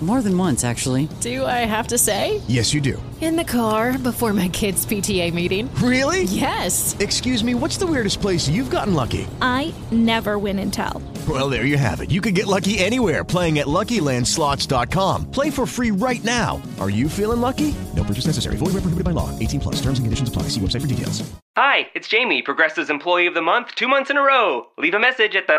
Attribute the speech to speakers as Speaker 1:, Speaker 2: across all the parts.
Speaker 1: More than once, actually.
Speaker 2: Do I have to say?
Speaker 3: Yes, you do.
Speaker 4: In the car before my kids' PTA meeting.
Speaker 3: Really?
Speaker 4: Yes.
Speaker 3: Excuse me, what's the weirdest place you've gotten lucky?
Speaker 5: I never win and tell.
Speaker 3: Well, there you have it. You can get lucky anywhere playing at LuckyLandSlots.com. Play for free right now. Are you feeling lucky? No purchase necessary. Void where prohibited by law. 18 plus. Terms and conditions apply. See website for details.
Speaker 6: Hi, it's Jamie, Progressive's Employee of the Month, two months in a row. Leave a message at the.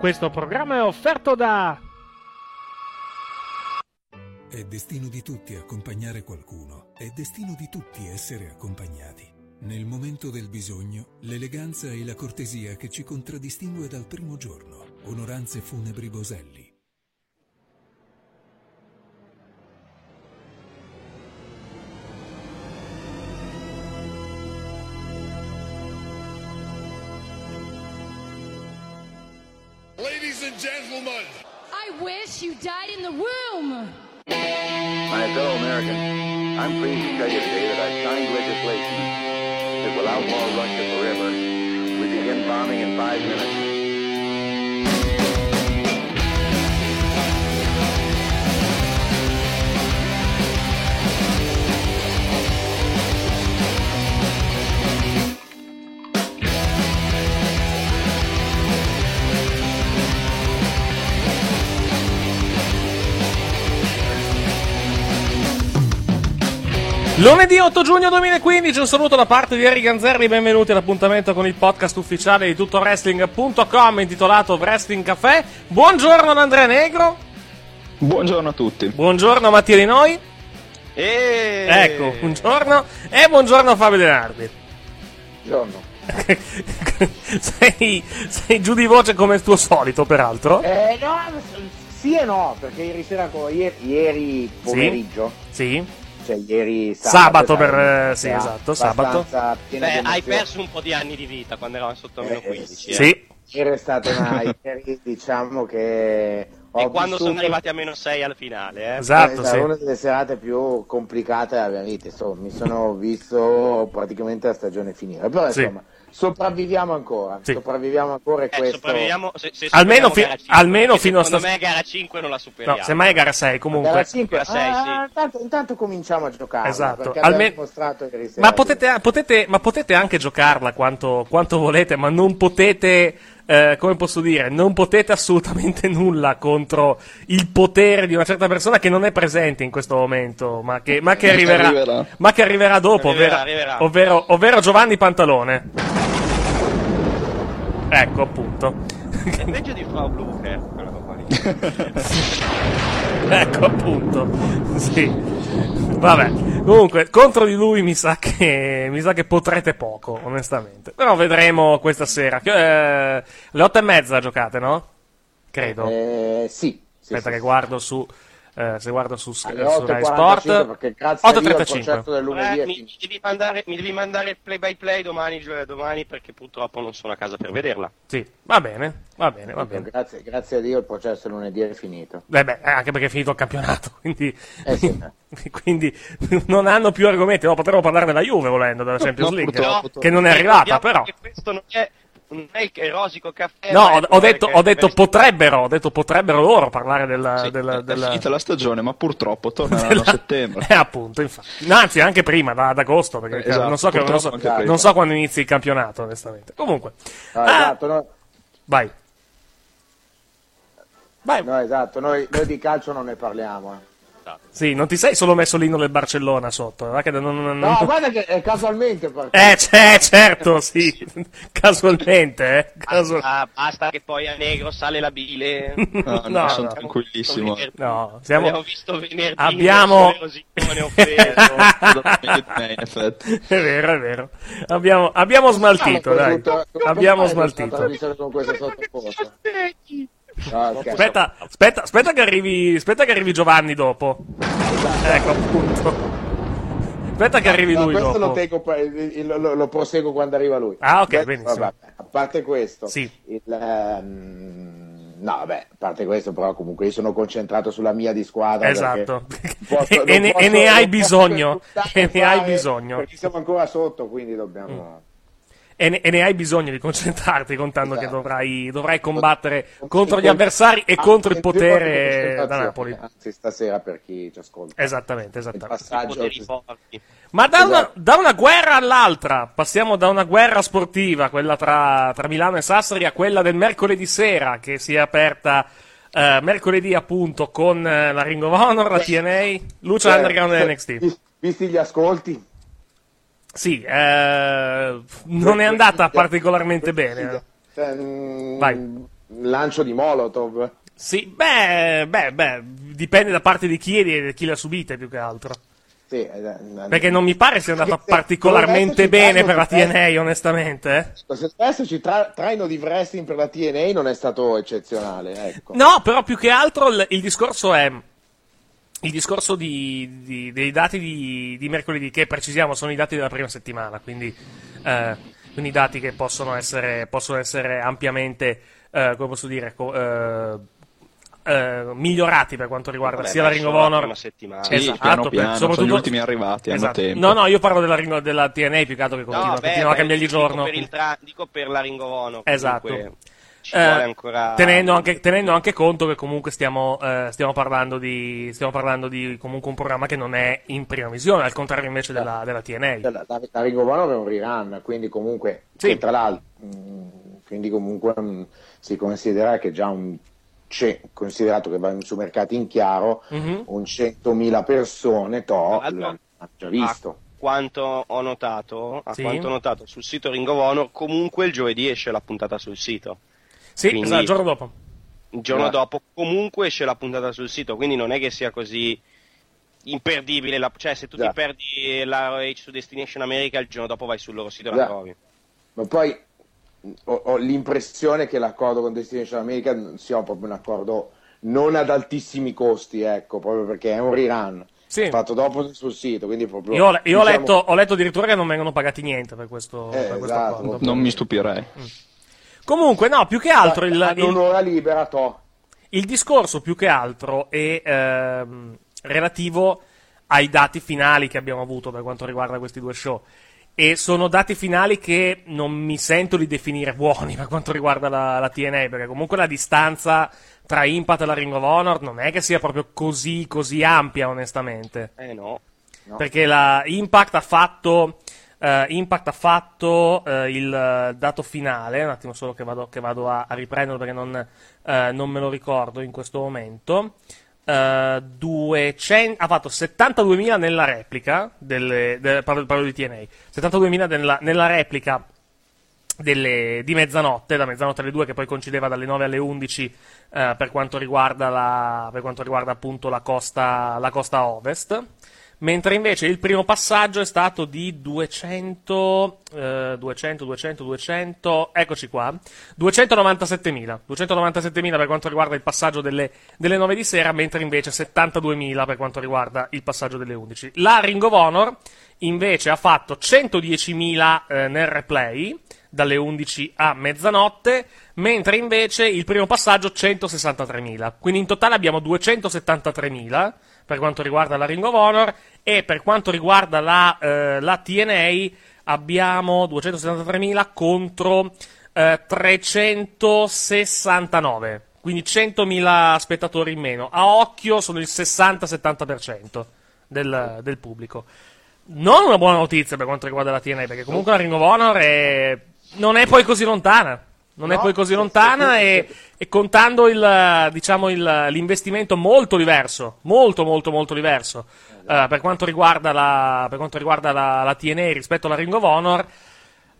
Speaker 7: Questo programma è offerto da
Speaker 8: È destino di tutti accompagnare qualcuno, è destino di tutti essere accompagnati. Nel momento del bisogno, l'eleganza e la cortesia che ci contraddistingue dal primo giorno. Onoranze funebri Boselli.
Speaker 9: Ladies and gentlemen,
Speaker 10: I wish you died in the womb.
Speaker 11: My fellow Americans, I'm pleased to tell you today that I signed legislation that will outlaw Russia forever. We begin bombing in five minutes.
Speaker 7: Lunedì 8 giugno 2015, un saluto da parte di Eric Ganzerli, benvenuti all'appuntamento con il podcast ufficiale di tuttowrestling.com intitolato Wrestling Café. Buongiorno ad Andrea Negro.
Speaker 12: Buongiorno a tutti.
Speaker 7: Buongiorno a Mattia Di Noi.
Speaker 12: E...
Speaker 7: Ecco, buongiorno. E buongiorno a Fabio Denardi.
Speaker 13: Buongiorno.
Speaker 7: sei, sei giù di voce come il tuo solito, peraltro.
Speaker 13: Eh, no, sì e no, perché ieri sera, co- ieri, ieri pomeriggio,
Speaker 7: Sì.
Speaker 13: cioè ieri
Speaker 7: Sabato
Speaker 13: sabato,
Speaker 7: per,
Speaker 13: era-
Speaker 7: eh, sì,
Speaker 13: era
Speaker 7: esatto,
Speaker 13: abbastanza
Speaker 7: sabato.
Speaker 13: piena di
Speaker 14: Beh, hai
Speaker 13: emozioni.
Speaker 14: perso un po' di anni di vita quando eravamo sotto meno 15. eh.
Speaker 7: Sì.
Speaker 13: Ieri è stata una, ieri diciamo che ho
Speaker 14: E quando sono
Speaker 13: vissuto-
Speaker 14: arrivati a meno 6 alla finale, eh.
Speaker 7: Esatto,
Speaker 13: Questa
Speaker 7: sì.
Speaker 13: è una delle serate più complicate della mia vita, insomma, mi sono visto praticamente la stagione finire, però
Speaker 7: Sì.
Speaker 13: insomma, sopravviviamo ancora,
Speaker 7: Sì.
Speaker 13: sopravviviamo ancora e
Speaker 14: Eh,
Speaker 13: questo...
Speaker 14: sopravviviamo se, se
Speaker 7: Almeno
Speaker 14: superiamo
Speaker 7: fi-
Speaker 14: gara cinque,
Speaker 7: almeno
Speaker 14: perché
Speaker 7: fino a
Speaker 14: secondo
Speaker 7: sta-
Speaker 14: me gara 5 non la superiamo.
Speaker 7: No, semmai gara 6 comunque.
Speaker 13: Dalla cinque-
Speaker 14: Dalla eh, sei,
Speaker 13: ah, intanto, intanto cominciamo a giocare
Speaker 7: Esatto,
Speaker 13: perché
Speaker 7: almeno-
Speaker 13: abbiamo dimostrato ieri sera
Speaker 7: Ma
Speaker 13: di-
Speaker 7: potete, potete- ma potete anche giocarla quanto, quanto volete, ma non potete, eh, come posso dire, non potete assolutamente nulla contro il potere di una certa persona che non è presente in questo momento, ma che, ma che,
Speaker 12: Che
Speaker 7: arriverà,
Speaker 12: arriverà.
Speaker 7: ma che arriverà dopo,
Speaker 14: Arriverà,
Speaker 7: ovvero,
Speaker 14: arriverà.
Speaker 7: Ovvero, ovvero Giovanni Pantalone. Ecco, appunto.
Speaker 14: È peggio di Frau Blucher, quella roba lì.
Speaker 7: Ecco appunto. Sì. Vabbè. Comunque, contro di lui mi sa che, mi sa che potrete poco, onestamente. Però vedremo questa sera. Che- eh, le otto e mezza giocate, no? Credo.
Speaker 13: Eh, sì, sì,
Speaker 7: Aspetta
Speaker 13: sì,
Speaker 7: che
Speaker 13: sì.
Speaker 7: guardo su. eh, se guardo su, Sky-
Speaker 13: alle
Speaker 7: su Rai
Speaker 13: 8.45
Speaker 7: Sport
Speaker 13: perché grazie a Dio il
Speaker 7: 8.35
Speaker 13: concerto del lunedì
Speaker 14: Eh, mi,
Speaker 13: è
Speaker 14: mi
Speaker 13: finito.
Speaker 14: devi mandare, mi devi mandare il play by play domani, gio- domani, perché purtroppo non sono a casa per vederla.
Speaker 7: Sì, va bene, va bene, va bene.
Speaker 13: Grazie, grazie a Dio il processo del lunedì è finito.
Speaker 7: Eh beh, eh, anche perché è finito il campionato, quindi,
Speaker 13: Eh sì,
Speaker 7: quindi non hanno più argomenti. No, potremmo parlare della Juve volendo, della Champions
Speaker 12: no,
Speaker 7: League,
Speaker 12: purtroppo.
Speaker 7: che non è arrivata,
Speaker 14: Ricordiamo
Speaker 7: però.
Speaker 14: che questo non è, non è il rosico
Speaker 12: Eh,
Speaker 14: caffè.
Speaker 7: No,
Speaker 14: ma è
Speaker 7: ho, ho
Speaker 14: quello
Speaker 7: detto,
Speaker 14: che-
Speaker 7: ho detto potrebbero, ho detto potrebbero loro parlare della...
Speaker 12: Sì,
Speaker 7: della-
Speaker 12: è
Speaker 7: della-
Speaker 12: finita la stagione, ma purtroppo torneranno a settembre.
Speaker 7: Eh, appunto, infatti. No, anzi, anche prima, da, ad agosto, perché cioè,
Speaker 12: Eh, esatto,
Speaker 7: non, so che- non so-
Speaker 12: purtroppo anche prima.
Speaker 7: non so quando inizi il campionato, onestamente. Comunque,
Speaker 13: No, esatto, no-
Speaker 7: vai.
Speaker 13: no, esatto, noi, noi di calcio non ne parliamo. eh.
Speaker 7: Sì, non ti sei solo messo l'inno del Barcellona sotto, va che non- non- non-
Speaker 13: No, guarda che è casualmente partito.
Speaker 7: Eh, c'è, certo, sì. Casualmente, eh. Casu-
Speaker 14: Ah, basta che poi a negro sale la bile.
Speaker 7: No, no, No, sono no.
Speaker 12: tranquillissimo.
Speaker 7: No, siamo-
Speaker 14: Abbiamo visto venerdì.
Speaker 7: Abbiamo- Esatto.
Speaker 14: nel solerosicone offeso.
Speaker 12: in effetti.
Speaker 7: È vero, è vero. Abbiamo, abbiamo smaltito,
Speaker 13: Ah,
Speaker 7: dai.
Speaker 13: Eh,
Speaker 7: Abbiamo smaltito.
Speaker 13: Con questo sottoposto. Ah, ok.
Speaker 7: Aspetta, aspetta, aspetta che arrivi, aspetta che arrivi Giovanni dopo. Ecco, appunto. Aspetta che arrivi
Speaker 13: No,
Speaker 7: lui
Speaker 13: questo lo,
Speaker 7: dopo.
Speaker 13: tengo poi- il- lo, lo- lo proseguo quando arriva lui.
Speaker 7: Ah, ok,
Speaker 13: Beh,
Speaker 7: benissimo.
Speaker 13: a parte questo,
Speaker 7: Sì.
Speaker 13: il, ehm, no, vabbè, a parte questo, però comunque io sono concentrato sulla mia di squadra.
Speaker 7: Esatto.
Speaker 13: perché non posso-
Speaker 7: E-
Speaker 13: non
Speaker 7: e ne-
Speaker 13: posso-
Speaker 7: e ne hai
Speaker 13: non posso
Speaker 7: bisogno.
Speaker 13: rifiutare
Speaker 7: E
Speaker 13: di
Speaker 7: ne hai
Speaker 13: fare-
Speaker 7: bisogno. Mm.
Speaker 13: Perché siamo ancora sotto, quindi dobbiamo.
Speaker 7: E ne, e ne hai bisogno di concentrarti contando
Speaker 13: Esatto.
Speaker 7: che dovrai, dovrai combattere contro gli avversari
Speaker 13: ah,
Speaker 7: e contro il potere da Napoli. Esatto,
Speaker 13: Anzi, stasera per chi ci ascolta.
Speaker 7: Esattamente, esattamente.
Speaker 13: Passaggio.
Speaker 7: Ma da una, da una guerra all'altra, passiamo da una guerra sportiva, quella tra, tra Milano e Sassari, a quella del mercoledì sera che si è aperta eh, mercoledì appunto con eh, la Ring of Honor, la TNA, Lucha
Speaker 13: Cioè,
Speaker 7: Underground e
Speaker 13: cioè,
Speaker 7: NXT.
Speaker 13: vis- Visti gli ascolti,
Speaker 7: Sì, eh, non è andata particolarmente bene. eh.
Speaker 13: cioè, mm,
Speaker 7: Vai.
Speaker 13: lancio di Molotov.
Speaker 7: Sì, beh, beh, beh, dipende da parte di chi e di chi l'ha subita più che altro.
Speaker 13: Sì, eh,
Speaker 7: Perché non mi pare sia andata
Speaker 13: Perché se-
Speaker 7: particolarmente
Speaker 13: dovrebbe
Speaker 7: bene per la
Speaker 13: esserci tanto-
Speaker 7: TNA, onestamente. eh.
Speaker 13: Questo espressoci tra, traino di wrestling per la TNA non è stato eccezionale, ecco.
Speaker 7: No, però più che altro il, il discorso è. Il discorso di- di- dei dati di, di mercoledì, che precisiamo sono i dati della prima settimana, quindi, eh, quindi dati che possono essere, possono essere ampiamente, eh, come posso dire, co- eh, eh, migliorati per quanto riguarda
Speaker 14: Vabbè,
Speaker 7: sia
Speaker 14: ma
Speaker 7: la Ring of
Speaker 14: sono la
Speaker 7: Honor.
Speaker 14: prima settimana. Esatto.
Speaker 12: Sì, piano piano, sono gli ultimi arrivati,
Speaker 7: eh,
Speaker 12: hanno tempo.
Speaker 7: Esatto. No, no, io parlo della, Ring- della TNA più che altro che continua,
Speaker 14: beh,
Speaker 7: continua a
Speaker 14: beh,
Speaker 7: cambiare di
Speaker 14: dico
Speaker 7: giorno.
Speaker 14: Per il tra- dico per la Ring of Honor,
Speaker 7: Esatto.
Speaker 14: comunque, Ci
Speaker 7: Eh,
Speaker 14: vuole ancora...
Speaker 7: tenendo, anche, tenendo anche conto che comunque stiamo, eh, stiamo parlando di, stiamo parlando di comunque un programma che non è in prima visione, al contrario invece della,
Speaker 13: Certo.
Speaker 7: della TNA.
Speaker 13: Cioè, La, la, la Ring of Honor è un rerun, quindi comunque, e tra l'altro, mh, quindi comunque mh, si considera che già un c'è, considerato che va su mercati in chiaro,
Speaker 14: Mhm.
Speaker 13: un 100.000 persone, to,
Speaker 14: Tra l'altro-
Speaker 13: l'hanno già visto.
Speaker 14: Quanto ho notato, a
Speaker 13: Sì.
Speaker 14: quanto ho notato sul sito Ring of Honor, comunque il giovedì esce la puntata sul sito.
Speaker 7: Sì,
Speaker 14: Quindi-
Speaker 7: esatto, il giorno dopo.
Speaker 14: Il giorno
Speaker 7: Eh.
Speaker 14: dopo comunque esce la puntata sul sito, quindi non è che sia così imperdibile. la- Cioè, se tu
Speaker 13: Già.
Speaker 14: ti perdi la ROH su Destination America, il giorno dopo vai sul loro sito e la
Speaker 13: Già.
Speaker 14: trovi.
Speaker 13: Ma poi mh, ho, ho l'impressione che l'accordo con Destination America non sia proprio un accordo non ad altissimi costi, ecco, proprio perché è un rerun. Fatto dopo sul sito, quindi proprio...
Speaker 7: Io, ho, io ho
Speaker 13: diciamo-
Speaker 7: letto, ho letto addirittura che non vengono pagati niente per questo,
Speaker 13: Eh,
Speaker 7: per questo
Speaker 13: esatto,
Speaker 7: accordo. Mm.
Speaker 13: molto
Speaker 12: Non mi stupirei.
Speaker 7: Comunque, no, più che altro il,
Speaker 13: Hanno
Speaker 7: il-
Speaker 13: un'ora libera, to.
Speaker 7: il discorso più che altro è ehm, relativo ai dati finali che abbiamo avuto per quanto riguarda questi due show. E sono dati finali che non mi sento di definire buoni per quanto riguarda la, la TNA, perché comunque la distanza tra Impact e la Ring of Honor non è che sia proprio così, così ampia, onestamente.
Speaker 14: Eh no.
Speaker 7: Perché la Impact ha fatto, eh, Impact ha fatto eh, il eh, dato finale, un attimo solo che vado, che vado a, a riprendere perché non, eh, non me lo ricordo in questo momento. Eh, 200 ha fatto 72.000 nella replica, delle, de- parlo, parlo di TNA, 72.000 nella, nella replica delle- di mezzanotte, da mezzanotte alle 2, che poi coincideva dalle 9 alle 11 eh, per quanto riguarda, la, per quanto riguarda appunto la costa, la costa ovest. Mentre invece il primo passaggio è stato di 200, eh, 200, 200, 200, eccoci qua, 297.000, 297.000 per quanto riguarda il passaggio delle, delle 9 di sera, mentre invece 72.000 per quanto riguarda il passaggio delle 11. La Ring of Honor invece ha fatto 110.000 eh, nel replay, dalle 11 a mezzanotte, mentre invece il primo passaggio 163.000. Quindi in totale abbiamo 273.000 per quanto riguarda la Ring of Honor e per quanto riguarda la, eh, la TNA abbiamo 273.000 contro eh, eh, 369. Quindi 100.000 spettatori in meno. A occhio sono il 60-70% del, del pubblico. Non una buona notizia per quanto riguarda la TNA, perché comunque la Ring of Honor è... non è poi così lontana. Non è
Speaker 14: No,
Speaker 7: poi così
Speaker 14: sì,
Speaker 7: lontana
Speaker 14: sì, sì,
Speaker 7: e, e contando il, diciamo, il- l'investimento molto diverso, molto molto molto diverso eh, per quanto riguarda, la, per quanto riguarda la, la TNA rispetto alla Ring of Honor,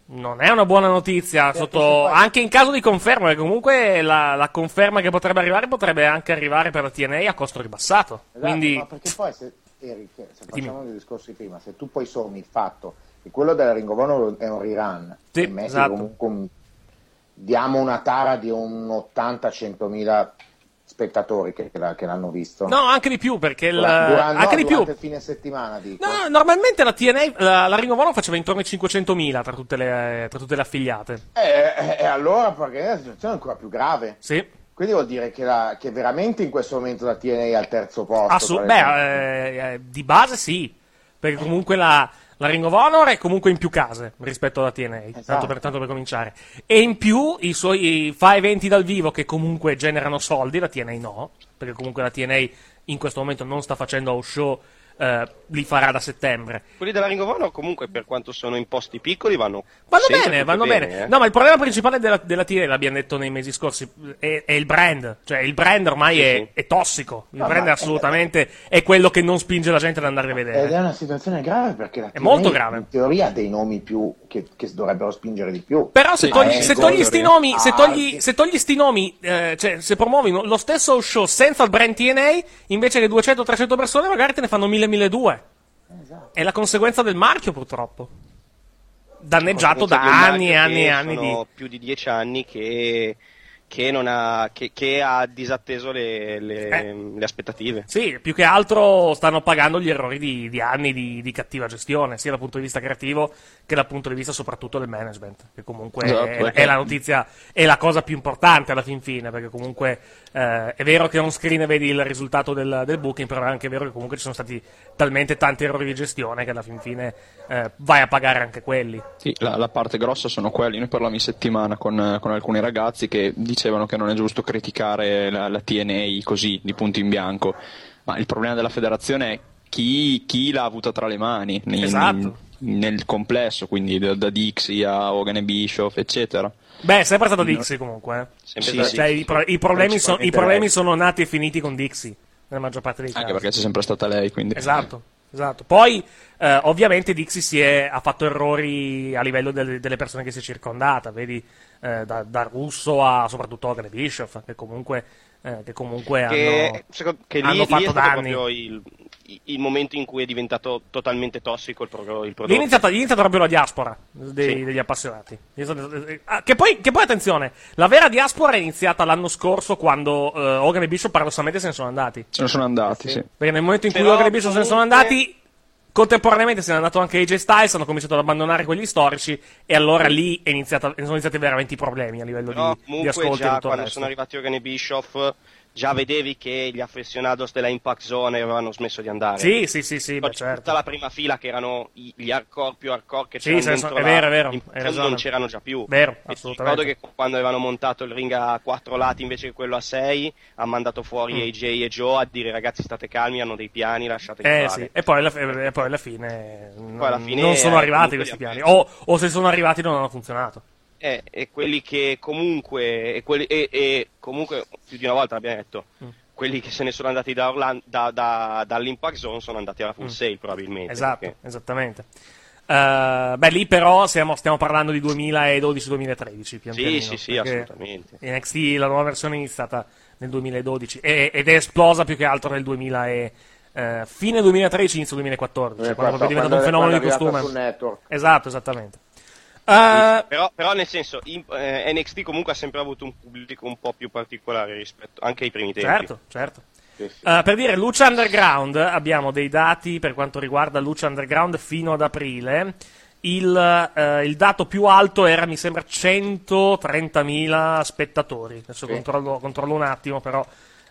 Speaker 7: non è una buona notizia,
Speaker 14: Certo,
Speaker 7: sotto- anche in caso di conferma, perché comunque la, la conferma che potrebbe arrivare potrebbe anche arrivare per la TNA a costo ribassato.
Speaker 13: Esatto,
Speaker 7: Quindi,
Speaker 13: ma perché poi se, Eric, se facciamo dei discorsi prima, se tu poi sommi il fatto che quello della Ring of Honor è un rerun,
Speaker 7: Sì,
Speaker 13: in Messico
Speaker 7: esatto.
Speaker 13: comunque un- diamo una tara di un 80-100 mila spettatori che, che la- che l'hanno visto.
Speaker 7: no, anche di più, perché il, eh,
Speaker 13: Dura- dura- no,
Speaker 7: anche di più.
Speaker 13: durante il fine settimana dico.
Speaker 7: No, normalmente la TNA, la, la Ring of Honor faceva intorno ai 500.000 tra tutte le, tra tutte le affiliate.
Speaker 13: Eh, eh, eh, allora perché la situazione è ancora più grave.
Speaker 7: Sì.
Speaker 13: Quindi vuol dire che, la- che veramente in questo momento la TNA è al terzo posto.
Speaker 7: Assu-
Speaker 13: tra le tante.
Speaker 7: beh, eh, eh, di base sì, perché comunque la, la Ring of Honor è comunque in più case rispetto alla TNA, tanto, per, tanto per cominciare. E in più i suoi fa eventi dal vivo che comunque generano soldi, la TNA no, perché comunque la TNA in questo momento non sta facendo house show, eh, li farà da settembre.
Speaker 14: Quelli della Ring of Honor comunque per quanto sono in posti piccoli vanno
Speaker 7: Vanno
Speaker 14: sempre
Speaker 7: bene,
Speaker 14: più
Speaker 7: vanno bene.
Speaker 14: eh.
Speaker 7: No, ma il problema principale della, della TNA, l'abbiamo detto nei mesi scorsi, è, è il brand. Cioè, il brand ormai è, è tossico. Il
Speaker 14: Ah,
Speaker 13: No,
Speaker 7: brand
Speaker 14: eh,
Speaker 13: ma-
Speaker 7: assolutamente è quello che non spinge la gente ad andare a vedere.
Speaker 13: Ed è una situazione grave perché la è
Speaker 7: molto grave.
Speaker 13: in teoria ha dei nomi più che, che dovrebbero spingere di più.
Speaker 7: Però se
Speaker 14: eh,
Speaker 7: togli, se togli sti nomi, se
Speaker 13: Ah,
Speaker 7: togli, se togli sti nomi, eh, cioè se promuovi no- lo stesso show senza il brand TNA, invece che 200-300 persone magari te ne fanno 1000-1200. È la conseguenza del marchio purtroppo. Danneggiato da
Speaker 14: Conseguenza
Speaker 7: anni
Speaker 14: di
Speaker 7: e
Speaker 14: un marchio
Speaker 7: anni e
Speaker 14: che
Speaker 7: anni di...
Speaker 14: sono più di dieci anni che, che non ha, che, che ha disatteso le, le-
Speaker 7: Eh.
Speaker 14: le aspettative.
Speaker 7: Sì, più che altro stanno pagando gli errori di, di anni di, di cattiva gestione, sia dal punto di vista creativo che dal punto di vista soprattutto del management, che comunque
Speaker 14: Esatto,
Speaker 7: è,
Speaker 12: eh.
Speaker 14: perché-
Speaker 7: è la notizia, è la cosa più importante alla fin fine, perché comunque eh, è vero che on screen vedi il risultato del, del booking, però è anche vero che comunque ci sono stati talmente tanti errori di gestione che alla fin fine eh, vai a pagare anche quelli.
Speaker 12: Sì, la, la parte grossa sono quelli. Noi parlavamo in settimana con, eh, con alcuni ragazzi che dicevano che non è giusto criticare la, la TNA così, di punto in bianco. Ma il problema della federazione è chi, chi l'ha avuta tra le mani nei-
Speaker 7: Esatto.
Speaker 12: nel complesso, quindi da, da Dixie a Hogan e Bischoff, eccetera.
Speaker 7: Beh, è sempre stata
Speaker 12: No.
Speaker 7: Dixie comunque. eh.
Speaker 12: Sempre stata
Speaker 7: Cioè,
Speaker 12: Dixie.
Speaker 7: i, pro- i problemi sono- i
Speaker 12: Principalmente
Speaker 7: problemi
Speaker 12: lei.
Speaker 7: sono nati e finiti con Dixie, nella maggior parte dei casi.
Speaker 12: Anche perché c'è sempre stata lei, quindi.
Speaker 7: Esatto, esatto. Poi, eh, ovviamente, Dixie si è- ha fatto errori a livello delle, delle persone che si è circondata, vedi, eh, da, da Russo a soprattutto Hogan e Bischoff, che comunque, eh, che comunque
Speaker 14: che,
Speaker 7: hanno,
Speaker 14: secondo- che lì,
Speaker 7: hanno
Speaker 14: lì è
Speaker 7: fatto
Speaker 14: stato
Speaker 7: danni.
Speaker 14: proprio il, il momento in cui è diventato totalmente tossico il, pro- il prodotto.
Speaker 7: Lì è iniziata, lì è iniziata proprio la diaspora dei-
Speaker 14: Sì.
Speaker 7: degli appassionati. Lì è stata- eh, ah, Che poi, che poi, attenzione, la vera diaspora è iniziata l'anno scorso quando eh, Hogan e Bischoff paradossalmente se ne sono andati.
Speaker 12: Se ne sono andati, sì.
Speaker 7: Perché nel momento in cui
Speaker 12: Però
Speaker 7: Hogan e Bischoff se ne sono andati, contemporaneamente se n'è andato anche AJ Styles, hanno cominciato ad abbandonare quegli storici, e allora lì è iniziata, sono iniziati veramente i problemi a livello
Speaker 14: Però
Speaker 7: di, di
Speaker 14: comunque
Speaker 7: ascolto e
Speaker 14: già
Speaker 7: tutto il
Speaker 14: quando
Speaker 7: resto.
Speaker 14: sono arrivati Hogan e Bischoff già vedevi che gli affezionados della Impact Zone avevano smesso di andare.
Speaker 7: Sì, sì, sì, sì, beh, certo.
Speaker 14: Tutta la prima fila che erano i- gli hardcore più hardcore che
Speaker 7: Sì,
Speaker 14: c'erano
Speaker 7: se ne so-
Speaker 14: dentro
Speaker 7: è vero,
Speaker 14: la-
Speaker 7: è vero,
Speaker 14: in-
Speaker 7: hai ragione.
Speaker 14: non c'erano già più.
Speaker 7: Vero,
Speaker 14: E ti
Speaker 7: assolutamente.
Speaker 14: Ricordo che quando avevano montato il ring a quattro lati invece che quello a sei, ha mandato fuori
Speaker 7: Mm.
Speaker 14: AJ e Joe a dire ragazzi state calmi, hanno dei piani, lasciateli
Speaker 7: Eh
Speaker 14: fare.
Speaker 7: sì, e poi alla, e poi alla fine, non-
Speaker 14: alla fine,
Speaker 7: non sono
Speaker 14: eh,
Speaker 7: arrivati
Speaker 14: comunque
Speaker 7: questi
Speaker 14: li ha
Speaker 7: piani, o, o se sono arrivati non hanno funzionato.
Speaker 14: Eh, e quelli che comunque, e, quelli- e- e comunque più di una volta l'abbiamo detto,
Speaker 7: Mm.
Speaker 14: quelli che se ne sono andati da Orlan- da- da- dall'Impact Zone sono andati alla full
Speaker 7: Mm.
Speaker 14: sale probabilmente.
Speaker 7: Esatto,
Speaker 14: perché-
Speaker 7: esattamente. Eh, beh, lì però siamo- stiamo parlando di 2012-2013, pian
Speaker 14: Sì,
Speaker 7: pianino,
Speaker 14: sì, sì,
Speaker 7: perché
Speaker 14: assolutamente.
Speaker 7: NXT, la nuova versione è iniziata nel 2012 e- ed è esplosa più che altro nel 2000 e, eh, fine 2013, inizio 2014,
Speaker 13: Eh,
Speaker 7: quando
Speaker 13: quando-
Speaker 7: è diventato un
Speaker 13: quando-
Speaker 7: fenomeno di
Speaker 13: quando è arrivata
Speaker 7: costume.
Speaker 13: sul network.
Speaker 7: Esatto, esattamente. Eh,
Speaker 14: Sì, però, però nel senso, in- eh, NXT comunque ha sempre avuto un pubblico un po' più particolare rispetto anche ai primi tempi.
Speaker 7: Certo, certo. Eh, per dire Lucha Underground, abbiamo dei dati per quanto riguarda Lucha Underground fino ad aprile. Il, eh, il dato più alto era, mi sembra, 130.000 spettatori. Adesso
Speaker 14: Sì.
Speaker 7: controllo, controllo un attimo, però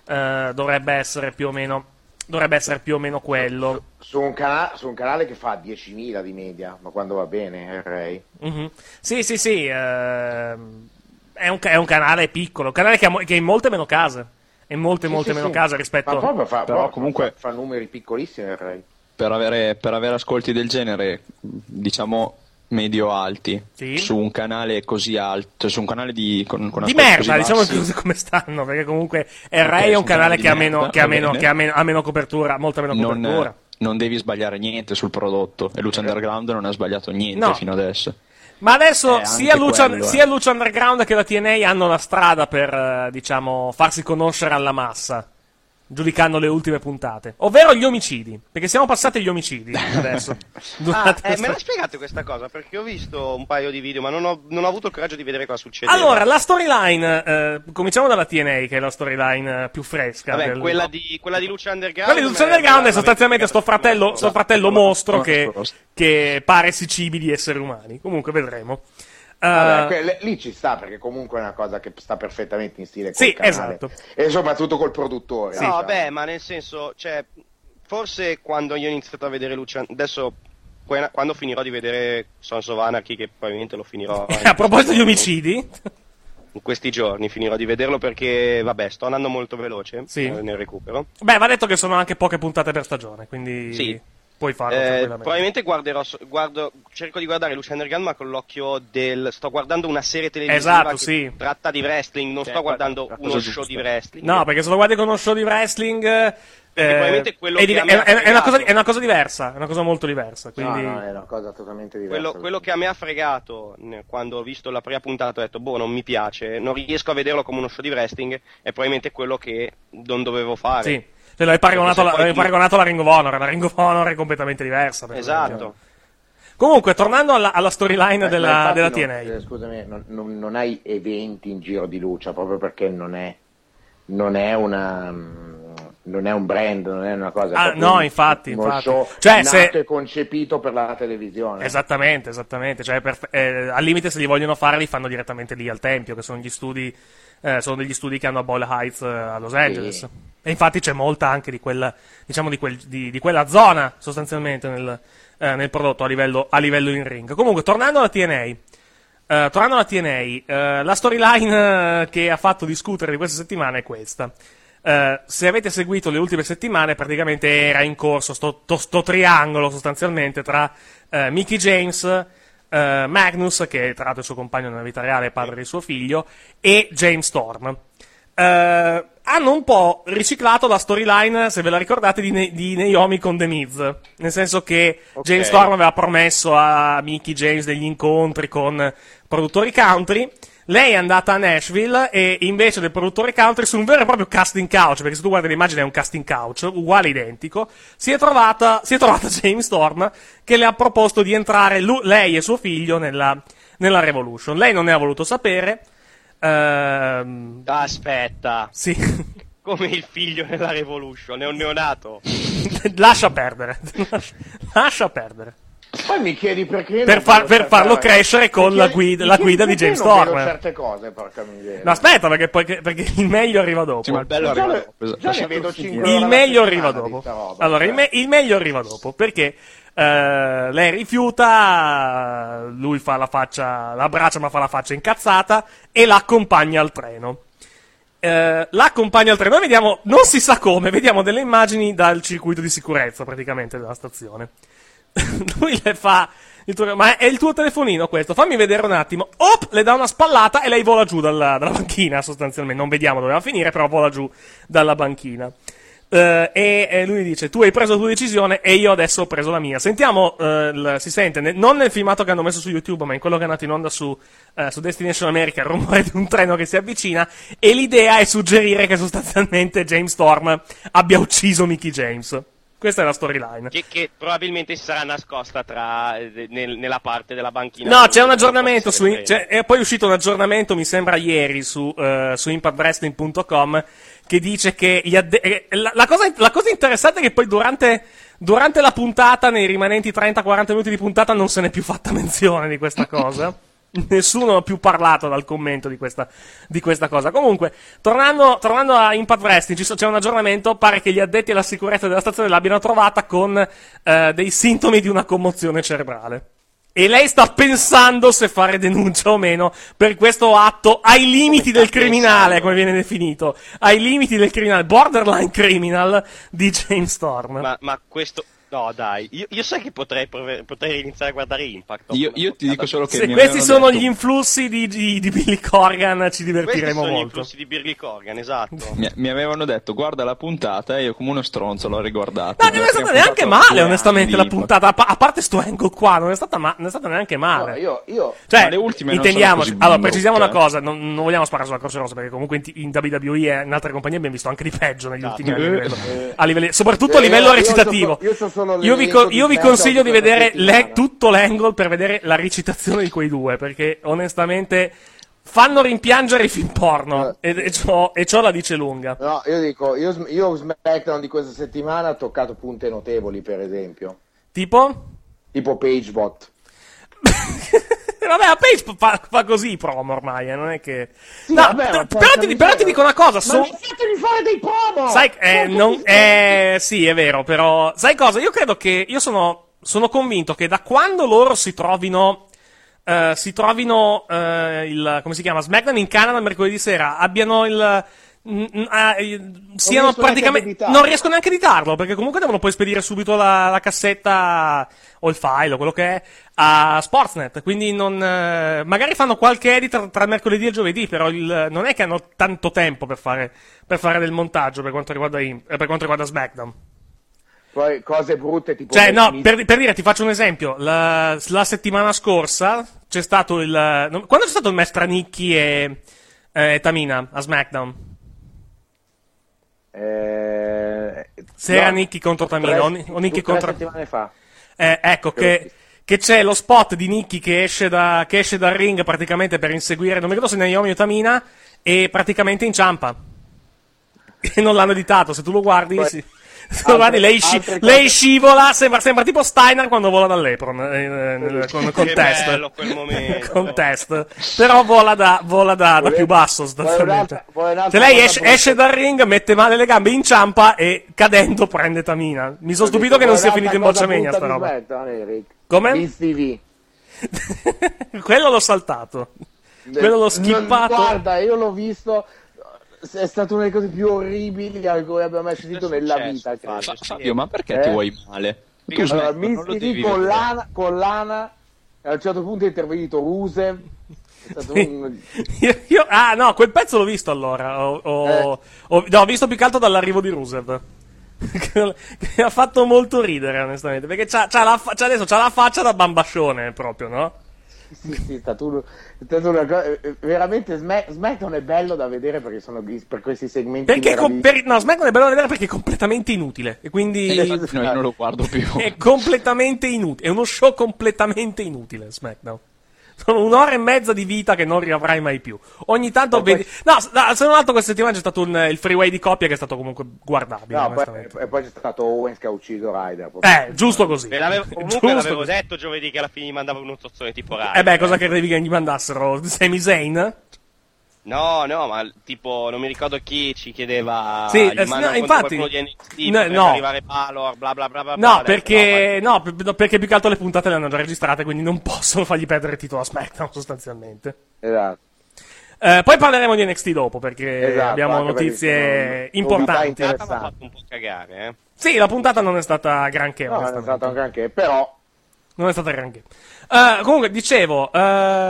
Speaker 7: eh, dovrebbe, essere più o meno, dovrebbe essere più o meno quello.
Speaker 13: Su un, cana- su un canale che fa 10.000 di media, ma quando va bene, eh, Ray.
Speaker 7: Mhm. Sì, sì, sì. ehm, è un, ca- è un canale piccolo, un canale che ha, mo- che ha in molte meno case. E in molte, molte
Speaker 13: Sì, sì,
Speaker 7: meno
Speaker 13: sì.
Speaker 7: case rispetto
Speaker 13: Ma proprio fa,
Speaker 12: Però
Speaker 13: proprio
Speaker 12: comunque-
Speaker 13: fa, fa numeri piccolissimi il Rai.
Speaker 12: per avere, per avere ascolti del genere, diciamo medio-alti,
Speaker 7: Sì.
Speaker 12: su un canale così alto, su un canale di, con, con
Speaker 7: di
Speaker 12: ascolti
Speaker 7: merda,
Speaker 12: così
Speaker 7: diciamo
Speaker 12: bassi.
Speaker 7: le cose come stanno, perché comunque il
Speaker 12: Ok,
Speaker 7: Rai è
Speaker 12: sono
Speaker 7: un canale
Speaker 12: di
Speaker 7: che, ha
Speaker 12: merda,
Speaker 7: meno, che, ha
Speaker 12: va
Speaker 7: meno,
Speaker 12: bene.
Speaker 7: che ha meno- ha meno copertura, molta meno copertura.
Speaker 12: non, eh, non devi sbagliare niente sul prodotto e Luce
Speaker 14: Certo.
Speaker 12: Underground non ha sbagliato niente
Speaker 7: No.
Speaker 12: fino adesso.
Speaker 7: Ma adesso
Speaker 12: Eh,
Speaker 7: sia
Speaker 12: anche
Speaker 7: Lucia,
Speaker 12: quello, eh.
Speaker 7: sia Lucia Underground che la TNA hanno la strada per, eh, diciamo, farsi conoscere alla massa, giudicando le ultime puntate. Ovvero gli omicidi, perché siamo passati agli omicidi adesso.
Speaker 14: Ah,
Speaker 7: Durante
Speaker 14: eh, me
Speaker 7: questa-
Speaker 14: la spiegate questa cosa? Perché ho visto un paio di video, ma non ho, non ho avuto il coraggio di vedere cosa succede.
Speaker 7: Allora, la storyline, eh, cominciamo dalla TNA, che è la storyline eh, più fresca.
Speaker 14: Vabbè,
Speaker 7: del-
Speaker 14: quella, di, quella di Lucia Underground.
Speaker 7: Quello di Luciano
Speaker 14: me-
Speaker 7: Underground
Speaker 14: me-
Speaker 7: è sostanzialmente sto fratello, sto fratello mostro che, che pare si cibi di esseri umani. Comunque vedremo. Eh,
Speaker 13: Vabbè, que- le- lì ci sta perché comunque è una cosa che sta perfettamente in stile col
Speaker 7: Sì,
Speaker 13: canale.
Speaker 7: esatto.
Speaker 13: e soprattutto col produttore.
Speaker 14: No,
Speaker 13: diciamo.
Speaker 14: vabbè, ma nel senso, cioè, forse quando io ho iniziato a vedere Lucian, adesso que- quando finirò di vedere Sons of Anarchy, che probabilmente lo finirò
Speaker 7: a proposito di omicidi,
Speaker 14: in questi giorni, finirò di vederlo perché, vabbè, sto andando molto veloce
Speaker 7: Sì.
Speaker 14: eh, nel recupero.
Speaker 7: beh, va detto che sono anche poche puntate per stagione, quindi
Speaker 14: Sì.
Speaker 7: puoi farlo
Speaker 14: Eh,
Speaker 7: tranquillamente.
Speaker 14: probabilmente guarderò, so- guardo, cerco di guardare Lucian Underground ma con l'occhio del... sto guardando una serie televisiva
Speaker 7: Esatto,
Speaker 14: che
Speaker 7: sì.
Speaker 14: tratta di wrestling, non
Speaker 7: Cioè,
Speaker 14: sto guardando
Speaker 7: guarda, la cosa
Speaker 14: uno show di
Speaker 7: giusta.
Speaker 14: wrestling.
Speaker 7: No, perché se lo guardi con uno show di wrestling. eh,
Speaker 14: probabilmente quello
Speaker 7: è,
Speaker 14: che a me
Speaker 7: è-
Speaker 14: ha
Speaker 7: è- è una cosa,
Speaker 14: fregato.
Speaker 7: è una cosa diversa, è una cosa molto diversa. Quindi...
Speaker 13: No, no,
Speaker 14: eh,
Speaker 13: è una cosa totalmente diversa.
Speaker 14: Quello, quello che a me ha fregato mh, quando ho visto la prima puntata ho detto boh non mi piace, non riesco a vederlo come uno show di wrestling è probabilmente quello che non dovevo fare.
Speaker 7: Sì. Cioè, l'hai paragonato, alla-
Speaker 14: Perché se
Speaker 7: l'hai
Speaker 14: poi ti-
Speaker 7: paragonato alla Ring of Honor. La Ring of Honor è completamente diversa. per esempio.
Speaker 14: Esatto. Eh,
Speaker 7: Comunque, tornando alla, alla
Speaker 13: Ma-
Speaker 7: storyline
Speaker 13: Cioè, eh, ma
Speaker 7: della,
Speaker 13: infatti
Speaker 7: della
Speaker 13: non-
Speaker 7: TNA.
Speaker 13: eh, scusami, non, non- non hai eventi in giro di Lucia proprio perché non è, non è una. mm, Non è un brand, non è una cosa. è
Speaker 7: Ah,
Speaker 13: proprio
Speaker 7: no,
Speaker 13: un-
Speaker 7: infatti,
Speaker 13: uno
Speaker 7: infatti.
Speaker 13: show
Speaker 7: Cioè,
Speaker 13: nato
Speaker 7: se- Esatto.
Speaker 13: e concepito per la televisione.
Speaker 7: Esattamente, esattamente. Cioè, per- eh, al limite, se li vogliono fare, li fanno direttamente lì al tempio, che sono gli studi. eh, sono degli studi che hanno a Boyle Heights eh, a Los Angeles. E infatti c'è molta anche di quella, diciamo, di, quel- di- di quella zona, sostanzialmente, nel, eh, nel prodotto a livello, a livello in ring. Comunque, tornando alla TNA. eh, tornando alla TNA, eh, la storyline eh, che ha fatto discutere di questa settimana è questa. Eh, se avete seguito le ultime settimane, praticamente era in corso sto, to- sto triangolo sostanzialmente tra eh, Mickey James, eh, Magnus, che tra l'altro è il suo compagno nella vita reale, padre di suo figlio, e James Storm. Eh, hanno un po' riciclato la storyline, se ve la ricordate, di, Ne- di Naomi con The Miz. Nel senso che James Storm aveva promesso a Mickey James degli incontri con produttori country. Lei è andata a Nashville e invece del produttore country su un vero e proprio casting couch, perché se tu guardi l'immagine è un casting couch, uguale identico, si è trovata, si è trovata James Storm che le ha proposto di entrare lu- lei e suo figlio nella, nella Revolution. Lei non ne ha voluto sapere. ehm,
Speaker 14: Aspetta,
Speaker 7: sì.
Speaker 14: come il figlio nella Revolution, è un neonato.
Speaker 7: Lascia perdere. Lascia perdere.
Speaker 13: Poi mi chiedi perché.
Speaker 7: Per
Speaker 13: non
Speaker 7: far-
Speaker 13: vedo
Speaker 7: per
Speaker 13: certe-
Speaker 7: farlo
Speaker 13: eh,
Speaker 7: crescere con
Speaker 13: mi
Speaker 7: la
Speaker 13: chiedi-
Speaker 7: guida-
Speaker 13: mi
Speaker 7: la
Speaker 13: chiedi
Speaker 7: guida di
Speaker 13: perché
Speaker 7: James
Speaker 13: non vedo
Speaker 7: Storm.
Speaker 13: certe cose, porca miseria.
Speaker 7: No, aspetta, perché, poi, che- perché il meglio arriva dopo.
Speaker 13: ma il bello Già arriva le- dopo, esatto. già ne vedo cinque ore
Speaker 7: Il
Speaker 13: alla
Speaker 7: meglio
Speaker 13: settimana
Speaker 7: arriva
Speaker 13: di
Speaker 7: dopo.
Speaker 13: sta roba,
Speaker 7: Allora,
Speaker 13: cioè.
Speaker 7: il, me- il meglio arriva dopo, perché eh, lei rifiuta, lui fa la faccia, la abbraccia ma fa la faccia incazzata e la accompagna al treno. Eh, la accompagna al treno. Noi vediamo, non si sa come, vediamo delle immagini dal circuito di sicurezza praticamente della stazione. Lui le fa. il tuo- ma è il tuo telefonino questo? Fammi vedere un attimo. Op, le dà una spallata e lei vola giù dalla, dalla banchina sostanzialmente. Non vediamo dove va a finire, però vola giù dalla banchina. Eh, e, e lui dice: Tu hai preso la tua decisione e io adesso ho preso la mia. Sentiamo, eh, il- si sente ne- non nel filmato che hanno messo su YouTube, ma in quello che è andato in onda su, eh, su Destination America, il rumore di un treno che si avvicina. E l'idea è suggerire che sostanzialmente James Storm abbia ucciso Mickey James. Questa è la storyline.
Speaker 14: Che, che probabilmente sarà nascosta tra, eh, nel- nella parte della banchina.
Speaker 7: No, c'è un aggiornamento su.
Speaker 14: Sì,
Speaker 7: c'è- è poi uscito un aggiornamento, mi sembra ieri, su, eh, su impactwrestling.com che dice che gli adde- eh, la, la cosa, la cosa interessante è che poi durante, durante la puntata, nei rimanenti 30-40 minuti di puntata, non se n'è più fatta menzione di questa cosa. Nessuno ha più parlato dal commento di questa, di questa cosa. Comunque, tornando, tornando a Impact Wrestling, ci so- c'è un aggiornamento. Pare che gli addetti alla sicurezza della stazione l'abbiano trovata con eh, dei sintomi di una commozione cerebrale. E lei sta pensando se fare denuncia o meno per questo atto ai limiti del criminale, come viene definito. Ai limiti del criminale, borderline criminal di James Storm.
Speaker 14: Ma, ma questo. No, dai, io, io sai che potrei, prove- potrei iniziare a guardare Impact.
Speaker 12: Io, io ti dico solo che.
Speaker 7: Se
Speaker 12: mi
Speaker 7: questi
Speaker 12: avevano
Speaker 7: sono
Speaker 12: detto-
Speaker 7: gli influssi di, di- di Billy Corgan, ci
Speaker 14: Questi
Speaker 7: divertiremo
Speaker 14: sono gli
Speaker 7: molto.
Speaker 14: influssi di Birgit Corgan, esatto.
Speaker 12: Mi, mi avevano detto guarda la puntata e io come uno stronzo l'ho riguardata.
Speaker 7: Ma non è stata neanche male, onestamente, la puntata. A pa- a parte sto angle qua, non è stata, ma- non è stata neanche male.
Speaker 13: io.
Speaker 7: Cioè,
Speaker 12: Ma le ultime non
Speaker 7: intendiamoci,
Speaker 12: sono così cioè.
Speaker 7: allora precisiamo una
Speaker 12: brutte,
Speaker 7: cosa: non, non vogliamo sparare sulla Croce Rossa perché comunque in, in WWE e in altre compagnie abbiamo visto anche di peggio
Speaker 13: Ah,
Speaker 7: negli ultimi anni, a livello- a livello- soprattutto a
Speaker 13: eh, Io-
Speaker 7: livello
Speaker 13: io
Speaker 7: recitativo.
Speaker 13: so- io so solo
Speaker 7: Io vi,
Speaker 13: l'elenco
Speaker 7: co-
Speaker 13: di
Speaker 7: io vi
Speaker 13: SmackDown
Speaker 7: consiglio di
Speaker 13: di questa
Speaker 7: vedere le-
Speaker 13: settimana.
Speaker 7: tutto l'angle per vedere la recitazione di quei due perché onestamente fanno rimpiangere i film porno
Speaker 13: Eh.
Speaker 7: e, e ciò, e ciò la dice lunga.
Speaker 13: No, io dico, io, sm- io SmackDown di questa settimana ha toccato punte notevoli, per esempio.
Speaker 7: Tipo?
Speaker 13: Tipo PageBot.
Speaker 7: Eh, Vabbè, la Page fa, fa così i promo ormai, eh, non è che.
Speaker 13: Sì,
Speaker 7: No,
Speaker 13: vabbè,
Speaker 7: però-
Speaker 13: ma
Speaker 7: però,
Speaker 13: porca
Speaker 7: ti, però ti
Speaker 13: miseria.
Speaker 7: dico una cosa:
Speaker 13: Ma
Speaker 7: sono-
Speaker 13: non fatemi fare dei promo!
Speaker 7: Sai, eh, non, eh, sì, è vero, però, sai cosa? Io credo che, io sono, sono convinto che da quando loro si trovino, eh, si trovino, eh, il, come si chiama, SmackDown in Canada mercoledì sera, abbiano il, mm, mm, ah, eh, siano
Speaker 13: riescono neanche ad
Speaker 7: praticamente,
Speaker 13: editarlo.
Speaker 7: non riescono neanche a editarlo, perché comunque devono poi spedire subito la, la cassetta, o il file, o quello che è, a Sportsnet, quindi non, eh, magari fanno qualche edit tra, tra mercoledì e giovedì, però il- non è che hanno tanto tempo per fare, per fare del montaggio per quanto riguarda, Im- eh, per quanto riguarda SmackDown.
Speaker 13: Poi cose brutte tipo...
Speaker 7: Cioè, no,
Speaker 13: Mi-
Speaker 7: per, per dire, ti faccio un esempio. La, la settimana scorsa c'è stato il. non- Quando c'è stato il match tra Nikki e, e Tamina a SmackDown?
Speaker 13: eh,
Speaker 7: Se era
Speaker 13: no,
Speaker 7: Nikki contro Tamina
Speaker 13: tre-
Speaker 7: o, Ni- o Nikki
Speaker 13: tre
Speaker 7: contro.
Speaker 13: settimane fa.
Speaker 7: Eh, ecco che, che c'è lo spot di Nikki che esce, da- che esce dal ring praticamente per inseguire, non mi ricordo se Naomi o Tamina, e praticamente inciampa. E non l'hanno editato, se tu lo guardi,
Speaker 13: Poi-
Speaker 7: sì. se tu lo guardi, lei, sci-
Speaker 13: altre cose-
Speaker 7: lei scivola, sembra, sembra tipo Steiner quando vola dall'Epron, eh, nel, con, con
Speaker 14: Che
Speaker 7: test.
Speaker 14: bello quel momento.
Speaker 7: Con test. però vola da, vola da- da
Speaker 13: Volevo-
Speaker 7: più basso
Speaker 13: Vuoi
Speaker 7: sostanzialmente.
Speaker 13: un'altra- vuoi un'altra
Speaker 7: Se lei
Speaker 13: cosa
Speaker 7: esce,
Speaker 13: brutta?
Speaker 7: esce dal ring, mette male le gambe, inciampa e cadendo prende Tamina. Mi sono stupito che non sia finito in Bocciamania sta roba. Come?
Speaker 13: Vince TV.
Speaker 7: Quello l'ho saltato. Quello l'ho skippato.
Speaker 13: Eh, Guarda, io l'ho visto... È stata una delle cose più orribili che abbia mai sentito nella vita. credo.
Speaker 12: Fabio, ma perché ti
Speaker 13: Eh?
Speaker 12: vuoi male? Tu smetti,
Speaker 13: allora,
Speaker 12: non
Speaker 13: Miss
Speaker 12: lo
Speaker 13: TV
Speaker 12: devi
Speaker 13: con
Speaker 12: vedere.
Speaker 13: l'ana, con l'ana, e a un certo punto è intervenito Rusev. È stato un...
Speaker 7: Io- io- ah, no, quel pezzo l'ho visto allora. Ho, ho- ho- no, ho visto più che altro dall'arrivo di Rusev. che che ha fatto molto ridere, onestamente. Perché c'ha, c'ha la, fa- c'ha adesso c'ha la faccia da bambascione, proprio, no?
Speaker 13: Sì, sì, è stato un- è stato una cosa- eh, veramente Sma- SmackDown è bello da vedere perché sono gli- per questi segmenti
Speaker 7: Perché com- per, no, SmackDown è bello da vedere perché è completamente inutile. E
Speaker 13: Esatto.
Speaker 7: quindi.
Speaker 12: Eh, infatti, no, io non lo guardo più.
Speaker 7: È completamente inutile. È uno show completamente inutile. SmackDown. Sono un'ora e mezza di vita che non riavrai mai più. Ogni tanto vedi. No, s- no, se non altro, questa settimana c'è stato un- il freeway di coppia che è stato comunque guardabile.
Speaker 13: No, poi,
Speaker 7: onestamente.
Speaker 13: e poi c'è stato Owens che ha ucciso Ryder.
Speaker 7: Eh, giusto così.
Speaker 14: Ve l'avevo, comunque
Speaker 7: Giusto
Speaker 14: l'avevo
Speaker 7: così.
Speaker 14: detto giovedì che alla fine gli mandavo uno zozzone tipo Rai.
Speaker 7: Eh beh, cosa credevi che gli mandassero? Semi Zayn?
Speaker 14: No, no, ma tipo, non mi ricordo chi ci chiedeva.
Speaker 7: Sì,
Speaker 14: gli
Speaker 7: eh, sì,
Speaker 14: mandano
Speaker 7: no,
Speaker 14: contro
Speaker 7: infatti-
Speaker 14: qualcuno di NXT,
Speaker 7: no,
Speaker 14: potrebbe
Speaker 7: no.
Speaker 14: arrivare Balor, bla bla bla bla. bla,
Speaker 7: No,
Speaker 14: adesso,
Speaker 7: perché, no, per- no, perché più che altro le puntate le hanno già registrate, quindi non possono fargli perdere il titolo a SmackDown, sostanzialmente.
Speaker 13: Esatto.
Speaker 7: Eh, poi parleremo di NXT dopo, perché
Speaker 13: Esatto,
Speaker 7: abbiamo
Speaker 13: anche perché
Speaker 7: notizie
Speaker 13: sono
Speaker 7: importanti.
Speaker 14: ma- ma
Speaker 13: novità
Speaker 14: mi ha fatto un po' cagare, eh.
Speaker 7: Sì, la puntata non è stata granché,
Speaker 12: eh.
Speaker 13: No, non è
Speaker 7: onestamente.
Speaker 13: stato anche anche, però
Speaker 7: Non è stata granché. Eh, comunque, dicevo, eh,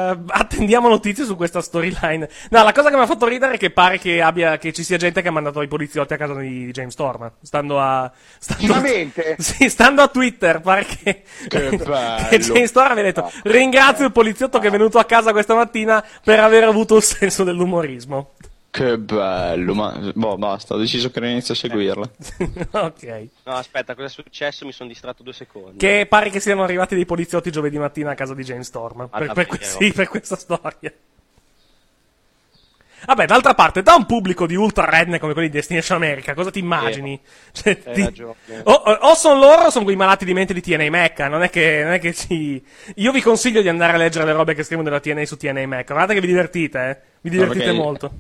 Speaker 7: attendiamo notizie su questa storyline. No, la cosa che mi ha fatto ridere è che pare che, abbia, che ci sia gente che ha mandato i poliziotti a casa di James Storm. Stando a. Stando a,
Speaker 13: Veramente?
Speaker 7: sì, stando a Twitter, pare che.
Speaker 12: Che bello.
Speaker 7: che James Storm abbia detto: Ringrazio il poliziotto che è venuto a casa questa mattina per aver avuto il senso dell'umorismo.
Speaker 12: Che bello, ma boh, basta, ho deciso che non inizio a seguirla.
Speaker 7: ok.
Speaker 14: No, aspetta, cosa è successo? Mi sono distratto due secondi.
Speaker 7: Che pare che siano arrivati dei poliziotti giovedì mattina a casa di James
Speaker 14: Ah,
Speaker 7: Storm. Per, per que-
Speaker 14: davvero?
Speaker 7: sì, per questa storia. Vabbè, d'altra parte, da un pubblico di ultra redne come quelli di Destination America, cosa ti immagini? Cioè,
Speaker 14: Hai
Speaker 7: ti-
Speaker 14: ragione.
Speaker 7: O, sono loro o sono quei malati di mente di TNA Mecca. Non è che, non è che ci. Io vi consiglio di andare a leggere le robe che scrivono della TNA su TNA Mecca. Guardate che vi divertite, eh. Vi divertite
Speaker 12: perché-
Speaker 7: molto.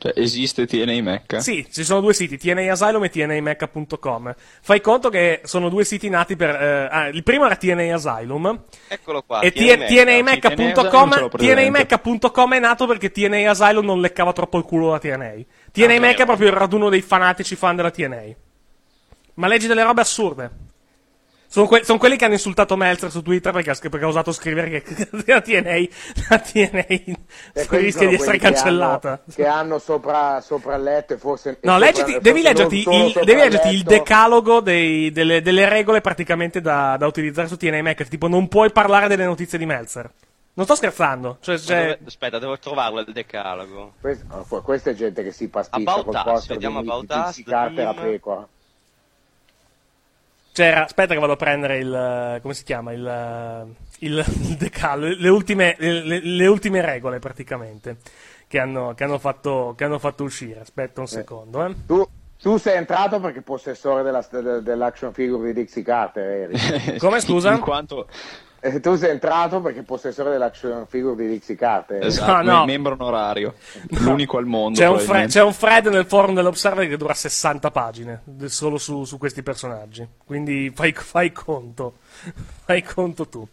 Speaker 12: Cioè, esiste TNA Mecca?
Speaker 7: Sì, ci sono due siti, TNA Asylum e TNAMecca.com. Fai conto che sono due siti nati per... eh, ah, il primo era TNA Asylum.
Speaker 14: Eccolo qua.
Speaker 7: E
Speaker 14: TNA Mecca, sì,
Speaker 7: TNAMecca.com
Speaker 14: TNA
Speaker 7: TNAMecca.com è nato perché TNA Asylum non leccava troppo il culo da TNA.
Speaker 14: Ah,
Speaker 7: TNA Mecca è proprio il raduno dei fanatici fan della TNA. Ma leggi delle robe assurde. Sono, que- sono quelli che hanno insultato Meltzer su Twitter perché ha, scri- perché ha osato scrivere che la TNA, la TNA
Speaker 13: quelli
Speaker 7: rischia
Speaker 13: sono
Speaker 7: di essere
Speaker 13: quelli che hanno-
Speaker 7: cancellata.
Speaker 13: Che hanno sopra, sopra il letto e forse...
Speaker 7: No,
Speaker 13: e
Speaker 7: leggiti-
Speaker 13: sopra-
Speaker 7: devi
Speaker 13: forse non
Speaker 7: leggerti,
Speaker 13: solo
Speaker 7: il,
Speaker 13: sopra
Speaker 7: devi leggerti il
Speaker 13: letto.
Speaker 7: decalogo dei- delle, delle regole praticamente da, da utilizzare su TNA Mac. Tipo, non puoi parlare delle notizie di Meltzer. Non sto scherzando. Cioè,
Speaker 14: Ma
Speaker 7: cioè-
Speaker 14: dove- Aspetta, devo trovarlo il decalogo.
Speaker 13: Questa, allora, qua- oh, questa è gente che si pasticcia
Speaker 14: About
Speaker 13: col
Speaker 14: Us,
Speaker 13: posto di,
Speaker 14: vediamo
Speaker 13: di
Speaker 14: About Us,
Speaker 13: pizzicarte la
Speaker 14: Team.
Speaker 13: pecora.
Speaker 7: c'era- aspetta, che vado a prendere il. eh, Come si chiama? Il, eh, il, il decalogo. Le ultime, le, le- le ultime regole, praticamente. Che hanno, che hanno fatto, che hanno fatto uscire. Aspetta un secondo, eh.
Speaker 13: Tu, tu sei entrato perché possessore della, de- dell'action figure di Dixie Carter, eri.
Speaker 7: Come, scusa? In
Speaker 13: Eh, Tu sei entrato perché possessore dell'action figure di Dixie Carter.
Speaker 12: Esatto,
Speaker 7: No, no.
Speaker 12: me- membro onorario. L'unico al mondo.
Speaker 7: C'è un, Fre-
Speaker 12: probabilmente.
Speaker 7: c'è un Fred nel forum dell'Observer che dura 60 pagine de- solo su, su questi personaggi. Quindi fai, fai conto. fai conto tu.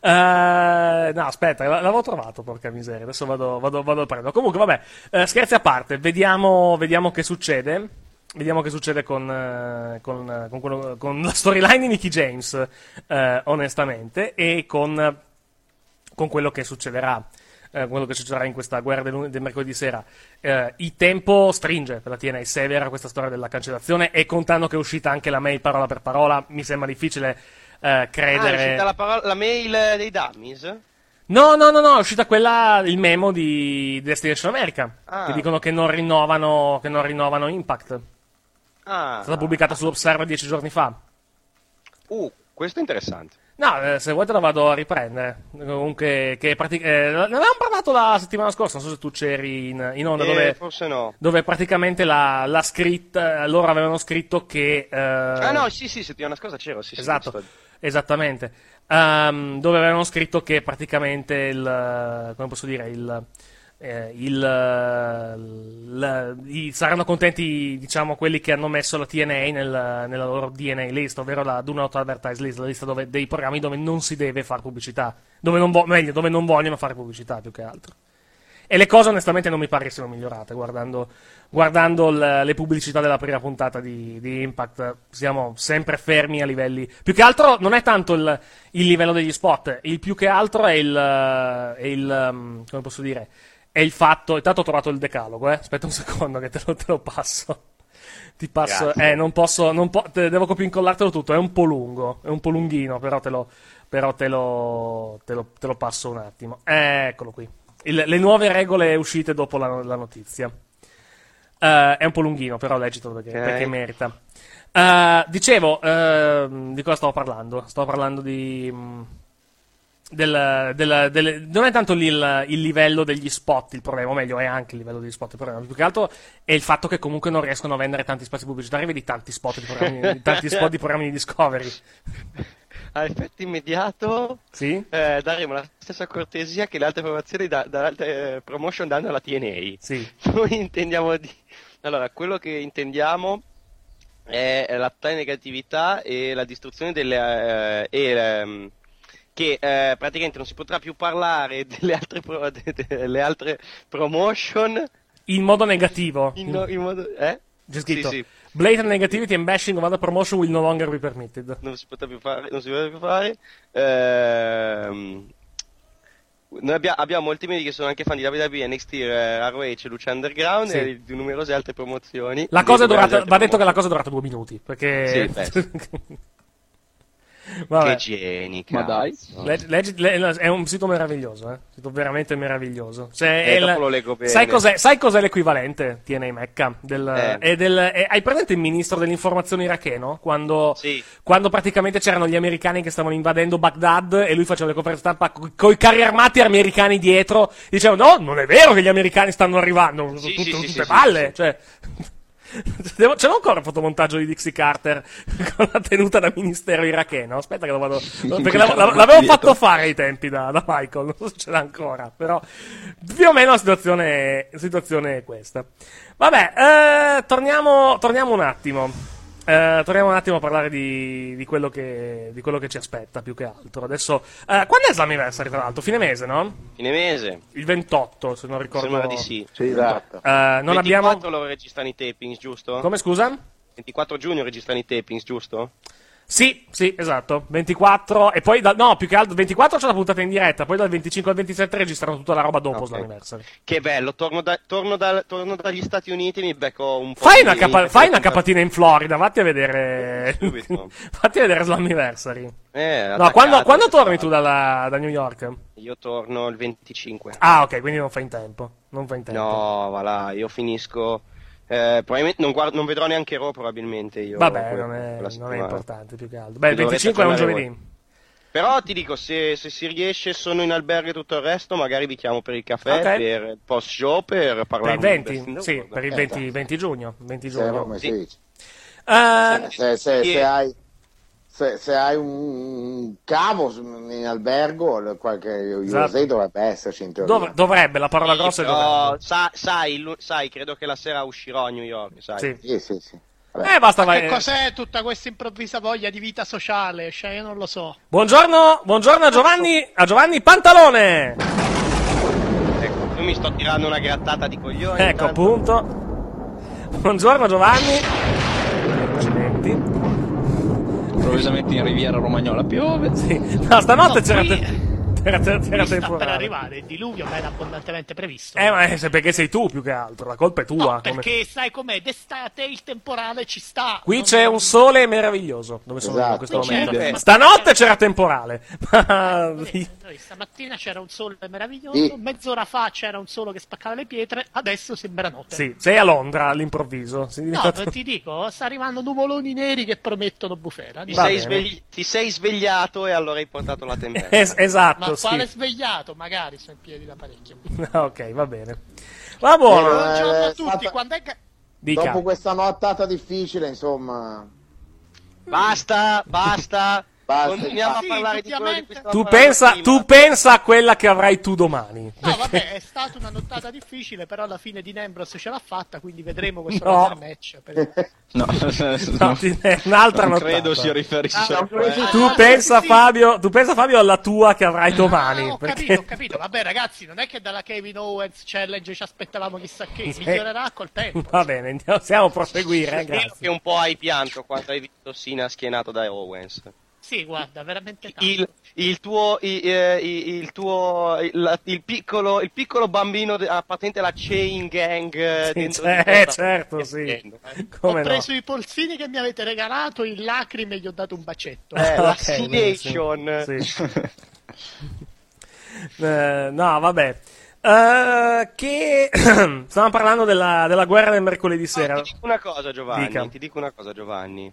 Speaker 7: Eh, no, aspetta, l- l'avevo trovato, porca miseria. Adesso vado, vado, vado a prenderlo. Comunque, vabbè, eh, scherzi a parte, vediamo, vediamo che succede. Vediamo che succede con, eh, con, eh, con quello- con la storyline di Nicky James, eh, onestamente, e con con quello che succederà. eh, quello che succederà in questa guerra del, lun- del mercoledì sera. Eh, il tempo stringe per la TNA, se è vera questa storia della cancellazione, e contando che è uscita anche la mail parola per parola, mi sembra difficile eh,
Speaker 14: Ah, è
Speaker 7: credere.
Speaker 14: uscita la, parola- la mail eh, dei dummies?
Speaker 7: No, no, no, no, è uscita quella, il memo di Destination America,
Speaker 14: Ah.
Speaker 7: che dicono che non rinnovano, che non rinnovano Impact. È
Speaker 14: Ah,
Speaker 7: stata pubblicata su Observer dieci giorni fa.
Speaker 14: uh, questo è interessante.
Speaker 7: No, eh, se vuoi te la vado a riprendere. Comunque, che prati- eh, ne avevamo parlato la settimana scorsa, non so se tu c'eri in, in onda,
Speaker 14: Eh,
Speaker 7: dove,
Speaker 14: Forse no.
Speaker 7: dove praticamente la, la scritta, loro avevano scritto che... eh,
Speaker 14: Ah no, sì, sì, settimana scorsa c'ero, sì, sì,
Speaker 7: esatto,
Speaker 14: sto-
Speaker 7: esattamente. Ehm, dove avevano scritto che praticamente il... eh, come posso dire, il... eh, il, eh, l- i- saranno contenti diciamo quelli che hanno messo la TNA nel- nella loro DNA list ovvero la Do Not Advertise List la lista dove- dei programmi dove non si deve fare pubblicità dove non vo- meglio dove non vogliono fare pubblicità più che altro e le cose onestamente non mi pare che siano migliorate guardando, guardando l- le pubblicità della prima puntata di, di Impact. Siamo sempre fermi a livelli. Più che altro non è tanto il, il livello degli spot, il più che altro è il. eh, è il, um, come posso dire? È il fatto. Intanto ho trovato il decalogo, eh. Aspetta un secondo che te lo, te lo passo. Ti passo.
Speaker 14: Grazie.
Speaker 7: Eh, non posso. Non po- te- devo copio e incollartelo tutto. È un po' lungo. È un po' lunghino, però te lo, però te lo, te lo, te lo passo un attimo. Eh, eccolo qui. Il- le nuove regole uscite dopo la, la notizia. Eh, è un po' lunghino, però leggitelo perché,
Speaker 14: Ok.
Speaker 7: perché merita. Eh, dicevo, ehm, di cosa stavo parlando? Stavo parlando di. mm, del- del- delle- non è tanto lì il, il livello degli spot il problema, o meglio, è anche il livello degli spot il problema. Più che altro è il fatto che comunque non riescono a vendere tanti spazi pubblicitari, vedi tanti spot di programmi, di tanti spot di, programmi di Discovery.
Speaker 14: A effetto immediato
Speaker 7: Sì?
Speaker 14: eh, daremo la stessa cortesia che le altre promozioni da, da- altre, eh, promotion danno alla TNA.
Speaker 7: Sì.
Speaker 14: Noi intendiamo di... Allora, quello che intendiamo è la tale negatività e la distruzione delle... eh, e, ehm, che eh, praticamente non si potrà più parlare delle altre, pro- de- de- delle altre promotion
Speaker 7: In modo negativo.
Speaker 14: in, in modo... Eh?
Speaker 7: C'è scritto
Speaker 14: Sì, sì.
Speaker 7: Blatant negativity and bashing of other promotion will no longer be permitted.
Speaker 14: non si poteva più fare, non si poteva più fare. Ehm, noi abbia- abbiamo molti medici che sono anche fan di WWE, NXT, eh, ROH, Lucha Underground
Speaker 7: Sì.
Speaker 14: e di numerose altre promozioni.
Speaker 7: La cosa è
Speaker 14: Di numerose
Speaker 7: durata,
Speaker 14: altre
Speaker 7: va detto che la cosa è durata due minuti. Perché.
Speaker 14: diciamo Sì, eh.
Speaker 7: Vabbè.
Speaker 14: Che geni,
Speaker 12: Ma dai.
Speaker 14: cazzo.
Speaker 7: Leggi- leggi- le- è un sito meraviglioso, eh. sito veramente meraviglioso. Cioè,
Speaker 14: Eh,
Speaker 7: è il-
Speaker 14: dopo lo leggo bene.
Speaker 7: Sai cos'è, sai cos'è l'equivalente, TNA Mecca? Del,
Speaker 14: Eh.
Speaker 7: è del- è- hai presente il ministro dell'informazione iracheno? Quando, quando praticamente c'erano gli americani che stavano invadendo Baghdad e lui faceva le conferenze stampa co- con i carri armati americani dietro. Dicevano, no, non è vero che gli americani stanno arrivando. Sono
Speaker 14: Sì,
Speaker 7: tutte,
Speaker 14: sì, sì,
Speaker 7: tutte
Speaker 14: sì,
Speaker 7: balle.
Speaker 14: sì,
Speaker 7: Cioè, Devo- ce l'ho ancora il fotomontaggio di Dixie Carter con la tenuta da ministero iracheno. Aspetta, che lo vado. Perché la- la- l'avevo fatto fare ai tempi da, da Michael. Non so se ce l'ha ancora. Però più o meno la situazione, la situazione è questa. Vabbè, eh, torniamo, torniamo un attimo. Eh, torniamo un attimo a parlare di, di quello che, di quello che ci aspetta più che altro. Adesso, eh, quando è Slammiversary, tra l'altro? Fine mese, no?
Speaker 14: Fine mese.
Speaker 7: Il 28, se non ricordo.
Speaker 14: Sembra di sì.
Speaker 13: Sì, esatto.
Speaker 7: Eh, non
Speaker 14: 24
Speaker 7: abbiamo.
Speaker 14: lo registrano i tapings, giusto?
Speaker 7: Come scusa?
Speaker 14: 24 giugno registrano i tapings, giusto?
Speaker 7: Sì, sì, esatto. 24 e poi dal no, più che altro 24 c'è la puntata in diretta, poi dal 25 al 27 registrano tutta la roba dopo
Speaker 14: Ok.
Speaker 7: Slammiversary.
Speaker 14: Che bello, torno, da- torno dal- torno dagli Stati Uniti e mi becco un po'
Speaker 7: Fai
Speaker 14: di- Eh,
Speaker 7: una, capa-
Speaker 14: di-
Speaker 7: fai una capatina in Florida, vatti a vedere
Speaker 14: Subito.
Speaker 7: Fatti a vedere Slammiversary.
Speaker 14: Eh,
Speaker 7: No,
Speaker 14: attaccate,
Speaker 7: quando, quando torni tu dalla- da New York?
Speaker 14: Io torno il 25.
Speaker 7: Ah, ok, quindi non fai in tempo. Non fai in tempo.
Speaker 14: No, va là, io finisco. eh, probabilmente non, guard- non vedrò neanche Raw probabilmente io.
Speaker 7: Vabbè,
Speaker 14: que-
Speaker 7: non è,
Speaker 14: quella
Speaker 7: non è
Speaker 14: settimana.
Speaker 7: importante più che altro. Beh, il
Speaker 14: Mi dovrete
Speaker 7: 25 è un
Speaker 14: aggiornare
Speaker 7: giovedì.
Speaker 14: Però ti dico, se, se si riesce, sono in albergo e tutto il resto, magari vi chiamo per il caffè,
Speaker 7: Ok.
Speaker 14: per il post show, per
Speaker 7: Per
Speaker 14: parlare
Speaker 7: il 20, sì, per
Speaker 14: Eh,
Speaker 7: il 20, 20 giugno. 20
Speaker 13: Se,
Speaker 7: giugno.
Speaker 13: come si dice?
Speaker 7: Eh,
Speaker 13: Se- se- se hai, se- se hai un cavo su- in albergo, qualche
Speaker 7: Esatto.
Speaker 13: USA dovrebbe esserci in teoria.
Speaker 7: dov- dovrebbe, la parola grossa è dovrebbe.
Speaker 14: sai, lu- sai, credo che la sera uscirò a New York, sai.
Speaker 7: Sì.
Speaker 13: Sì, sì, sì.
Speaker 7: Eh, basta,
Speaker 15: Ma che
Speaker 7: vai.
Speaker 15: cos'è tutta questa improvvisa voglia di vita sociale? Cioè, io non lo so.
Speaker 7: Buongiorno, buongiorno a Giovanni, a Giovanni Pantalone.
Speaker 14: Ecco, io mi sto tirando una grattata di coglioni.
Speaker 7: Ecco,
Speaker 14: tanto.
Speaker 7: appunto. Buongiorno Giovanni. Accidenti.
Speaker 12: Improvvisamente in Riviera Romagnola piove.
Speaker 7: No, stanotte c'era,
Speaker 15: qui-
Speaker 7: te- c'era, c'era, c'era
Speaker 15: Qui sta per
Speaker 7: temporale.
Speaker 15: arrivare il diluvio, ma era abbondantemente previsto.
Speaker 7: Eh, ma è se- perché sei tu più che altro, la colpa è tua. come-
Speaker 15: Perché sai com'è? D'estate il temporale ci sta.
Speaker 7: Qui c'è un sole meraviglioso dove sono io in
Speaker 15: Esatto.
Speaker 7: questo
Speaker 15: Qui c'è Eh,
Speaker 7: momento.
Speaker 15: la festa.
Speaker 7: Stanotte c'era temporale. Ma-
Speaker 15: Noi Stamattina c'era un sole meraviglioso,
Speaker 7: Sì.
Speaker 15: mezz'ora fa c'era un sole che spaccava le pietre, adesso sembra notte.
Speaker 7: sì, sei a Londra all'improvviso. Sei
Speaker 15: No,
Speaker 7: diventato-
Speaker 15: ti dico, sta arrivando nuvoloni neri che promettono bufera.
Speaker 14: Ti
Speaker 7: Va
Speaker 14: sei,
Speaker 7: bene.
Speaker 14: svegli- ti sei svegliato e allora hai portato la tempesta.
Speaker 7: Es- esatto,
Speaker 15: Ma
Speaker 7: sì.
Speaker 15: quale Eh, svegliato? Magari sono in piedi da parecchio.
Speaker 7: ok, va bene. Va buono.
Speaker 15: Buongiorno
Speaker 13: Eh,
Speaker 15: a
Speaker 13: è
Speaker 15: tutti,
Speaker 13: stata-
Speaker 15: quando è che...
Speaker 7: Dica.
Speaker 13: Dopo questa nottata difficile, insomma.
Speaker 14: Basta, basta.
Speaker 13: Basta.
Speaker 14: Continuiamo a parlare di quello di cui stavamo
Speaker 7: Tu
Speaker 14: parlando
Speaker 7: pensa,
Speaker 14: prima.
Speaker 7: tu pensa a quella che avrai tu domani.
Speaker 15: No, vabbè, è stata una nottata difficile, però alla fine di Nembros ce l'ha fatta, quindi vedremo questo
Speaker 7: No.
Speaker 15: no. match. per-
Speaker 12: No,
Speaker 7: No, ti- è un'altra
Speaker 12: non
Speaker 7: nottata.
Speaker 12: credo si
Speaker 15: Ah,
Speaker 12: riferisca a quello.
Speaker 7: Tu pensa, Fabio, tu pensa Fabio alla tua che avrai domani.
Speaker 15: Ah, Ho
Speaker 7: perché-
Speaker 15: capito, ho capito. Vabbè, ragazzi, non è che dalla Kevin Owens Challenge ci aspettavamo chissà che,
Speaker 7: Sì.
Speaker 15: migliorerà col tempo.
Speaker 7: Va bene, andiamo- possiamo proseguire. eh,
Speaker 14: È vero
Speaker 7: grazie.
Speaker 14: che un po' hai pianto quando hai visto Sina schienato da Owens.
Speaker 15: Sì, guarda, veramente tanto.
Speaker 14: Il, il tuo, i- eh, i- il, tuo il, la- il piccolo, il piccolo bambino de- a patente la chain gang eh,
Speaker 7: Sì,
Speaker 14: dentro
Speaker 7: cioè,
Speaker 14: di te
Speaker 7: eh,
Speaker 14: sta-
Speaker 7: certo, sì.
Speaker 15: ho
Speaker 7: Come no?
Speaker 15: preso i polsini che mi avete regalato in lacrime e gli ho dato un bacetto.
Speaker 14: Eh, la
Speaker 7: Ok,
Speaker 14: sedation.
Speaker 7: benissimo. Eh, no, vabbè. Eh, che stavamo parlando della, della guerra del mercoledì sera.
Speaker 14: Ti dico una cosa, Giovanni.
Speaker 7: Dica.
Speaker 14: Ti dico una cosa, Giovanni.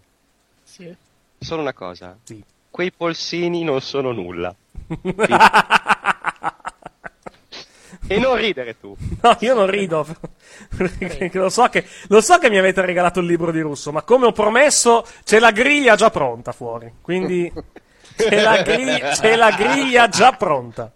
Speaker 15: Sì.
Speaker 14: Solo una cosa.
Speaker 7: Sì.
Speaker 14: Quei polsini non sono nulla. e non ridere tu.
Speaker 7: No, io non rido. Perché lo, so che, lo so che mi avete regalato il libro di russo, ma come ho promesso, c'è la griglia già pronta fuori. Quindi c'è la, gri- c'è la griglia già pronta.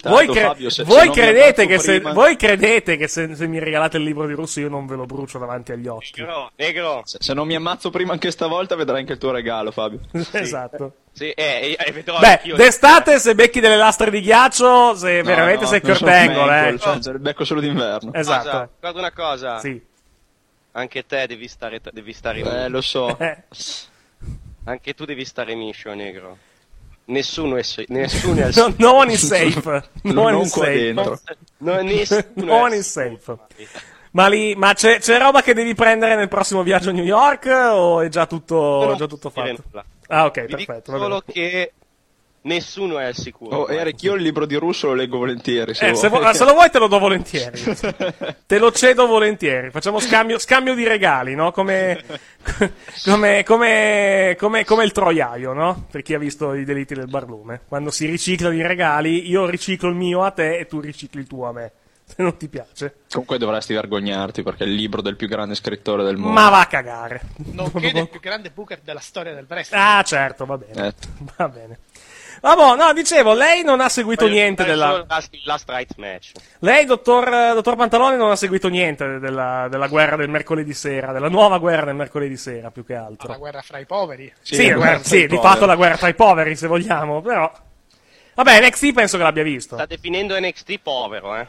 Speaker 7: Voi, cre- voi credete che se, voi credete che se- se mi regalate il libro di russo io non ve lo brucio davanti agli occhi.
Speaker 14: Negro.
Speaker 12: Se se non mi ammazzo prima anche stavolta, vedrai anche il tuo regalo, Fabio.
Speaker 7: Esatto.
Speaker 14: Sì, eh, eh, vedrò
Speaker 7: Beh,
Speaker 14: anch'io.
Speaker 7: d'estate se becchi delle lastre di ghiaccio, se
Speaker 12: No,
Speaker 7: veramente
Speaker 12: no,
Speaker 7: sei
Speaker 12: non
Speaker 7: Kurt
Speaker 12: sono
Speaker 7: Angle,
Speaker 12: Mangle,
Speaker 7: eh.
Speaker 12: cioè, il Ah, becco solo d'inverno.
Speaker 7: Esatto.
Speaker 14: Cosa? Oh, Guarda una cosa.
Speaker 7: Sì.
Speaker 14: Anche te devi stare, devi stare
Speaker 12: Eh, lo so.
Speaker 14: Anche tu devi stare miscio, negro. Nessuno è, se- nessuno è
Speaker 7: No, no one is safe. No one
Speaker 14: Non
Speaker 7: is
Speaker 14: qua
Speaker 7: safe.
Speaker 14: dentro. No, nessuno
Speaker 7: No one
Speaker 14: è-
Speaker 7: is safe. Ma, lì, ma c'è, c'è roba che devi prendere nel prossimo viaggio a New York o è già tutto,
Speaker 14: non
Speaker 7: già tutto
Speaker 14: posso dire
Speaker 7: fatto?
Speaker 14: nulla.
Speaker 7: Ah, ok,
Speaker 14: Vi dico
Speaker 7: perfetto. va bene.
Speaker 14: solo che nessuno è al sicuro.
Speaker 12: Oh, Eric, io il libro di russo lo leggo volentieri. Se
Speaker 14: Cioè,
Speaker 7: Eh,
Speaker 12: vuoi.
Speaker 7: se, vuoi- se lo vuoi te lo do volentieri. te lo cedo volentieri. Facciamo scambio, scambio di regali, no? Come, come, come, come, come il troiaio, no? Per chi ha visto i delitti del barlume. Quando si riciclano i regali, io riciclo il mio a te e tu ricicli il tuo a me. se non ti piace.
Speaker 12: Comunque dovresti vergognarti perché è il libro del più grande scrittore del mondo.
Speaker 7: Ma va a cagare.
Speaker 15: Nonché del più grande booker della storia del wrestling.
Speaker 7: Ah, certo, va bene.
Speaker 12: Eh.
Speaker 7: Va bene. Vabbè, no, dicevo, lei non ha seguito
Speaker 14: Voglio
Speaker 7: niente
Speaker 14: citare
Speaker 7: della...
Speaker 14: solo Last, last right match.
Speaker 7: Lei, dottor, dottor Pantalone, non ha seguito niente della, della guerra del mercoledì sera, della nuova guerra del mercoledì sera, più che altro.
Speaker 15: Ah, La guerra fra i poveri.
Speaker 7: Sì, la guerra- sì, di fatto la guerra tra i poveri, se vogliamo, però... Vabbè, NXT penso che l'abbia visto.
Speaker 14: Sta definendo NXT povero, eh.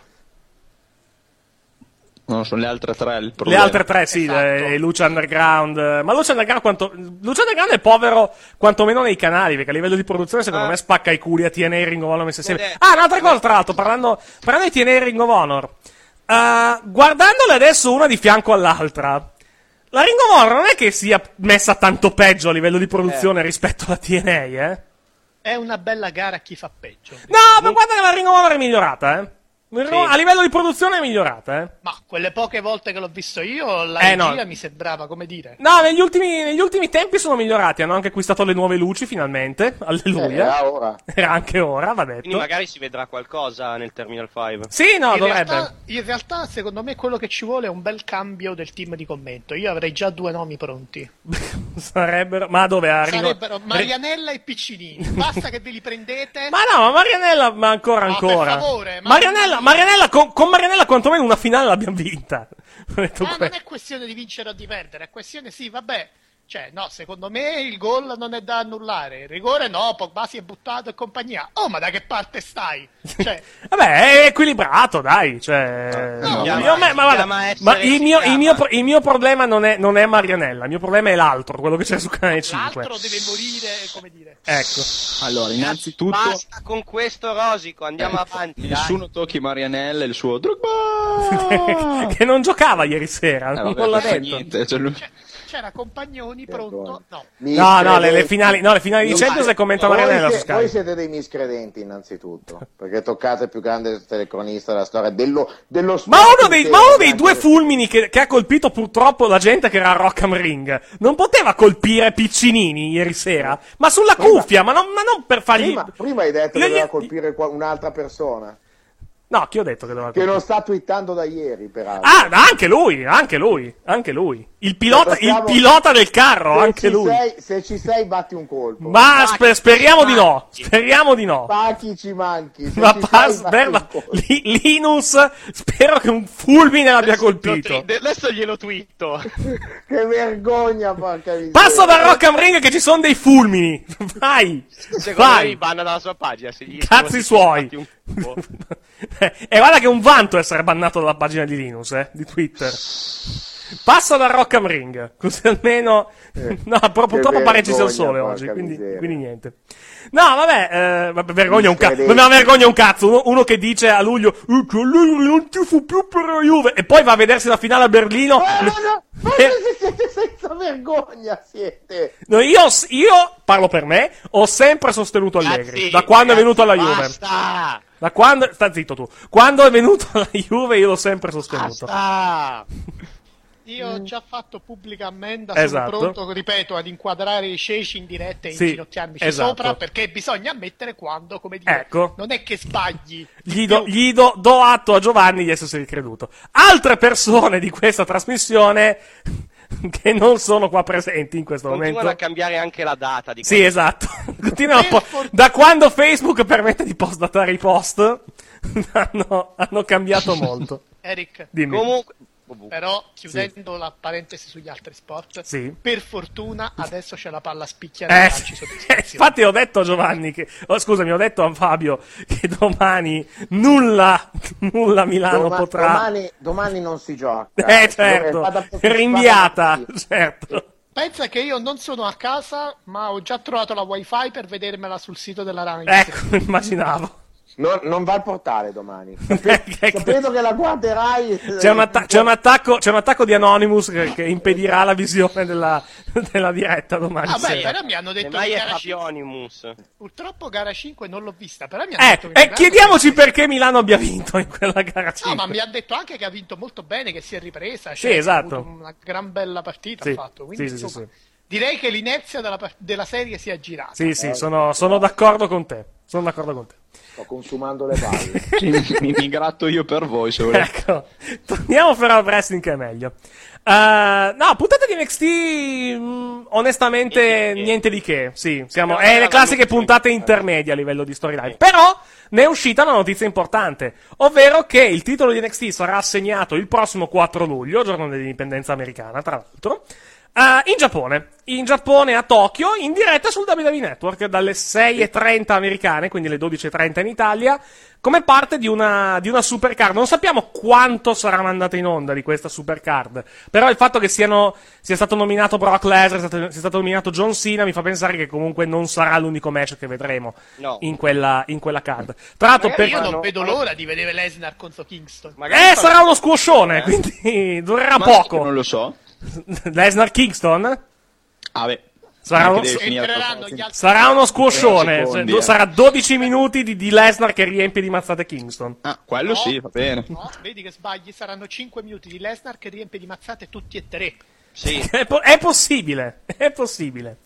Speaker 12: No, sono le altre tre il
Speaker 7: Le
Speaker 12: problema.
Speaker 7: altre tre, sì,
Speaker 15: Esatto.
Speaker 7: le- Lucha Underground. eh, Ma Lucha Underground, quanto, Lucha Underground è povero quantomeno nei canali, perché a livello di produzione,
Speaker 15: Ah.
Speaker 7: secondo me, spacca i culi a TNA e Ring of Honor messi
Speaker 15: Eh,
Speaker 7: insieme. Ah, un'altra cosa, tra l'altro, parlando, parlando di TNA e Ring of Honor. eh, guardandole adesso una di fianco all'altra, la Ring of Honor non è che sia messa tanto peggio a livello di produzione rispetto alla TNA, eh?
Speaker 15: Eh. È una bella gara a chi fa peggio.
Speaker 7: No, ma guarda che la Ring of Honor è migliorata, eh?
Speaker 15: Sì.
Speaker 7: A livello di produzione è migliorata, eh?
Speaker 15: Ma quelle poche volte che l'ho visto io, la
Speaker 7: Eh,
Speaker 15: regia
Speaker 7: no.
Speaker 15: mi sembrava, come dire...
Speaker 7: No, negli ultimi, negli ultimi tempi sono migliorati. Hanno anche acquistato le nuove luci, finalmente. Alleluia.
Speaker 14: Eh, era ora.
Speaker 7: Era anche ora, va detto.
Speaker 14: Quindi magari si vedrà qualcosa nel Terminal 5.
Speaker 7: Sì, no,
Speaker 15: in
Speaker 7: dovrebbe.
Speaker 15: realtà, in realtà, secondo me, quello che ci vuole è un bel cambio del team di commento. Io avrei già due nomi pronti.
Speaker 7: Sarebbero. Ma dove arriva?
Speaker 15: Sarebbero Marianella e Piccinini. Basta che ve li prendete.
Speaker 7: Ma no, ma Marianella, ma ancora,
Speaker 15: Ma per
Speaker 7: ancora.
Speaker 15: favore, ma-
Speaker 7: Marianella, Marianella con, con Marianella quantomeno una finale l'abbiamo vinta. Ho detto
Speaker 15: Ah,
Speaker 7: que-
Speaker 15: non è questione di vincere o di perdere, è questione, sì, vabbè. Cioè, no, secondo me il gol non è da annullare. Il rigore no, Pogba si è buttato e compagnia. Oh, ma da che parte stai? Cioè,
Speaker 7: Vabbè, è equilibrato, dai. Cioè,
Speaker 15: No,
Speaker 7: Io-
Speaker 15: no,
Speaker 7: io-
Speaker 15: no,
Speaker 7: ma,
Speaker 15: si
Speaker 7: ma guarda,
Speaker 15: chiama essere-
Speaker 7: ma il,
Speaker 15: si
Speaker 7: mio, il,
Speaker 15: chiama.
Speaker 7: mio, pro- il mio problema non è, non è Marianella. Il mio problema è l'altro, quello che c'è su canale 5.
Speaker 15: l'altro deve morire, come dire.
Speaker 7: Ecco.
Speaker 12: Allora, innanzitutto,
Speaker 14: Basta con questo rosico, andiamo avanti. dai.
Speaker 12: Eh, nessuno tocchi Marianella e il suo Drogba.
Speaker 7: che non giocava ieri sera.
Speaker 12: Eh,
Speaker 7: non l'ha
Speaker 12: vabbè, non fa
Speaker 7: detto.
Speaker 12: niente, cioè lui-
Speaker 15: C'era Compagnoni pronto? No.
Speaker 7: No, no, le, le finali, no, le finali di
Speaker 13: Non-
Speaker 7: Champions le commenta
Speaker 13: Voi
Speaker 7: Marianella
Speaker 13: se-
Speaker 7: su Sky.
Speaker 13: Voi siete dei miscredenti, innanzitutto, perché toccate il più grande telecronista della storia dello, dello sport.
Speaker 7: Ma uno dei,
Speaker 13: intero,
Speaker 7: ma uno dei
Speaker 13: anche.
Speaker 7: due fulmini che, che ha colpito purtroppo la gente che era a Rockham Ring non poteva colpire Piccinini ieri sera, ma sulla cuffia, ma non, ma non per fargli.
Speaker 13: Prima, prima hai detto
Speaker 7: Le-
Speaker 13: che doveva colpire qua- un'altra persona,
Speaker 7: No, chi ho detto che doveva
Speaker 13: che
Speaker 7: colpire?
Speaker 13: non sta twittando da ieri, peraltro.
Speaker 7: Ah, ma anche lui, anche lui, anche lui. Il pilota, il
Speaker 13: Possiamo-
Speaker 7: pilota del carro,
Speaker 13: Se
Speaker 7: anche
Speaker 13: ci
Speaker 7: lui.
Speaker 13: sei- se ci sei, batti un colpo.
Speaker 7: Ma sper- speriamo di no, speriamo di no.
Speaker 13: Ma chi ci manchi? Se
Speaker 7: Ma
Speaker 13: ci
Speaker 7: pa-
Speaker 13: sei, batti
Speaker 7: sper-
Speaker 13: un
Speaker 7: Li- Linus, spero che un fulmine l'abbia colpito.
Speaker 14: Adesso glielo twitto.
Speaker 13: Che vergogna, porca miseria.
Speaker 7: Passa da Rockham Ring che ci sono dei fulmini. Vai,
Speaker 14: Secondo me
Speaker 7: vai.
Speaker 14: li banna dalla sua pagina. Se gli
Speaker 7: Cazzi suoi.
Speaker 14: Un po'.
Speaker 7: e Eh, guarda che è un vanto essere bannato dalla pagina di Linus, eh, di Twitter. Passa da Rockham Ring, così almeno... no, però purtroppo
Speaker 13: Eh, che
Speaker 7: pare ci sia il
Speaker 13: vergogna,
Speaker 7: sole
Speaker 13: porca
Speaker 7: oggi, quindi,
Speaker 13: miseria.
Speaker 7: quindi niente. No, vabbè, eh, vabbè, vergogna un cazzo.
Speaker 13: Miscredenti.
Speaker 7: Ma vergogna un cazzo. Uno, uno che dice a luglio, "Eh, che lui non tifo più per la Juve, e poi va a vedersi la finale a Berlino.
Speaker 13: Ah, no, no, ma
Speaker 7: Eh.
Speaker 13: se siete senza vergogna, siete.
Speaker 7: No, io, io, parlo per me, ho sempre sostenuto Allegri.
Speaker 13: Cazzi,
Speaker 7: da quando
Speaker 13: ragazzi,
Speaker 7: è venuto alla Juve.
Speaker 13: basta!
Speaker 7: Da quando, sta zitto tu. Quando è venuto alla Juve io l'ho sempre sostenuto.
Speaker 15: Ah! Io ho già fatto pubblica ammenda, sono
Speaker 7: Eh. Esatto.
Speaker 15: pronto, ripeto, ad inquadrare i ceci in diretta e
Speaker 7: Sì,
Speaker 15: inginocchiarmici
Speaker 7: esatto.
Speaker 15: sopra perché bisogna ammettere quando, come dire,
Speaker 7: Ecco.
Speaker 15: non è che sbagli.
Speaker 7: Gli, do, gli do- do atto a Giovanni di essersi ricreduto. Altre persone di questa trasmissione che non sono qua presenti in questo
Speaker 14: Continuano a
Speaker 7: momento.
Speaker 14: cambiare anche la data di
Speaker 7: Sì, esatto. Continuano a po- da quando Facebook permette di postdatare i post, hanno, hanno cambiato molto.
Speaker 15: Eric,
Speaker 7: Dimmi.
Speaker 14: Comunque,
Speaker 15: però chiudendo la parentesi sugli altri sport,
Speaker 7: Sì.
Speaker 15: per fortuna adesso c'è la palla spicchiata.
Speaker 7: Eh, sì. infatti ho detto a Giovanni che, oh, scusami, ho detto a Fabio che domani nulla, nulla Milano
Speaker 13: Doma-
Speaker 7: potrà.
Speaker 13: domani, domani non si gioca.
Speaker 7: eh,
Speaker 13: Dove-
Speaker 7: certo,
Speaker 13: vado a partecipare-
Speaker 7: rinviata, certo.
Speaker 15: Pensa che io non sono a casa, ma ho già trovato la wifi per vedermela sul sito della Rai.
Speaker 7: Ecco, immaginavo.
Speaker 13: Non, non va al portale domani. Sape- Sapendo che la guarderai. eh,
Speaker 7: C'è un, Eh, ecco. atta- c'è un attacco, c'è un attacco di Anonymous che, che impedirà la visione della, della diretta domani
Speaker 15: Ah, beh,
Speaker 7: sera.
Speaker 15: però mi hanno detto
Speaker 14: Mai
Speaker 15: che
Speaker 14: è
Speaker 15: gara
Speaker 14: Fabionimus.
Speaker 15: Purtroppo gara 5 non l'ho vista, però mi ha
Speaker 7: Eh,
Speaker 15: detto che
Speaker 7: eh,
Speaker 15: Milano-
Speaker 7: chiediamoci perché Milano abbia vinto in quella gara.
Speaker 15: No,
Speaker 7: cinque.
Speaker 15: ma mi ha detto anche che ha vinto molto bene, che si è ripresa.
Speaker 7: Sì,
Speaker 15: Cioè, ha
Speaker 7: esatto.
Speaker 15: avuto Una gran bella partita
Speaker 7: Sì,
Speaker 15: ha fatto. Quindi,
Speaker 7: sì, sì,
Speaker 15: insomma,
Speaker 7: sì.
Speaker 15: direi che l'inerzia della, par- della serie si è girata.
Speaker 7: Sì,
Speaker 15: Eh.
Speaker 7: sì, sono, sono d'accordo con te. Sono d'accordo con te.
Speaker 13: Sto consumando le palle.
Speaker 12: mi, mi gratto io per voi, se volete.
Speaker 7: Ecco, torniamo però al wrestling che è meglio. Eh, no, puntata di NXT, mh, mm, onestamente, niente di che. Sì, siamo,
Speaker 14: Però
Speaker 7: è le
Speaker 14: avevamo
Speaker 7: classiche
Speaker 14: detto-
Speaker 7: puntate intermedie a livello di storyline. Però ne è uscita una notizia importante, ovvero che il titolo di NXT sarà assegnato il prossimo 4 luglio, giorno dell'indipendenza americana, tra l'altro. eh, in Giappone, in Giappone a Tokyo, in diretta sul WWE Network dalle 6.30 americane, quindi le 12.30 in Italia, come parte di una, di una supercard. Non sappiamo quanto sarà mandata in onda di questa supercard, però il fatto che siano, sia stato nominato Brock Lesnar, sia stato, sia stato nominato John Cena, mi fa pensare che comunque non sarà l'unico match che vedremo
Speaker 14: No.
Speaker 7: in, quella, in quella card. Tra l'altro, per...
Speaker 15: Magari Eh, io non vedo l'ora di vedere Lesnar contro Kingston.
Speaker 7: Eh, sarà uno squoscione, quindi durerà
Speaker 12: eh. Ma
Speaker 7: poco.
Speaker 12: Non lo so.
Speaker 7: Lesnar Kingston?
Speaker 12: Ah, beh.
Speaker 7: Sarà,
Speaker 12: Anche
Speaker 7: uno-
Speaker 12: deve finire la conferenza.
Speaker 7: sarà uno squoscione.
Speaker 12: Secondi,
Speaker 7: cioè,
Speaker 12: eh.
Speaker 7: sarà 12 minuti di, di Lesnar che riempie di mazzate Kingston.
Speaker 12: Ah, quello sì, va bene.
Speaker 15: No, vedi che sbagli, saranno 5 minuti di Lesnar che riempie di mazzate tutti e tre.
Speaker 7: È, po- è possibile. È possibile.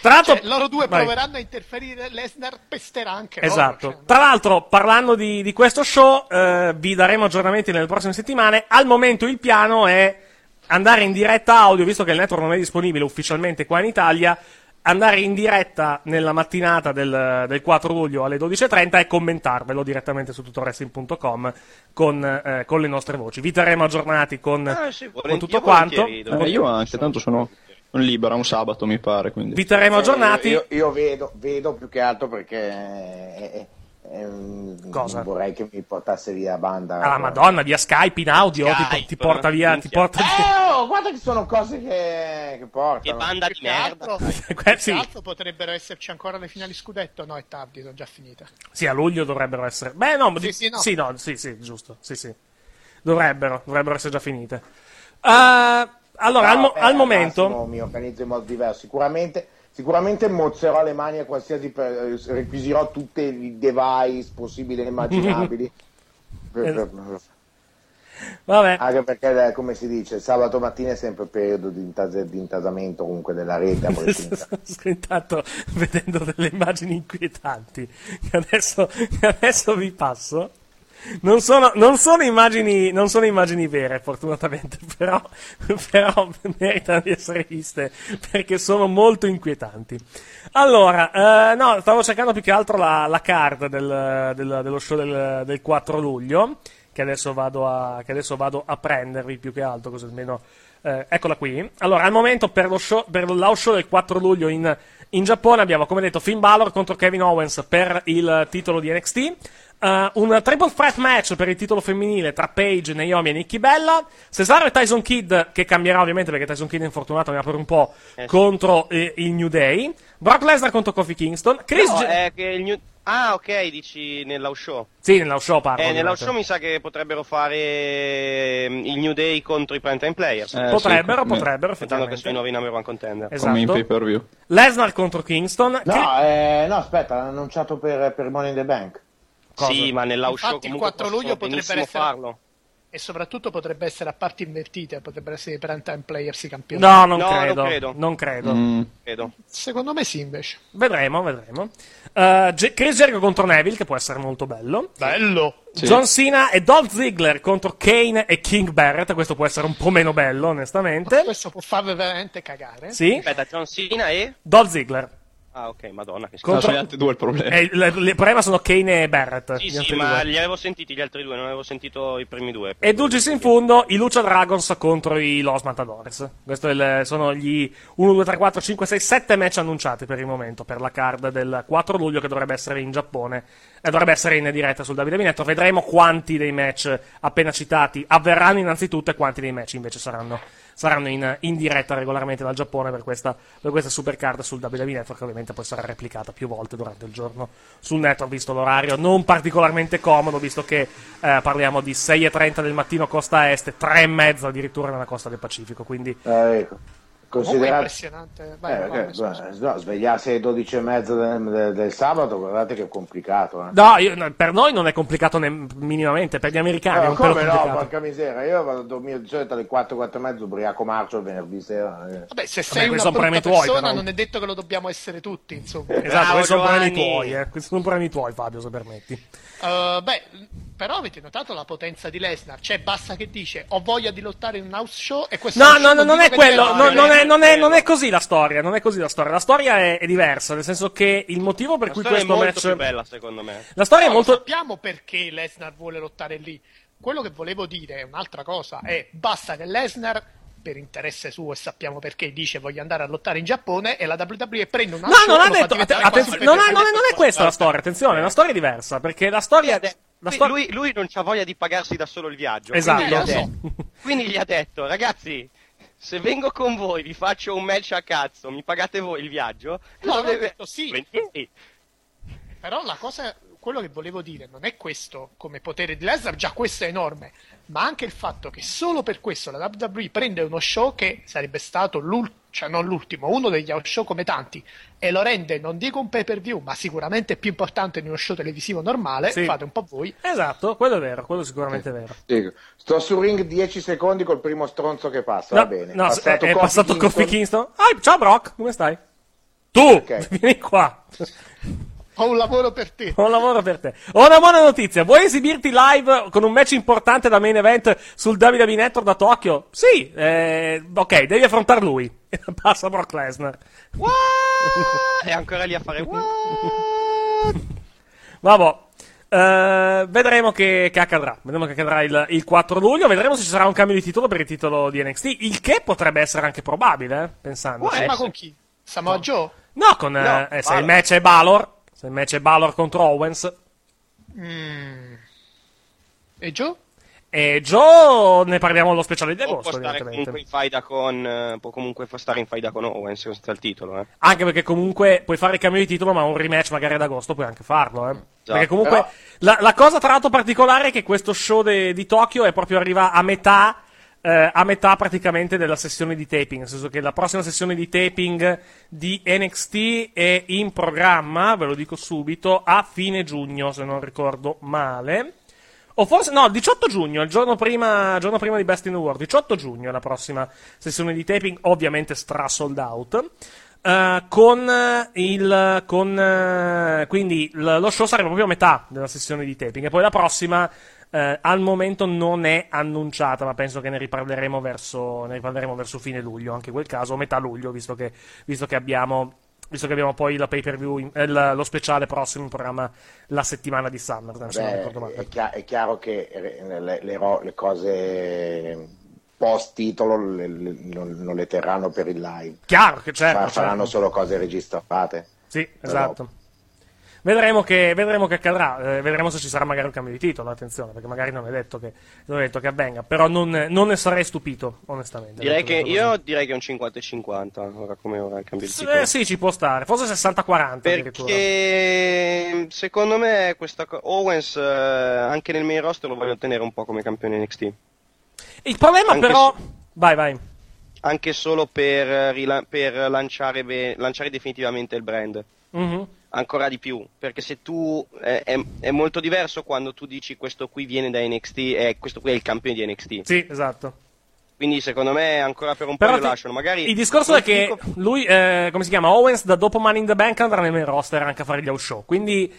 Speaker 7: Tra l'altro,
Speaker 15: Cioè, loro due
Speaker 7: Vai.
Speaker 15: proveranno a interferire, Lesnar pesterà anche loro. Cioè,
Speaker 7: Esatto. Tra l'altro, parlando di, di questo show, eh, vi daremo aggiornamenti nelle prossime settimane. Al momento il piano è andare in diretta audio, visto che il network non è disponibile ufficialmente qua in Italia, andare in diretta nella mattinata del, del 4 luglio alle 12.30 e commentarvelo direttamente su tutorwrestling.com con, eh, con le nostre voci. Vi terremo aggiornati con,
Speaker 14: Ah, sì,
Speaker 7: con
Speaker 14: volentieri,
Speaker 7: tutto quanto.
Speaker 14: volentieri,
Speaker 12: Eh, io anche, tanto sono sono libera un sabato, mi pare. Quindi.
Speaker 7: Vi terremo aggiornati.
Speaker 13: Io, io vedo, vedo più che altro perché eh, eh, ehm,
Speaker 7: Cosa?
Speaker 13: vorrei che mi portasse via la banda. Ecco.
Speaker 7: Ah, madonna, via Skype in audio, ti- ti, porta via, ti porta via.
Speaker 13: Eh, oh, guarda che sono cose che, che portano. Che
Speaker 14: banda di
Speaker 15: merda.
Speaker 7: Eh, sì.
Speaker 15: Tra l'altro Esatto, potrebbero esserci ancora le finali scudetto, no, è tardi, sono già finite.
Speaker 7: Sì, a luglio dovrebbero essere. Beh, no, di-
Speaker 15: sì, no.
Speaker 7: sì, no, sì, sì, giusto. Sì, sì. Dovrebbero, dovrebbero essere già finite. Eh, allora, al, mo- al momento.
Speaker 13: mi organizzo in modo diverso. Sicuramente, sicuramente mozzerò le mani a qualsiasi. per- eh, requisirò tutti i device possibili e immaginabili. Per- per- Anche perché, eh, come si dice, sabato mattina è sempre il periodo di, intas- di intasamento comunque della rete. a prescindere.
Speaker 7: Sto intanto vedendo delle immagini inquietanti che adesso, che adesso vi passo. Non sono, non sono immagini, non sono immagini vere, fortunatamente, però, però meritano di essere viste perché sono molto inquietanti. Allora, eh, no, stavo cercando più che altro la, la card del- del- dello show del, del 4 luglio, che adesso, vado a, che adesso vado a prendervi più che altro, così almeno. eh, eccola qui. Allora, al momento per lo show, per lo house show del 4 luglio in, in Giappone abbiamo, come detto, Finn Balor contro Kevin Owens per il titolo di NXT. eh, un triple threat match per il titolo femminile tra Paige, Naomi e Nikki Bella. Cesaro e Tyson Kidd, che cambierà ovviamente perché Tyson Kidd è infortunato, ne per un po'
Speaker 14: Eh sì.
Speaker 7: contro eh, il New Day. Brock Lesnar contro Kofi Kingston. Chris
Speaker 14: No, eh,
Speaker 7: Jericho-
Speaker 14: è che il new- Ah, ok, dici nell'house show.
Speaker 7: Sì, nella house show parlo.
Speaker 14: Eh, nella
Speaker 7: Ah, ovviamente.
Speaker 14: show mi sa che potrebbero fare ehm, il New Day contro i Prime Time Players.
Speaker 12: Eh,
Speaker 14: Mm.
Speaker 7: Potrebbero, potrebbero,
Speaker 14: Tanto che
Speaker 7: effettivamente.
Speaker 14: sono i nuovi number one contender.
Speaker 7: Esatto. Come in pay-per-view. Lesnar contro Kingston. Chris-
Speaker 13: No, eh, no, aspetta, l'hanno annunciato per, per Money in the Bank.
Speaker 7: Esatto.
Speaker 14: Sì, ma nell'house show
Speaker 15: Infatti il
Speaker 14: comunque
Speaker 15: 4
Speaker 14: possono
Speaker 15: luglio potrebbero
Speaker 14: benissimo
Speaker 15: essere...
Speaker 14: farlo.
Speaker 15: E soprattutto potrebbe essere a parti invertite, potrebbero essere i prime players i campioni.
Speaker 7: No, non credo. Non credo.
Speaker 15: Mm. Secondo me sì, invece.
Speaker 7: Vedremo, vedremo. Eh, Ge- Chris Jericho contro Neville, che può essere molto bello.
Speaker 15: Bello!
Speaker 7: Sì. John Cena e Dolph Ziggler contro Kane e King Barrett. Questo può essere un po' meno bello, onestamente.
Speaker 15: Questo può farvi veramente cagare.
Speaker 7: Sì.
Speaker 14: Aspetta, John Cena e...
Speaker 7: Dolph Ziggler.
Speaker 14: Ah, ok, madonna. Che
Speaker 7: Contro-
Speaker 14: schifo.
Speaker 7: Eh, il- il il problema sono Kane e Barrett.
Speaker 14: Sì,
Speaker 7: gli
Speaker 14: sì,
Speaker 7: altri
Speaker 14: ma
Speaker 7: due.
Speaker 14: li avevo sentiti gli altri due, non avevo sentito i primi due.
Speaker 7: E Dulcis in fondo, i Lucha Dragons contro i Los Matadores. Questo è il- sono gli 1, 2, 3, 4, 5, 6, 7 match annunciati per il momento per la card del 4 luglio che dovrebbe essere in Giappone e dovrebbe essere in diretta sul Davide Minetto. Vedremo quanti dei match appena citati avverranno innanzitutto e quanti dei match invece saranno, saranno in, in diretta regolarmente dal Giappone per questa, per questa supercard sul WWE Network che ovviamente poi sarà replicata più volte durante il giorno sul network visto l'orario non particolarmente comodo visto che eh, parliamo di 6.30 del mattino costa est 3.30 addirittura nella costa del Pacifico quindi
Speaker 13: Eh, ecco.
Speaker 15: Comunque è
Speaker 13: Considerate-
Speaker 15: impressionante. Vai,
Speaker 13: Eh,
Speaker 15: vai,
Speaker 13: perché,
Speaker 15: vai, scusa.
Speaker 13: eh, no, svegliarsi alle 12 e mezza del, del- del sabato, guardate che è complicato. eh.
Speaker 7: No, io- no, per noi non è complicato ne- minimamente, per gli americani
Speaker 13: Eh,
Speaker 7: Ah, è un pelo
Speaker 13: come no,
Speaker 7: complicato.
Speaker 13: porca miseria, io vado a dormire di solito alle 4, 4 e mezzo, ubriaco marcio il venerdì sera. eh.
Speaker 15: Vabbè, se sei
Speaker 7: questo
Speaker 15: una
Speaker 7: è un
Speaker 15: brutta
Speaker 7: problema tuoi,
Speaker 15: persona,
Speaker 7: però.
Speaker 15: non è detto che lo dobbiamo essere tutti, insomma.
Speaker 7: Esatto, questi sono problemi
Speaker 14: Giovanni.
Speaker 7: tuoi, eh. Questi sono problemi tuoi, Fabio, se permetti.
Speaker 15: Eh, beh, però avete notato la potenza di Lesnar? Cioè, basta che dice ho voglia di lottare in un house show e questo
Speaker 7: No,
Speaker 15: house
Speaker 7: no,
Speaker 15: show
Speaker 7: no, non
Speaker 15: dico
Speaker 7: è
Speaker 15: che
Speaker 7: quello,
Speaker 15: deve
Speaker 7: no,
Speaker 15: fare.
Speaker 7: non, è, non è- non è così la storia, non è così la storia. La storia è, è diversa, nel senso che il motivo per
Speaker 14: La
Speaker 7: cui
Speaker 14: storia è
Speaker 7: questo
Speaker 14: molto
Speaker 7: match...
Speaker 14: più bella, secondo me.
Speaker 7: La storia è
Speaker 15: No,
Speaker 7: molto...
Speaker 15: Sappiamo perché Lesnar vuole lottare lì. Quello che volevo dire è un'altra cosa. È basta che Lesnar, per interesse suo e sappiamo perché, dice voglio andare a lottare in Giappone e la WWE prende un
Speaker 7: No,
Speaker 15: altro
Speaker 7: non ha
Speaker 15: e lo fa
Speaker 7: detto... att-
Speaker 15: diventare quasi
Speaker 7: attenzione,
Speaker 15: per-
Speaker 7: non, ha- non è, non è questa la storia, attenzione, la storia è diversa, perché la storia... La
Speaker 14: Lui-
Speaker 7: storia...
Speaker 14: lui, lui non ha voglia di pagarsi da solo il viaggio.
Speaker 7: Esatto.
Speaker 14: Quindi gli, ha
Speaker 7: Eh, lo
Speaker 14: detto, quindi gli ha detto, ragazzi, se vengo con voi vi faccio un match a cazzo, mi pagate voi il viaggio?
Speaker 15: No,
Speaker 14: Allora
Speaker 15: l'ho
Speaker 14: deve-
Speaker 15: detto sì.
Speaker 14: Volentieri.
Speaker 15: Però la cosa, quello che volevo dire non è questo come potere di Lesnar, già questo è enorme, ma anche il fatto che solo per questo la WWE prende uno show che sarebbe stato l'ultimo, cioè non l'ultimo, uno degli house show come tanti, e lo rende, non dico un pay per view, ma sicuramente più importante di uno show televisivo normale,
Speaker 7: Sì.
Speaker 15: fate un po' voi.
Speaker 7: Esatto, quello è vero, quello sicuramente è vero.
Speaker 13: Sì, Sto su ring 10 secondi col primo stronzo che passa,
Speaker 7: No,
Speaker 13: va bene.
Speaker 7: no, è, è
Speaker 13: Kofi
Speaker 7: passato
Speaker 13: Kingston.
Speaker 7: Kofi Kingston. Ah, ciao Brock, come stai? Tu, vieni qua.
Speaker 15: Ho un lavoro per te.
Speaker 7: Ho un lavoro per te. Ho una buona notizia. Vuoi esibirti live con un match importante da main event sul WWE Network da Tokyo? Sì. eh, ok, devi affrontar lui. Passa Brock Lesnar.
Speaker 14: È ancora lì a fare... "Wow".
Speaker 7: Vabbè. Eh, vedremo che, che accadrà. Vedremo che accadrà il, il 4 luglio. Vedremo se ci sarà un cambio di titolo per il titolo di NXT. Il che potrebbe essere anche probabile, eh, pensando.
Speaker 15: Eh, ma con chi? Samoa Joe?
Speaker 7: No, con, eh, eh, se il match è Balor. Se il match è Balor contro Owens.
Speaker 15: Mm. E Joe?
Speaker 7: E Joe ne parliamo allo speciale di
Speaker 14: O
Speaker 7: agosto.
Speaker 14: può stare
Speaker 7: evidentemente.
Speaker 14: comunque in faida con... eh, Può comunque stare in faida con Owens senza il titolo, eh.
Speaker 7: Anche perché comunque puoi fare il cambio di titolo, ma un rematch magari ad agosto puoi anche farlo. eh. Perché comunque
Speaker 14: Però-
Speaker 7: la, la cosa tra l'altro particolare è che questo show de- di Tokyo è proprio arriva a metà, eh, a metà praticamente della sessione di taping. Nel senso che la prossima sessione di taping di NXT è in programma, ve lo dico subito, a fine giugno, se non ricordo male. O forse no, il 18 giugno, il giorno prima, giorno prima di Best in the World. 18 giugno è la prossima sessione di taping, ovviamente stra sold out. Eh, con eh, il con, eh, quindi l- lo show sarebbe proprio a metà della sessione di taping. E poi la prossima eh, al momento non è annunciata, ma penso che ne riparleremo verso, ne riparleremo verso fine luglio, anche in quel caso, o metà luglio, visto che, visto che abbiamo. Visto che abbiamo poi la pay per view, lo speciale prossimo in programma la settimana di SummerSlam, se non
Speaker 13: Beh, eh,
Speaker 7: ricordo male.
Speaker 13: è, chia- è chiaro che re- le, le ro- le cose post titolo non, non le terranno per il live.
Speaker 7: Chiaro che certo,
Speaker 13: Fa-
Speaker 7: certo.
Speaker 13: faranno solo cose registrate.
Speaker 7: Sì, esatto. Vedremo che, vedremo che accadrà, eh, vedremo se ci sarà magari un cambio di titolo, attenzione, perché magari non è detto che, non è detto che avvenga, però non, non ne sarei stupito, onestamente.
Speaker 14: Direi
Speaker 7: Detto
Speaker 14: che
Speaker 7: così.
Speaker 14: io direi che è un 50-50, ora come ora il cambio di
Speaker 7: S-
Speaker 14: titolo.
Speaker 7: eh, sì, ci può stare, forse 60-40 addirittura.
Speaker 14: Perché secondo me questa co- Owens eh, anche nel main roster lo voglio tenere un po' come campione NXT.
Speaker 7: Il problema
Speaker 14: anche
Speaker 7: però... Vai, vai.
Speaker 14: Anche solo per, eh, rila- per lanciare, be- lanciare definitivamente il brand.
Speaker 7: Mhm.
Speaker 14: Ancora di più, perché se tu eh, è, è molto diverso quando tu dici questo qui viene da NXT e eh, questo qui è il campione di NXT.
Speaker 7: Sì, esatto.
Speaker 14: Quindi secondo me ancora per un
Speaker 7: Però
Speaker 14: po' lo
Speaker 7: ti-
Speaker 14: lasciano. Magari
Speaker 7: Il discorso
Speaker 14: non
Speaker 7: è che
Speaker 14: dico-
Speaker 7: lui, eh, come si chiama, Owens da dopo Money in the Bank andrà nel main roster anche a fare gli out show, quindi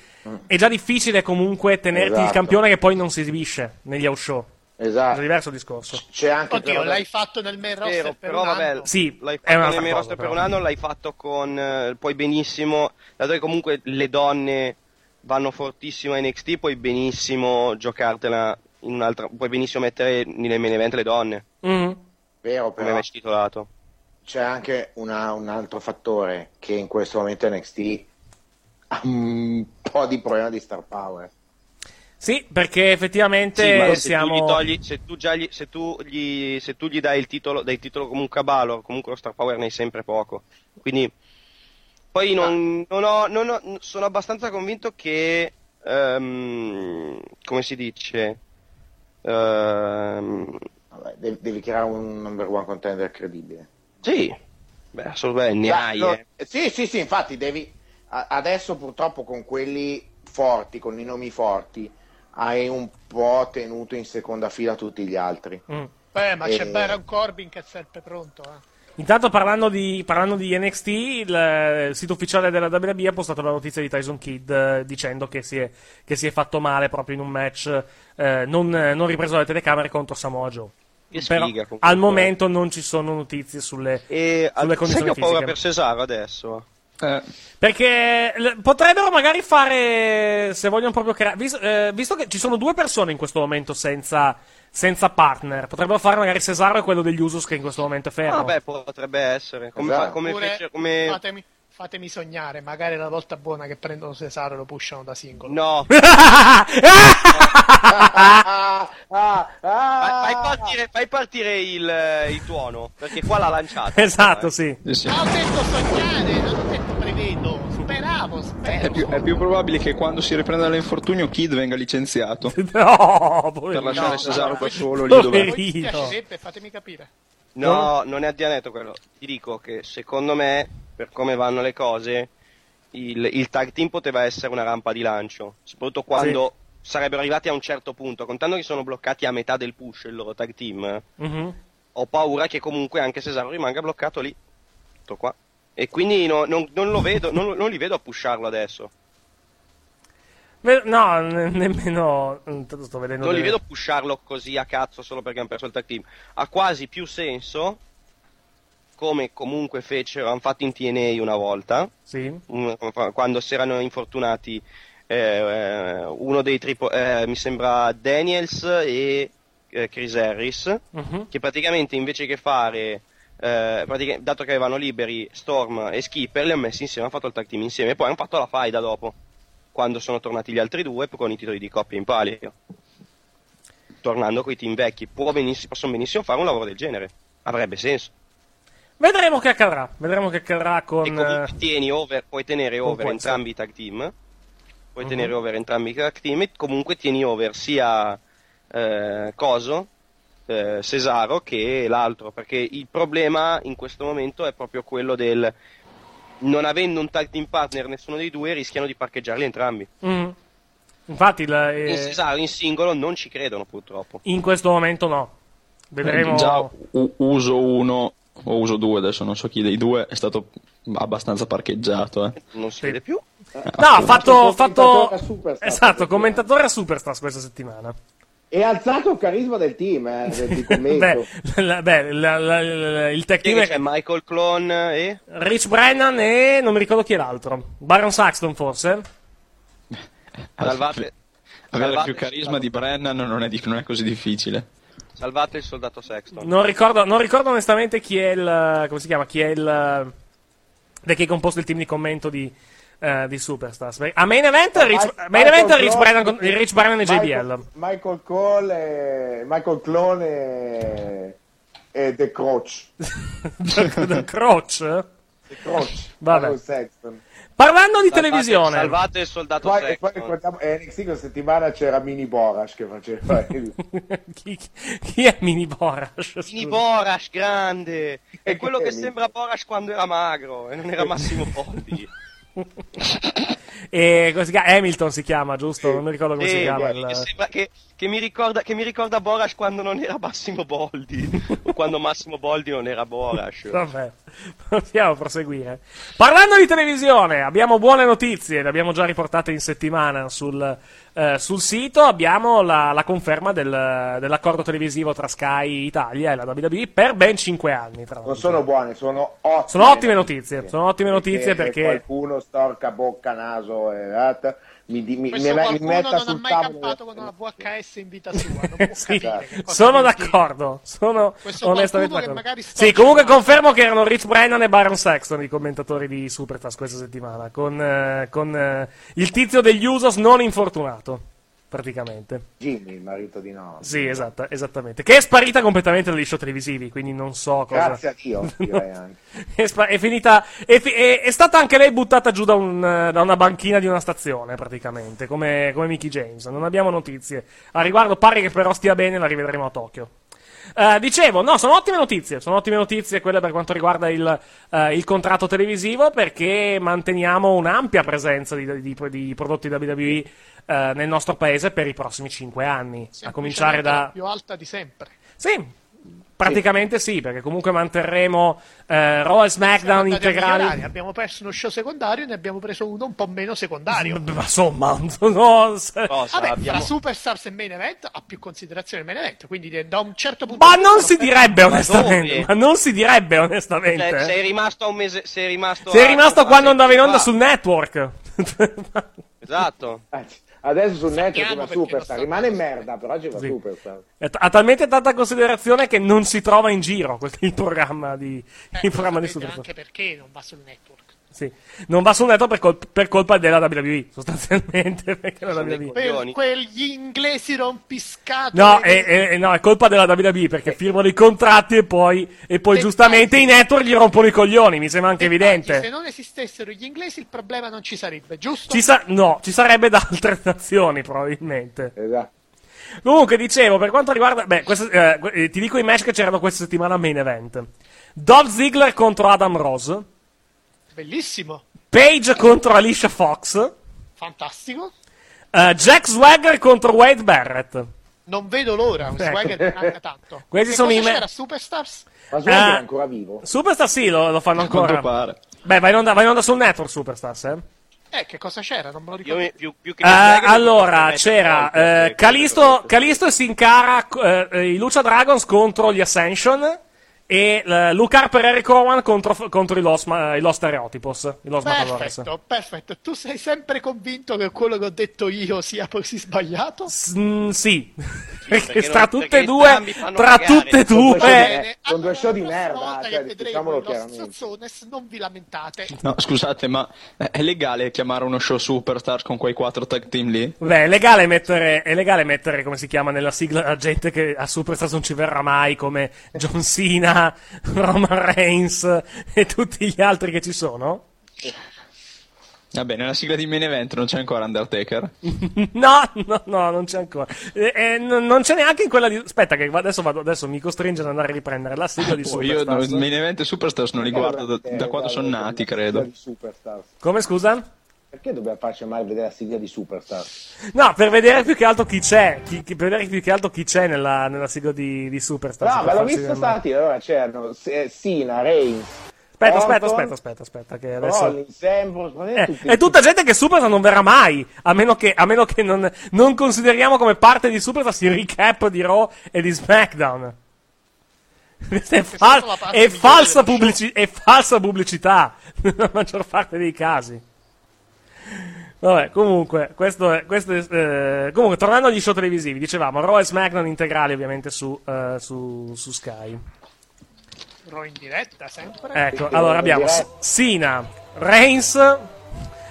Speaker 7: è già difficile comunque tenerti il
Speaker 13: Mm. Esatto.
Speaker 7: campione che poi non si esibisce negli out show.
Speaker 13: Esatto.
Speaker 14: Ah.
Speaker 7: È diverso il discorso.
Speaker 13: C'è anche
Speaker 15: Oddio,
Speaker 13: però-
Speaker 15: l'hai fatto nel main roster
Speaker 14: Vero,
Speaker 15: per
Speaker 14: però
Speaker 15: un anno.
Speaker 14: vabbè,
Speaker 7: Sì,
Speaker 14: l'hai
Speaker 7: è
Speaker 14: fatto
Speaker 7: un'altra
Speaker 14: nel main
Speaker 7: cosa,
Speaker 14: roster per
Speaker 7: però.
Speaker 14: un anno, l'hai fatto con eh, poi benissimo, dato che comunque le donne vanno fortissimo a NXT, puoi benissimo giocartela in un'altra, puoi benissimo mettere nel main event le donne
Speaker 7: Mm.
Speaker 13: Vero,
Speaker 14: come
Speaker 13: però
Speaker 14: match titolato.
Speaker 13: c'è anche una- un altro fattore che in questo momento NXT ha un po' di problema di star power.
Speaker 7: Sì, perché
Speaker 14: Sì, ma
Speaker 7: effettivamente
Speaker 14: se
Speaker 7: siamo.
Speaker 14: tu gli togli, se tu, già gli, se, tu gli, se tu gli dai il titolo, dai il titolo comunque a Balor, comunque lo star power ne hai sempre poco. Quindi, poi non,
Speaker 7: Ah.
Speaker 14: non ho, non ho- sono abbastanza convinto che, ehm, come si dice, Eh, ehm,
Speaker 13: Vabbè, devi, devi creare un number one contender credibile.
Speaker 14: sì, Beh, assolutamente ne
Speaker 13: Beh,
Speaker 14: hai,
Speaker 13: no,
Speaker 14: eh.
Speaker 13: Sì, sì, sì, infatti devi... a- Adesso purtroppo con quelli forti, con i nomi forti, hai un po' tenuto in seconda fila tutti gli altri.
Speaker 7: Mm.
Speaker 15: Beh, ma c'è
Speaker 13: Eh.
Speaker 15: Baron Corbin che è sempre pronto. Eh.
Speaker 7: Intanto parlando di, parlando di NXT, il eh, sito ufficiale della WWE ha postato la notizia di Tyson Kidd eh, dicendo che si, è, che si è fatto male proprio in un match eh, non, eh, non ripreso dalle telecamere contro Samoa Joe.
Speaker 14: Che
Speaker 7: Però
Speaker 14: sfiga, comunque. eh.
Speaker 7: al momento non ci sono notizie sulle,
Speaker 14: E
Speaker 7: sulle
Speaker 14: al- sai
Speaker 7: condizioni
Speaker 14: che ho paura
Speaker 7: fisiche.
Speaker 14: per Cesaro adesso?
Speaker 12: Eh.
Speaker 7: Perché l- potrebbero magari fare, se vogliono proprio creare, vis- eh, visto che ci sono due persone in questo momento senza, senza partner, potrebbero fare magari Cesaro e quello degli Usos che in questo momento è fermo.
Speaker 14: Ah, beh, potrebbe essere. Come,
Speaker 12: Esatto.
Speaker 14: fa- come
Speaker 15: Oppure
Speaker 14: fece- come-
Speaker 15: fatemi, fatemi sognare, magari è la volta buona che prendono Cesaro e lo pushano da singolo.
Speaker 14: No.
Speaker 7: Eh! Ah.
Speaker 13: Ah,
Speaker 14: Fai, fai partire, fai partire il, il tuono, perché qua l'ha lanciato.
Speaker 7: Esatto, sì.
Speaker 15: Ma ho detto sognare, non ho detto prevedo. Speravo, spero.
Speaker 12: È più, è più probabile che quando si riprenda dall'infortunio Kid venga licenziato.
Speaker 7: No,
Speaker 12: Esatto, per lasciare
Speaker 14: No,
Speaker 12: Cesaro da solo lì
Speaker 15: Poi
Speaker 12: dove.
Speaker 15: mi piacerebbe, fatemi capire.
Speaker 14: No, non è addianetto quello. Ti dico che secondo me, per come vanno le cose, il, il tag team poteva essere una rampa di lancio. Soprattutto quando sarebbero arrivati a un certo punto. Contando che sono bloccati a metà del push il loro tag team, eh,
Speaker 7: Mhm.
Speaker 14: ho paura che comunque anche Cesaro rimanga bloccato lì. Tutto qua. E quindi no- non, non lo vedo, non, non li vedo a pusharlo adesso.
Speaker 7: Ve- No, ne- nemmeno. intanto Sto vedendo.
Speaker 14: Non li
Speaker 7: delle-
Speaker 14: vedo pusharlo così a cazzo solo perché hanno perso il tag team. Ha quasi più senso, come comunque fecero, hanno fatto in TNA una volta,
Speaker 7: Sì.
Speaker 14: un- come fa- quando si erano infortunati eh, eh, uno dei tripo, eh, mi sembra Daniels e eh, Chris Harris,
Speaker 7: Mhm.
Speaker 14: che praticamente invece che fare... eh, pratica- dato che avevano liberi Storm e Skipper li hanno messi insieme, hanno fatto il tag team insieme e poi hanno fatto la faida dopo quando sono tornati gli altri due con i titoli di coppia in palio tornando coi team vecchi può benissi- possono benissimo fare un lavoro del genere avrebbe senso
Speaker 7: Vedremo che accadrà. Vedremo che accadrà con. eh,
Speaker 14: tieni over puoi tenere
Speaker 7: Con
Speaker 14: over
Speaker 7: forza.
Speaker 14: entrambi i tag team puoi
Speaker 7: Mhm.
Speaker 14: tenere over entrambi i tag team e comunque tieni over sia eh, Coso eh, Cesaro che l'altro perché il problema in questo momento è proprio quello del non avendo un tag team partner nessuno dei due rischiano di parcheggiarli entrambi
Speaker 7: mm. Infatti, il- eh,
Speaker 14: in Cesaro in singolo non ci credono purtroppo.
Speaker 7: in questo momento no.
Speaker 14: Mm,
Speaker 7: Vedremo.
Speaker 12: Già u- uso uno o uso due, adesso non so chi dei due, è stato abbastanza parcheggiato. Eh.
Speaker 14: Non si vede più.
Speaker 7: No, ha fatto. fatto...
Speaker 13: Commentatore a Superstars.
Speaker 7: Esatto, commentatore a Superstars questa settimana.
Speaker 13: E ha alzato il carisma del team, eh, del, di commento.
Speaker 7: Beh, la- beh, la- la- la- il tech
Speaker 14: Chi è
Speaker 7: team
Speaker 14: che
Speaker 7: è
Speaker 14: c'è Michael Clone e
Speaker 7: Rich Brennan e non mi ricordo chi è l'altro. Baron Saxton, forse?
Speaker 14: salvate,
Speaker 12: Avere
Speaker 14: salvate-
Speaker 12: più carisma di Brennan non è, di- non è così difficile.
Speaker 14: salvate il soldato Sexton.
Speaker 7: Non ricordo, non ricordo onestamente chi è il. come si chiama? Chi è il. da chi è composto il team di commento di, eh, di Superstars. Beh, A main event, Rich,
Speaker 13: Michael
Speaker 7: main event Rich,
Speaker 13: Clone-
Speaker 7: Brennan, con- Rich Brennan e JBL.
Speaker 13: Michael, Michael Cole, e- Michael Clone e, e The Croach.
Speaker 7: The Croce.
Speaker 13: The Croach.
Speaker 7: Vabbè.
Speaker 13: Michael Sexton.
Speaker 7: Parlando di
Speaker 13: Salvate-
Speaker 7: televisione.
Speaker 14: Salvate il soldato
Speaker 13: Poi, e poi
Speaker 14: Sexton.
Speaker 13: ricordiamo, eh, NXT questa settimana c'era Mini Borash che faceva il...
Speaker 7: chi, chi è Mini Borash?
Speaker 14: Mini
Speaker 7: Scusa.
Speaker 14: Borash grande. È quello che sembra Borash quando era magro e non era Massimo Poldi.
Speaker 7: E come si chiama? Hamilton si chiama, giusto? Non mi ricordo come
Speaker 14: Sì,
Speaker 7: si chiama. il-
Speaker 14: che, sembra- che- che mi ricorda, che mi ricorda Borash quando non era Massimo Boldi o quando Massimo Boldi non era Borash.
Speaker 7: Vabbè, possiamo proseguire. Parlando di televisione, abbiamo buone notizie, le abbiamo già riportate in settimana sul, eh, sul sito. Abbiamo la, la conferma del- dell'accordo televisivo tra Sky Italia e la WWE per ben 5 anni. Tra l'altro.
Speaker 13: Non sono buone, sono ottime.
Speaker 7: Sono ottime notizie, sono ottime notizie perché...
Speaker 13: qualcuno storca bocca, naso e eh, mi, di- mi, mi,
Speaker 15: Questo
Speaker 13: mi
Speaker 15: qualcuno
Speaker 13: metta
Speaker 15: non ha
Speaker 13: sul
Speaker 15: mai
Speaker 13: tavolo.
Speaker 15: campato con una VHS in vita sua. Non
Speaker 7: Sì,
Speaker 15: capire cosa
Speaker 7: sono
Speaker 15: vuol
Speaker 7: d'accordo, sono
Speaker 15: Questo
Speaker 7: onestamente
Speaker 15: qualcuno che
Speaker 7: d'accordo.
Speaker 15: magari sta
Speaker 7: Sì, comunque confermo che erano Rich Brennan e Baron Sexton i commentatori di Supertas questa settimana, con, eh, con, eh, il tizio degli Usos non infortunato, praticamente.
Speaker 13: Jimmy, il marito di no.
Speaker 7: Sì, esatta- esattamente. Che è sparita completamente dagli show televisivi, quindi non so cosa.
Speaker 13: Grazie a Dio, direi anche.
Speaker 7: è, spa- è finita. È, fi- è- è stata anche lei buttata giù da, un, eh, da una banchina di una stazione, praticamente, come, come Mickey James. Non abbiamo notizie. A riguardo, pare che però stia bene, la rivedremo a Tokyo. Eh, dicevo, no, sono ottime notizie. Sono ottime notizie quelle per quanto riguarda il, eh, il contratto televisivo perché manteniamo un'ampia presenza di, di- di prodotti WWE eh, nel nostro paese per i prossimi 5 anni. A cominciare
Speaker 15: Diciamo che è
Speaker 7: da.
Speaker 15: la più alta di sempre.
Speaker 7: Sì, praticamente sì, perché comunque manterremo eh, Raw e SmackDown
Speaker 15: Andati a migliorare.
Speaker 7: integrali.
Speaker 15: Abbiamo perso uno show secondario e ne abbiamo preso uno un po' meno secondario.
Speaker 7: Ma insomma, no, se-
Speaker 15: Vabbè, fra Superstars e Main Event ha più considerazione il Main Event, quindi de- da un certo punto
Speaker 7: Ma
Speaker 15: di vista
Speaker 7: non si direbbe
Speaker 15: Ma
Speaker 7: onestamente,
Speaker 15: dove?
Speaker 7: ma non si direbbe onestamente.
Speaker 14: Cioè, sei rimasto a un mese. Sei rimasto.
Speaker 7: eh. Sei
Speaker 14: a-
Speaker 7: rimasto quando andava in onda
Speaker 14: Ah,
Speaker 7: sul network.
Speaker 14: Esatto.
Speaker 13: Adesso sul network va Superstar, rimane merda, però ci va Superstar.
Speaker 7: È t- Ha talmente tanta considerazione che non si trova in giro quel- il programma di, il programma di Superstar.
Speaker 15: Eh, Anche perché non va sul network.
Speaker 7: Sì. Non va sul network per, col- per colpa della WWE, sostanzialmente. Perché la WWE...
Speaker 15: Per quegli inglesi rompiscatole.
Speaker 7: No, è, è- è- no, è colpa della WWE perché firmano i contratti e poi, e poi giustamente i network gli rompono i coglioni. Mi sembra anche
Speaker 15: Se
Speaker 7: evidente.
Speaker 15: non esistessero gli inglesi il problema non ci sarebbe, giusto?
Speaker 7: Ci sa- no, ci sarebbe da altre nazioni probabilmente.
Speaker 13: Esatto.
Speaker 7: Comunque, dicevo, per quanto riguarda. Beh, questo- eh, que- eh, ti dico i match che c'erano questa settimana a main event: Dolph Ziggler contro Adam Rose,
Speaker 15: Bellissimo,
Speaker 7: Page contro Alicia Fox,
Speaker 15: fantastico.
Speaker 7: eh, Jack Swagger contro Wade Barrett. Ecco.
Speaker 15: Non vedo l'ora, Swagger mi manca tanto.
Speaker 7: Questi
Speaker 15: Che
Speaker 7: sono
Speaker 15: cosa
Speaker 7: i me-
Speaker 15: c'era Superstars?
Speaker 13: Ma
Speaker 7: Swagger è
Speaker 13: ancora vivo?
Speaker 7: Superstar sì, lo, lo fanno ancora.
Speaker 12: Quanto pare.
Speaker 7: Beh, vai in, onda, vai in onda sul network Superstars, eh.
Speaker 15: Eh, che cosa c'era? Non me lo
Speaker 14: Io
Speaker 15: ricordo.
Speaker 14: mi- più, più che
Speaker 7: Eh, allora, c'era eh, Calisto, Calisto e Sincara, eh, eh, i Lucha Dragons contro gli Ascension e eh, Luke Harper e Eric Rowan contro, contro i Los, Ma- i Los Stereotipos. I Los Matadores.
Speaker 15: Perfetto, perfetto. Tu sei sempre convinto che quello che ho detto io sia così sbagliato?
Speaker 7: Mm, sì, perché
Speaker 13: perché
Speaker 7: tra
Speaker 13: non-
Speaker 7: tutte e
Speaker 13: perché
Speaker 7: due,
Speaker 13: entrambi fanno
Speaker 7: tra
Speaker 13: cagare. cioè,
Speaker 7: tutte e
Speaker 13: Sono due
Speaker 7: due, eh,
Speaker 13: scene- Sono due show di merda, cioè,
Speaker 15: Vedremo
Speaker 13: diciamolo
Speaker 15: i nostri
Speaker 13: chiaramente.
Speaker 15: Zozzones, non vi lamentate.
Speaker 12: No, scusate, ma eh, è legale chiamare uno show Superstars con quei quattro tag team lì?
Speaker 7: Beh, è legale, mettere, è legale mettere, come si chiama nella sigla, la gente che a Superstar non ci verrà mai, come John Cena, Roman Reigns e tutti gli altri che ci sono?
Speaker 12: Vabbè, nella sigla di Main Event non c'è ancora Undertaker.
Speaker 7: No, no, no, non c'è ancora. Eh, eh, non non c'è neanche in quella di... Aspetta, che adesso, vado, adesso mi costringe ad andare a riprendere la sigla di
Speaker 12: Poi io
Speaker 7: Superstars.
Speaker 12: no, Main Event e Superstars
Speaker 13: Eh,
Speaker 12: non li guardo da, da quando sono nati, credo.
Speaker 13: Di Superstar.
Speaker 7: Come scusa?
Speaker 13: Perché dobbiamo farci mai vedere la sigla di Superstar?
Speaker 7: No, per vedere più che altro chi c'è, chi- chi- per vedere più che altro chi c'è nella, nella sigla di, di Superstars.
Speaker 13: No,
Speaker 7: per
Speaker 13: ma l'ho
Speaker 7: farsi
Speaker 13: visto
Speaker 7: del male.
Speaker 13: stati, allora c'erano eh, Sina, Reigns.
Speaker 7: Aspetta,
Speaker 13: Orton,
Speaker 7: aspetta, aspetta, aspetta, aspetta, che Eh, adesso...
Speaker 13: Rollins, Ambrose, ma
Speaker 7: Eh,
Speaker 13: tutti-
Speaker 7: è tutta gente che Superstar non verrà mai, a meno che, a meno che non, non consideriamo come parte di Superstar il recap di Raw e di SmackDown. Questa è, fal-
Speaker 15: sono la parte
Speaker 7: è
Speaker 15: migliore
Speaker 7: falsa
Speaker 15: dello
Speaker 7: pubblici- è falsa pubblicità nella maggior parte dei casi. Vabbè, comunque, questo è, questo è, eh, comunque, tornando agli show televisivi, dicevamo Raw e SmackDown integrali ovviamente su, eh, su, su Sky.
Speaker 15: Ro in diretta sempre.
Speaker 7: Ecco, allora abbiamo S- Sina, Reigns,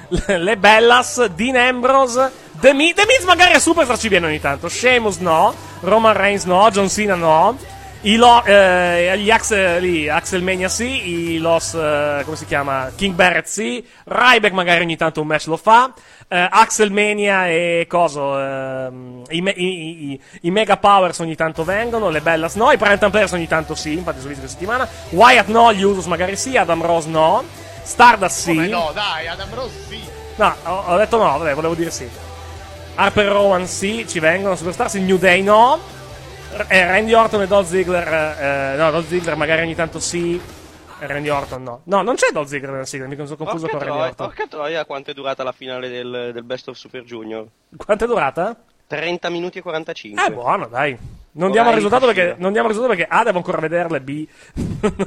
Speaker 7: le- le Bellas, Dean Ambrose, The, Mi- The Miz magari a Superstar ci viene ogni tanto, Sheamus no, Roman Reigns no, John Cena no, i lo- eh, gli Ax- eh, lì, Axel Mania sì, i Los, eh, come si chiama, King Barrett sì, Ryback magari ogni tanto un match lo fa, eh, Axel Mania e coso, ehm, i, me- i- i- i Mega Powers ogni tanto vengono, le Bellas no, i Primetime Players ogni tanto sì, infatti sono visto questa settimana, Wyatt no, gli Usos magari sì, Adam Rose no, Stardust sì,
Speaker 15: Come no, dai, Adam Rose sì.
Speaker 7: No, ho, ho detto no, vabbè, volevo dire sì. Harper e Rowan sì, ci vengono, Superstars, il New Day no. R- eh, Randy Orton e Dolph Ziggler, eh, eh, no, Dolph Ziggler magari ogni tanto sì, e Randy Orton no. No, non c'è Dolph Ziggler nella sigla, mi sono confuso
Speaker 14: Porca
Speaker 7: con Randy
Speaker 14: troia,
Speaker 7: Orton.
Speaker 14: porca troia, quanto è durata la finale del, del Best of Super Junior?
Speaker 7: Quanto è durata?
Speaker 14: 30 minuti e 45.
Speaker 7: Eh, buono, dai. Non
Speaker 14: Ormai
Speaker 7: diamo, il risultato
Speaker 14: impossibile.
Speaker 7: perché, non diamo il risultato perché A, devo ancora vederle, B,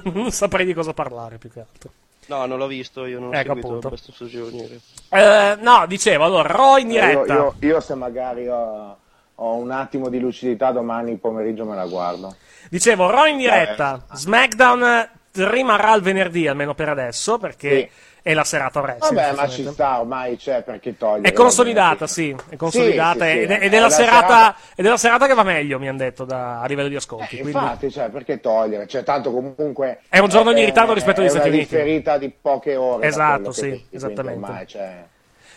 Speaker 7: non saprei di cosa parlare più che altro.
Speaker 14: No, non l'ho visto, io non ho
Speaker 7: Ecco,
Speaker 14: seguito
Speaker 7: appunto.
Speaker 14: il Best of Super Junior.
Speaker 7: Eh, no, dicevo, allora, Raw in
Speaker 13: Eh, Io,
Speaker 7: diretta.
Speaker 13: io- io se magari ho, ho un attimo di lucidità domani pomeriggio me la guardo.
Speaker 7: Dicevo, Raw in diretta, SmackDown eh, rimarrà il venerdì almeno per adesso, perché è la serata wrestling.
Speaker 13: Vabbè, ma ci
Speaker 7: sostanzialmente.
Speaker 13: sta ormai, c'è perché togliere.
Speaker 7: È consolidata, sì, è consolidata
Speaker 13: Sì, sì, sì.
Speaker 7: ed, è,
Speaker 13: È
Speaker 7: ed è la
Speaker 13: la
Speaker 7: serata,
Speaker 13: serata-
Speaker 7: ed è la serata che va meglio, mi hanno detto, da- a livello di ascolti. quindi-
Speaker 13: Infatti, cioè, perché togliere? Cioè, tanto comunque...
Speaker 7: È un giorno di
Speaker 13: eh,
Speaker 7: ritardo rispetto agli
Speaker 13: è
Speaker 7: Stati
Speaker 13: una
Speaker 7: Uniti.
Speaker 13: differita di poche ore. da
Speaker 7: Esatto,
Speaker 13: quello che
Speaker 7: sì,
Speaker 13: si sente
Speaker 7: esattamente.
Speaker 13: ormai, cioè.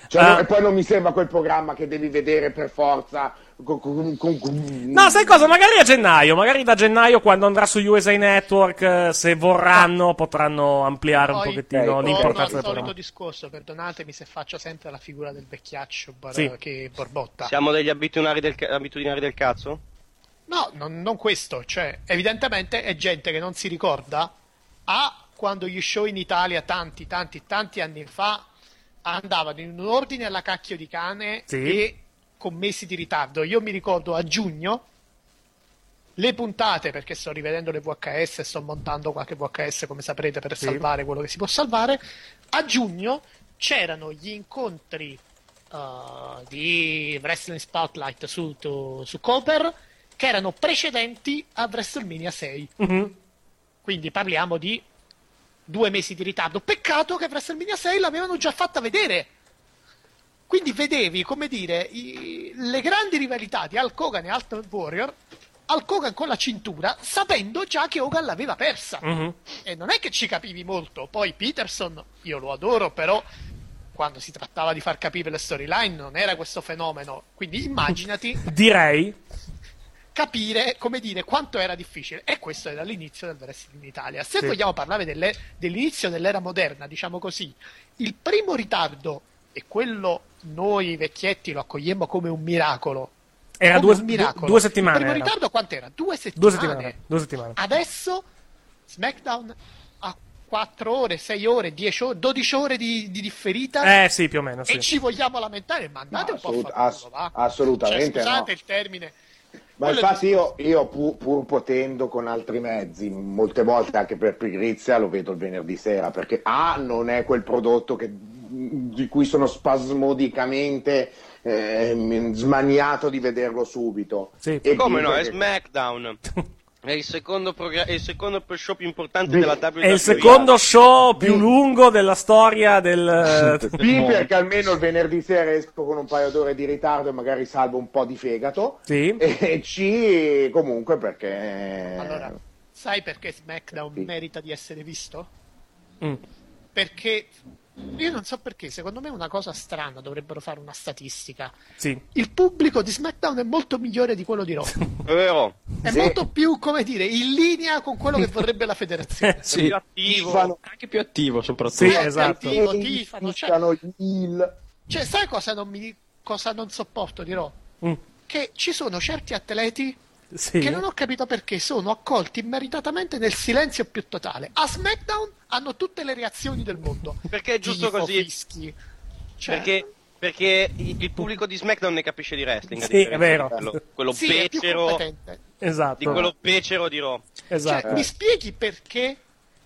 Speaker 13: Cioè,
Speaker 7: Ah.
Speaker 13: no, e poi non mi sembra quel programma che devi vedere per forza con- con- con- con-
Speaker 7: No, sai cosa? Magari a gennaio, magari da gennaio quando andrà su USA Network, eh, se vorranno, potranno ampliare un
Speaker 15: Poi
Speaker 7: pochettino
Speaker 15: torno al
Speaker 7: l'importanza del
Speaker 15: solito
Speaker 7: programma.
Speaker 15: discorso, perdonatemi se faccio sempre la figura del vecchiaccio bar-
Speaker 14: Sì.
Speaker 15: che borbotta.
Speaker 14: Siamo degli abitudinari del, ca- abitudinari del cazzo?
Speaker 15: No, non, non questo, cioè, evidentemente è gente che non si ricorda a quando gli show in Italia tanti, tanti, tanti anni fa andavano in un ordine alla cacchio di cane
Speaker 7: Sì.
Speaker 15: e con mesi di ritardo. Io mi ricordo a giugno le puntate, perché sto rivedendo le VHS, sto montando qualche VHS come saprete per
Speaker 16: Sì.
Speaker 15: salvare quello che si può salvare, a giugno c'erano gli incontri uh, di Wrestling Spotlight su, tu- su Copper che erano precedenti a WrestleMania 6. Quindi parliamo di due mesi di ritardo. Peccato che WrestleMania 6 l'avevano già fatta vedere. Quindi vedevi, come dire, i- le grandi rivalità di Hulk Hogan e Ultimate Warrior, Hulk Hogan con la cintura, sapendo già che Hogan l'aveva persa.
Speaker 7: Mhm.
Speaker 15: E non è che ci capivi molto. Poi Peterson, io lo adoro, però quando si trattava di far capire le storyline non era questo fenomeno. Quindi immaginati
Speaker 7: Direi,
Speaker 15: capire, come dire, quanto era difficile. E questo era l'inizio del wrestling in Italia. Se
Speaker 7: Sì.
Speaker 15: vogliamo parlare delle- dell'inizio dell'era moderna, diciamo così, il primo ritardo, e quello noi vecchietti lo accogliemmo come un miracolo.
Speaker 7: Era
Speaker 15: Come
Speaker 7: due-
Speaker 15: un miracolo.
Speaker 7: due- due settimane
Speaker 15: Il primo
Speaker 7: era.
Speaker 15: ritardo quant'era? Due settimane.
Speaker 7: due settimane. Due settimane.
Speaker 15: Adesso SmackDown ha 4 ore, 6 ore, 10 ore, 12 ore di, di differita.
Speaker 7: Eh sì, più o meno, sì.
Speaker 15: E ci vogliamo lamentare, ma andate un po' a
Speaker 13: assolut-
Speaker 15: fa'
Speaker 13: ass-
Speaker 15: culo, va.
Speaker 13: assolutamente
Speaker 15: Cioè, scusate
Speaker 13: no.
Speaker 15: il termine.
Speaker 13: Ma
Speaker 15: Quello
Speaker 13: infatti io, io pur, pur potendo con altri mezzi, molte volte anche per pigrizia, lo vedo il venerdì sera, perché A non è quel prodotto che- di cui sono spasmodicamente ehm, smaniato di vederlo subito.
Speaker 14: E come
Speaker 13: B,
Speaker 14: no? È
Speaker 13: perché-
Speaker 14: SmackDown. È il secondo, progra- è il secondo show più importante
Speaker 13: Beh,
Speaker 14: della WWE.
Speaker 7: È il secondo show più lungo della storia del...
Speaker 13: B perché almeno il venerdì sera esco con un paio d'ore di ritardo e magari salvo un po' di fegato.
Speaker 7: Sì.
Speaker 13: E C comunque perché...
Speaker 15: Allora, sai perché SmackDown merita di essere visto?
Speaker 7: Mm.
Speaker 15: Perché io non so perché, secondo me è una cosa strana, dovrebbero fare una statistica.
Speaker 7: Sì.
Speaker 15: Il pubblico di SmackDown è molto migliore di quello di Raw.
Speaker 14: È vero.
Speaker 15: È molto più, come dire, in linea con quello che vorrebbe la federazione.
Speaker 12: Sì.
Speaker 14: attivo.
Speaker 12: Anche più attivo soprattutto.
Speaker 7: Sì, esatto.
Speaker 15: Tifano, tifano, cioè- Cioè, sai cosa non, mi, cosa non sopporto di Raw?
Speaker 7: Mm.
Speaker 15: Che ci sono certi atleti
Speaker 7: Sì.
Speaker 15: che non ho capito perché sono accolti meritatamente nel silenzio più totale. A SmackDown hanno tutte le reazioni del mondo.
Speaker 14: Perché è giusto
Speaker 15: Tifo,
Speaker 14: così.
Speaker 15: Fischi. Cioè-
Speaker 14: Perché, perché il il pubblico di SmackDown ne capisce di wrestling. a
Speaker 7: Sì,
Speaker 14: differenza
Speaker 7: è vero.
Speaker 14: di Quello, quello
Speaker 15: Sì, è più
Speaker 14: becero.
Speaker 15: competente.
Speaker 7: Esatto.
Speaker 14: Di quello becero di Raw.
Speaker 15: Cioè,
Speaker 7: Esatto.
Speaker 15: mi spieghi perché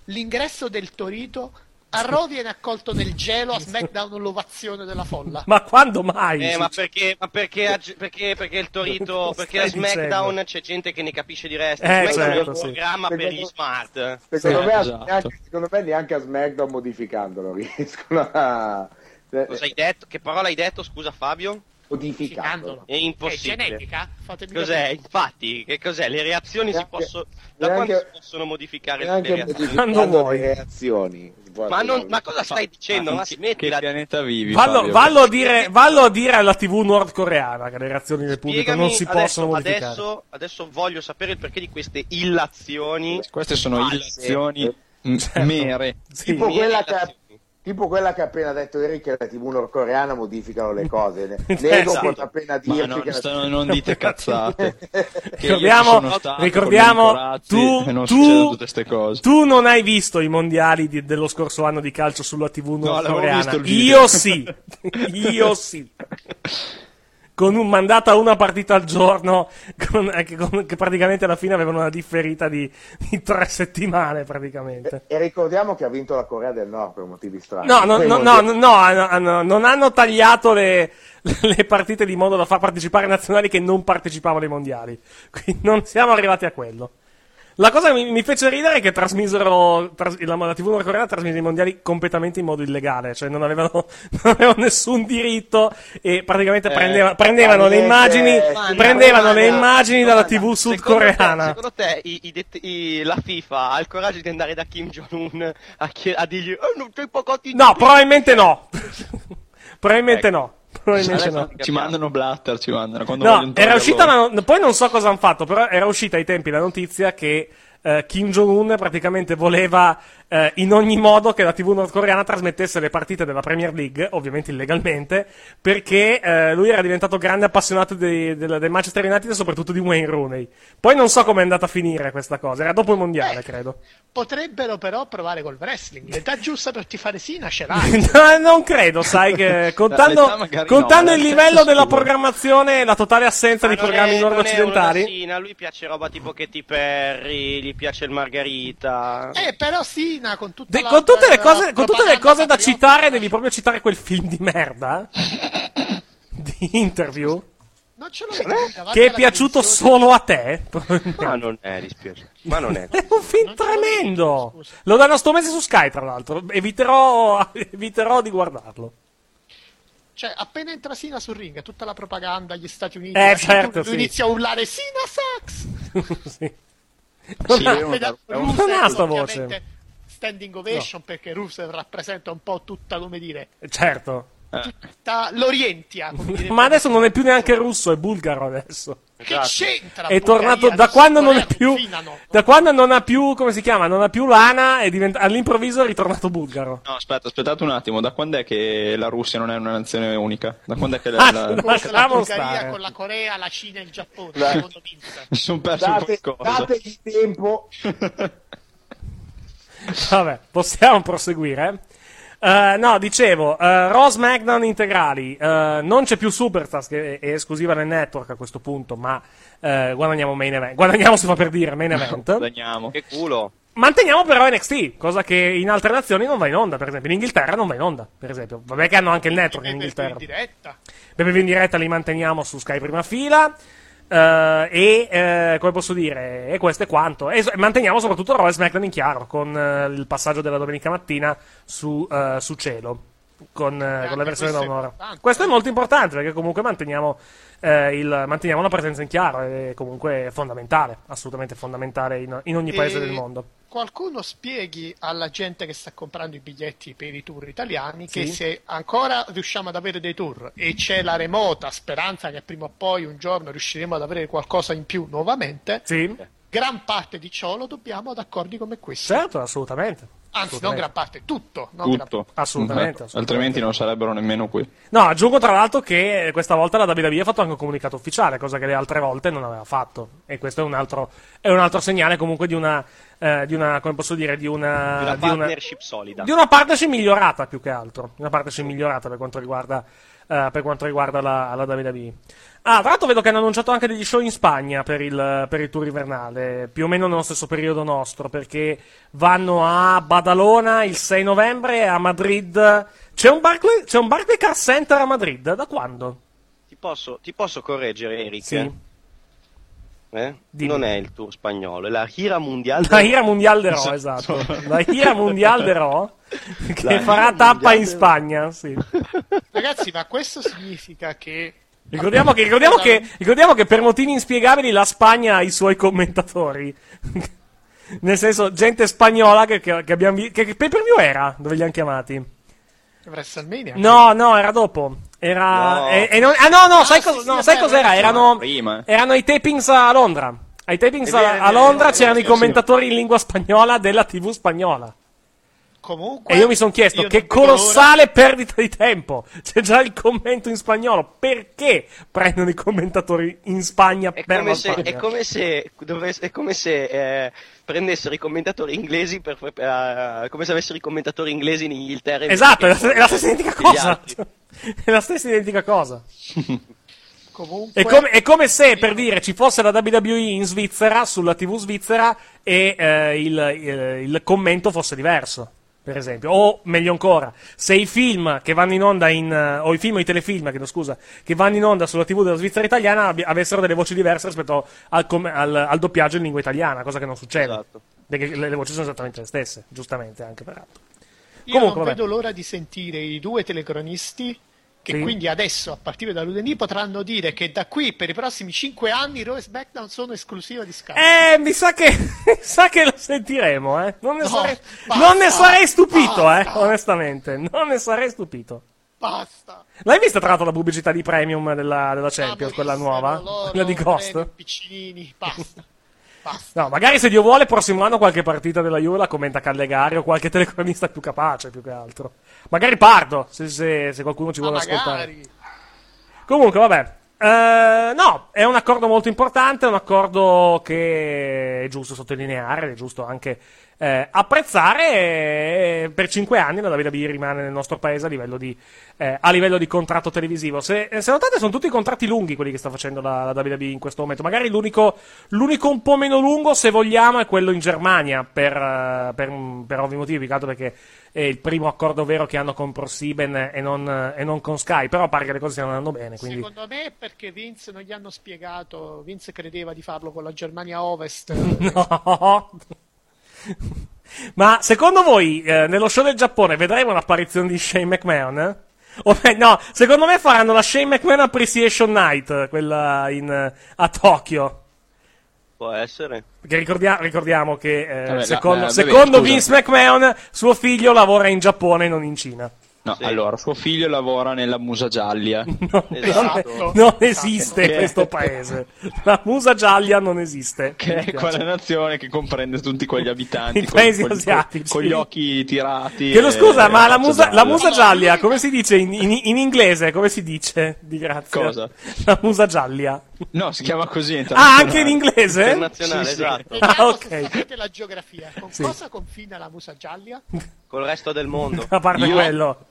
Speaker 15: l'ingresso del Torito a Raw viene accolto nel gelo, a SmackDown l'ovazione della folla?
Speaker 7: Ma quando mai?
Speaker 14: Eh, ma perché, ma perché, a- perché, perché il Torito, perché a
Speaker 7: stai
Speaker 14: SmackDown
Speaker 7: dicendo?
Speaker 14: c'è gente che ne capisce di wrestling.
Speaker 7: Eh,
Speaker 14: SmackDown
Speaker 7: certo,
Speaker 14: è un
Speaker 7: sì.
Speaker 14: programma per gli smart.
Speaker 13: Secondo, me,
Speaker 12: esatto.
Speaker 13: neanche, secondo me neanche a SmackDown modificandolo riescono a...
Speaker 14: Cosa hai detto? Che parola hai detto, scusa Fabio?
Speaker 13: Modificandolo.
Speaker 14: È impossibile.
Speaker 15: È genetica? Fatemi
Speaker 14: Cos'è?
Speaker 15: capire.
Speaker 14: Infatti, che cos'è? Le reazioni
Speaker 13: Neanche-
Speaker 14: si possono. Da
Speaker 13: neanche-
Speaker 14: quando si possono modificare le
Speaker 13: Neanche
Speaker 14: reazioni?
Speaker 13: modificando le reazioni.
Speaker 14: Ma, non- ma cosa stai dicendo? Ma
Speaker 12: Che
Speaker 14: smettila.
Speaker 12: pianeta vivi?
Speaker 7: Vallo,
Speaker 12: Fabio?
Speaker 7: vallo a dire, vallo a dire alla TV nordcoreana che le reazioni del pubblico
Speaker 14: Spiegami
Speaker 7: non si possono
Speaker 14: adesso,
Speaker 7: modificare.
Speaker 14: adesso, adesso voglio sapere il perché di queste illazioni.
Speaker 12: Queste sono
Speaker 14: False.
Speaker 12: illazioni m- mere.
Speaker 13: tipo, quella che ha, tipo quella che ha appena detto Eric che la TV nordcoreana modificano le cose. Ne- Nego
Speaker 12: Esatto.
Speaker 13: potrà appena dirci
Speaker 12: Ma non,
Speaker 13: che la-
Speaker 12: sto- non dite cazzate. Che io
Speaker 7: Ricordiamo-
Speaker 12: ci sono stato con
Speaker 7: ricordiamo,
Speaker 12: Enrico Razzi
Speaker 7: tu-
Speaker 12: e non
Speaker 7: tu-
Speaker 12: succedono tutte queste cose.
Speaker 7: Tu non hai visto i mondiali di- dello scorso anno di calcio sulla TV
Speaker 12: l'avevo
Speaker 7: nordcoreana.
Speaker 12: visto il video.
Speaker 7: Io sì, io sì. Con un mandata una partita al giorno, con- eh, che, con- che praticamente alla fine avevano una differita di, di tre settimane praticamente.
Speaker 13: E ricordiamo che ha vinto la Corea del Nord per motivi strani.
Speaker 7: No, no,
Speaker 13: Quei
Speaker 7: no, no,
Speaker 13: mondiali-
Speaker 7: no, no, hanno- hanno- non hanno tagliato le, le partite di modo da far partecipare nazionali che non partecipavano ai mondiali. Quindi non siamo arrivati a quello. La cosa che mi, mi fece ridere è che trasmisero, tras- la, la TV nordcoreana trasmise i mondiali completamente in modo illegale, cioè non avevano, non avevano nessun diritto e praticamente
Speaker 14: Eh,
Speaker 7: prendeva- prendevano le
Speaker 13: niente,
Speaker 7: immagini,
Speaker 13: domanda,
Speaker 7: prendevano le
Speaker 14: domanda,
Speaker 7: immagini dalla TV
Speaker 14: domanda.
Speaker 7: sudcoreana.
Speaker 14: Secondo te, secondo te i- i det- i- la FIFA ha il coraggio di andare da Kim Jong-un a, chie- a dirgli: "Eh, "Oh, non c'è pagato i
Speaker 7: No, probabilmente no. probabilmente
Speaker 14: Ecco.
Speaker 7: no. Però invece no.
Speaker 12: Ci mandano Blatter, ci mandano. Quando
Speaker 7: No,
Speaker 12: vogliono
Speaker 7: era
Speaker 12: toglierlo.
Speaker 7: uscita, la no- poi non so cosa hanno fatto, però era uscita ai tempi la notizia che eh, Kim Jong-un praticamente voleva eh, in ogni modo che la TV nordcoreana trasmettesse le partite della Premier League, ovviamente illegalmente, perché eh, lui era diventato grande appassionato dei- del, del Manchester United e soprattutto di Wayne Rooney. Poi non so come è andata a finire questa cosa, era dopo il mondiale, credo.
Speaker 15: Eh, Potrebbero però provare col wrestling. L'età giusta per tifare Sina ce l'hai.
Speaker 7: No, non credo, sai che
Speaker 15: L'età
Speaker 7: contando,
Speaker 15: magari no,
Speaker 7: contando
Speaker 14: eh.
Speaker 7: il
Speaker 15: ma nel
Speaker 7: livello
Speaker 15: senso
Speaker 7: della
Speaker 15: sicuro.
Speaker 7: programmazione e la totale assenza di programmi
Speaker 14: non è
Speaker 7: nord-occidentali.
Speaker 14: una Sina, lui piace roba tipo Katy Perry, gli piace il Margherita.
Speaker 15: Eh, però Sina con tutta
Speaker 7: De-
Speaker 15: la
Speaker 7: con tutte le cose, con tutte le cose da citare, devi proprio citare quel film di merda di interview
Speaker 15: Non ce l'ho davanti
Speaker 7: che è
Speaker 15: alla
Speaker 7: piaciuto solo a te.
Speaker 14: Eh? Ma non è, dispiace. Ma non è.
Speaker 7: È un film tremendo. Lo danno sto mese su Sky, tra l'altro. Eviterò, eviterò di guardarlo.
Speaker 15: Cioè, appena entra Sina sul ring, tutta la propaganda agli Stati Uniti,
Speaker 7: Eh,
Speaker 15: la-
Speaker 7: certo,
Speaker 15: lui
Speaker 7: sì.
Speaker 15: inizia a urlare Sina Sax!
Speaker 7: sì.
Speaker 15: Sì,
Speaker 7: Non ha-
Speaker 15: è una- è un-
Speaker 7: non ha sta
Speaker 15: ovviamente.
Speaker 7: voce.
Speaker 15: Standing ovation perché Rusev rappresenta un po' tutta, come dire, Eh.
Speaker 7: Certo.
Speaker 15: tutta l'Orientia. come dire.
Speaker 7: Ma adesso non è più neanche russo, è bulgaro adesso.
Speaker 15: Che c'entra?
Speaker 7: È
Speaker 15: Bulgaria?
Speaker 7: tornato da
Speaker 15: Adesso
Speaker 7: quando non è
Speaker 15: Corea
Speaker 7: più
Speaker 15: confinano.
Speaker 7: da quando non ha più, come si chiama? Non ha più lana e diventa- all'improvviso è ritornato bulgaro.
Speaker 12: No, aspetta, aspettate un attimo. Da quando è che la Russia non è una nazione unica? Da quando è che la.
Speaker 7: Ah,
Speaker 12: la-
Speaker 7: scusa,
Speaker 15: Forse la
Speaker 7: Lasciamo
Speaker 15: Bulgaria
Speaker 7: stare.
Speaker 15: con la Corea, la Cina e il Giappone.
Speaker 12: Dai.
Speaker 15: secondo Vince.
Speaker 12: Mi sono perso
Speaker 13: Date-
Speaker 12: qualcosa.
Speaker 13: dategli tempo.
Speaker 7: Vabbè, possiamo proseguire. Eh, no, dicevo, eh, Raw SmackDown integrali, eh, non c'è più Superstars che è, è esclusiva nel network a questo punto, ma eh, guadagniamo main event, guadagniamo si fa per dire main event.
Speaker 14: Che culo.
Speaker 7: Manteniamo però NXT, cosa che in altre nazioni non va in onda, per esempio in Inghilterra non va in onda, per esempio. Vabbè che hanno anche il network
Speaker 14: Eh,
Speaker 7: in Inghilterra.
Speaker 15: diretta.
Speaker 7: BBV in diretta li manteniamo su Sky prima fila. eh, e eh, come posso dire, e questo è quanto. E so- manteniamo soprattutto Raw e SmackDown in chiaro con eh, il passaggio della domenica mattina su, eh, su Cielo con, eh, con la versione da
Speaker 15: questo è
Speaker 7: un'ora.
Speaker 15: importante.
Speaker 7: Questo è molto importante perché comunque manteniamo, eh, il- manteniamo la presenza in chiaro. È comunque fondamentale, assolutamente fondamentale in, in ogni paese
Speaker 15: E
Speaker 7: del mondo.
Speaker 15: Qualcuno spieghi alla gente che sta comprando i biglietti per i tour italiani che
Speaker 7: Sì.
Speaker 15: se ancora riusciamo ad avere dei tour e c'è la remota speranza che prima o poi un giorno riusciremo ad avere qualcosa in più nuovamente, gran parte di ciò lo dobbiamo ad accordi come questo.
Speaker 7: Certo, assolutamente.
Speaker 15: Anzi, non gran parte, tutto. non gran
Speaker 12: Tutto.
Speaker 15: parte.
Speaker 7: Assolutamente,
Speaker 12: Eh,
Speaker 7: assolutamente.
Speaker 12: Altrimenti non sarebbero nemmeno qui.
Speaker 7: No, aggiungo tra l'altro che eh, questa volta la WWE ha fatto anche un comunicato ufficiale, cosa che le altre volte non aveva fatto. E questo è un altro, è un altro segnale comunque di una, eh, di una, come posso dire, di una,
Speaker 14: Una
Speaker 7: di una-
Speaker 14: partnership solida.
Speaker 7: di una partnership migliorata più che altro. Una partnership migliorata per quanto riguarda, eh, per quanto riguarda la, la WWE. Ah, tra l'altro vedo che hanno annunciato anche degli show in Spagna per il, per il tour invernale, più o meno nello stesso periodo nostro, perché vanno a Badalona il 6 novembre, a Madrid. C'è un Barclay, c'è un Barclay Car Center a Madrid, da quando?
Speaker 14: Ti posso, ti posso correggere, Eric?
Speaker 7: Sì.
Speaker 14: Eh? Non è il tour spagnolo, è la Gira Mundial.
Speaker 7: La Gira Mundial de Ro, esatto. La Gira Mundial de Ro, che farà tappa in Spagna, sì.
Speaker 15: Ragazzi, ma questo significa che
Speaker 7: Ricordiamo che, ricordiamo, che, ricordiamo che per motivi inspiegabili la Spagna ha i suoi commentatori. Nel senso, gente spagnola che, che, che abbiamo visto. Che, che pay per view era? Dove li hanno chiamati?
Speaker 15: WrestleMania
Speaker 7: No, no, era dopo. Era.
Speaker 15: No.
Speaker 7: e- e non- ah, no, no, sai, cosa- no, sai
Speaker 15: vabbè,
Speaker 7: cos'era?
Speaker 15: vabbè,
Speaker 7: Erano,
Speaker 12: prima, eh.
Speaker 7: erano i tapings a Londra. Ai tapings
Speaker 15: È vero, è
Speaker 7: a, a
Speaker 15: vero,
Speaker 7: Londra
Speaker 15: è vero,
Speaker 7: c'erano
Speaker 15: sì,
Speaker 7: i
Speaker 15: sì.
Speaker 7: commentatori in lingua spagnola della TV spagnola.
Speaker 15: comunque
Speaker 7: E io mi sono chiesto
Speaker 15: io
Speaker 7: che
Speaker 15: non vedo l'ora-
Speaker 7: colossale perdita di tempo. C'è già il commento in spagnolo. Perché prendono i commentatori in Spagna
Speaker 14: È
Speaker 7: per
Speaker 14: come
Speaker 7: la
Speaker 14: se,
Speaker 7: Spagna?
Speaker 14: è come se, dovesse- è come se, eh, prendessero i commentatori inglesi per, per- eh, come se avessero i commentatori inglesi in Inghilterra. invece
Speaker 7: Esatto,
Speaker 14: che
Speaker 7: è la, st- è la stessa
Speaker 14: tutti
Speaker 7: identica
Speaker 14: gli
Speaker 7: cosa.
Speaker 14: altri.
Speaker 7: È la stessa identica cosa.
Speaker 15: comunque
Speaker 7: È come, è come se, per dire, ci fosse la WWE in Svizzera, sulla TV svizzera, e eh, il, eh, il commento fosse diverso, per esempio. O, meglio ancora, se i film che vanno in onda in... eh, o i film o i telefilm, chiedo scusa, che vanno in onda sulla TV della Svizzera italiana abbi- avessero delle voci diverse rispetto al, com- al- al doppiaggio in lingua italiana, cosa che non succede.
Speaker 15: Esatto.
Speaker 7: Perché le, le voci sono esattamente le stesse, giustamente, anche peraltro.
Speaker 15: Io
Speaker 7: Comunque,
Speaker 15: non
Speaker 7: vabbè.
Speaker 15: vedo l'ora di sentire i due telecronisti che
Speaker 7: Sì.
Speaker 15: quindi adesso, a partire da lunedì, potranno dire che da qui per i prossimi 5 anni Raw e SmackDown sono esclusiva di Sky.
Speaker 7: Eh, mi sa che, mi sa che lo sentiremo, eh. Non ne,
Speaker 15: No,
Speaker 7: sarei,
Speaker 15: basta,
Speaker 7: non ne sarei stupito,
Speaker 15: basta.
Speaker 7: eh, onestamente. Non ne sarei stupito.
Speaker 15: Basta.
Speaker 7: L'hai vista tra l'altro la pubblicità di premium della, della Champions, quella nuova? Quella di Ghost?
Speaker 15: Piccinini, basta.
Speaker 7: No, magari se Dio vuole, prossimo anno qualche partita della Juve la commenta Callegari o qualche telecronista più capace, più che altro. Magari Pardo, se, se- se qualcuno ci
Speaker 15: Ma
Speaker 7: vuole
Speaker 15: magari.
Speaker 7: ascoltare. Comunque, vabbè. Eh, no, è un accordo molto importante, è un accordo che è giusto sottolineare, ed è giusto anche eh, apprezzare. e per cinque anni la WWE rimane nel nostro paese a livello di, eh, a livello di contratto televisivo. Se, se notate sono tutti contratti lunghi quelli che sta facendo la, la WWE in questo momento. Magari l'unico, l'unico un po' meno lungo, se vogliamo, è quello in Germania, per, eh, per, per ovvi motivi, più che altro perché è il primo accordo vero che hanno con ProSieben e non, e non con Sky. Però pare che le cose stiano andando bene, quindi...
Speaker 15: Secondo me è perché Vince non gli hanno spiegato. Vince credeva di farlo con la Germania Ovest.
Speaker 7: No. Ma secondo voi eh, nello show del Giappone vedremo un'apparizione di Shane McMahon? eh? O me- no, secondo me faranno la Shane McMahon Appreciation Night, eh, quella in, eh, a Tokyo.
Speaker 14: Può essere.
Speaker 7: Perché ricordia- ricordiamo che eh,
Speaker 12: Vabbè, la-
Speaker 7: secondo,
Speaker 12: la- vabbè,
Speaker 7: secondo
Speaker 12: scusa.
Speaker 7: Vince McMahon suo figlio lavora in Giappone e non in Cina.
Speaker 12: No, allora, suo figlio lavora nella Musa Giallia.
Speaker 14: Esatto.
Speaker 12: Esatto.
Speaker 7: Non, non esiste in
Speaker 12: Che-
Speaker 7: questo paese. La musa giallia non esiste.
Speaker 12: Che
Speaker 7: Mi
Speaker 12: è
Speaker 7: spiace.
Speaker 12: quella nazione che comprende tutti quegli abitanti
Speaker 7: I
Speaker 12: con-
Speaker 7: paesi
Speaker 12: con-
Speaker 7: asiatici.
Speaker 12: con gli occhi tirati.
Speaker 7: Chiedo
Speaker 12: e-
Speaker 7: scusa, ma la musa, la
Speaker 12: gialla.
Speaker 7: musa giallia, come si dice in, in- in inglese? Come si dice? Di grazia.
Speaker 12: Cosa? Cioè,
Speaker 7: La musa giallia.
Speaker 12: No, si chiama così.
Speaker 7: Ah,
Speaker 12: internazionale.
Speaker 7: anche in inglese?
Speaker 14: Internazionale,
Speaker 7: Sì, sì.
Speaker 14: esatto.
Speaker 7: Ah,
Speaker 15: Se
Speaker 7: ok.
Speaker 15: sapete la geografia, con
Speaker 12: Sì.
Speaker 15: cosa confina la Musa Giallia?
Speaker 14: Col resto del mondo.
Speaker 7: A parte
Speaker 12: Io-
Speaker 7: quello.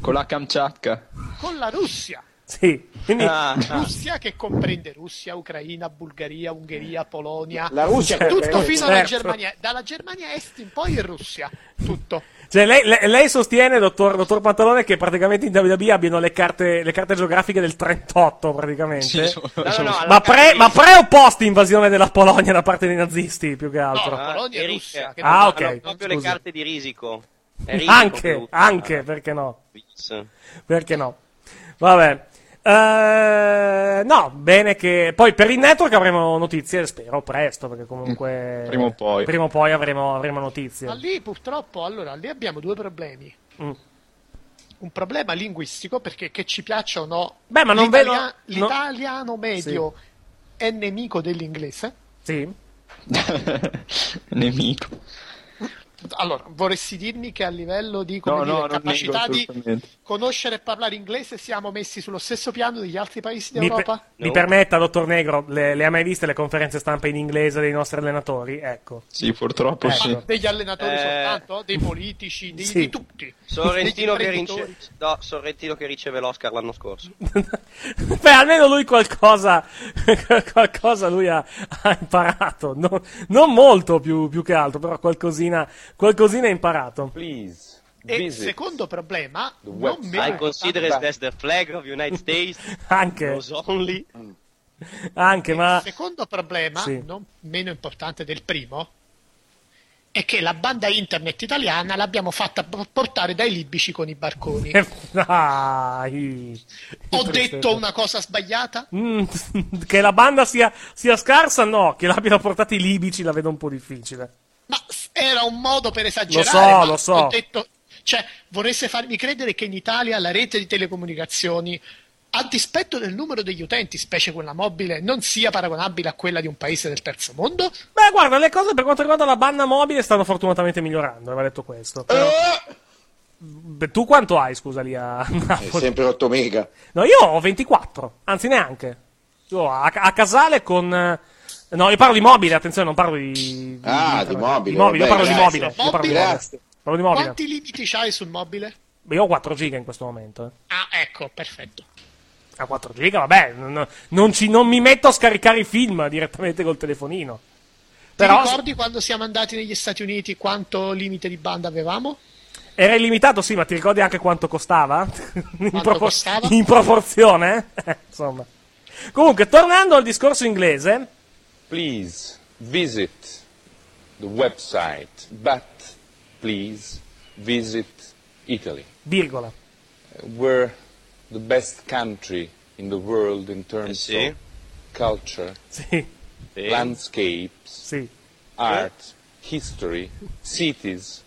Speaker 12: Con la Kamchatka.
Speaker 15: Con la Russia.
Speaker 7: Sì. Quindi...
Speaker 12: Ah.
Speaker 15: Russia che comprende Russia, Ucraina, Bulgaria, Ungheria, Polonia.
Speaker 13: La Russia
Speaker 15: Cioè,
Speaker 13: comprende-
Speaker 15: tutto fino alla
Speaker 7: Certo.
Speaker 15: Germania, dalla Germania est in poi in Russia. Tutto.
Speaker 7: Cioè, lei, lei- lei sostiene, dottor, dottor Pantalone, che praticamente in WWE abbiano le carte, le carte geografiche del 38, praticamente.
Speaker 12: Sì, sono- No, no, sono- no, alla
Speaker 7: ma, pre, ma pre o post invasione della Polonia da parte dei nazisti, più che altro?
Speaker 14: Ah,
Speaker 15: Polonia e
Speaker 14: e
Speaker 15: Russia,
Speaker 14: Russia.
Speaker 15: che
Speaker 7: Ah,
Speaker 14: hanno
Speaker 7: ok,
Speaker 14: Proprio
Speaker 7: scusi.
Speaker 14: le carte di risico. È Risico
Speaker 7: anche,
Speaker 14: più-
Speaker 7: anche, perché no?
Speaker 14: Vince.
Speaker 7: Perché no? Vabbè. Eh, no, bene che poi per il network avremo notizie, spero presto, perché comunque
Speaker 12: Mm. Prima o poi.
Speaker 7: prima o poi avremo, avremo notizie.
Speaker 15: Ma lì purtroppo, allora, lì abbiamo due problemi.
Speaker 7: Mm.
Speaker 15: Un problema linguistico, perché che ci piaccia o no,
Speaker 7: Beh, ma non
Speaker 15: l'italia-
Speaker 7: vedo- no.
Speaker 15: l'italiano medio è nemico dell'inglese.
Speaker 7: Sì.
Speaker 12: Nemico.
Speaker 15: Allora, vorresti dirmi che a livello di come
Speaker 12: No,
Speaker 15: dire,
Speaker 12: no, non nego
Speaker 15: capacità di
Speaker 12: assolutamente.
Speaker 15: conoscere e parlare inglese siamo messi sullo stesso piano degli altri paesi
Speaker 7: Mi, per-
Speaker 15: d'Europa?
Speaker 7: mi permetta, dottor Negro, le, le ha mai viste le conferenze stampa in inglese dei nostri allenatori? Ecco.
Speaker 12: Sì, purtroppo
Speaker 7: Ecco.
Speaker 12: sì.
Speaker 15: Degli allenatori
Speaker 14: Eh.
Speaker 15: soltanto, dei politici, di,
Speaker 7: Sì.
Speaker 15: di tutti.
Speaker 14: Sorrentino
Speaker 15: Degli
Speaker 14: che,
Speaker 15: imprenditori.
Speaker 14: rince- no, Sorrentino che riceve l'Oscar l'anno scorso.
Speaker 7: Beh, almeno lui qualcosa, qualcosa lui ha, ha imparato. Non, non molto più, più che altro, però qualcosina, qualcosina ha imparato.
Speaker 15: E secondo problema, non
Speaker 14: website.
Speaker 15: meno
Speaker 14: I consider it as the flag of United States.
Speaker 7: Anche.
Speaker 14: Those only.
Speaker 7: Anche, ma.
Speaker 15: Il secondo problema,
Speaker 7: Sì.
Speaker 15: non meno importante del primo, è che la banda internet italiana l'abbiamo fatta por- portare dai libici con i barconi.
Speaker 7: Dai.
Speaker 15: Ho detto una cosa sbagliata?
Speaker 7: Mm, che la banda sia, sia scarsa, no. Che l'abbiano portata i libici la vedo un po' difficile.
Speaker 15: Ma s- era un modo per
Speaker 7: Lo
Speaker 15: esagerare.
Speaker 7: so,
Speaker 15: ma
Speaker 7: lo so.
Speaker 15: Ho detto, cioè, vorreste farmi credere che in Italia la rete di telecomunicazioni, a dispetto del numero degli utenti, specie quella mobile, non sia paragonabile a quella di un paese del terzo mondo?
Speaker 7: Beh, guarda, le cose per quanto riguarda la banda mobile stanno fortunatamente migliorando. Aveva detto questo. Però- Beh, tu quanto hai, scusa, lì a a
Speaker 13: È
Speaker 7: Napoli?
Speaker 13: sempre 8 mega.
Speaker 7: No, io ho 24, anzi neanche. Io a, a Casale con... eh, No, io parlo di mobile, attenzione, non parlo di... di
Speaker 13: Ah, di mobile,
Speaker 7: io
Speaker 13: vabbè,
Speaker 7: parlo di
Speaker 13: grazie.
Speaker 7: mobile. Io parlo di
Speaker 13: Mobile?
Speaker 7: mobile. Parlo di mobile.
Speaker 15: Quanti limiti c'hai sul mobile?
Speaker 7: Io ho 4 giga in questo momento. eh.
Speaker 15: Ah, ecco, perfetto.
Speaker 7: A 4 giga, vabbè, non, non ci- non mi metto a scaricare i film direttamente col telefonino. Però
Speaker 15: Ti ricordi quando siamo andati negli Stati Uniti quanto limite di banda avevamo?
Speaker 7: era illimitato, sì, ma ti ricordi anche quanto costava? in,
Speaker 15: costava?
Speaker 7: in proporzione? eh? Insomma. Comunque, tornando al discorso inglese,
Speaker 16: please visit the website, but please visit Italy.
Speaker 7: virgola.
Speaker 16: We're the best country in the world in terms
Speaker 14: sì.
Speaker 16: of culture,
Speaker 7: Sì,
Speaker 16: landscapes,
Speaker 7: sì.
Speaker 16: art, history, cities,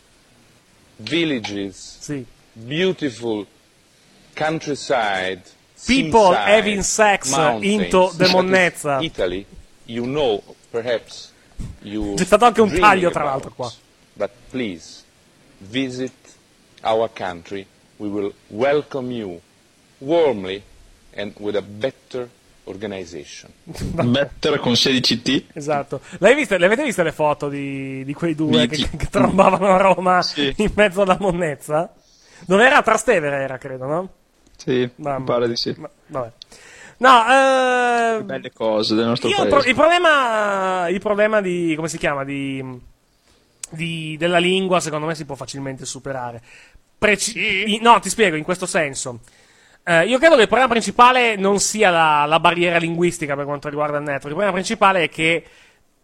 Speaker 16: villages,
Speaker 7: Sì.
Speaker 16: beautiful countryside,
Speaker 7: People
Speaker 16: seaside,
Speaker 7: having sex
Speaker 16: mountains,
Speaker 7: into the
Speaker 16: that is
Speaker 7: monnezza.
Speaker 16: Italy, you know, perhaps you
Speaker 7: C'è stato anche un
Speaker 16: dreaming
Speaker 7: taglio, tra
Speaker 16: about,
Speaker 7: l'altro, qua.
Speaker 16: But please visit our country. We will welcome you warmly and with a better organization.
Speaker 12: Better con 16T.
Speaker 7: Esatto. L'hai vista- le avete viste le foto di, di quei due che,
Speaker 12: Di chi?
Speaker 7: che trombavano a Roma in mezzo alla monnezza? Dove era? A Trastevere era, credo, no?
Speaker 12: Sì, mi pare di sì.
Speaker 7: Vabbè. No, eh,
Speaker 12: Belle cose del nostro
Speaker 7: io il,
Speaker 12: paese.
Speaker 7: pro- il problema il problema di come si chiama di, di- della lingua secondo me si può facilmente superare. Preci- i- no, ti spiego in questo senso. Eh, io credo che il problema principale non sia la, la barriera linguistica per quanto riguarda il network. Il problema principale è che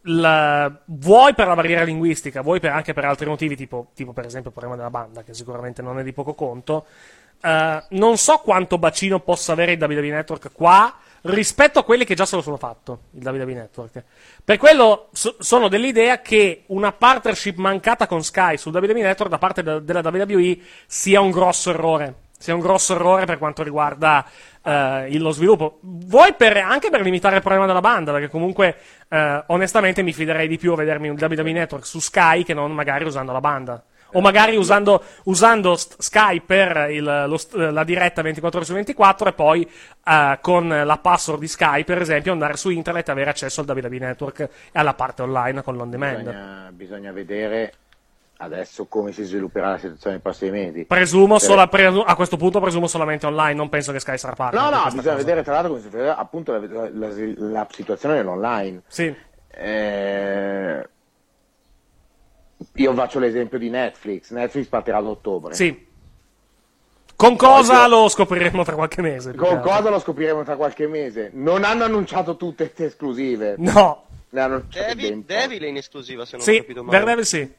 Speaker 7: la- vuoi per la barriera linguistica, vuoi per- anche per altri motivi, tipo, tipo per esempio il problema della banda, che sicuramente non è di poco conto. eh, non so quanto bacino possa avere il WWE Network qua rispetto a quelli che già se lo sono fatto, il WWE Network. Per quello so- sono dell'idea che una partnership mancata con Sky sul WWE Network da parte de- della WWE sia un grosso errore. Sia un grosso errore per quanto riguarda eh, il- lo sviluppo. Vuoi per- anche per limitare il problema della banda, perché comunque eh, onestamente mi fiderei di più a vedermi un WWE Network su Sky che non magari usando la banda. O magari usando, usando st- Sky per il- lo st- la diretta 24 ore su 24 e poi eh, con la password di Sky, per esempio, andare su internet e avere accesso al WWE Network e alla parte online con l'on demand.
Speaker 13: Bisogna, bisogna vedere adesso come si svilupperà la situazione nei prossimi mesi.
Speaker 7: Presumo
Speaker 13: Per-
Speaker 7: solo- presu- a questo punto presumo solamente online, non penso che Sky sarà parte.
Speaker 13: No, no, bisogna vedere tra l'altro come si vedrà appunto la, la- la situazione dell'online.
Speaker 7: Sì.
Speaker 13: io faccio l'esempio di Netflix. Netflix partirà ad ottobre.
Speaker 7: Sì. Con cosa lo scopriremo tra qualche mese. più che
Speaker 13: Con
Speaker 7: altro.
Speaker 13: cosa lo scopriremo tra qualche mese? Non hanno annunciato tutte queste esclusive.
Speaker 7: No.
Speaker 13: Ne hanno annunciate ben poche.
Speaker 14: Devil è in esclusiva, se non ho
Speaker 13: Sì,
Speaker 14: capito male.
Speaker 13: Daredevil
Speaker 7: sì.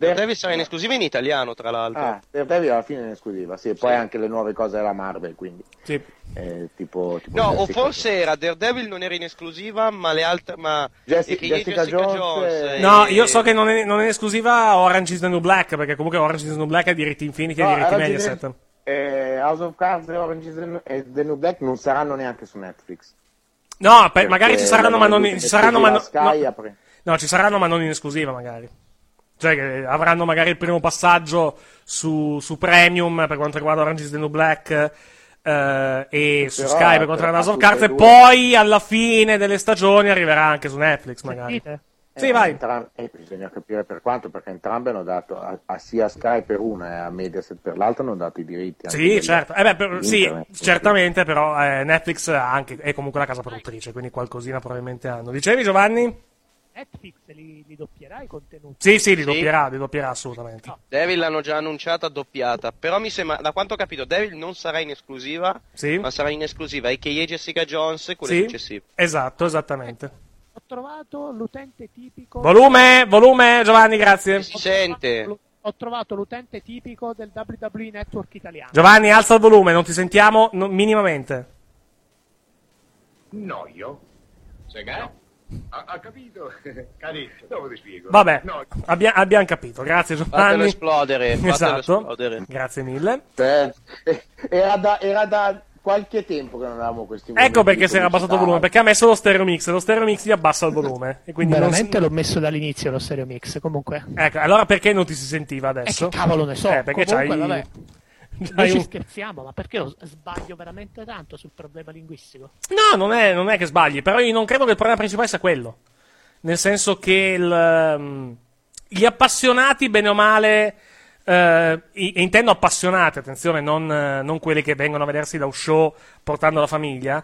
Speaker 14: Daredevil sarà in esclusiva in italiano, tra l'altro.
Speaker 13: Ah, per Devil alla fine è esclusiva, sì, poi anche le nuove cose della Marvel, quindi.
Speaker 7: Sì.
Speaker 13: Eh, tipo, tipo
Speaker 14: No, o
Speaker 13: Jessica-
Speaker 14: forse era Daredevil non era in esclusiva, ma le altre. Ma
Speaker 13: Jessi-
Speaker 14: e che
Speaker 13: Jessica Jones, eh,
Speaker 7: No, io so che non è, non è in esclusiva Orange is the New Black, perché comunque Orange is the New Black è diritti Infinity
Speaker 13: No,
Speaker 7: e diritti
Speaker 13: Orange is
Speaker 7: Mediaset.
Speaker 13: eh, House of Cards e Orange is the New- e The New Black non saranno neanche su Netflix.
Speaker 7: No, pe- magari ci
Speaker 13: Perché
Speaker 7: saranno, ma non
Speaker 13: l'hanno
Speaker 7: ci saranno, ma no-
Speaker 13: esclusiva Sky
Speaker 7: no.
Speaker 13: apre-
Speaker 7: No, ci saranno, ma non in esclusiva, magari. Cioè, che avranno magari il primo passaggio su, su Premium per quanto riguarda Orange is the New Black. eh, e su
Speaker 13: Però,
Speaker 7: Sky per
Speaker 13: per-
Speaker 7: quanto riguarda House of
Speaker 13: tutte e
Speaker 7: Cards e
Speaker 13: due.
Speaker 7: poi alla fine delle stagioni arriverà anche su Netflix magari Sì,
Speaker 13: Eh,
Speaker 7: vai.
Speaker 13: entram- eh, bisogna capire per quanto, perché entrambe hanno dato a, a sia Sky per una e a Mediaset per l'altra hanno dato i diritti. anche
Speaker 7: Sì,
Speaker 13: della-
Speaker 7: certo. Eh beh, per-
Speaker 13: di
Speaker 7: sì,
Speaker 13: internet.
Speaker 7: certamente, però eh, Netflix ha anche- è comunque una casa produttrice, quindi qualcosina probabilmente hanno. Dicevi Giovanni?
Speaker 15: Netflix li, li doppierà i contenuti.
Speaker 7: Sì, sì, li doppierà, li doppierà assolutamente.
Speaker 14: Devil l'hanno già annunciata doppiata. Però mi sembra, da quanto ho capito, Devil non sarà in esclusiva,
Speaker 7: Sì.
Speaker 14: ma sarà in esclusiva. E che Jessica Jones e quelle
Speaker 7: Sì.
Speaker 14: successive.
Speaker 7: Esatto, esattamente.
Speaker 15: Ho trovato l'utente tipico.
Speaker 7: Volume, volume, Giovanni, grazie.
Speaker 14: Si sente.
Speaker 15: Ho trovato l'utente tipico del WWE Network italiano.
Speaker 7: Giovanni, alza il volume, non ti sentiamo no- minimamente.
Speaker 17: No, io. Cioè, ha, ha capito? Caretto. Dopo ti spiego.
Speaker 7: Vabbè,
Speaker 17: No,
Speaker 7: abbia- abbiamo capito. Grazie Giovanni.
Speaker 14: Fatelo esplodere, fatelo
Speaker 7: Esatto.
Speaker 14: esplodere.
Speaker 7: Grazie mille.
Speaker 13: Eh, eh, era, da, era da qualche tempo che non avevamo questi momenti
Speaker 7: Ecco perché
Speaker 13: di
Speaker 7: si era abbassato il
Speaker 13: pubblicità.
Speaker 7: volume, perché ha messo lo stereo mix, e lo stereo mix gli abbassa il volume. E quindi non si-
Speaker 15: Veramente l'ho messo dall'inizio lo stereo mix. Comunque,
Speaker 7: Ecco, allora perché non ti si sentiva adesso?
Speaker 15: Eh, che cavolo ne so.
Speaker 7: Eh, perché
Speaker 15: Comunque,
Speaker 7: c'hai...
Speaker 15: vabbè.
Speaker 7: c'hai
Speaker 15: noi ci
Speaker 7: un-
Speaker 15: scherziamo, ma perché lo s- sbaglio veramente tanto sul problema linguistico?
Speaker 7: No, non è, non è che sbagli, però io non credo che il problema principale sia quello. Nel senso che il, ehm, gli appassionati, bene o male, eh, i- e intendo appassionati, attenzione, non, eh, non quelli che vengono a vedersi da un show portando la famiglia,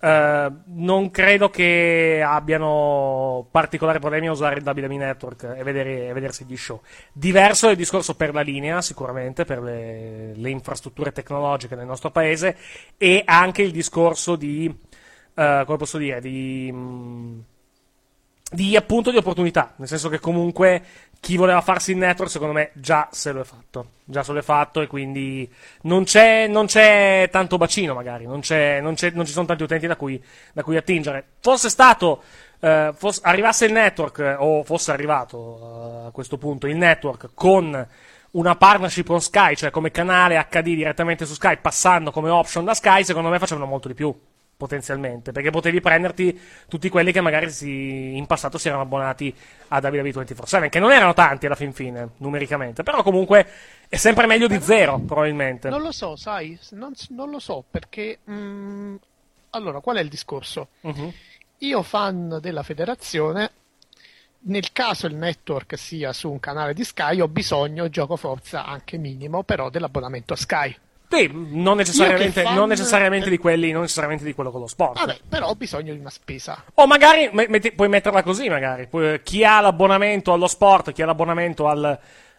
Speaker 7: eh, non credo che abbiano particolari problemi a usare il WWE Network e, vedere- e vedersi gli show. Diverso è il discorso per la linea, sicuramente, per le, le infrastrutture tecnologiche nel nostro paese, e anche il discorso di, eh, come posso dire, di... mm, di appunto di opportunità, nel senso che comunque chi voleva farsi il network secondo me già se lo è fatto, già se lo è fatto e quindi non c'è, non c'è tanto bacino magari, non, c'è, non, c'è- non ci sono tanti utenti da cui, da cui attingere. Fosse stato, eh, fosse- arrivasse il network eh, o fosse arrivato eh, a questo punto il network con una partnership con Sky, cioè come canale HD direttamente su Sky, passando come option da Sky, secondo me facevano molto di più, potenzialmente, perché potevi prenderti tutti quelli che magari si- in passato si erano abbonati a WWE 24/7, che non erano tanti alla fin fine, numericamente, però comunque è sempre meglio di zero, probabilmente.
Speaker 15: Non lo so, sai, non, non lo so perché. mm, allora, qual è il discorso? Io, fan della federazione, nel caso il network sia su un canale di Sky, ho bisogno, gioco forza anche minimo, però dell'abbonamento a Sky.
Speaker 7: Sì, non necessariamente,
Speaker 15: Io che fan-
Speaker 7: non necessariamente di quelli, non necessariamente di quello con lo sport.
Speaker 15: Vabbè, però ho bisogno di una spesa.
Speaker 7: O magari me- metti- puoi metterla così, magari. Pu- chi ha l'abbonamento allo sport, chi ha l'abbonamento al,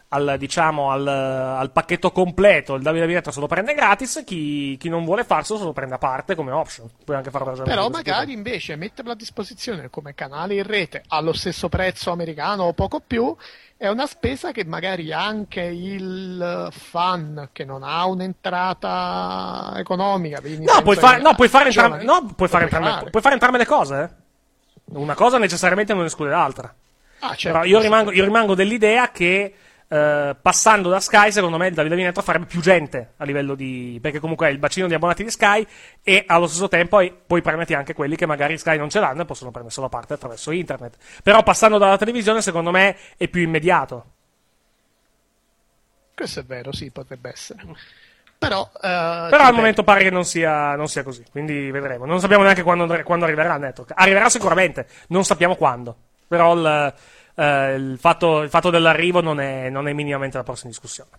Speaker 7: al, diciamo, al, al pacchetto completo, il WWE Retro se lo prende gratis, chi, chi non vuole farselo se lo prende a parte come option. Puoi anche farlo
Speaker 15: Però magari invece metterla a disposizione come canale in rete allo stesso prezzo americano o poco più è una spesa che magari anche il fan che non ha un'entrata economica. quindi
Speaker 7: No, puoi
Speaker 15: penso
Speaker 7: fare,
Speaker 15: ai-
Speaker 7: no, puoi fare
Speaker 15: ai
Speaker 7: entrambe,
Speaker 15: giovani,
Speaker 7: no, puoi fare
Speaker 15: Cioè, puoi
Speaker 7: entrambe,
Speaker 15: fare.
Speaker 7: puoi fare entrambe le cose. eh. Una cosa necessariamente non esclude l'altra.
Speaker 15: Ah, certo.
Speaker 7: Però io rimango, io rimango dell'idea che eh, passando da Sky, secondo me, il Davide Vinetto farebbe più gente a livello di. perché comunque è il bacino di abbonati di Sky e allo stesso tempo hai- puoi prenderti anche quelli che magari Sky non ce l'hanno e possono prenderselo a parte attraverso internet. Però passando dalla televisione, secondo me, è più immediato.
Speaker 15: Questo è vero, sì, potrebbe essere. Però, eh,
Speaker 7: Però al
Speaker 15: ripeto,
Speaker 7: momento pare che non sia, non sia così, quindi vedremo. Non sappiamo neanche quando, quando arriverà il network. Arriverà sicuramente, non sappiamo quando. Però il, eh, il fatto, il fatto dell'arrivo non è, non è minimamente la prossima discussione.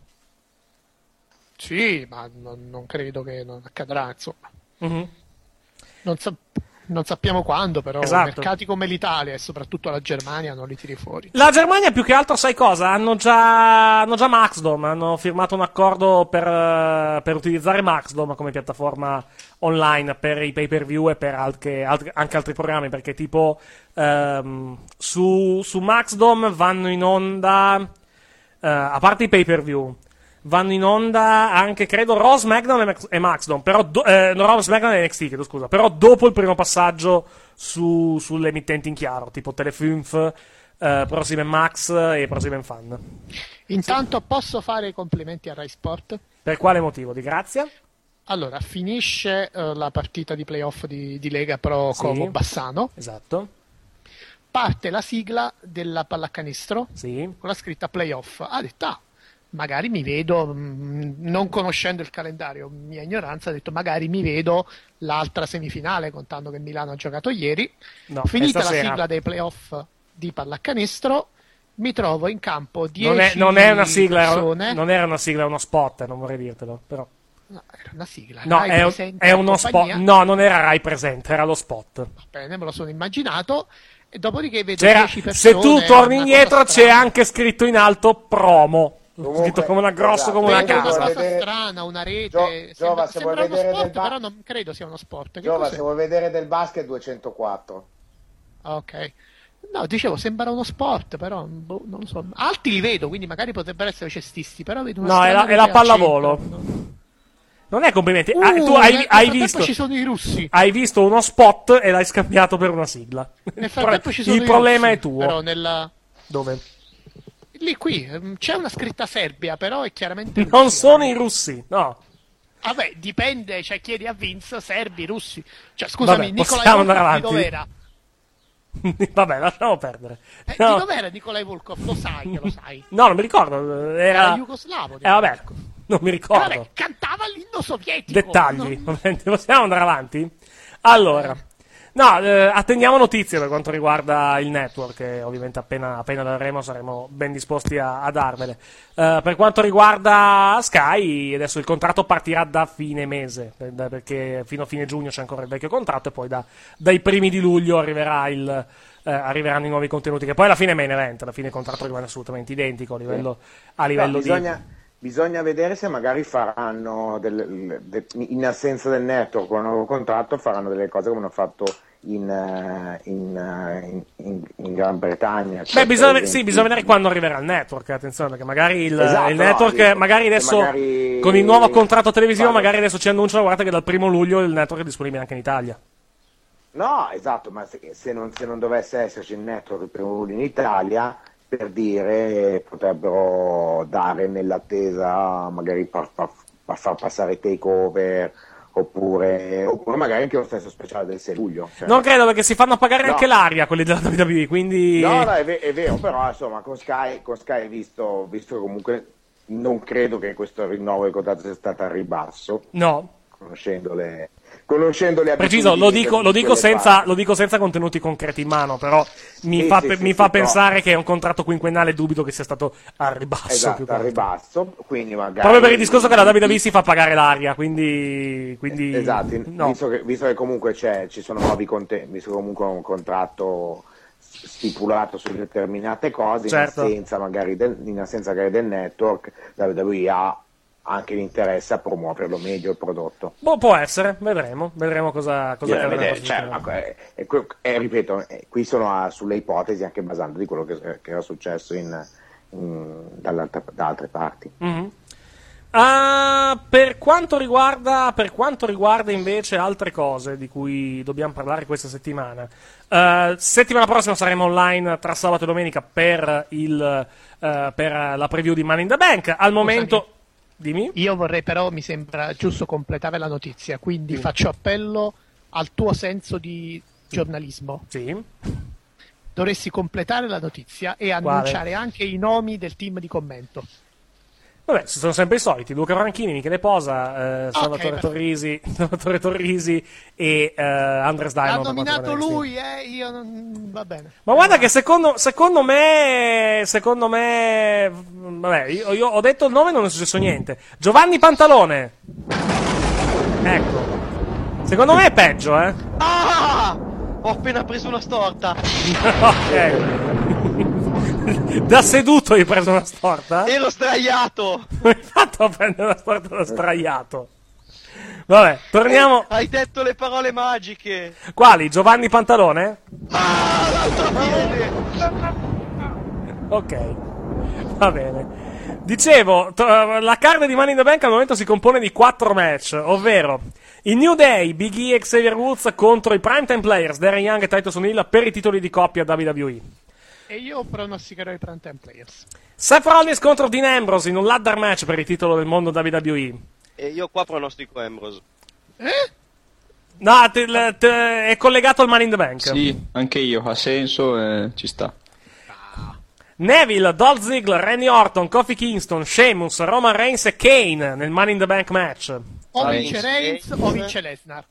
Speaker 15: Sì, ma non, non credo che non accadrà, insomma. Non, sa- non sappiamo quando, però
Speaker 7: Esatto.
Speaker 15: mercati come l'Italia e soprattutto la Germania non li tiri fuori.
Speaker 7: La Germania più che altro sai cosa? Hanno già, hanno già Maxdom, hanno firmato un accordo per, eh, per utilizzare Maxdom come piattaforma online per i pay per view e per altre- alt- anche altri programmi, perché tipo ehm, su, su Maxdom vanno in onda, eh, a parte i pay per view, vanno in onda anche credo Raw, SmackDown e, Max- e Maxdom, però do- eh, no, Raw, SmackDown e NXT, chiedo scusa, però dopo il primo passaggio su, sulle emittenti in chiaro, tipo Telefunf, eh, Prosimen Max e Prosimen Fan.
Speaker 15: Intanto posso fare i complimenti a Rai Sport?
Speaker 7: Per quale motivo? Di grazia?
Speaker 15: Allora, finisce eh, la partita di playoff di, di Lega Pro
Speaker 7: Sì.
Speaker 15: Como Bassano.
Speaker 7: Esatto.
Speaker 15: Parte la sigla della pallacanestro con la scritta playoff. Ha detto, ah, magari mi vedo, mm, non conoscendo il calendario, mia ignoranza, ha detto, magari mi vedo l'altra semifinale, contando che il Milano ha giocato ieri.
Speaker 7: No,
Speaker 15: Finita
Speaker 7: è
Speaker 15: la
Speaker 7: stasera.
Speaker 15: sigla dei playoff di pallacanestro, mi trovo in campo 10
Speaker 7: Non è, non è una sigla, era-
Speaker 15: persone.
Speaker 7: non era una sigla, è uno spot, eh, non vorrei dirtelo, però.
Speaker 15: No, era una sigla.
Speaker 7: No,
Speaker 15: Rai
Speaker 7: è, un-
Speaker 15: presenta
Speaker 7: è uno
Speaker 15: compagnia.
Speaker 7: spot. No, non era Rai presente, era lo spot.
Speaker 15: Bene, me lo sono immaginato. E dopodiché vedo
Speaker 7: C'era-
Speaker 15: 10 persone.
Speaker 7: se tu torni
Speaker 15: una
Speaker 7: indietro,
Speaker 15: cosa
Speaker 7: c'è anche scritto in alto promo.
Speaker 13: Comunque,
Speaker 7: scritto come una grossa
Speaker 13: esatto,
Speaker 7: come una
Speaker 13: vedo
Speaker 7: casa.
Speaker 13: cosa
Speaker 15: strana, una cosa strana, una rete.
Speaker 13: Giova,
Speaker 15: sembra
Speaker 13: se vuoi
Speaker 15: sembra uno
Speaker 13: vedere
Speaker 15: sport,
Speaker 13: del ba-
Speaker 15: però non credo sia uno sport. Che
Speaker 13: Giova,
Speaker 15: cos'è?
Speaker 13: se vuoi vedere del basket 204.
Speaker 15: Ok. No, dicevo, sembra uno sport, però boh, non lo so. Alti li vedo, quindi magari potrebbero essere cestisti, però vedo una
Speaker 7: No, è
Speaker 15: strana
Speaker 7: la, è
Speaker 15: rete
Speaker 7: la
Speaker 15: al
Speaker 7: pallavolo.
Speaker 15: centro.
Speaker 7: Non è complimenti.
Speaker 15: Uh,
Speaker 7: Ah, tu hai,
Speaker 15: nel
Speaker 7: hai
Speaker 15: frattempo
Speaker 7: visto.
Speaker 15: ci sono i russi.
Speaker 7: Hai visto uno spot e l'hai scambiato per una sigla.
Speaker 15: Nel frattempo ci sono
Speaker 7: il
Speaker 15: i
Speaker 7: problema
Speaker 15: russi,
Speaker 7: è tuo.
Speaker 15: Però nella...
Speaker 7: Dove?
Speaker 15: Lì qui ehm, c'è una scritta Serbia, però è chiaramente
Speaker 7: Non sono i russi, no.
Speaker 15: Vabbè, dipende, cioè chiedi a Vince, serbi, russi. Cioè, scusami,
Speaker 7: Vabbè,
Speaker 15: Nicolai
Speaker 7: possiamo andare
Speaker 15: Volkov di
Speaker 7: avanti.
Speaker 15: dov'era?
Speaker 7: Vabbè, lasciamo perdere.
Speaker 15: Eh,
Speaker 7: No.
Speaker 15: Di dov'era Nicolai Volkov? Lo sai, che lo sai.
Speaker 7: No, non mi ricordo. Era,
Speaker 14: Ah.
Speaker 15: Era jugoslavo,
Speaker 7: Eh, vabbè, non mi ricordo.
Speaker 15: Eh, Cantava l'inno sovietico.
Speaker 7: Dettagli. Vabbè, Possiamo andare avanti? Allora, no, eh, attendiamo notizie per quanto riguarda il network. Che ovviamente appena, appena le avremo saremo ben disposti a, a darvele. Eh, per quanto riguarda Sky, adesso il contratto partirà da fine mese. per- da- Perché fino a fine giugno c'è ancora il vecchio contratto, e poi da- dai primi di luglio arriverà il. eh, arriveranno i nuovi contenuti che poi alla fine è main event alla fine il contratto rimane assolutamente identico a livello, a livello
Speaker 13: No,
Speaker 7: di
Speaker 13: bisogna, bisogna vedere se magari faranno, del- de- in assenza del network con un nuovo contratto, faranno delle cose come hanno fatto in, eh, in, eh, in- in- in Gran Bretagna. cioè,
Speaker 7: Beh, bisogna, ve- sì, bisogna vedere quando arriverà il network. eh, Attenzione, perché magari il,
Speaker 13: Esatto,
Speaker 7: il
Speaker 13: no,
Speaker 7: network,
Speaker 13: dico,
Speaker 7: magari
Speaker 13: se
Speaker 7: adesso
Speaker 13: magari-
Speaker 7: con il nuovo contratto televisivo,
Speaker 13: Vale.
Speaker 7: magari adesso ci annunciano. Guarda, che dal primo luglio il network è disponibile anche in Italia.
Speaker 13: No, esatto, ma se, se non, se non dovesse esserci il network per in Italia, per dire potrebbero dare nell'attesa magari per far passare takeover oppure, oppure magari anche lo stesso speciale del 6 luglio cioè-
Speaker 7: Non credo perché si fanno pagare
Speaker 13: No.
Speaker 7: anche l'aria quelli della WWE, quindi...
Speaker 13: No, no, è, ve- è vero, però insomma con Sky, con Sky visto, visto che comunque non credo che questo rinnovo di contratto sia stato al ribasso,
Speaker 7: No.
Speaker 13: conoscendo le, conoscendo le
Speaker 7: Preciso, lo
Speaker 13: abitudini
Speaker 7: dico,
Speaker 13: che-
Speaker 7: lo dico
Speaker 13: che le
Speaker 7: senza,
Speaker 13: fa.
Speaker 7: lo dico senza contenuti concreti in mano, però mi
Speaker 13: Sì,
Speaker 7: fa,
Speaker 13: sì,
Speaker 7: pe-
Speaker 13: sì,
Speaker 7: mi
Speaker 13: sì,
Speaker 7: fa
Speaker 13: no.
Speaker 7: pensare che è un contratto quinquennale, dubito che sia stato al ribasso. più
Speaker 13: Esatto,
Speaker 7: che
Speaker 13: al
Speaker 7: altro.
Speaker 13: ribasso, quindi magari...
Speaker 7: Proprio per il discorso che la WWE si fa pagare l'aria, quindi... quindi
Speaker 13: Esatto, in-
Speaker 7: no.
Speaker 13: visto, che, visto che comunque c'è, ci sono nuovi contenti, visto che comunque è un contratto s- stipulato su determinate cose,
Speaker 7: Certo.
Speaker 13: in, assenza magari del, in assenza magari del network, la WWE ha anche l'interesse a promuoverlo meglio il prodotto.
Speaker 7: Boh, può essere, vedremo, vedremo cosa, cosa
Speaker 13: Bisogna
Speaker 7: accadrà
Speaker 13: vedere,
Speaker 7: nella
Speaker 13: cioè,
Speaker 7: prossima
Speaker 13: ecco, eh, eh, que- eh, ripeto, eh, qui sono a- sulle ipotesi anche basando di quello che, che era successo in- in- dall'altra- da altre parti.
Speaker 7: Mhm. Ah, per, quanto riguarda, per quanto riguarda invece altre cose di cui dobbiamo parlare questa settimana, eh, settimana prossima saremo online tra sabato e domenica per, il, eh, per la preview di Money in the Bank. Al momento, dimmi.
Speaker 15: Io vorrei però, mi sembra giusto completare la notizia, quindi
Speaker 7: Mm.
Speaker 15: faccio appello al tuo senso di giornalismo.
Speaker 7: Sì.
Speaker 15: Dovresti completare la notizia e
Speaker 7: Quale?
Speaker 15: annunciare anche i nomi del team di commento.
Speaker 7: Vabbè, ci sono sempre i soliti: Luca Franchini, Michele Posa, eh, Salvatore,
Speaker 15: perfetto.
Speaker 7: Torrisi, Salvatore Torrisi e eh, Andres
Speaker 15: L'ha
Speaker 7: Diamond. per quanto
Speaker 15: nominato
Speaker 7: riguarda i
Speaker 15: lui, eh, io non... va bene.
Speaker 7: Ma guarda che secondo, secondo me, secondo me, vabbè, io, io ho detto il nome e non è successo niente. Giovanni Pantalone. Ecco. Secondo me è peggio, eh.
Speaker 14: Ah! Ho appena preso una storta.
Speaker 7: ok. da seduto hai preso una storta?
Speaker 14: Ero straiato.
Speaker 7: Come hai fatto a prendere una storta da straiato? Vabbè, torniamo.
Speaker 14: Hai detto le parole magiche.
Speaker 7: Quali? Giovanni Pantalone?
Speaker 14: Ah, l'altro piede.
Speaker 7: Ok, va bene. Dicevo, to- eh, la carne di Money in the Bank al momento si compone di quattro match, ovvero il New Day, Big E e Xavier Woods contro i Primetime Players, Darren Young e Titus O'Neill per i titoli di coppia WWE.
Speaker 15: E io pronosticherò i prime time players.
Speaker 7: Seth Rollins contro Dean Ambrose in un ladder match per il titolo del mondo WWE.
Speaker 14: E io qua pronostico Ambrose.
Speaker 15: Eh?
Speaker 7: No, te- le- te- è collegato al Money in the Bank.
Speaker 12: Sì, anche io, ha senso, eh, ci sta.
Speaker 7: Neville, Dolph Ziggler, Randy Orton, Kofi Kingston, Sheamus, Roman Reigns e Kane nel Money in the Bank match.
Speaker 15: O
Speaker 7: Vai.
Speaker 15: vince Reigns o vince Lesnar.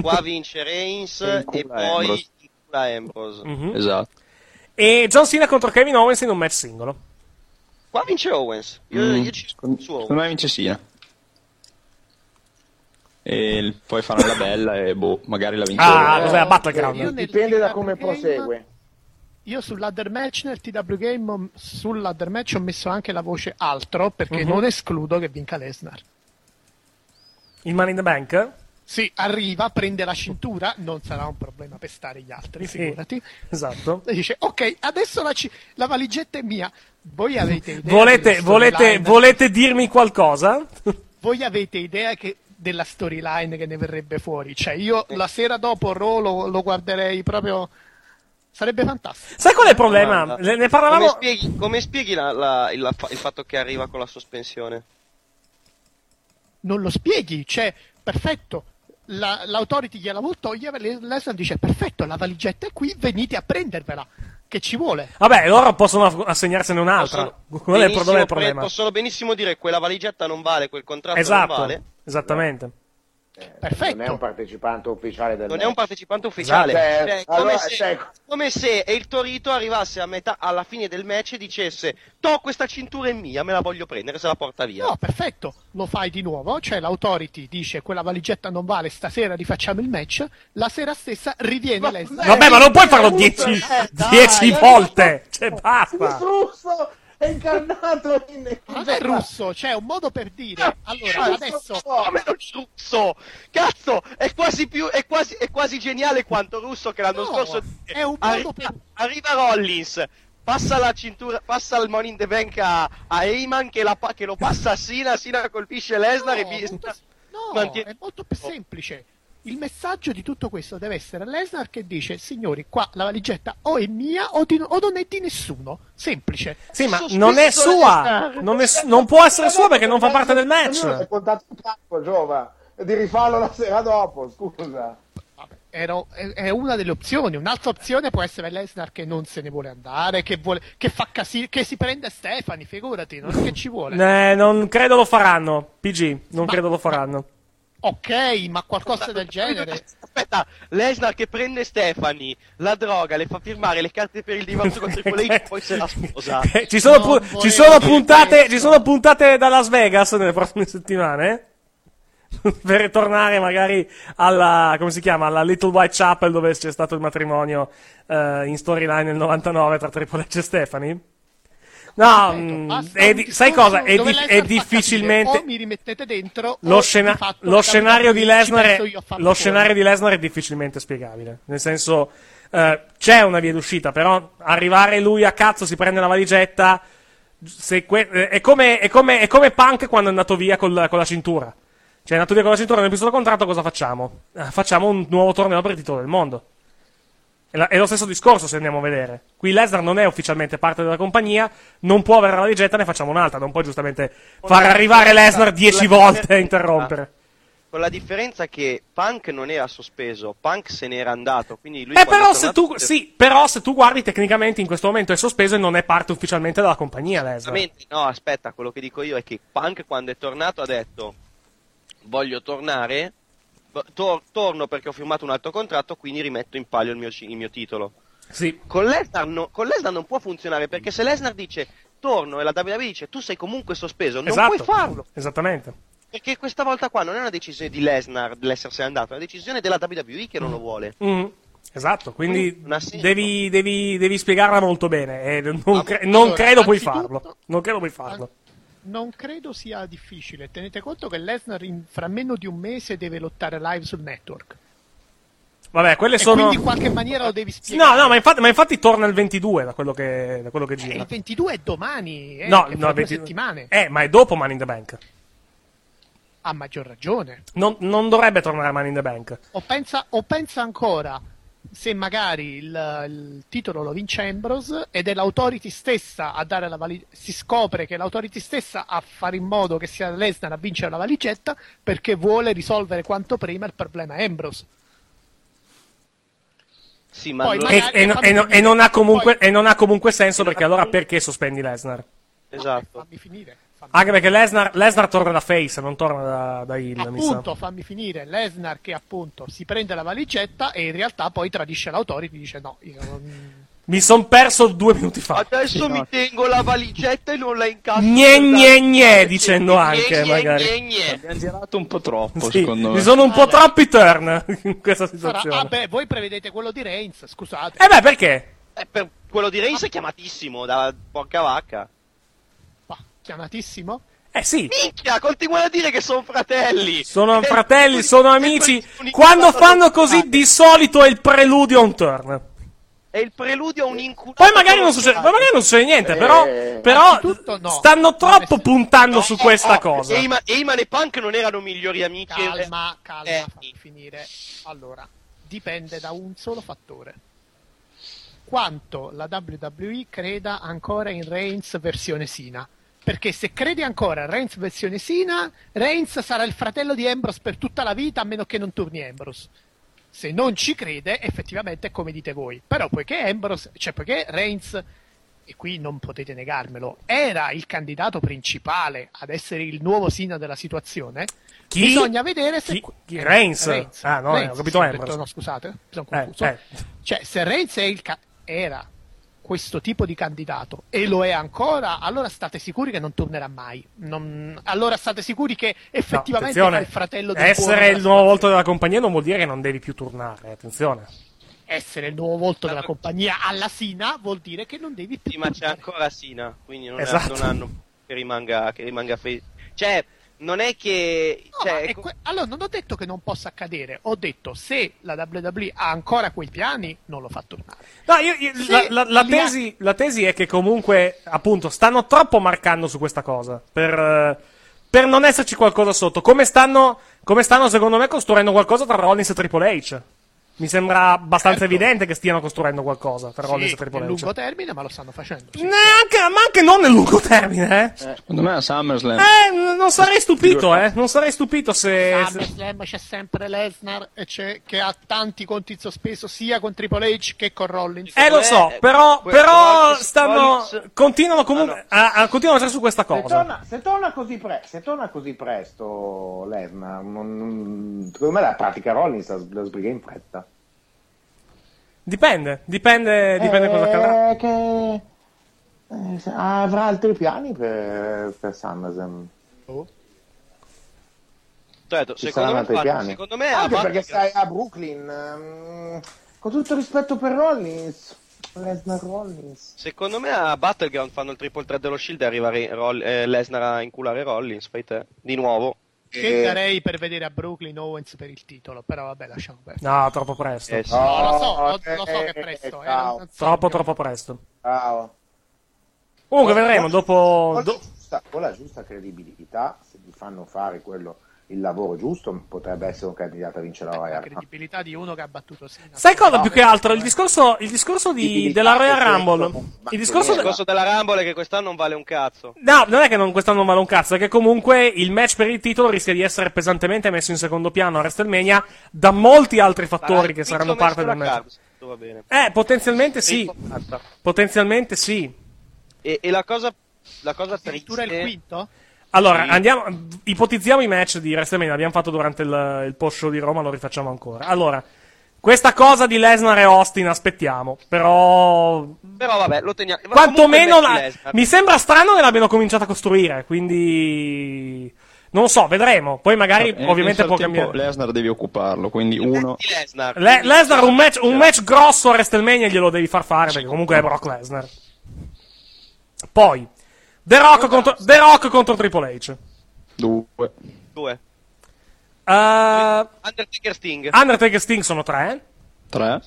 Speaker 14: Qua vince Reigns e, poi
Speaker 12: Ambrose.
Speaker 14: la Ambrose.
Speaker 12: Esatto.
Speaker 7: E John Cena contro Kevin Owens in un match singolo.
Speaker 14: Qua vince Owens. Io,
Speaker 12: Mm.
Speaker 14: io ci suo.
Speaker 12: Secondo me vince Sina. E il- poi faranno la bella e boh, magari la vince.
Speaker 7: Ah,
Speaker 12: lei.
Speaker 7: cos'è la Battleground?
Speaker 15: Eh, Io nel
Speaker 13: Dipende da come
Speaker 15: TW game-
Speaker 13: prosegue.
Speaker 15: Io sul ladder match nel TW Game ho- sul ladder match ho messo anche la voce altro perché
Speaker 7: Mhm.
Speaker 15: non escludo che vinca Lesnar.
Speaker 7: Il Money in the Bank?
Speaker 15: Sì, arriva, prende la cintura, non sarà un problema pestare gli altri,
Speaker 7: Sì.
Speaker 15: figurati.
Speaker 7: Esatto.
Speaker 15: E dice, ok, adesso la, ci- la valigetta è mia. Voi avete idea
Speaker 7: Volete,
Speaker 15: della
Speaker 7: volete,
Speaker 15: storyline-
Speaker 7: volete dirmi qualcosa?
Speaker 15: Voi avete idea che- della storyline che ne verrebbe fuori? Cioè, io la sera dopo Raw lo, lo guarderei proprio... Sarebbe fantastico.
Speaker 7: Sai qual è il problema?
Speaker 14: Guarda,
Speaker 7: Le- ne parlavamo.
Speaker 14: Come spieghi, come spieghi la- la- il, la- il fatto che arriva con la sospensione?
Speaker 15: Non lo spieghi, cioè, perfetto. La, l'autority gliela vuol togliere, le- Lesnar dice, perfetto, la valigetta è qui, venite a prendervela, che ci vuole.
Speaker 7: Vabbè, loro possono aff- assegnarsene un'altra. Qual è il pro-
Speaker 14: Benissimo,
Speaker 7: qual è il
Speaker 14: pre-
Speaker 7: problema?
Speaker 14: Possono benissimo dire quella valigetta non vale, quel contratto non
Speaker 7: Esatto,
Speaker 14: vale.
Speaker 7: esattamente.
Speaker 15: Perfetto.
Speaker 7: Ecco.
Speaker 13: Non è un partecipante ufficiale del
Speaker 14: Non è un
Speaker 13: match.
Speaker 14: partecipante ufficiale.
Speaker 13: Esatto.
Speaker 14: Cioè,
Speaker 13: Eh,
Speaker 14: come,
Speaker 13: allora,
Speaker 14: se,
Speaker 13: cioè-
Speaker 14: come se il Torito arrivasse a metà, alla fine del match e dicesse: To, questa cintura è mia, me la voglio prendere, se la porta via.
Speaker 15: No, perfetto, lo fai di nuovo, cioè l'autority dice quella valigetta non vale, stasera rifacciamo il match, la sera stessa riviene Lesnar.
Speaker 7: Vabbè, ma non puoi farlo
Speaker 13: Eh,
Speaker 7: 10
Speaker 13: eh, dai, eh,
Speaker 7: volte. Cioè, basta.
Speaker 13: russo è incarnato in...
Speaker 15: Non è russo, c'è un modo per dire. Allora, adesso
Speaker 14: Come non c'è russo? Cazzo, è quasi più, è quasi, è quasi geniale quanto russo che l'anno
Speaker 15: No,
Speaker 14: scorso.
Speaker 15: è un modo
Speaker 14: arriva,
Speaker 15: per-
Speaker 14: arriva Rollins. Passa la cintura, passa il Money in the Bank a, a Heyman che, la pa- che lo passa a Sina, Sina colpisce Lesnar
Speaker 15: No,
Speaker 14: e vi-
Speaker 15: molto- no,
Speaker 14: mantiene-
Speaker 15: è molto più semplice. Il messaggio di tutto questo deve essere a Lesnar che dice: Signori, qua la valigetta o è mia o, di- o non è di nessuno. Semplice.
Speaker 7: Sì, ma non è sua! Non, è su- non può essere sua perché non fa parte del
Speaker 13: Ognuno si è
Speaker 7: match!
Speaker 13: contato un capo, Giova, e di rifarlo la sera dopo, scusa.
Speaker 15: Era- è, è una delle opzioni. Un'altra opzione può essere Lesnar che non se ne vuole andare, che, vuole, che, fa casi- che si prende Stefani, figurati, non è che ci vuole.
Speaker 7: Eh, non credo lo faranno. PG, non credo lo faranno.
Speaker 15: Ok, ma qualcosa del genere.
Speaker 14: Aspetta, Lesnar che prende Stefani, la droga, le fa firmare le carte per il divorzio con Triple H, poi se la sposa.
Speaker 7: Eh, ci, sono pu- ci sono puntate, ci sono puntate da Las Vegas nelle prossime settimane. eh? per tornare magari alla, come si chiama, alla Little White Chapel dove c'è stato il matrimonio eh, in storyline nel 99 tra Triple H e Stephanie. No, mm, è di- sai cosa? È,
Speaker 15: Dove
Speaker 7: di-
Speaker 15: Lesnar
Speaker 7: è
Speaker 15: fa capire,
Speaker 7: difficilmente.
Speaker 15: O mi rimettete dentro.
Speaker 7: Lo,
Speaker 15: o
Speaker 7: scena-
Speaker 15: di fatto
Speaker 7: lo
Speaker 15: la
Speaker 7: scenario
Speaker 15: WWE
Speaker 7: di
Speaker 15: ci
Speaker 7: Lesnar è,
Speaker 15: penso io a farlo
Speaker 7: lo
Speaker 15: fuori.
Speaker 7: scenario di Lesnar è difficilmente spiegabile. Nel senso, eh, c'è una via d'uscita, però arrivare lui a cazzo si prende la valigetta. se que- eh, è, come, è come- è come Punk quando è andato via col- con la cintura. Cioè, è andato via con la cintura, non ha più solo contratto, cosa facciamo? Eh, facciamo un nuovo torneo per il titolo del mondo. È, la- è lo stesso discorso se andiamo a vedere. Qui Lesnar non è ufficialmente parte della compagnia, non può avere la valigetta, ne facciamo un'altra. Non puoi giustamente far arrivare Lesnar dieci volte e interrompere.
Speaker 14: Con la differenza che Punk non era sospeso, Punk se n'era andato, quindi lui
Speaker 7: Eh,
Speaker 14: quando
Speaker 7: però
Speaker 14: è
Speaker 7: se,
Speaker 14: tornato-
Speaker 7: tu, sì, però se tu guardi tecnicamente in questo momento è sospeso e non è parte ufficialmente della compagnia Lesnar.
Speaker 14: Esattamente, no, aspetta, quello che dico io è che Punk quando è tornato ha detto voglio tornare, vo- tor- torno perché ho firmato un altro contratto, quindi rimetto in palio il mio, ci- il mio titolo.
Speaker 7: Sì.
Speaker 14: Con, Lesnar no- con Lesnar non può funzionare perché se Lesnar dice torno e la WWE dice tu sei comunque sospeso, non
Speaker 7: Esatto.
Speaker 14: puoi farlo.
Speaker 7: Esattamente.
Speaker 14: Perché questa volta qua non è una decisione di Lesnar dell'essersene andato, è una decisione della WWE che non lo vuole.
Speaker 7: Mm, Esatto, quindi
Speaker 14: Non ha senso.
Speaker 7: devi, devi- devi spiegarla molto bene. E non, cre-
Speaker 15: Ah, allora,
Speaker 7: non credo puoi
Speaker 15: anzitutto-
Speaker 7: farlo. Non credo puoi farlo.
Speaker 15: Non credo sia difficile. Tenete conto che Lesnar in- fra meno di un mese deve lottare live sul network.
Speaker 7: Vabbè, quelle
Speaker 15: e
Speaker 7: sono.
Speaker 15: quindi in qualche maniera lo devi spiegare.
Speaker 7: No, no, ma infatti, ma infatti torna il 22 da quello che, da quello che
Speaker 15: E
Speaker 7: gira.
Speaker 15: il 22 è domani, eh,
Speaker 7: no,
Speaker 15: che
Speaker 7: no,
Speaker 15: fra due
Speaker 7: 20
Speaker 15: settimane.
Speaker 7: Eh, ma è dopo Money in the Bank.
Speaker 15: A maggior ragione.
Speaker 7: Non, non dovrebbe tornare Money in the Bank.
Speaker 15: O pensa, o pensa ancora se magari il, il titolo lo vince Ambrose ed è l'autority stessa a dare la valigetta. Si scopre che è l'autority stessa a fare in modo che sia Lesnar a vincere la valigetta perché vuole risolvere quanto prima il problema Ambrose.
Speaker 14: Sì, ma
Speaker 15: Poi
Speaker 14: allora-
Speaker 7: E, e no- e no- e non ha comunque, e non ha comunque senso perché allora perché sospendi Lesnar?
Speaker 14: Esatto.
Speaker 15: Fammi finire.
Speaker 7: Anche perché Lesnar, Lesnar torna da face, non torna da, da heel, mi sa.
Speaker 15: Appunto, fammi finire. Lesnar che appunto si prende la valigetta e in realtà poi tradisce l'autority dice no, io non...
Speaker 7: Mi son perso due minuti fa.
Speaker 14: Adesso mi tengo la valigetta e non la incasso.
Speaker 7: Gne gne gne dicendo anche magari.
Speaker 12: Abbiamo girato un po' troppo,
Speaker 7: Sì,
Speaker 12: secondo me.
Speaker 7: Ci sono un po' troppi turn in questa
Speaker 15: Sarà,
Speaker 7: situazione.
Speaker 15: ah beh, voi prevedete quello di Reigns, scusate.
Speaker 7: Eh beh, perché?
Speaker 14: Eh, per quello di Reigns è chiamatissimo da porca vacca.
Speaker 15: Chiamatissimo?
Speaker 7: Eh sì.
Speaker 14: Minchia, continuano a dire che sono fratelli.
Speaker 7: Sono
Speaker 14: Eh,
Speaker 7: fratelli, sono amici. Quando
Speaker 14: cosa
Speaker 7: fanno così di solito è il preludio a un turn.
Speaker 14: È il preludio a un incubo.
Speaker 7: Poi magari non succede, poi magari non succede niente, però, però stanno troppo puntando su questa cosa.
Speaker 14: Eh, Eyman, Eyman e Punk non erano migliori amici. eh.
Speaker 15: Calma, calma, fammi finire. Allora, dipende da un solo fattore. Quanto la WWE creda ancora in Reigns versione Sina. Perché se credi ancora in Reigns versione Sina, Reigns sarà il fratello di Ambrose per tutta la vita, a meno che non torni Ambrose. Se non ci crede, effettivamente è come dite voi. Però poiché Ambrose, cioè poiché Reigns e qui non potete negarmelo, era il candidato principale ad essere il nuovo Sina della situazione.
Speaker 7: Chi?
Speaker 15: Bisogna vedere se.
Speaker 7: Chi- chi? Reigns? Ah, no,
Speaker 15: Reigns,
Speaker 7: ho capito
Speaker 15: sì,
Speaker 7: Ambrose.
Speaker 15: detto, no, scusate, mi sono
Speaker 7: Eh,
Speaker 15: confuso.
Speaker 7: eh.
Speaker 15: Cioè, se Reigns è il ca- era questo tipo di candidato e lo è ancora, allora state sicuri che non tornerà mai. Non- Allora state sicuri che effettivamente
Speaker 7: Attenzione,
Speaker 15: era il fratello del buono
Speaker 7: essere
Speaker 15: della
Speaker 7: il nuovo volto della compagnia non vuol dire che non devi più tornare, attenzione.
Speaker 15: essere il nuovo volto della compagnia alla Sina vuol dire che non devi più.
Speaker 14: Sì, ma c'è ancora Sina, quindi non,
Speaker 7: Esatto.
Speaker 14: non hanno che rimanga, che rimanga fe- Cioè, non è che...
Speaker 15: No, ma è que- allora, non ho detto che non possa accadere, ho detto se la WWE ha ancora quei piani, non lo fa tornare.
Speaker 7: No, io, io-
Speaker 15: Sì,
Speaker 7: la, la- la
Speaker 15: li ha-
Speaker 7: tesi, la tesi è che comunque, appunto, stanno troppo marcando su questa cosa. Per, eh, per non esserci qualcosa sotto. Come stanno, come stanno secondo me, costruendo qualcosa tra Rollins e Triple H? Mi sembra abbastanza evidente che stiano costruendo qualcosa tra Rollins
Speaker 15: Certo. Sì,
Speaker 7: e Triple
Speaker 15: nel
Speaker 7: H.
Speaker 15: lungo termine, ma lo stanno facendo. sì.
Speaker 7: Neanche, ma anche non nel lungo termine, eh.
Speaker 12: Secondo me a SummerSlam.
Speaker 7: Eh, n- non sarei stupito, eh. Non sarei stupito se. se-
Speaker 15: SummerSlam Ah, c'è sempre Lesnar e c'è, che ha tanti conti in sospeso sia con Triple H che con Rollins.
Speaker 7: Eh, lo so, però, però stanno. Continuano comunque. a- a- continuano a stare su questa
Speaker 13: Se
Speaker 7: cosa.
Speaker 13: torna, se torna così pre- se torna così presto Lesnar, non- non- secondo me la pratica Rollins la s- la sbriga in fretta.
Speaker 7: Dipende, dipende, dipende
Speaker 13: Eh,
Speaker 7: cosa accadrà.
Speaker 13: Che... eh, se- avrà altri piani per, per SummerSlam.
Speaker 14: T'ho detto,
Speaker 13: Ci
Speaker 14: secondo,
Speaker 13: saranno
Speaker 14: me,
Speaker 13: altri
Speaker 14: infatti,
Speaker 13: piani.
Speaker 14: secondo me
Speaker 15: Ah,
Speaker 13: Anche
Speaker 14: la
Speaker 13: perché
Speaker 14: pratica-
Speaker 13: stai a Brooklyn. ehm, con tutto rispetto per Rollins, Lesnar Rollins.
Speaker 14: Secondo me a Battleground fanno il triple threat dello Shield e arriva Re- Roll- eh, Lesnar a inculare Rollins, fai te. Di nuovo.
Speaker 15: Che
Speaker 13: Eh.
Speaker 15: darei per vedere a Brooklyn Owens per il titolo, però vabbè, lasciamo perdere.
Speaker 7: No, troppo presto.
Speaker 14: Eh, sì.
Speaker 15: No, lo so, lo, lo so che è presto. eh,
Speaker 13: Oh, ciao.
Speaker 15: non so
Speaker 7: Troppo,
Speaker 15: che-
Speaker 7: troppo presto.
Speaker 13: Bravo.
Speaker 7: Comunque, vedremo dopo.
Speaker 13: Con, la giusta, con la giusta credibilità, se gli fanno fare quello, il lavoro giusto, potrebbe essere un candidato a vincere la Royal Rumble.
Speaker 15: credibilità di uno che ha battuto Sina.
Speaker 7: Sai cosa più che altro? Il discorso, il discorso di, della Royal Rumble. Il discorso,
Speaker 14: il discorso della Rumble è che quest'anno non vale un cazzo.
Speaker 7: No, non è che non quest'anno non vale un cazzo, è che comunque il match per il titolo rischia di essere pesantemente messo in secondo piano a WrestleMania da molti altri fattori che saranno parte del match.
Speaker 14: Va bene.
Speaker 7: Eh, potenzialmente sì.
Speaker 14: Basta.
Speaker 7: Potenzialmente sì.
Speaker 14: E, e la cosa, la cosa triste...
Speaker 15: il quinto?
Speaker 7: Allora,
Speaker 14: Sì.
Speaker 7: andiamo, ipotizziamo i match di WrestleMania, l'abbiamo fatto durante il, il post show di Roma, lo rifacciamo ancora. Allora, questa cosa di Lesnar e Austin aspettiamo, però
Speaker 14: Però vabbè, lo teniamo. ma
Speaker 7: quantomeno
Speaker 14: comunque
Speaker 7: la-
Speaker 14: Becky Lesnar.
Speaker 7: mi sembra strano che l'abbiano cominciato a costruire, quindi non lo so, vedremo. Poi magari
Speaker 12: Eh,
Speaker 7: ovviamente
Speaker 12: nel
Speaker 7: può
Speaker 12: frattempo
Speaker 7: cambiare.
Speaker 12: Lesnar devi occuparlo, quindi uno...
Speaker 14: Lesnar.
Speaker 7: Le- Lesnar un match, un match grosso a WrestleMania glielo devi far fare perché comunque è Brock Lesnar. Poi The Rock contro, The Rock contro Triple H.
Speaker 12: Due.
Speaker 14: Due.
Speaker 7: Eh,
Speaker 14: Undertaker Sting.
Speaker 7: Undertaker e Sting sono tre.
Speaker 12: Tre.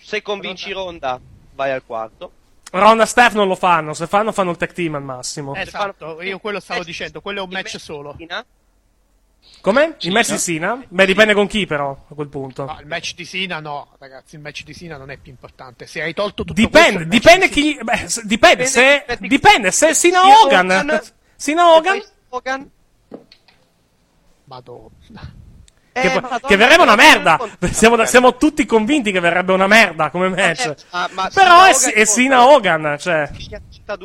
Speaker 14: Se convinci Ronda, vai al quarto.
Speaker 7: Ron e Steph non lo fanno. Se fanno, fanno il tag team al massimo.
Speaker 14: Eh,
Speaker 15: Esatto, io quello stavo dicendo, quello è un match solo.
Speaker 7: Come? Il match di Sina? Beh, dipende con chi, però. A quel punto.
Speaker 14: Ah,
Speaker 15: No, il match di Sina no, ragazzi, il match di Sina non è più importante. Se hai tolto tutto
Speaker 7: Dipende, dipende chi. gli- beh, se- dipende, se. Dipende se è Sina
Speaker 15: Sia
Speaker 7: Hogan.
Speaker 15: Hogan.
Speaker 7: Sina
Speaker 14: Eh,
Speaker 7: Hogan.
Speaker 14: Hogan,
Speaker 15: Madonna.
Speaker 7: Che, po-
Speaker 15: Madonna,
Speaker 7: che verrebbe una
Speaker 15: non
Speaker 7: merda. Siamo, siamo tutti convinti che verrebbe una merda come match.
Speaker 14: Eh, ma- ma
Speaker 7: Eh, cioè, Però
Speaker 14: Sina
Speaker 7: è,
Speaker 14: Hogan
Speaker 7: è Sina Hogan. Cioè.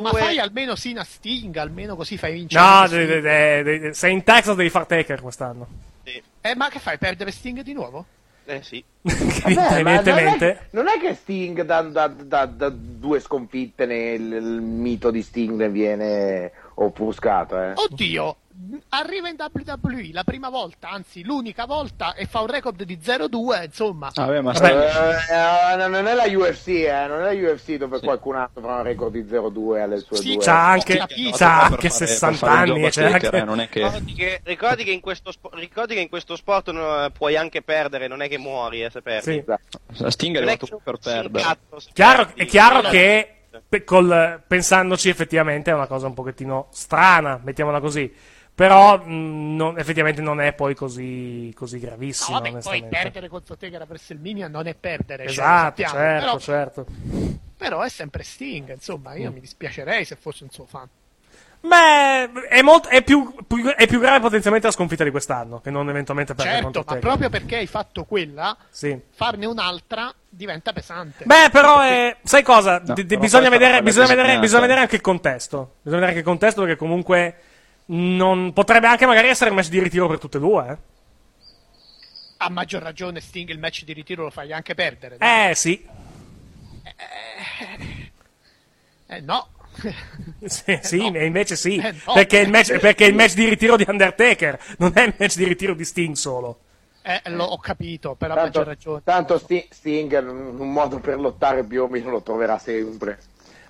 Speaker 15: Ma fai almeno Sina Sting, almeno così fai vincere.
Speaker 7: No,
Speaker 15: Sting.
Speaker 7: de- de- de- de- de- se in Texas devi far taker quest'anno.
Speaker 15: Eh, ma che fai? Perdere Sting di nuovo?
Speaker 14: Eh sì.
Speaker 13: Vabbè, ma
Speaker 7: Evidentemente.
Speaker 13: Non è, che, non è che Sting da, da- da- da due sconfitte nel il mito di Sting ne viene offuscato. Eh.
Speaker 15: Oddio, arriva in WWE la prima volta, anzi l'unica volta, e fa un record di 0-2, insomma.
Speaker 7: Ah,
Speaker 12: Vabbè, ma
Speaker 13: Eh, eh, non è la UFC, eh, non è la UFC dove qualcun altro fa un record di 0-2 alle sue
Speaker 15: Sì,
Speaker 13: due.
Speaker 7: C'ha anche, c'ha anche
Speaker 12: Eh, per fare-
Speaker 7: 60
Speaker 12: per fare il
Speaker 7: anni.
Speaker 12: double
Speaker 7: Cioè,
Speaker 12: taker,
Speaker 7: anche-
Speaker 12: eh, non è che...
Speaker 14: Ricordi che, ricordi che in questo spo- ricordi che in questo sport no, puoi anche perdere, non è che muori eh, se perdi.
Speaker 7: Sì.
Speaker 12: Sting è arrivato qui per perdere.
Speaker 7: Chiaro- è chiaro che
Speaker 15: eh.
Speaker 7: pe- col- pensandoci effettivamente è una cosa un pochettino strana, mettiamola così. Però mh, non- effettivamente non è poi così, così
Speaker 15: No,
Speaker 7: gravissimo.
Speaker 15: vabbè, poi
Speaker 7: onestamente.
Speaker 15: perdere contro te che era WrestleMania non è perdere. cioè,
Speaker 7: esatto,
Speaker 15: sappiamo,
Speaker 7: certo, Mm.
Speaker 15: però,
Speaker 7: certo.
Speaker 15: però è sempre Sting, insomma, io mi dispiacerei se fossi un suo fan.
Speaker 7: Beh, è, molto, è, più, più- è più grave potenzialmente la sconfitta di quest'anno che non eventualmente perdere
Speaker 15: Certo,
Speaker 7: contro
Speaker 15: ma
Speaker 7: te.
Speaker 15: proprio perché hai fatto quella,
Speaker 7: Sì.
Speaker 15: farne un'altra diventa pesante.
Speaker 7: Beh, però è- sai cosa?
Speaker 15: No,
Speaker 7: Di- di- bisogna,
Speaker 15: però questa
Speaker 7: vedere,
Speaker 15: l'avrebbe
Speaker 7: bisogna, vedere,
Speaker 15: segnata.
Speaker 7: bisogna vedere anche il contesto. Bisogna vedere anche il contesto perché comunque non, potrebbe anche magari essere un match di ritiro per tutte e due.
Speaker 15: A maggior ragione Sting il match di ritiro lo fai anche perdere. dai.
Speaker 7: Eh, eh sì.
Speaker 15: Eh, no.
Speaker 7: Sì, sì, e invece sì.
Speaker 15: Eh, no.
Speaker 7: Perché, il match, perché è il match di ritiro di Undertaker non è il match di ritiro di Sting solo.
Speaker 15: Eh, lo ho capito, però a maggior
Speaker 13: Tanto,
Speaker 15: ragione.
Speaker 13: tanto Sti- Sting un un modo per lottare più o meno lo troverà sempre.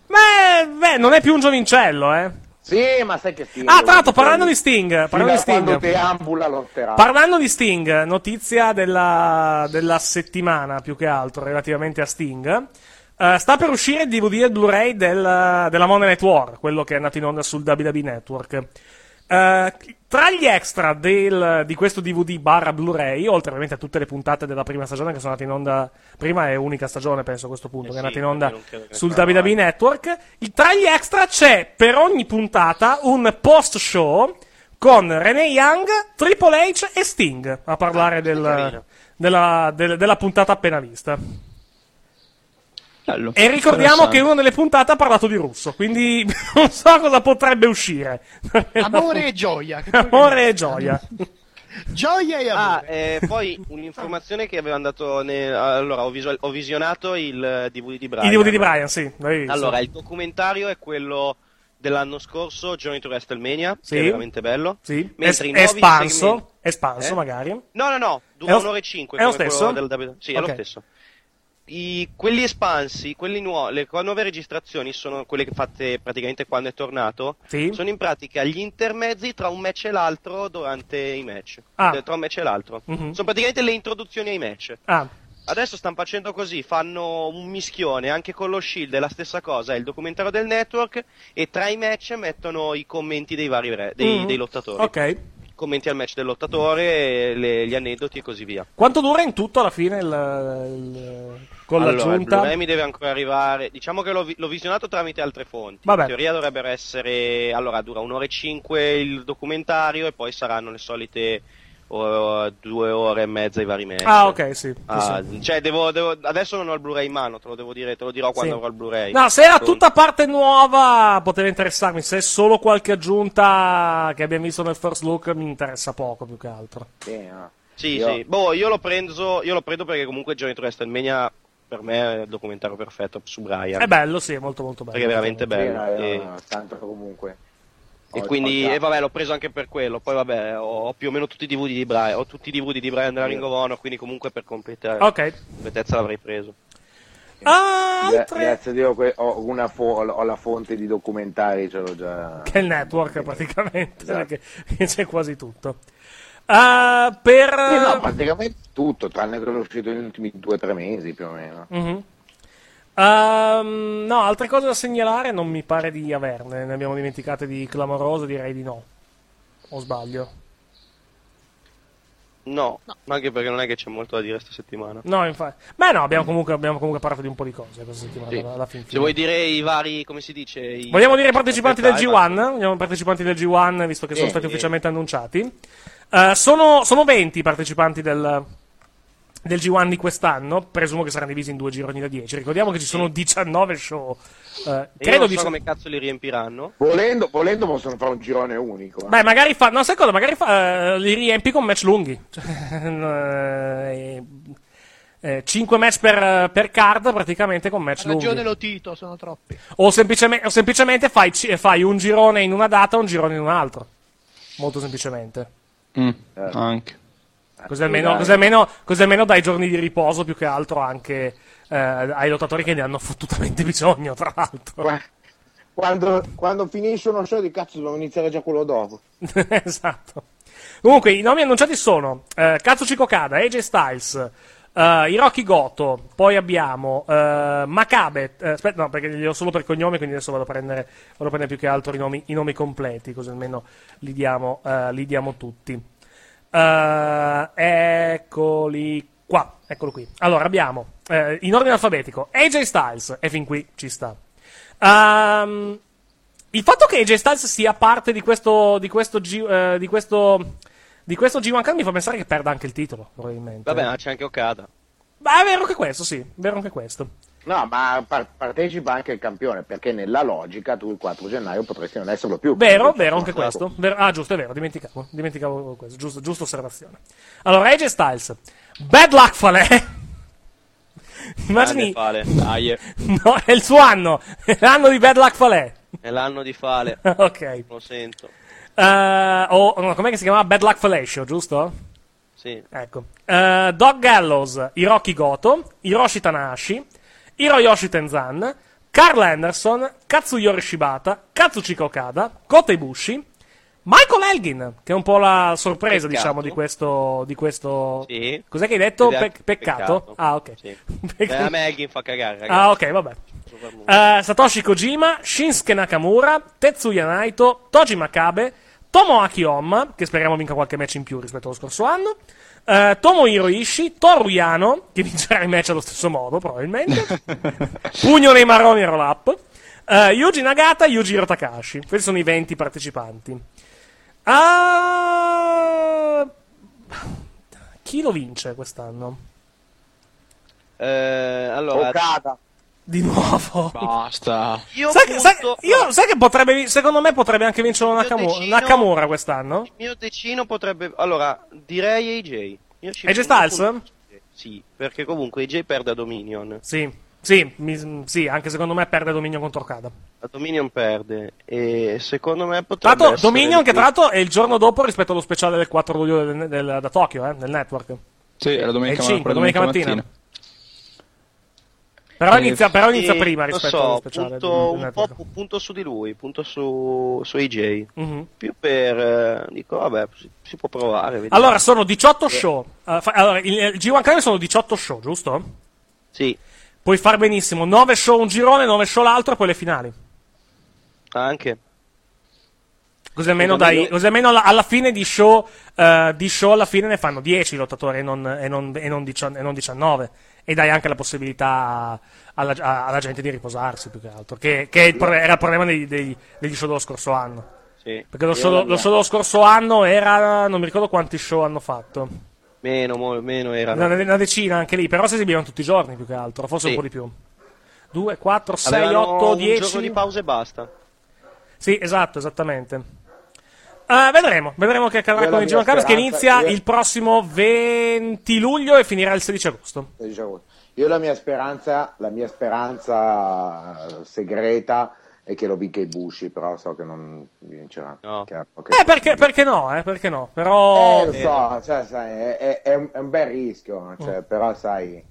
Speaker 7: Beh, eh, beh, non è più un giovincello, eh.
Speaker 13: Sì, ma sai che Sting...
Speaker 7: Ah, tra l'altro, parlando di Sting.
Speaker 13: Fino
Speaker 7: Parlando di
Speaker 13: a quando
Speaker 7: Sting.
Speaker 13: te ambula lotterà.
Speaker 7: Parlando di Sting, notizia della, della settimana più che altro relativamente a Sting. Eh, sta per uscire il DVD e il Blu-ray del- della Money Network, quello che è nato in onda sul WWE Network. Eh, tra gli extra del- di questo DVD barra Blu-ray, oltre ovviamente a tutte le puntate della prima stagione che sono andate in onda, prima e unica stagione penso a questo punto, che è andata in onda sul WWE Network, il- tra gli extra c'è per ogni puntata un post-show con Renee Young, Triple H e Sting a
Speaker 14: Ah,
Speaker 7: parlare del- della, del- della puntata appena vista. E ricordiamo che una delle puntate ha parlato di russo, quindi non so cosa potrebbe uscire.
Speaker 15: Amore e gioia. che poi-
Speaker 7: Amore e gioia.
Speaker 15: Gioia e
Speaker 14: amore. Ah, eh, poi un'informazione che avevano dato. nel- allora, ho, visual- ho visionato il eh, DVD di Brian.
Speaker 7: I DVD di Brian, sì. l'hai visto.
Speaker 14: Allora, il documentario è quello dell'anno scorso, Journey to WrestleMania.
Speaker 7: Sì.
Speaker 14: Che è veramente bello.
Speaker 7: Sì.
Speaker 14: Mentre
Speaker 7: è,
Speaker 14: i
Speaker 7: è
Speaker 14: nuovi
Speaker 7: espanso,
Speaker 14: segmenti-
Speaker 7: è espanso
Speaker 14: Eh?
Speaker 7: magari.
Speaker 14: No, no, no,
Speaker 7: È
Speaker 14: dura
Speaker 7: lo-
Speaker 14: un'ora e cinque.
Speaker 7: è lo
Speaker 14: come
Speaker 7: stesso?
Speaker 14: quello del WWE. Sì, è
Speaker 7: Ok.
Speaker 14: lo stesso. I- quelli espansi, quelli nuo- le co- nuove registrazioni sono quelle che fatte praticamente quando è tornato.
Speaker 7: Sì.
Speaker 14: Sono in pratica gli intermezzi tra un match e l'altro durante i match.
Speaker 7: Ah.
Speaker 14: Eh, Tra un match e l'altro.
Speaker 7: Mhm.
Speaker 14: Sono praticamente le introduzioni ai match.
Speaker 7: Ah,
Speaker 14: Adesso stanno facendo così, fanno un mischione anche con lo Shield, è la stessa cosa, è il documentario del network e tra i match mettono i commenti dei vari re, eh, dei,
Speaker 7: Mm.
Speaker 14: dei lottatori.
Speaker 7: ok.
Speaker 14: Commenti al match del lottatore, le- gli aneddoti e così via.
Speaker 7: Quanto dura in tutto alla fine il, il- con
Speaker 14: allora, il
Speaker 7: l'aggiunta?
Speaker 14: Blu-ray mi deve ancora arrivare. Diciamo che l'ho, vi- l'ho visionato tramite altre fonti.
Speaker 7: Vabbè.
Speaker 14: In teoria dovrebbero essere. Allora, dura un'ora e cinque il documentario e poi saranno le solite oh, due ore e mezza i vari match.
Speaker 7: Ah, ok, sì.
Speaker 14: Ah,
Speaker 7: Sì, sì.
Speaker 14: cioè, devo, devo- adesso non ho il Blu-ray in mano, te lo devo dire, te lo dirò quando
Speaker 7: Sì.
Speaker 14: avrò il Blu-ray.
Speaker 7: No, se era
Speaker 14: Pronto.
Speaker 7: tutta parte nuova poteva interessarmi, se è solo qualche aggiunta che abbiamo visto nel first look mi interessa poco più che altro.
Speaker 13: eh.
Speaker 14: Sì,
Speaker 7: Io-
Speaker 14: sì. Boh, io lo prendo, io lo prendo perché comunque Johnny WrestleMania per me è il documentario perfetto su Brian.
Speaker 7: È bello, sì, è molto molto bello.
Speaker 14: Perché è veramente bello.
Speaker 13: no, no,
Speaker 14: E-
Speaker 13: no, tanto comunque.
Speaker 14: eh. E
Speaker 13: Ho-
Speaker 14: quindi,
Speaker 13: ho già-
Speaker 14: e vabbè, l'ho preso anche per quello. Poi, vabbè, ho, ho più o meno tutti i DVD di Brian, ho tutti i DVD di Brian della Ring of Honor, quindi comunque per completa-
Speaker 7: Ok. Ah,
Speaker 14: completezza l'avrei preso.
Speaker 13: Gra- Grazie a Dio que- ho, una fo- ho la fonte di documentari, ce l'ho già.
Speaker 7: Che è il network praticamente,
Speaker 13: Esatto.
Speaker 7: perché c'è quasi tutto. Ah, per...
Speaker 13: Eh no, praticamente tutto, tranne quello uscito negli ultimi due o tre mesi più o meno.
Speaker 7: Mhm. Ehm, no, altre cose da segnalare non mi pare di averne. Ne abbiamo dimenticate di clamoroso, direi di no. O sbaglio?
Speaker 14: No, ma anche perché non è che c'è molto da dire sta settimana.
Speaker 7: No, infatti. Beh, no, abbiamo comunque, abbiamo comunque parlato di un po' di cose questa settimana.
Speaker 14: Sì.
Speaker 7: alla fin
Speaker 14: Se
Speaker 7: fine.
Speaker 14: vuoi dire i vari, come si dice? i-
Speaker 7: Vogliamo dire i partecipanti del
Speaker 14: Aspetta, vai, Eh,
Speaker 7: G1? Vogliamo i partecipanti del G1, visto che sono
Speaker 14: Sì,
Speaker 7: stati
Speaker 14: sì.
Speaker 7: ufficialmente annunciati. Eh, sono, sono 20 i partecipanti del, del G1 di quest'anno. Presumo che saranno divisi in due gironi da 10. Ricordiamo che ci sono 19 show. Eh,
Speaker 14: vai. Io
Speaker 7: credo
Speaker 14: non
Speaker 7: di
Speaker 14: so come cazzo li riempiranno.
Speaker 13: Volendo, volendo possono fare un girone unico. eh.
Speaker 7: Beh, magari fa. No, sai cosa? Magari fa- eh, li riempi con match lunghi. Cioè, 5 eh, match per, per card praticamente con match
Speaker 15: Ha ragione
Speaker 7: lunghi.
Speaker 15: lo Tito, sono troppi.
Speaker 7: O, semplicemen- o semplicemente fai, ci- fai un girone in una data e un girone in un'altra. Molto semplicemente.
Speaker 12: Mm, anche.
Speaker 15: Eh,
Speaker 7: Così almeno, così almeno- così almeno dai giorni di riposo più che altro anche eh, ai lottatori che ne hanno fottutamente bisogno, tra l'altro.
Speaker 13: Quando, quando finisce uno show di cazzo devo iniziare già quello dopo.
Speaker 7: esatto. Comunque, i nomi annunciati sono eh, Katsuchi Kokada, AJ Styles, eh, Hiroki Goto, poi abbiamo eh, Makabe, eh, aspetta, no, perché li ho solo per cognome, quindi adesso vado a prendere, vado a prendere più che altro i nomi, i nomi completi, così almeno li diamo, eh, li diamo tutti. Eh, eccoli qua, eccolo qui. Allora, abbiamo eh, in ordine alfabetico AJ Styles, e fin qui ci sta. Ehm, il fatto che AJ Styles sia parte di questo, di questo, G, eh, di questo, di questo G1 Card mi fa pensare che perda anche il titolo, probabilmente.
Speaker 14: Vabbè, ma c'è anche Okada.
Speaker 7: Ma è vero che questo, sì, è vero anche questo.
Speaker 13: No, ma par- partecipa anche il campione, perché nella logica tu il 4 gennaio potresti non esserlo più.
Speaker 7: Vero, vero anche
Speaker 14: Ecco,
Speaker 7: questo. Vero- ah, giusto, è vero, dimenticavo, dimenticavo questo, giusto, giusta osservazione. Allora, AJ Styles, bad luck Fale. Immagini,
Speaker 14: Grande Fale. Dai, eh.
Speaker 7: no, è il suo anno, è l'anno di bad luck Fale.
Speaker 14: È l'anno di Fale.
Speaker 7: Ok.
Speaker 14: Lo sento.
Speaker 7: Eh, o, no, com'è che si chiamava? Bad luck Fallatio, giusto?
Speaker 14: Sì.
Speaker 7: Ecco. Eh, Doc Gallows, Hiroki Goto, Hiroshi Tanahashi, Hiroyoshi Tenzan, Carl Anderson, Katsuyori Shibata, Katsuchika Okada, Kota Ibushi, Michael Elgin, che è un po' la sorpresa,
Speaker 14: Peccato.
Speaker 7: diciamo, di questo. Di questo...
Speaker 14: Sì.
Speaker 7: Cos'è che hai detto?
Speaker 14: Ed è
Speaker 7: Pec- peccato?
Speaker 14: peccato.
Speaker 7: Ah, ok.
Speaker 14: Sì.
Speaker 7: Peccato.
Speaker 14: Eh, a me Elgin fa cagare, ragazzi.
Speaker 7: Ah, ok, vabbè. Eh, Satoshi Kojima, Shinsuke Nakamura, Tetsuya Naito, Toji Makabe, Tomoaki Homma, che speriamo vinca qualche match in più rispetto allo scorso anno, eh, Tomohiro Ishii, Toru Yano, che vincerà il match allo stesso modo, probabilmente, Pugno nei marroni e roll up, eh, Yuji Nagata, Yujiro Takashi. Questi sono i 20 partecipanti. Ah, Chi lo vince quest'anno?
Speaker 14: Eh, allora,
Speaker 7: Di nuovo.
Speaker 12: Basta.
Speaker 14: Io
Speaker 7: sai, che, sai-
Speaker 14: punto-
Speaker 7: io- sai che potrebbe, secondo me potrebbe anche vincere Nakamo-
Speaker 14: decino-
Speaker 7: Nakamura quest'anno?
Speaker 14: Il mio decino potrebbe. Allora, direi AJ. Io ci
Speaker 7: AJ
Speaker 14: punto
Speaker 7: Styles?
Speaker 14: con- Sì, perché comunque AJ perde a Dominion.
Speaker 7: Sì, sì, mi- sì, anche secondo me perde dominio contro Okada.
Speaker 14: La Dominion perde. E secondo me
Speaker 7: Tra
Speaker 14: potrebbe.
Speaker 7: l'altro,
Speaker 14: essere
Speaker 7: Dominion,
Speaker 14: il-
Speaker 7: che tra l'altro è il giorno dopo rispetto allo speciale del 4 luglio del- del- da Tokyo, eh, del network.
Speaker 12: Sì, era domenica,
Speaker 7: È il cinque,
Speaker 12: quella
Speaker 7: domenica mattina. Però
Speaker 12: Eh,
Speaker 7: inizia, però inizia
Speaker 14: Sì,
Speaker 7: prima
Speaker 14: lo
Speaker 7: rispetto
Speaker 14: so,
Speaker 7: allo speciale. del-
Speaker 14: Punto,
Speaker 7: del
Speaker 14: un
Speaker 7: network.
Speaker 14: po' pu- punto su di lui, punto su, su AJ.
Speaker 7: Mhm.
Speaker 14: Più per. eh, dico, vabbè, si, si può provare. vediamo.
Speaker 7: Allora, sono 18
Speaker 14: Eh,
Speaker 7: show. Eh, fa- allora, il il G1 Clan sono 18 show, giusto?
Speaker 14: Sì.
Speaker 7: Puoi far benissimo 9 show un girone, 9 show l'altro e poi le finali.
Speaker 14: Anche.
Speaker 7: Così almeno,
Speaker 14: Secondo
Speaker 7: dai,
Speaker 14: me-
Speaker 7: così almeno alla, alla fine di show, eh, di show alla fine ne fanno 10 lottatori e non, e non- e non dicio- e non 19. E dai anche la possibilità alla, a- alla gente di riposarsi più che altro, che, che è il pro- era il problema dei- dei- degli show dello scorso anno.
Speaker 14: Sì.
Speaker 7: Perché lo
Speaker 14: Io
Speaker 7: show,
Speaker 14: la
Speaker 7: lo
Speaker 14: mia-
Speaker 7: show dello scorso anno era, non mi ricordo quanti show hanno fatto,
Speaker 14: Meno, mo- meno erano.
Speaker 7: una, una decina anche lì, però si esibivano tutti i giorni più che altro, forse un
Speaker 14: Sì.
Speaker 7: po' di più. 2, 4, 6,
Speaker 14: Avevano
Speaker 7: 8,
Speaker 14: Un giorno
Speaker 7: 10.
Speaker 14: di pausa e basta.
Speaker 7: Sì, esatto, esattamente. Eh, vedremo, vedremo che accadrà
Speaker 13: Io
Speaker 7: con il
Speaker 13: la mia
Speaker 7: Giro Carlos che
Speaker 13: speranza-
Speaker 7: inizia
Speaker 13: io-
Speaker 7: il prossimo 20 luglio e finirà il 16 agosto.
Speaker 13: Diciamo, Io la mia speranza, la mia speranza eh, segreta è che lo vinca i Bushi, però so che non vincerà. Che ha poche-
Speaker 7: Eh, perché, perché no, eh, perché no,
Speaker 13: Eh,
Speaker 7: però...
Speaker 13: lo so,
Speaker 14: eh.
Speaker 13: cioè, sai, è, è- è un, è un bel
Speaker 7: Mm.
Speaker 13: rischio, cioè, però sai,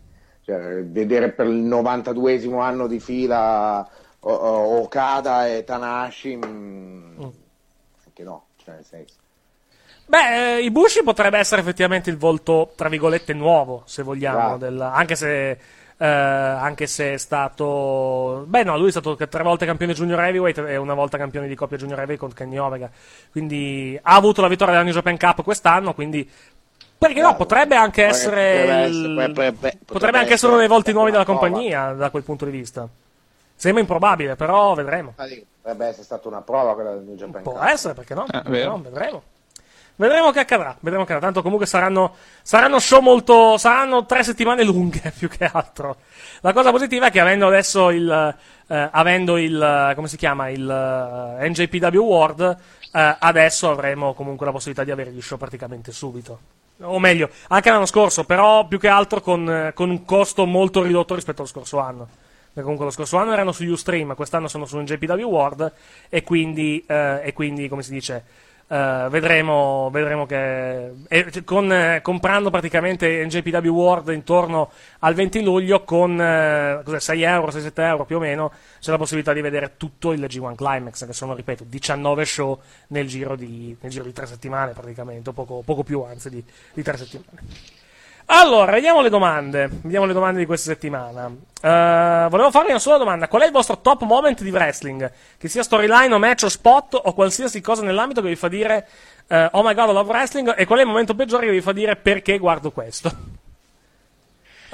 Speaker 13: cioè, vedere per il 92esimo anno di fila o- o- Okada e Tanashi, mh,
Speaker 7: Mm.
Speaker 13: anche no, cioè, nel senso.
Speaker 7: Beh, eh, Ibushi potrebbe essere effettivamente il volto, tra virgolette, nuovo, se vogliamo,
Speaker 13: Bravo.
Speaker 7: del- anche se... eh, anche se è stato beh no lui è stato tre volte campione junior heavyweight e una volta campione di coppia junior heavyweight con Kenny Omega quindi ha avuto la vittoria della New Japan Cup quest'anno quindi perché no potrebbe anche essere il-
Speaker 14: Potrebbe essere- potrebbe- potrebbe
Speaker 7: potrebbe anche essere
Speaker 14: essere
Speaker 7: uno dei volti nuovi della
Speaker 13: una prova.
Speaker 7: compagnia da quel punto di vista sembra improbabile però vedremo
Speaker 13: Ma dico, Potrebbe essere stata una prova quella del New Japan
Speaker 7: Può
Speaker 13: Cup.
Speaker 7: essere, perché no?
Speaker 12: Eh,
Speaker 7: Perché
Speaker 12: vero.
Speaker 7: no? vedremo. Vedremo che accadrà. Vedremo che accadrà. Tanto comunque saranno, saranno show molto. Saranno tre settimane lunghe più che altro. La cosa positiva è che avendo adesso il. eh, avendo il. eh, come si chiama? Il eh, NJPW World. eh, adesso avremo comunque la possibilità di avere gli show praticamente subito. O meglio, anche l'anno scorso, però più che altro con, eh, con un costo molto ridotto rispetto allo scorso anno. Perché comunque lo scorso anno erano su Ustream, quest'anno sono su NJPW World e quindi, eh, e quindi come si dice, eh, vedremo, vedremo che... e c- con, eh, comprando praticamente NJPW World intorno al 20 luglio con eh, cos'è, 6 euro, 6-7 euro più o meno, c'è la possibilità di vedere tutto il G1 Climax, che sono, ripeto, 19 show nel giro di, nel giro di 3 settimane praticamente, o poco, poco più anzi di, di 3 settimane. Allora, vediamo le domande. Vediamo le domande di questa settimana. Eh, volevo farvi una sola domanda. Qual è il vostro top moment di wrestling? Che sia storyline o match o spot o qualsiasi cosa nell'ambito che vi fa dire eh, Oh my god, I love wrestling. E qual è il momento peggiore che vi fa dire perché guardo questo?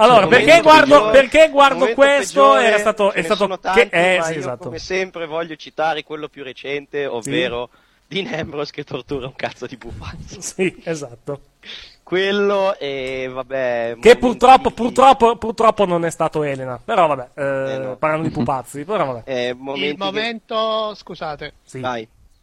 Speaker 7: Allora,
Speaker 14: Il momento
Speaker 7: perché guardo,
Speaker 14: peggiore-
Speaker 7: perché
Speaker 14: il
Speaker 7: guardo
Speaker 14: momento
Speaker 7: questo?
Speaker 14: peggiore,
Speaker 7: Era stato,
Speaker 14: ce
Speaker 7: è
Speaker 14: ne
Speaker 7: stato
Speaker 14: sono tanti,
Speaker 7: che, eh,
Speaker 14: ma
Speaker 7: sì,
Speaker 14: io
Speaker 7: esatto.
Speaker 14: come sempre voglio citare quello più recente, ovvero Dean Ambrose che tortura un cazzo di pupazzo.
Speaker 7: Sì, esatto.
Speaker 14: Quello e
Speaker 7: Che
Speaker 14: vabbè, momenti-
Speaker 7: purtroppo, purtroppo, purtroppo non è stato Elena. Però vabbè, eh,
Speaker 14: no.
Speaker 7: parlando di pupazzi, però vabbè.
Speaker 14: eh, momenti
Speaker 15: Il momento, scusate,
Speaker 7: Sì.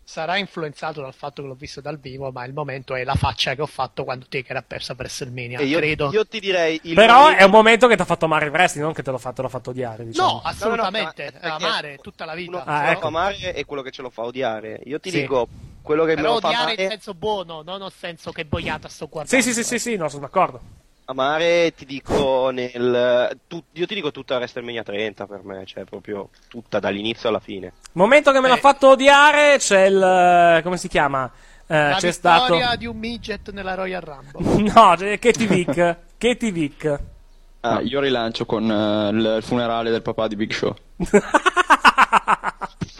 Speaker 15: sarà influenzato dal fatto che l'ho visto dal vivo, ma il momento è la faccia che ho fatto quando Taker ha perso a WrestleMania.
Speaker 14: che- e io,
Speaker 15: credo.
Speaker 14: io ti direi il
Speaker 7: Però
Speaker 14: momento-
Speaker 7: è un momento che ti ha fatto amare il wrestling, non che te l'ho fatto, l'ho fatto odiare. Diciamo.
Speaker 15: No, assolutamente.
Speaker 14: no, no, no,
Speaker 15: amare tutta la vita.
Speaker 14: eh, uno che
Speaker 7: Ah,
Speaker 14: ce lo
Speaker 7: ecco.
Speaker 14: fa amare e quello che ce lo fa odiare. Io ti
Speaker 7: Sì.
Speaker 14: dico quello che
Speaker 15: Però
Speaker 14: me lo fa
Speaker 15: odiare in
Speaker 14: amare
Speaker 15: senso buono, non nel senso che boiata sto guardando.
Speaker 7: Sì, sì, sì, sì, sì, no, sono d'accordo.
Speaker 14: amare ti dico nel tu- io ti dico tutta WrestleMania 30 per me, cioè proprio tutta dall'inizio alla fine. Eh.
Speaker 7: Momento che me l'ha fatto odiare, c'è il. eh, come si chiama? Eh,
Speaker 15: La
Speaker 7: c'è
Speaker 15: vittoria
Speaker 7: stato.
Speaker 15: di un midget nella Royal Rumble.
Speaker 7: No, c'è Katie Vick. Katie Vick.
Speaker 12: Ah, io rilancio con eh, il il funerale del papà di Big Show.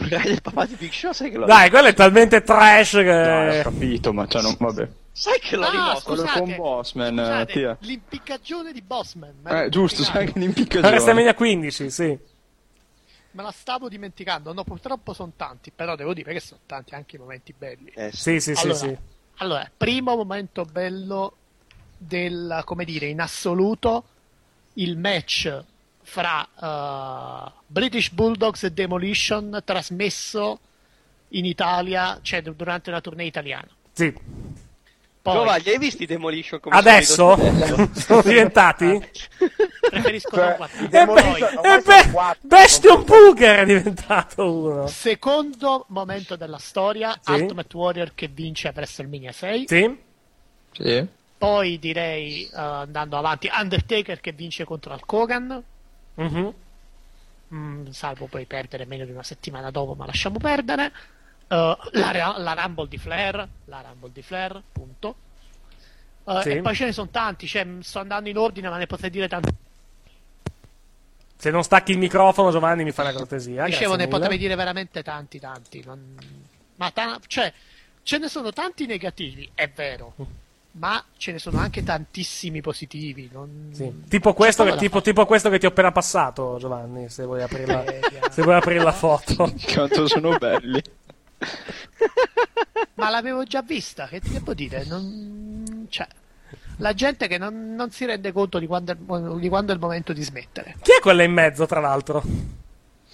Speaker 14: Il papà di Big Show sai che l'ho
Speaker 7: Dai, quello è talmente trash
Speaker 12: Eh, ho
Speaker 7: che.
Speaker 12: capito, ma cioè, non, vabbè.
Speaker 14: Sai che l'ho
Speaker 15: ah,
Speaker 14: rimosso?
Speaker 12: Quello
Speaker 15: Scusate,
Speaker 12: con Bossman, eh,
Speaker 15: scusate,
Speaker 12: Tia.
Speaker 15: l'impiccagione di Bossman. me
Speaker 12: Eh,
Speaker 15: l'ho
Speaker 12: giusto, c'è
Speaker 15: dimenticato.
Speaker 12: anche
Speaker 7: WrestleMania
Speaker 12: un'impiccagione.
Speaker 7: 15, sì.
Speaker 14: Eh
Speaker 15: Me la stavo dimenticando. No, purtroppo sono tanti, però devo dire che sono tanti anche i momenti belli.
Speaker 7: Sì, sì, sì,
Speaker 15: allora,
Speaker 7: sì.
Speaker 15: allora, primo momento bello del, come dire, in assoluto il match fra eh, British Bulldogs e Demolition trasmesso in Italia, cioè du- durante una tournée italiana.
Speaker 7: Sì.
Speaker 15: Poi-
Speaker 14: Giova, li hai visti i Demolition come
Speaker 7: Adesso
Speaker 14: sono ridotti?
Speaker 7: sono diventati.
Speaker 15: Preferisco non
Speaker 7: E
Speaker 15: guardare.
Speaker 7: be- e be- Bastion Booker è diventato uno.
Speaker 15: Secondo momento della storia,
Speaker 7: Sì.
Speaker 15: Ultimate Warrior che vince presso il Mania 6.
Speaker 7: Sì.
Speaker 12: Sì.
Speaker 15: Poi direi, eh, andando avanti, Undertaker che vince contro Hulk Hogan,
Speaker 7: Mhm.
Speaker 15: mm, salvo poi perdere meno di una settimana dopo, ma lasciamo perdere. Eh, la, Ra- la Rumble di Flair, la Rumble di Flair, punto. Eh,
Speaker 7: Sì.
Speaker 15: E poi ce ne sono tanti, cioè, mh, sto andando in ordine, ma ne potrei dire tanti.
Speaker 7: Se non stacchi il microfono, Giovanni mi fa una cortesia.
Speaker 15: Dicevo,
Speaker 7: grazie
Speaker 15: ne
Speaker 7: mille.
Speaker 15: potrei dire veramente tanti, tanti. non- Ma ta- cioè, ce ne sono tanti negativi, è vero,
Speaker 7: Mm.
Speaker 15: ma ce ne sono anche tantissimi positivi. non- Cioè,
Speaker 7: Sì. Tipo, questo
Speaker 15: C'è
Speaker 7: che,
Speaker 15: poco da
Speaker 7: tipo, tipo questo che ti ho appena passato, Giovanni. Se vuoi aprire la, se vuoi aprire la foto.
Speaker 12: Quanto sono belli.
Speaker 15: Ma l'avevo già vista, che ti devo dire? Non... Cioè, la gente che non, non si rende conto di quando, è, il mo- di quando è il momento di smettere.
Speaker 7: Chi è quella in mezzo, tra l'altro?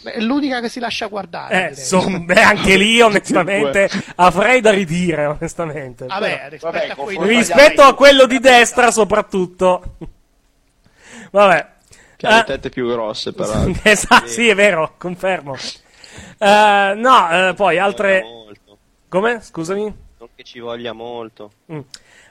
Speaker 15: Beh, È l'unica che si lascia guardare.
Speaker 7: Eh,
Speaker 15: direi.
Speaker 7: son- beh, anche lì, onestamente, avrei da ridire, onestamente.
Speaker 15: Vabbè, rispetto a quelli
Speaker 7: Però- rispetto a quello di destra, soprattutto. Vabbè.
Speaker 12: Che ha
Speaker 7: Eh,
Speaker 12: le tette più grosse, peraltro.
Speaker 7: esatto, sì, è vero, confermo. Eh, no, eh, poi altre... Come? Scusami.
Speaker 14: Non che ci voglia molto.
Speaker 7: Mm.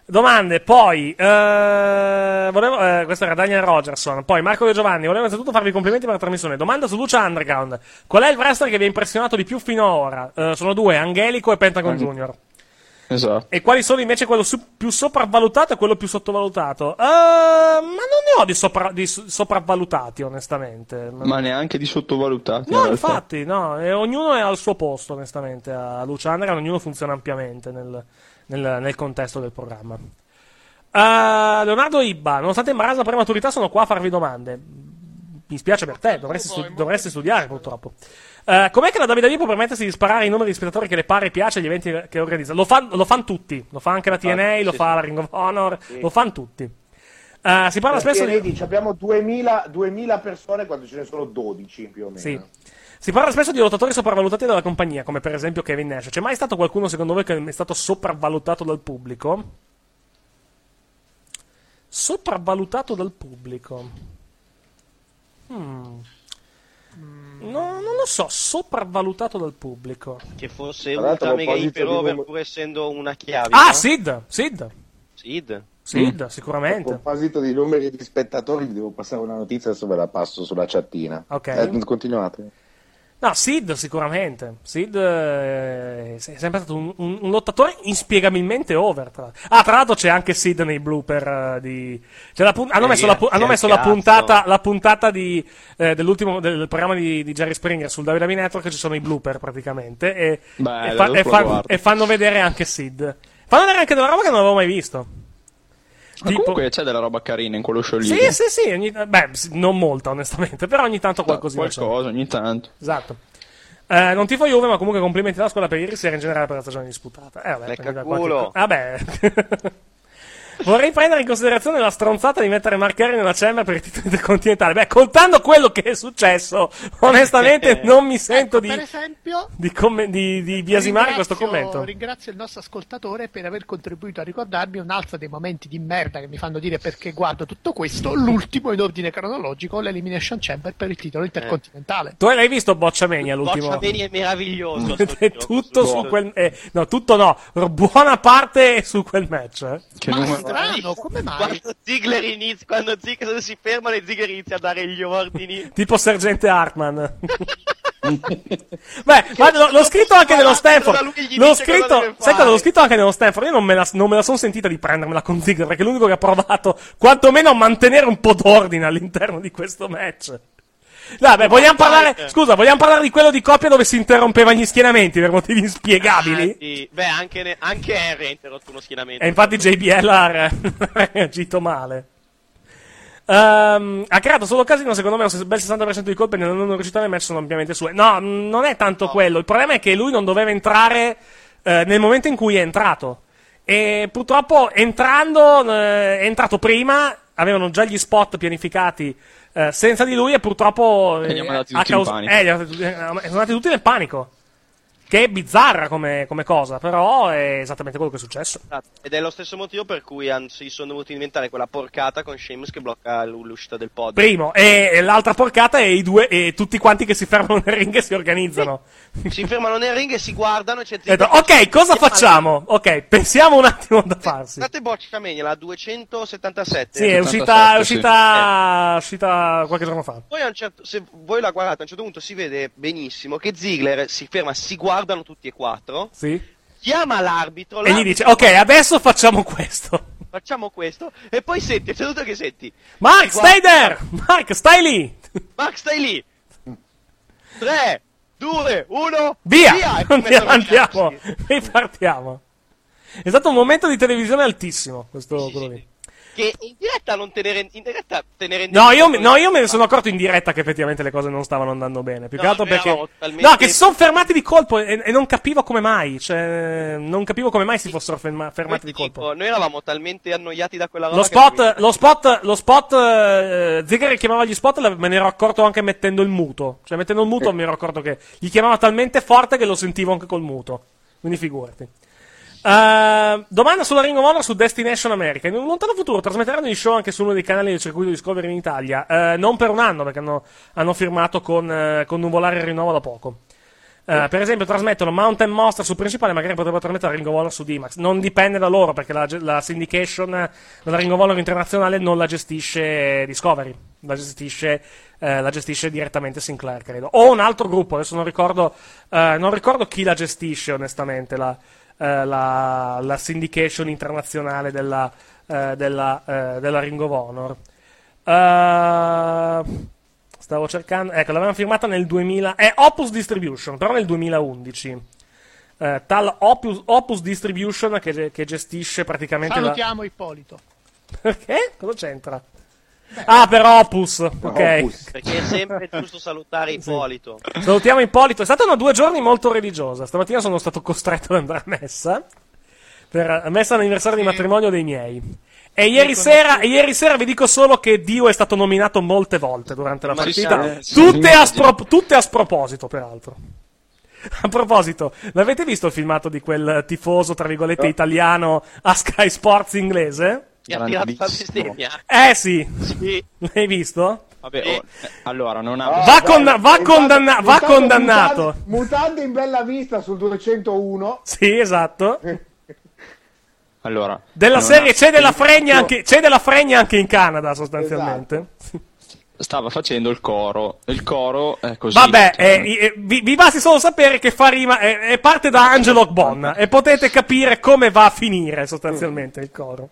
Speaker 7: Domande, poi eh, volevo, eh, questo era Daniel Rogerson, poi Marco De Giovanni, volevo innanzitutto farvi i complimenti per la trasmissione. Domanda su Lucia Underground, qual è il wrestler che vi ha impressionato di più finora? Eh, sono due, Angelico e Pentagon
Speaker 12: Mm.
Speaker 7: Junior.
Speaker 12: Esatto.
Speaker 7: E quali sono invece quello su- più sopravvalutato e quello più sottovalutato? Eh, ma non ne ho di, sopra- di so- sopravvalutati, onestamente.
Speaker 12: Ma neanche di sottovalutati. in
Speaker 7: No,
Speaker 12: realtà.
Speaker 7: infatti, no, e ognuno è al suo posto, onestamente, a Lucia Underground, ognuno funziona ampiamente nel, nel- nel contesto del programma. Eh, Leonardo Ibba, nonostante in base alla prematurità sono qua a farvi domande. Mi spiace per te, dovresti, stu- dovresti studiare purtroppo. Eh, com'è che la WWE può permettersi di sparare i numeri di spettatori che le pare e piace agli eventi che organizza? Lo, fan- lo fanno tutti, lo fa anche la TNA, lo
Speaker 14: Ah, sì,
Speaker 7: fa
Speaker 14: sì.
Speaker 7: la Ring of Honor, lo fanno tutti. Eh, si parla
Speaker 13: Perché
Speaker 7: spesso di...
Speaker 13: vedi, ci abbiamo 2000, 2000 persone quando ce ne sono 12 più o meno.
Speaker 7: Sì. Si parla spesso di lottatori sopravvalutati dalla compagnia, come per esempio Kevin Nash. C'è mai stato qualcuno, secondo voi, che è stato sopravvalutato dal pubblico? Sopravvalutato dal pubblico. Hmm. No, non lo so, sopravvalutato dal pubblico.
Speaker 14: Che fosse
Speaker 7: Tra l'altro
Speaker 14: Ultra Mega
Speaker 7: l'opposito
Speaker 14: Hyper
Speaker 7: di
Speaker 14: Over
Speaker 7: Demol-
Speaker 14: pur essendo una chiave.
Speaker 7: Ah,
Speaker 14: no?
Speaker 7: Sid! Sid!
Speaker 14: Sid.
Speaker 7: Sid,
Speaker 13: A
Speaker 7: sicuramente.
Speaker 13: proposito di numeri di spettatori, vi devo passare una notizia, adesso ve la passo sulla chattina.
Speaker 7: Ok.
Speaker 13: Eh, continuate.
Speaker 7: No, Sid sicuramente. Sid eh, è sempre stato un, un- un lottatore inspiegabilmente over. tra- Ah, tra l'altro c'è anche Sid nei blooper eh, di... c'è la pun- hanno
Speaker 14: Eh,
Speaker 7: messo, la, pu-
Speaker 14: c'è
Speaker 7: hanno
Speaker 14: il
Speaker 7: messo la
Speaker 14: cazzo.
Speaker 7: puntata, la puntata di, eh, dell'ultimo, del programma di, di Jerry Springer sul WWE Network, ci sono i blooper praticamente. E,
Speaker 12: Beh,
Speaker 7: e fa-
Speaker 12: adesso
Speaker 7: e
Speaker 12: lo
Speaker 7: fan-
Speaker 12: guardo.
Speaker 7: e fanno vedere anche Sid. Fanno vedere anche della roba che non avevo mai visto.
Speaker 12: Ma comunque c'è della roba carina in quello show lì.
Speaker 7: Sì, sì, sì. ogni- beh, sì, non molta, onestamente, però ogni tanto qualcosina c'è.
Speaker 12: Qualcosa ogni tanto.
Speaker 7: Esatto. Eh, non tifo Juve, ma comunque complimenti alla scuola per ieri sera e in generale per la stagione disputata. Eh, vabbè,
Speaker 14: Lecca
Speaker 7: prendi da
Speaker 14: culo.
Speaker 7: qualche- Vabbè. Vorrei prendere in considerazione la stronzata di mettere Marcheri nella chamber per il titolo intercontinentale. Beh, contando quello che è successo, onestamente non mi sento di,
Speaker 15: Ecco, Per esempio,
Speaker 7: di, come- di- di biasimare questo commento.
Speaker 15: Ringrazio il nostro ascoltatore per aver contribuito a ricordarmi un altro dei momenti di merda che mi fanno dire perché guardo tutto questo. L'ultimo in ordine cronologico, l'Elimination Chamber per il
Speaker 14: Eh.
Speaker 15: titolo intercontinentale.
Speaker 7: Tu l'hai visto Bocciamania l'ultimo?
Speaker 14: Bocciameni è meraviglioso. sto
Speaker 7: È
Speaker 14: gioco,
Speaker 7: tutto su
Speaker 14: assolutamente.
Speaker 7: quel... eh, no, tutto no. Buona parte è su quel match. eh.
Speaker 12: Che
Speaker 15: Ma
Speaker 12: numero
Speaker 15: strano, come mai?
Speaker 14: Quando Ziggler inizia, quando Ziggler si ferma, le Ziggler inizia a dare gli ordini.
Speaker 7: Tipo sergente Hartman. Beh, ma lo- l'ho scritto anche nello Stanford.
Speaker 14: lui gli
Speaker 7: L'ho
Speaker 14: dice cosa
Speaker 7: scritto,
Speaker 14: deve
Speaker 7: sai
Speaker 14: fare.
Speaker 7: cosa? L'ho scritto anche nello Stanford. Io non me la, non me la sono sentita di prendermela con Ziggler perché è l'unico che ha provato quantomeno a mantenere un po' d'ordine all'interno di questo match. Vabbè, vogliamo
Speaker 14: eh.
Speaker 7: parlare. Scusa, vogliamo parlare di quello di coppia dove si interrompevano gli schienamenti per motivi inspiegabili?
Speaker 14: Sì, beh, anche, ne- anche Henry ha interrotto uno schienamento.
Speaker 7: E infatti JBL ha re- reagito male. Ehm, ha creato solo Casino, secondo me, un bel 60% di colpe nella non riuscita nel match sono ampiamente sue. No, mh, non è tanto quello. Il problema è che lui non doveva entrare eh, nel momento in cui è entrato. E purtroppo entrando, eh, è entrato prima, avevano già gli spot pianificati eh, senza di lui e purtroppo...
Speaker 12: E gli hanno
Speaker 7: eh,
Speaker 12: mandati
Speaker 7: ha
Speaker 12: tutti in
Speaker 7: caus-
Speaker 12: panico.
Speaker 7: eh, gli hanno mandati tutti- eh, sono andati tutti nel panico. Che è bizzarra come, come cosa, però è esattamente quello che è successo.
Speaker 14: Esatto. Ed è lo stesso motivo per cui han- si sono dovuti inventare quella porcata con Sheamus che blocca l- l'uscita del pod.
Speaker 7: Primo, e e l'altra porcata è i due, e tutti quanti che si fermano nel ring e si organizzano.
Speaker 14: Si fermano nel ring e si guardano. Cioè,
Speaker 7: E detto, ok, cosa facciamo? Ok, pensiamo un attimo da farsi.
Speaker 14: State boccia Mania, la 277.
Speaker 7: Sì, Eh. è uscita, è uscita, è uscita qualche giorno fa.
Speaker 14: Poi a un certo, se voi la guardate, a un certo punto si vede benissimo che Ziggler si ferma, si guardano tutti e quattro,
Speaker 7: Sì.
Speaker 14: chiama l'arbitro,
Speaker 7: E gli dice,
Speaker 14: l'arbitro,
Speaker 7: ok, adesso facciamo questo.
Speaker 14: facciamo questo, e poi senti, a un certo punto che senti,
Speaker 7: Mark,
Speaker 14: Si guarda-
Speaker 7: stai there! Mark, stai lì!
Speaker 14: Max stai lì, 3, 2, 1,
Speaker 7: Via!
Speaker 14: E poi
Speaker 7: Andiamo,
Speaker 14: mettono-
Speaker 7: andiamo. Ripartiamo. È stato un momento di televisione altissimo, questo quello lì.
Speaker 14: Che in diretta non te ne rendi, in diretta te ne rendi
Speaker 7: No, io,
Speaker 14: conto.
Speaker 7: no, io me ne sono accorto in diretta che effettivamente le cose non stavano andando bene. Più che
Speaker 14: No,
Speaker 7: altro
Speaker 14: noi
Speaker 7: perché.
Speaker 14: eravamo talmente-
Speaker 7: No, che si sono fermati di colpo e, e non capivo come mai. Cioè, non capivo come mai si fossero ferma- fermati di colpo.
Speaker 14: Noi eravamo talmente annoiati da quella roba
Speaker 7: Lo
Speaker 14: che-
Speaker 7: spot, lo spot, lo spot, eh, Ziggler chiamava gli spot, la- me ne ero accorto anche mettendo il muto. Cioè, mettendo il muto mi ero accorto che gli chiamava talmente forte che lo sentivo anche col muto. Quindi figurati. Eh, domanda sulla Ring of Honor su Destination America. In un lontano futuro trasmetteranno i show anche su uno dei canali del circuito Discovery in Italia. Eh, non per un anno, perché hanno, hanno firmato con, eh, con Nuvolare il rinnovo da poco. Eh, per esempio, trasmettono Mountain Monster su principale, magari potrebbero trasmettere Ring of Honor su D-Max. Non dipende da loro, perché la, ge- la syndication eh, della Ring of Honor internazionale non la gestisce Discovery, la gestisce, eh, la gestisce direttamente Sinclair, credo. O un altro gruppo, adesso non ricordo, eh, non ricordo chi la gestisce, onestamente, la, eh, la, la syndication internazionale della, eh, della, eh, della Ring of Honor. Eh, Stavo cercando. Ecco, l'avevano firmata nel 2000. È Opus Distribution, però nel 2011. Eh, tal Opus, Opus Distribution che, che gestisce praticamente. la-
Speaker 15: Salutiamo Ippolito.
Speaker 7: Perché? Cosa c'entra? Ah, per Opus. ok.
Speaker 14: Perché è sempre giusto salutare Ippolito.
Speaker 7: Salutiamo Ippolito. È stata una due giorni molto religiosa. Stamattina sono stato costretto ad andare a messa. Per a messa all'anniversario di matrimonio dei miei. E ieri, sera, e ieri sera vi dico solo che Dio è stato nominato molte volte durante la
Speaker 14: Ma sì,
Speaker 7: partita.
Speaker 14: sì, sì,
Speaker 7: Tutte
Speaker 14: sì,
Speaker 7: a,
Speaker 14: sì.
Speaker 7: spro- tutte a sproposito, peraltro. A proposito, l'avete visto il filmato di quel tifoso, tra virgolette, italiano a Sky Sports inglese?
Speaker 14: Mi Oh. ha tirato la bestemmia.
Speaker 7: Eh sì,
Speaker 14: Sì.
Speaker 7: l'hai visto?
Speaker 12: Vabbè, oh, eh, allora non ha.
Speaker 14: Ah,
Speaker 7: Va, condanna- va condanna- va
Speaker 13: Intanto
Speaker 7: condannato.
Speaker 13: Mutandi- Mutandi in bella vista sul 201.
Speaker 7: Sì, esatto.
Speaker 12: Allora,
Speaker 7: Della
Speaker 12: non
Speaker 7: serie
Speaker 12: ha-
Speaker 7: c'è della, fregna anche, c'è della fregna anche in Canada, sostanzialmente.
Speaker 12: Esatto. Stava facendo il coro. Il coro è così.
Speaker 7: Vabbè,
Speaker 12: cioè,
Speaker 7: eh, eh, vi, vi basti solo sapere che fa rima, eh, eh, parte da Angelo Bonna e potete capire come va a finire sostanzialmente il coro.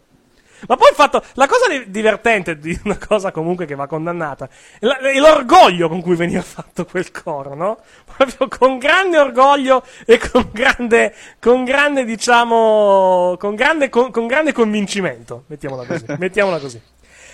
Speaker 7: Ma poi il fatto, la cosa di- divertente di una cosa comunque che va condannata, è la- è l'orgoglio con cui veniva fatto quel coro, no? Proprio con grande orgoglio e con grande, con grande diciamo, con grande, con- con grande convincimento, mettiamola così, mettiamola così.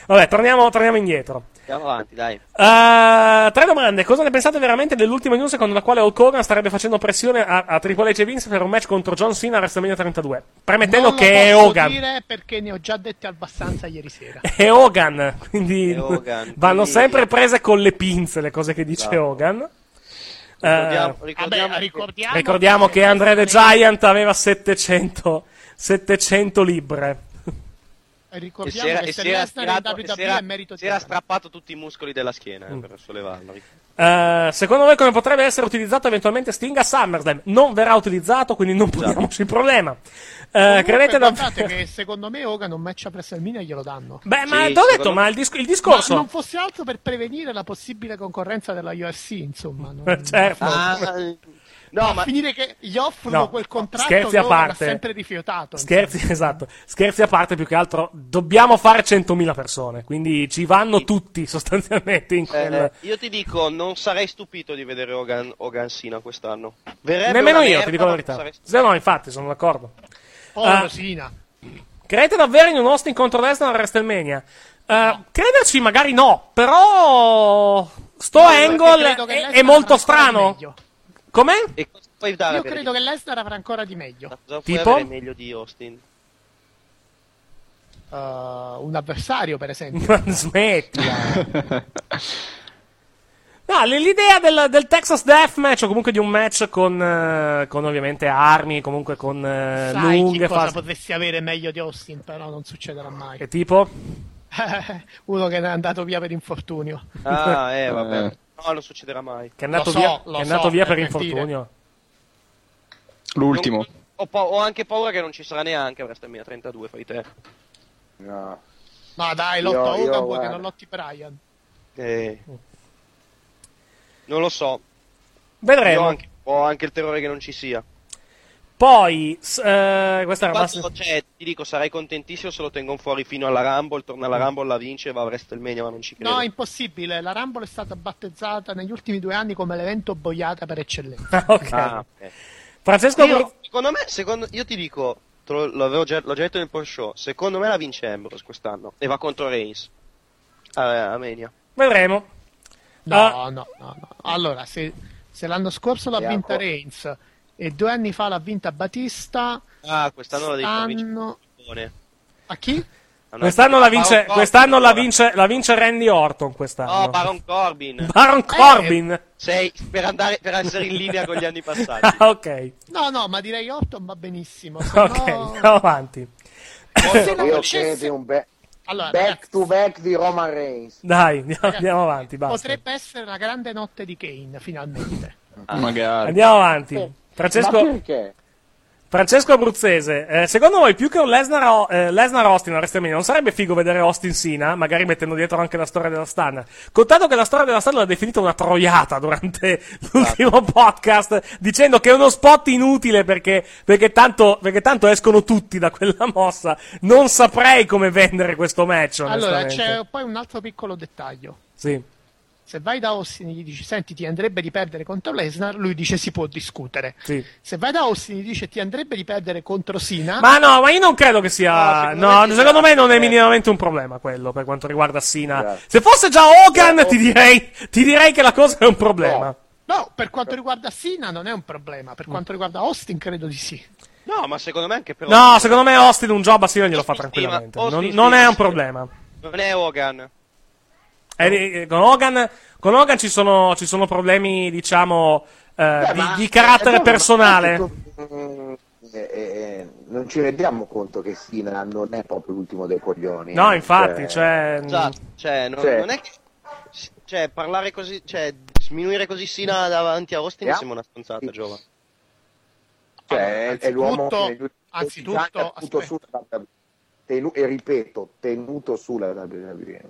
Speaker 7: Vabbè, torniamo- torniamo indietro.
Speaker 14: Andiamo avanti, dai.
Speaker 7: Eh, tre domande. Cosa ne pensate veramente dell'ultima news secondo la quale Hulk Hogan starebbe facendo pressione a, a Triple H e Vince per un match contro John Cena a WrestleMania 32? Premettendo
Speaker 15: Non
Speaker 7: che
Speaker 15: lo
Speaker 7: è
Speaker 15: posso
Speaker 7: Hogan.
Speaker 15: dire perché ne ho già dette abbastanza ieri sera.
Speaker 14: Eh,
Speaker 7: È Hogan, quindi
Speaker 15: È Hogan,
Speaker 7: vanno
Speaker 15: quindi- Esatto.
Speaker 7: sempre prese con le pinze le cose che dice Hogan. Eh,
Speaker 14: Ricordiamo, ricordiamo
Speaker 15: Vabbè, ricordiamo,
Speaker 7: ricordiamo che Andre the Giant aveva 700, 700 libbre.
Speaker 14: E
Speaker 15: ricordiamo
Speaker 14: si era,
Speaker 15: che
Speaker 14: e
Speaker 15: se
Speaker 14: si era
Speaker 15: Lesnar è
Speaker 14: stirato-
Speaker 15: in
Speaker 14: e
Speaker 15: WWE
Speaker 14: si era-
Speaker 15: è merito
Speaker 14: si era
Speaker 15: di
Speaker 14: strappato tutti i muscoli della schiena eh, per sollevarlo.
Speaker 7: Eh, secondo me come potrebbe essere utilizzato eventualmente Sting a SummerSlam? Non verrà utilizzato, quindi non
Speaker 15: Esatto.
Speaker 7: poniamoci il problema. Eh, credete davvero?
Speaker 15: guardate che secondo me Hogan un match a WrestleMania glielo danno.
Speaker 7: Beh, ma Sì, t'ho detto, secondo ma me- il disc- il discorso-
Speaker 15: Ma non fosse altro per prevenire la possibile concorrenza della UFC, insomma. non-
Speaker 7: Certo.
Speaker 14: Ah, eh,
Speaker 15: no, ma finire che gli offrono
Speaker 7: No,
Speaker 15: quel contratto
Speaker 7: scherzi
Speaker 15: che
Speaker 7: a
Speaker 15: Hogan ha
Speaker 7: parte.
Speaker 15: sempre rifiutato.
Speaker 7: Scherzi, esatto. Scherzi a parte, più che altro, dobbiamo fare 100.000 persone, quindi ci vanno tutti sostanzialmente in quel...
Speaker 14: Eh, io ti dico, non sarei stupito di vedere Hogan, Hogan Sina quest'anno. Verrebbe
Speaker 7: Nemmeno
Speaker 14: una
Speaker 7: io,
Speaker 14: merda,
Speaker 7: ti dico la
Speaker 14: ma
Speaker 7: verità.
Speaker 14: sarei-
Speaker 7: Se no, infatti, sono d'accordo.
Speaker 15: Oh,
Speaker 7: Ah,
Speaker 15: Rosina.
Speaker 7: Credete davvero in un Austin contro Lesnar a WrestleMania? Eh, Crederci magari no, però sto
Speaker 15: perché
Speaker 7: angle
Speaker 15: credo che
Speaker 7: è,
Speaker 15: Lesnar
Speaker 7: è molto
Speaker 15: farà ancora
Speaker 7: strano.
Speaker 15: meglio.
Speaker 7: Com'è?
Speaker 14: Puoi dare
Speaker 15: Io
Speaker 14: per-
Speaker 15: credo che Lesnar avrà ancora di meglio.
Speaker 14: Cosa puoi
Speaker 7: Tipo?
Speaker 14: avere meglio di Austin?
Speaker 15: Uh, un avversario, per esempio.
Speaker 7: Ma smettila. No, l- l'idea del, del Texas Deathmatch o comunque di un match con, eh, con ovviamente armi, comunque con eh,
Speaker 15: Sai che
Speaker 7: lunghe
Speaker 15: cosa
Speaker 7: fasi.
Speaker 15: potresti avere meglio di Austin, però non succederà mai.
Speaker 7: Che tipo?
Speaker 15: Uno che è andato via per infortunio.
Speaker 14: Ah, eh, vabbè. No, non succederà mai.
Speaker 7: Che è
Speaker 15: Lo
Speaker 7: andato
Speaker 15: so,
Speaker 7: via,
Speaker 15: lo
Speaker 7: che è andato
Speaker 15: so,
Speaker 7: via per
Speaker 15: eh, per dire.
Speaker 7: infortunio.
Speaker 12: L'ultimo.
Speaker 14: Ho, pa- ho anche paura che non ci sarà neanche WrestleMania 32, fai te. No.
Speaker 15: Ma dai,
Speaker 14: Io-
Speaker 15: lotta
Speaker 14: io,
Speaker 15: Hogan, vuoi che
Speaker 14: guarda.
Speaker 15: non lotti Brian.
Speaker 14: Eh. Non lo so.
Speaker 7: Vedremo.
Speaker 14: Io Ho anche, ho anche il terrore che non ci sia.
Speaker 7: Poi, s- eh, questa era la
Speaker 14: Quando, cioè, ti dico, sarei contentissimo se lo tengono fuori fino alla Rumble, torna alla Rumble, la vince, va a WrestleMania, ma non ci credo.
Speaker 15: No, è impossibile. La Rumble è stata battezzata negli ultimi due anni come l'evento boiata per
Speaker 7: Ah,
Speaker 15: eccellenza.
Speaker 7: ok.
Speaker 14: Ah, ok.
Speaker 7: Francesco,
Speaker 14: Io-
Speaker 7: Bru-
Speaker 14: secondo me, secondo- io ti dico, te lo- l'avevo già, l'ho già detto nel post show, secondo me la vince Ambrose quest'anno e va contro Reigns. Ah, a Mania.
Speaker 7: vedremo.
Speaker 15: No,
Speaker 7: Ah.
Speaker 15: no, no, no. Allora, se, se l'anno scorso l'ha
Speaker 14: E
Speaker 15: vinta
Speaker 14: ancora.
Speaker 15: Reigns e due anni fa l'ha vinta Batista,
Speaker 14: Ah, quest'anno la devi far vincere
Speaker 15: Stanno-
Speaker 14: Giappone.
Speaker 15: a chi?
Speaker 14: Ah, no,
Speaker 7: Quest'anno la vince,
Speaker 14: Baron Corbin,
Speaker 7: quest'anno la
Speaker 14: allora.
Speaker 7: vince, la vince Randy Orton quest'anno.
Speaker 14: No, Oh, Baron Corbin.
Speaker 7: Baron
Speaker 15: Eh.
Speaker 7: Corbin.
Speaker 14: Sei per, andare, per essere in linea con gli anni passati.
Speaker 7: Ah, ok.
Speaker 15: No, no, ma direi Orton va benissimo. se
Speaker 7: Ok,
Speaker 15: no-
Speaker 7: andiamo avanti.
Speaker 15: se non
Speaker 13: Io
Speaker 15: facesse-
Speaker 13: credo in un be-
Speaker 15: Allora,
Speaker 13: back
Speaker 15: ragazzi,
Speaker 13: to back di Roman Reigns.
Speaker 7: Dai, andiamo,
Speaker 15: Ragazzi,
Speaker 7: andiamo avanti, basta.
Speaker 15: potrebbe essere una grande notte di Kane, finalmente.
Speaker 12: Magari.
Speaker 7: Andiamo avanti.
Speaker 13: Ma
Speaker 7: Francesco, eh,
Speaker 13: perché?
Speaker 7: Francesco Abruzzese, eh, secondo voi più che un Lesnar, eh, Lesnar Austin a WrestleMania non sarebbe figo vedere Austin Sina, magari mettendo dietro anche la storia della Stan? Contato che la storia della Stan l'ha definita una troiata durante
Speaker 15: Esatto.
Speaker 7: l'ultimo podcast, dicendo che è uno spot inutile perché, perché tanto, perché tanto escono tutti da quella mossa. Non saprei come vendere questo match,
Speaker 15: Allora,
Speaker 7: onestamente.
Speaker 15: c'è poi un altro piccolo dettaglio.
Speaker 7: Sì.
Speaker 15: Se vai da Austin e gli dici senti ti andrebbe di perdere contro Lesnar, lui dice si può discutere.
Speaker 7: Sì.
Speaker 15: Se vai da Austin e gli dice ti andrebbe di perdere contro Sina,
Speaker 7: Ma no, ma io non credo che sia.
Speaker 15: No, secondo
Speaker 7: No,
Speaker 15: me sì,
Speaker 7: secondo
Speaker 15: sì.
Speaker 7: me non è minimamente un problema quello per quanto riguarda Sina. Se fosse già Hogan, ti direi, ti direi che la cosa è un problema.
Speaker 15: no, per quanto riguarda Sina non è un problema,
Speaker 13: Mm.
Speaker 15: per quanto riguarda Austin credo di sì.
Speaker 14: No, ma secondo me anche però...
Speaker 7: No, secondo me Austin un job a Sina glielo fa
Speaker 14: Austin
Speaker 7: tranquillamente.
Speaker 14: Sina,
Speaker 7: Non,
Speaker 14: Austin
Speaker 7: non è
Speaker 14: Sina,
Speaker 7: un
Speaker 14: sì.
Speaker 7: problema.
Speaker 14: Non è Hogan.
Speaker 7: Eh, eh, con, Hogan, con Hogan ci sono, ci sono problemi, diciamo, eh, di,
Speaker 13: ma-
Speaker 7: di carattere
Speaker 13: eh, no, ma-
Speaker 7: personale.
Speaker 13: Eh, eh, eh, non ci rendiamo conto che Sina non è proprio l'ultimo dei coglioni.
Speaker 7: No,
Speaker 13: eh,
Speaker 7: infatti, cioè.
Speaker 14: Esatto, cioè, non,
Speaker 13: Cioè.
Speaker 14: non è che... Cioè, parlare così... Cioè, sminuire così Sina davanti a Austin mi
Speaker 13: Yeah. Mm.
Speaker 14: sembra una stronzata, Giova.
Speaker 13: Cioè,
Speaker 15: Allora,
Speaker 13: è l'uomo che
Speaker 15: anzitutto-
Speaker 13: negli ultimi
Speaker 15: anzitutto,
Speaker 13: anni ha tenuto
Speaker 15: aspetta.
Speaker 13: su la- tenu- e ripeto, tenuto sulla WWE.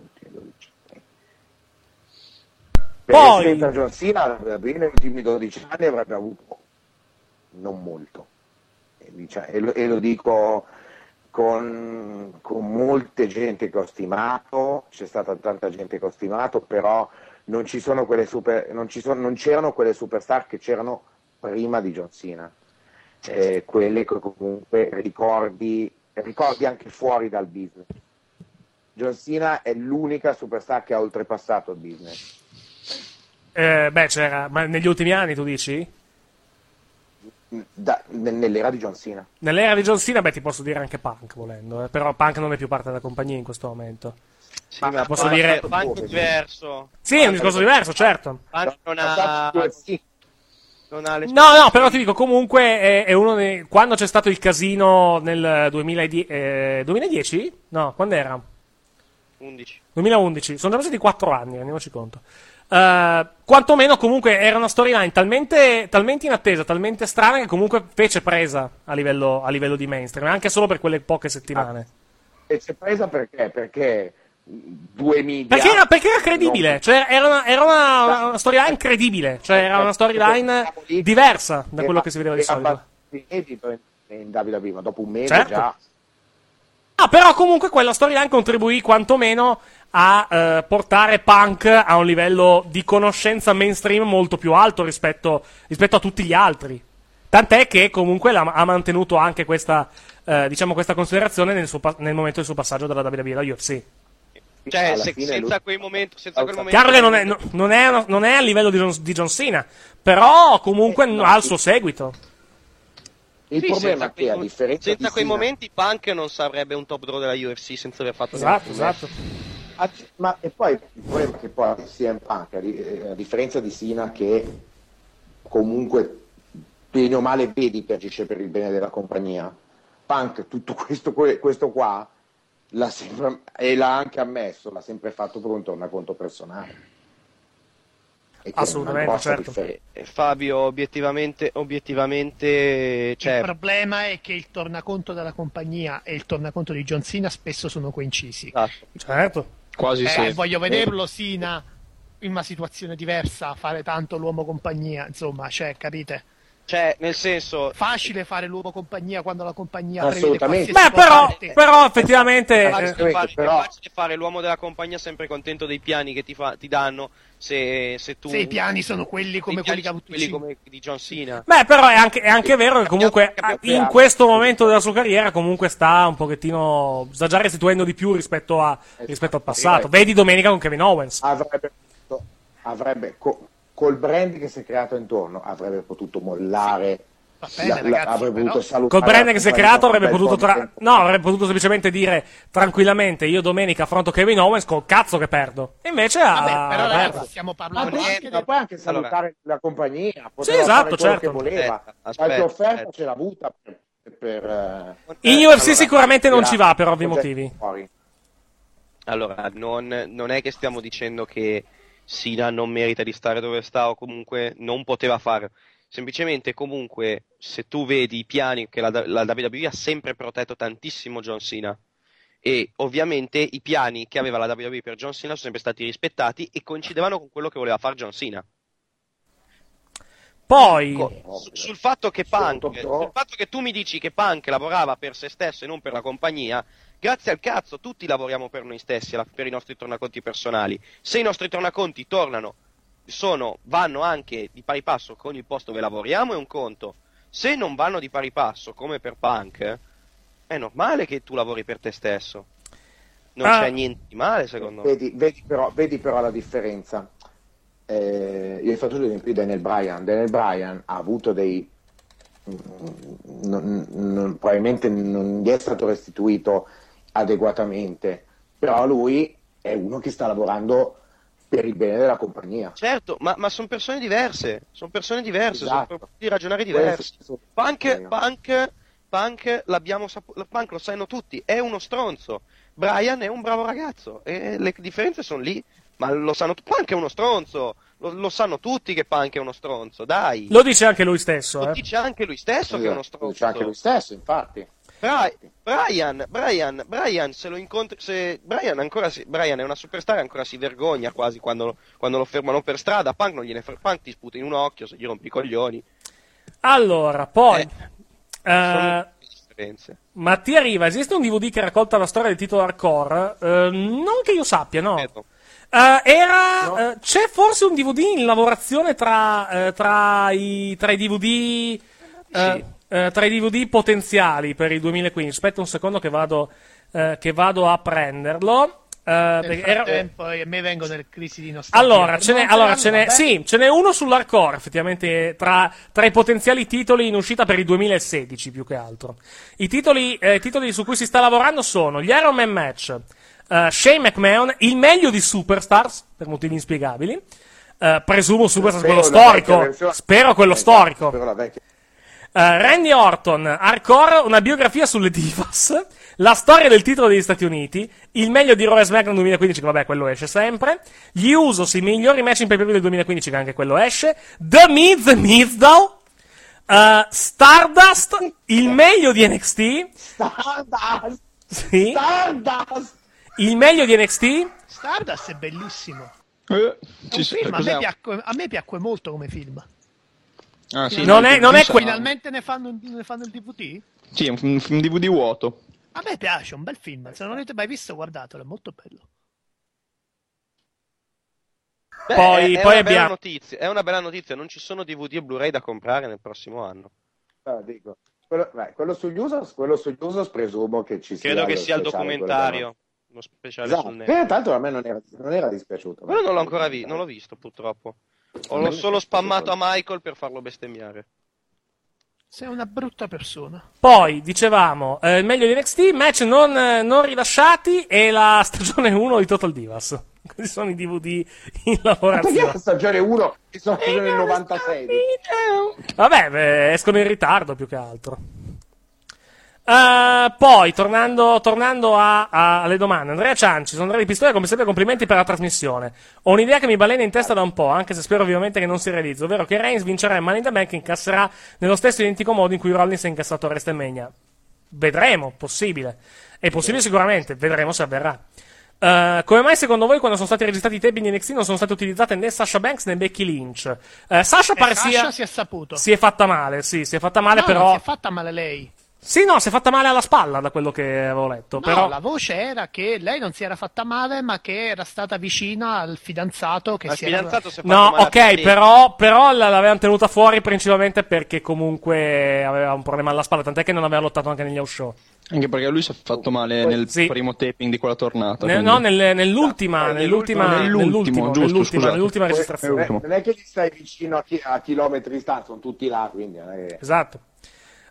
Speaker 7: Poi-
Speaker 13: Poi per John Cena la WWE negli ultimi 12 anni avrebbe avuto non molto. E, dicia- e lo, e lo dico con, con molte gente che ho stimato, c'è stata tanta gente che ho stimato, però non, ci sono quelle super- non ci sono- non c'erano quelle superstar che c'erano prima di John Cena eh, quelle che comunque ricordi, ricordi anche fuori dal business. John Cena è l'unica superstar che ha oltrepassato il business.
Speaker 7: eh, beh, c'era. Ma negli ultimi anni tu dici?
Speaker 13: Da- ne- nell'era di John Cena.
Speaker 7: Nell'era di John Cena, beh, ti posso dire anche Punk volendo. eh, Però Punk non è più parte della compagnia in questo momento.
Speaker 14: Sì, ma
Speaker 7: posso
Speaker 14: Punk-
Speaker 7: dire-
Speaker 14: Punk è diverso.
Speaker 13: eh.
Speaker 7: Sì, è un discorso diverso, certo.
Speaker 14: Punk non ha...
Speaker 13: Passato- sì,
Speaker 14: non non ha le
Speaker 7: No, no, però ti dico, comunque è, è uno dei... Quando c'è stato il casino nel 2010... eh, 2010? No, quando era?
Speaker 14: 11.
Speaker 7: 2011. Sono già passati 4 anni, rendiamoci conto. Eh, quantomeno comunque era una storyline talmente, talmente inattesa, talmente strana che comunque fece presa a livello, a livello di mainstream, anche solo per quelle poche settimane.
Speaker 13: E c'è presa perché? Perché due media...
Speaker 7: Perché era, perché era credibile, cioè era una, era una- una storyline credibile, cioè era una storyline diversa da quello che si vedeva di solito.
Speaker 13: inedito in WWE, ma dopo un mese
Speaker 7: Certo.
Speaker 13: già...
Speaker 7: Ah, però comunque quella storyline contribuì quantomeno a eh, portare Punk a un livello di conoscenza mainstream molto più alto rispetto, rispetto a tutti gli altri. Tant'è che comunque la- ha mantenuto anche questa, eh, diciamo questa considerazione nel, suo pa- nel momento del suo passaggio dalla WWE alla UFC.
Speaker 14: Cioè, se- senza quei momenti, senza quel momento.
Speaker 7: Chiaro che non è, no- non è uno- non è a livello di John, di John Cena, però comunque ha il suo seguito.
Speaker 13: Il
Speaker 14: Sì,
Speaker 13: problema
Speaker 14: senza
Speaker 13: è che a
Speaker 14: quei-
Speaker 13: differenza
Speaker 14: Senza
Speaker 13: di
Speaker 14: quei
Speaker 13: Cena-
Speaker 14: momenti Punk non sarebbe un top draw della UFC senza aver fatto neanche
Speaker 13: Esatto,
Speaker 14: un match.
Speaker 7: esatto.
Speaker 13: Ah, c- Ma e poi il problema è che poi CM Punk, a di- eh, a differenza di Sina che comunque bene o male vedi percepisce per il bene della compagnia, Punk tutto questo, que- questo qua l'ha sempre, e l'ha anche ammesso, l'ha sempre fatto per un tornaconto personale. E che è una grossa
Speaker 7: certo.
Speaker 13: differenza.
Speaker 14: E- e Eh, Fabio, obiettivamente, obiettivamente cioè,
Speaker 15: Il problema è che il tornaconto della compagnia e il tornaconto di John Cena spesso sono coincisi.
Speaker 14: Ah,
Speaker 7: Certo.
Speaker 12: Quasi
Speaker 15: Eh,
Speaker 12: sempre.
Speaker 15: Voglio vederlo Sina in una situazione diversa, fare tanto l'uomo compagnia, insomma, cioè, capite?
Speaker 14: Cioè, nel senso...
Speaker 15: Facile fare l'uomo compagnia quando la compagnia
Speaker 7: Beh,
Speaker 14: Assolutamente.
Speaker 15: prevede qualsiasi
Speaker 7: però,
Speaker 15: cosa da te.
Speaker 7: però effettivamente...
Speaker 14: è facile,
Speaker 7: eh,
Speaker 14: fare, è facile fare l'uomo della compagnia sempre contento dei piani che ti, fa- ti danno se, se tu...
Speaker 15: Se i piani sono quelli come
Speaker 14: I piani
Speaker 15: quelli che ha
Speaker 14: sono
Speaker 15: avuto
Speaker 14: quelli
Speaker 15: Cena.
Speaker 14: come di John Cena.
Speaker 7: Beh, però è anche, è anche vero che comunque ah, in questo momento della sua carriera comunque sta un pochettino. sta già restituendo di più rispetto, a-
Speaker 13: Esatto,
Speaker 7: rispetto al passato. Vedi domenica con Kevin Owens.
Speaker 13: Avrebbe, potuto- avrebbe co- col brand che si è creato intorno avrebbe potuto mollare, la- la- avrebbe potuto salutare.
Speaker 7: Col brand
Speaker 13: la
Speaker 7: che si è
Speaker 13: compagnia
Speaker 7: creato
Speaker 13: con un
Speaker 7: avrebbe
Speaker 13: bel
Speaker 7: potuto,
Speaker 13: po' di
Speaker 7: tra-
Speaker 13: tempo.
Speaker 7: no, avrebbe potuto semplicemente dire tranquillamente io domenica affronto Kevin Owens col cazzo che perdo. E invece ha.
Speaker 15: Vabbè,
Speaker 7: perso.
Speaker 15: però ragazzi, stiamo parlando
Speaker 13: Ma poi
Speaker 15: anche
Speaker 14: eh,
Speaker 13: anche,
Speaker 15: del...
Speaker 13: poi anche salutare la compagnia, poteva
Speaker 7: Sì, esatto,
Speaker 13: fare quello
Speaker 7: certo.
Speaker 13: che
Speaker 14: Eh,
Speaker 13: voleva.
Speaker 7: Aspetta,
Speaker 13: Qualche
Speaker 7: aspetta,
Speaker 13: offerta
Speaker 7: aspetta.
Speaker 13: ce l'ha avuta per, per, eh,
Speaker 7: In
Speaker 13: eh,
Speaker 7: UFC
Speaker 13: allora,
Speaker 7: sicuramente non ci va per ovvi
Speaker 13: progetti
Speaker 7: motivi.
Speaker 13: fuori.
Speaker 14: Allora, non, non è che stiamo dicendo che Sina non merita di stare dove sta o comunque non poteva fare. Semplicemente, comunque, se tu vedi i piani che la, la WWE ha sempre protetto tantissimo John Cena. E ovviamente i piani che aveva la WWE per John Cena sono sempre stati rispettati e coincidevano con quello che voleva fare John Cena.
Speaker 7: Poi.
Speaker 14: Su- sul fatto che Punk, sul fatto che tu mi dici che Punk lavorava per se stesso e non per la compagnia, grazie al cazzo tutti lavoriamo per noi stessi, la- per i nostri tornaconti personali. Se i nostri tornaconti tornano, sono, vanno anche di pari passo con il posto dove lavoriamo è un conto. Se non vanno di pari passo, come per Punk, è normale che tu lavori per te stesso. Non
Speaker 7: eh,
Speaker 13: Ah.
Speaker 14: c'è niente di male, secondo me.
Speaker 13: Vedi, vedi però, vedi però la differenza. Eh, io ho fatto l'esempio di Daniel Bryan. Daniel Bryan ha avuto dei. non- non- probabilmente non gli è stato restituito adeguatamente, però lui è uno che sta lavorando per il bene della compagnia.
Speaker 14: Certo, ma, ma sono persone diverse, sono persone diverse, sono
Speaker 13: Esatto.
Speaker 14: proprio di ragionare
Speaker 13: Questo
Speaker 14: diversi.
Speaker 13: è il suo
Speaker 14: Punk,
Speaker 13: problema.
Speaker 14: punk, punk, l'abbiamo sapu- la- punk lo sanno tutti, è uno stronzo. Brian è un bravo ragazzo, e le differenze sono lì, ma lo sanno tutti. Punk è uno stronzo, lo, lo sanno tutti che Punk è uno stronzo, dai.
Speaker 7: Lo dice anche lui stesso,
Speaker 14: Lo
Speaker 7: eh.
Speaker 14: dice anche lui stesso che è uno
Speaker 13: Lo
Speaker 14: stronzo.
Speaker 13: dice anche Esatto. lui stesso, infatti.
Speaker 14: Bra- Brian, Brian, Brian, se lo incontri, se Brian ancora si, Brian è una superstar e ancora si vergogna quasi quando lo, quando lo fermano per strada, Punk non gliene frega, Punk ti sputa in un occhio se gli rompi i coglioni,
Speaker 7: Allora, poi. eh,
Speaker 14: differenze.
Speaker 7: Ma ti arriva, esiste un DVD che racconta la storia del titolo hardcore? Eh, non che io sappia, no. Eh, era, eh, c'è forse un DVD in lavorazione tra, eh, tra, i, tra i DVD. eh, eh, tra i DVD potenziali per il 2015. Aspetta un secondo che vado, eh, che vado a prenderlo. Eh,
Speaker 15: Nel
Speaker 7: perché era-
Speaker 15: frattempo, a me vengono le crisi di nostalgia.
Speaker 7: allora, ce n'è,
Speaker 15: Non
Speaker 7: allora
Speaker 15: saranno,
Speaker 7: ce n'è,
Speaker 15: vabbè.
Speaker 7: sì, ce n'è uno sull'hardcore, effettivamente, tra, tra i potenziali titoli in uscita per il 2016, più che altro. I titoli, eh, titoli su cui si sta lavorando sono gli Iron Man Match, eh, Shane McMahon, il meglio di Superstars, per motivi inspiegabili, eh, presumo Superstar quello
Speaker 13: Spero la vecchia
Speaker 7: storico.
Speaker 13: versione.
Speaker 7: Spero quello
Speaker 13: Eh,
Speaker 7: storico.
Speaker 13: Spero la vecchia.
Speaker 7: Eh, Randy Orton, hardcore, una biografia sulle divas, la storia del titolo degli Stati Uniti, il meglio di Raw e SmackDown 2015, che vabbè, quello esce sempre, gli Usos, i migliori match in pay per del 2015, che anche quello esce, The Miz, The Mizdow, eh, Stardust, il meglio di NXT,
Speaker 15: Stardust!
Speaker 7: sì,
Speaker 15: Stardust!
Speaker 7: il meglio di NXT,
Speaker 15: Stardust è bellissimo. È
Speaker 12: Eh, ci
Speaker 15: un
Speaker 12: sta-
Speaker 15: film, a
Speaker 12: cos'è?
Speaker 15: me, piacque, a me piacque molto come film.
Speaker 12: Ah, sì,
Speaker 7: Non è- non è
Speaker 12: pensa-
Speaker 7: que-
Speaker 15: Finalmente ne fanno, ne fanno il DVD?
Speaker 12: Sì, è un, un un DVD vuoto.
Speaker 15: A me piace, è un bel film. Se non l'avete mai visto, guardatelo, è molto bello.
Speaker 14: Beh,
Speaker 7: Poi-
Speaker 14: è, è
Speaker 7: poi
Speaker 14: una
Speaker 7: abbiamo-
Speaker 14: bella notizia, è una bella notizia, non ci sono DVD e Blu-ray da comprare nel prossimo anno.
Speaker 13: Ah, dico. Quello, beh, quello sugli Usos, quello sugli Usos presumo che ci sia.
Speaker 14: Credo che
Speaker 13: lo
Speaker 14: sia il
Speaker 13: speciale, quello
Speaker 14: documentario, lo speciale
Speaker 13: Esatto.
Speaker 14: sul net.
Speaker 13: Eh, tanto a me non era, non era dispiaciuto.
Speaker 14: Quello non l'ho ancora visto, non l'ho visto purtroppo. Ho- L'ho solo spammato a Michael per farlo bestemmiare.
Speaker 15: Sei una brutta persona.
Speaker 7: poi, dicevamo, eh, il meglio di NXT, match non, eh, non rilasciati e la stagione 1 di Total Divas. Questi sono i DVD in
Speaker 13: Ma perché
Speaker 7: lavorazione.
Speaker 13: la stagione 1 e la
Speaker 14: Eh,
Speaker 13: stagione 96?
Speaker 7: Vabbè, beh, escono in ritardo più che altro. Eh, poi, tornando, tornando a- a- alle domande, Andrea Cianci, sono Andrea di Pistoia, come sempre complimenti per la trasmissione. Ho un'idea che mi balena in testa da un po', anche se spero ovviamente che non si realizzi, ovvero che Reigns vincerà il Money in the Bank e incasserà nello stesso identico modo in cui Rollins ha incassato a WrestleMania. Vedremo, possibile. È possibile sicuramente, vedremo se avverrà. Eh, come mai secondo voi quando sono stati registrati i tapping di NXT non sono state utilizzate né Sasha Banks né Becky Lynch? Eh, Sasha
Speaker 15: E
Speaker 7: pare
Speaker 15: Sasha
Speaker 7: sia...
Speaker 15: si è saputo.
Speaker 7: Si è fatta male, sì, si è fatta male,
Speaker 15: No,
Speaker 7: però.
Speaker 15: non si è fatta male lei.
Speaker 7: Sì, no, si è fatta male alla spalla da quello che avevo letto.
Speaker 15: No,
Speaker 7: però.
Speaker 15: la voce era che lei non si era fatta male, ma che era stata vicina al fidanzato che
Speaker 14: Al
Speaker 15: si
Speaker 14: fidanzato
Speaker 15: era...
Speaker 14: si è
Speaker 7: No,
Speaker 14: fatto male a
Speaker 7: ok,
Speaker 14: te.
Speaker 7: però, però la- l'avevano tenuta fuori principalmente perché comunque aveva un problema alla spalla, tant'è che non aveva lottato anche negli house show.
Speaker 12: Anche perché lui si è fatto male nel
Speaker 7: Sì.
Speaker 12: primo taping di quella tornata.
Speaker 7: Ne-
Speaker 12: quindi-
Speaker 7: no, nel- nell'ultima, nell'ultima,
Speaker 12: nell'ultimo,
Speaker 7: nell'ultimo,
Speaker 12: giusto,
Speaker 7: nell'ultima,
Speaker 12: scusate.
Speaker 7: nell'ultima
Speaker 12: Poi-
Speaker 7: registrazione.
Speaker 13: Eh, non è che gli stai vicino a, chi- a chilometri di distanza, sono tutti là, quindi non è che-
Speaker 7: Esatto.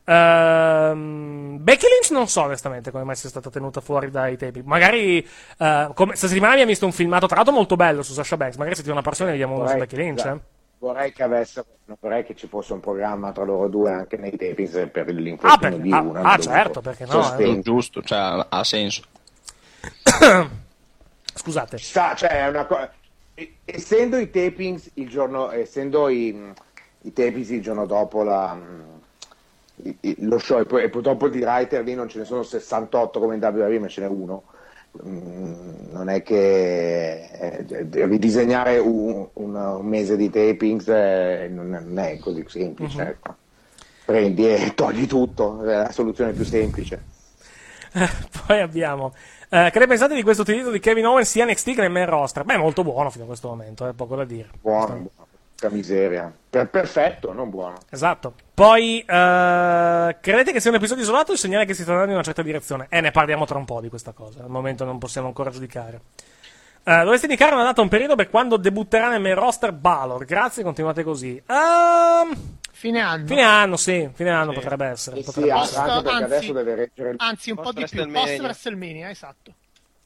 Speaker 7: Ehm, Becky Lynch non so onestamente come mai sia stata tenuta fuori dai tempi. Magari eh, come, questa settimana abbiamo visto un filmato tra l'altro molto bello su Sasha Banks. Magari se ti una passione vediamo uno su
Speaker 13: Vorrei-
Speaker 7: Becky Lynch.
Speaker 13: esatto.
Speaker 7: eh.
Speaker 13: Vorrei che avesse, non vorrei che ci fosse un programma tra loro due anche nei tapings per
Speaker 7: Ah,
Speaker 13: l'infortunio
Speaker 7: perché-
Speaker 13: di
Speaker 7: ah,
Speaker 13: una.
Speaker 7: ah, certo, perché no,
Speaker 12: Giusto,
Speaker 7: eh.
Speaker 12: giusto, cioè, ha senso.
Speaker 7: Scusate.
Speaker 13: Ci sta, cioè, è una cosa. e- Essendo i tapings il giorno, essendo i, i tapings il giorno dopo la, i- i- lo show, e, poi, e purtroppo di writer lì non ce ne sono 68 come in WWE, ma ce n'è uno. Mm, Non è che eh, d- d- ridisegnare un, un- un mese di tapings eh, non è- non è così semplice.
Speaker 7: Mhm.
Speaker 13: ecco. Prendi e togli tutto, è la soluzione più semplice.
Speaker 7: Poi abbiamo. eh, che ne pensate di questo utilizzo di Kevin Owens sia NXT che nel main roster? Beh, molto buono fino a questo momento, eh, poco da dire.
Speaker 13: Buono, buono. Che miseria. Per- perfetto, non buono.
Speaker 7: Esatto. Poi, eh, credete che sia un episodio isolato o il segnale che si sta andando in una certa direzione? Eh, ne parliamo tra un po' di questa cosa. Al momento non possiamo ancora giudicare. Eh, dovreste indicare una data, un periodo per quando debutterà nel main roster Balor. Grazie, continuate così. Ehm,
Speaker 15: Fine anno.
Speaker 7: fine anno, sì, fine anno potrebbe essere.
Speaker 13: Sì,
Speaker 7: potrebbe
Speaker 13: anche
Speaker 7: essere.
Speaker 13: perché
Speaker 15: anzi-
Speaker 13: adesso deve reggere il-
Speaker 15: Anzi, un po' di più.
Speaker 14: WrestleMania.
Speaker 15: Post WrestleMania, esatto.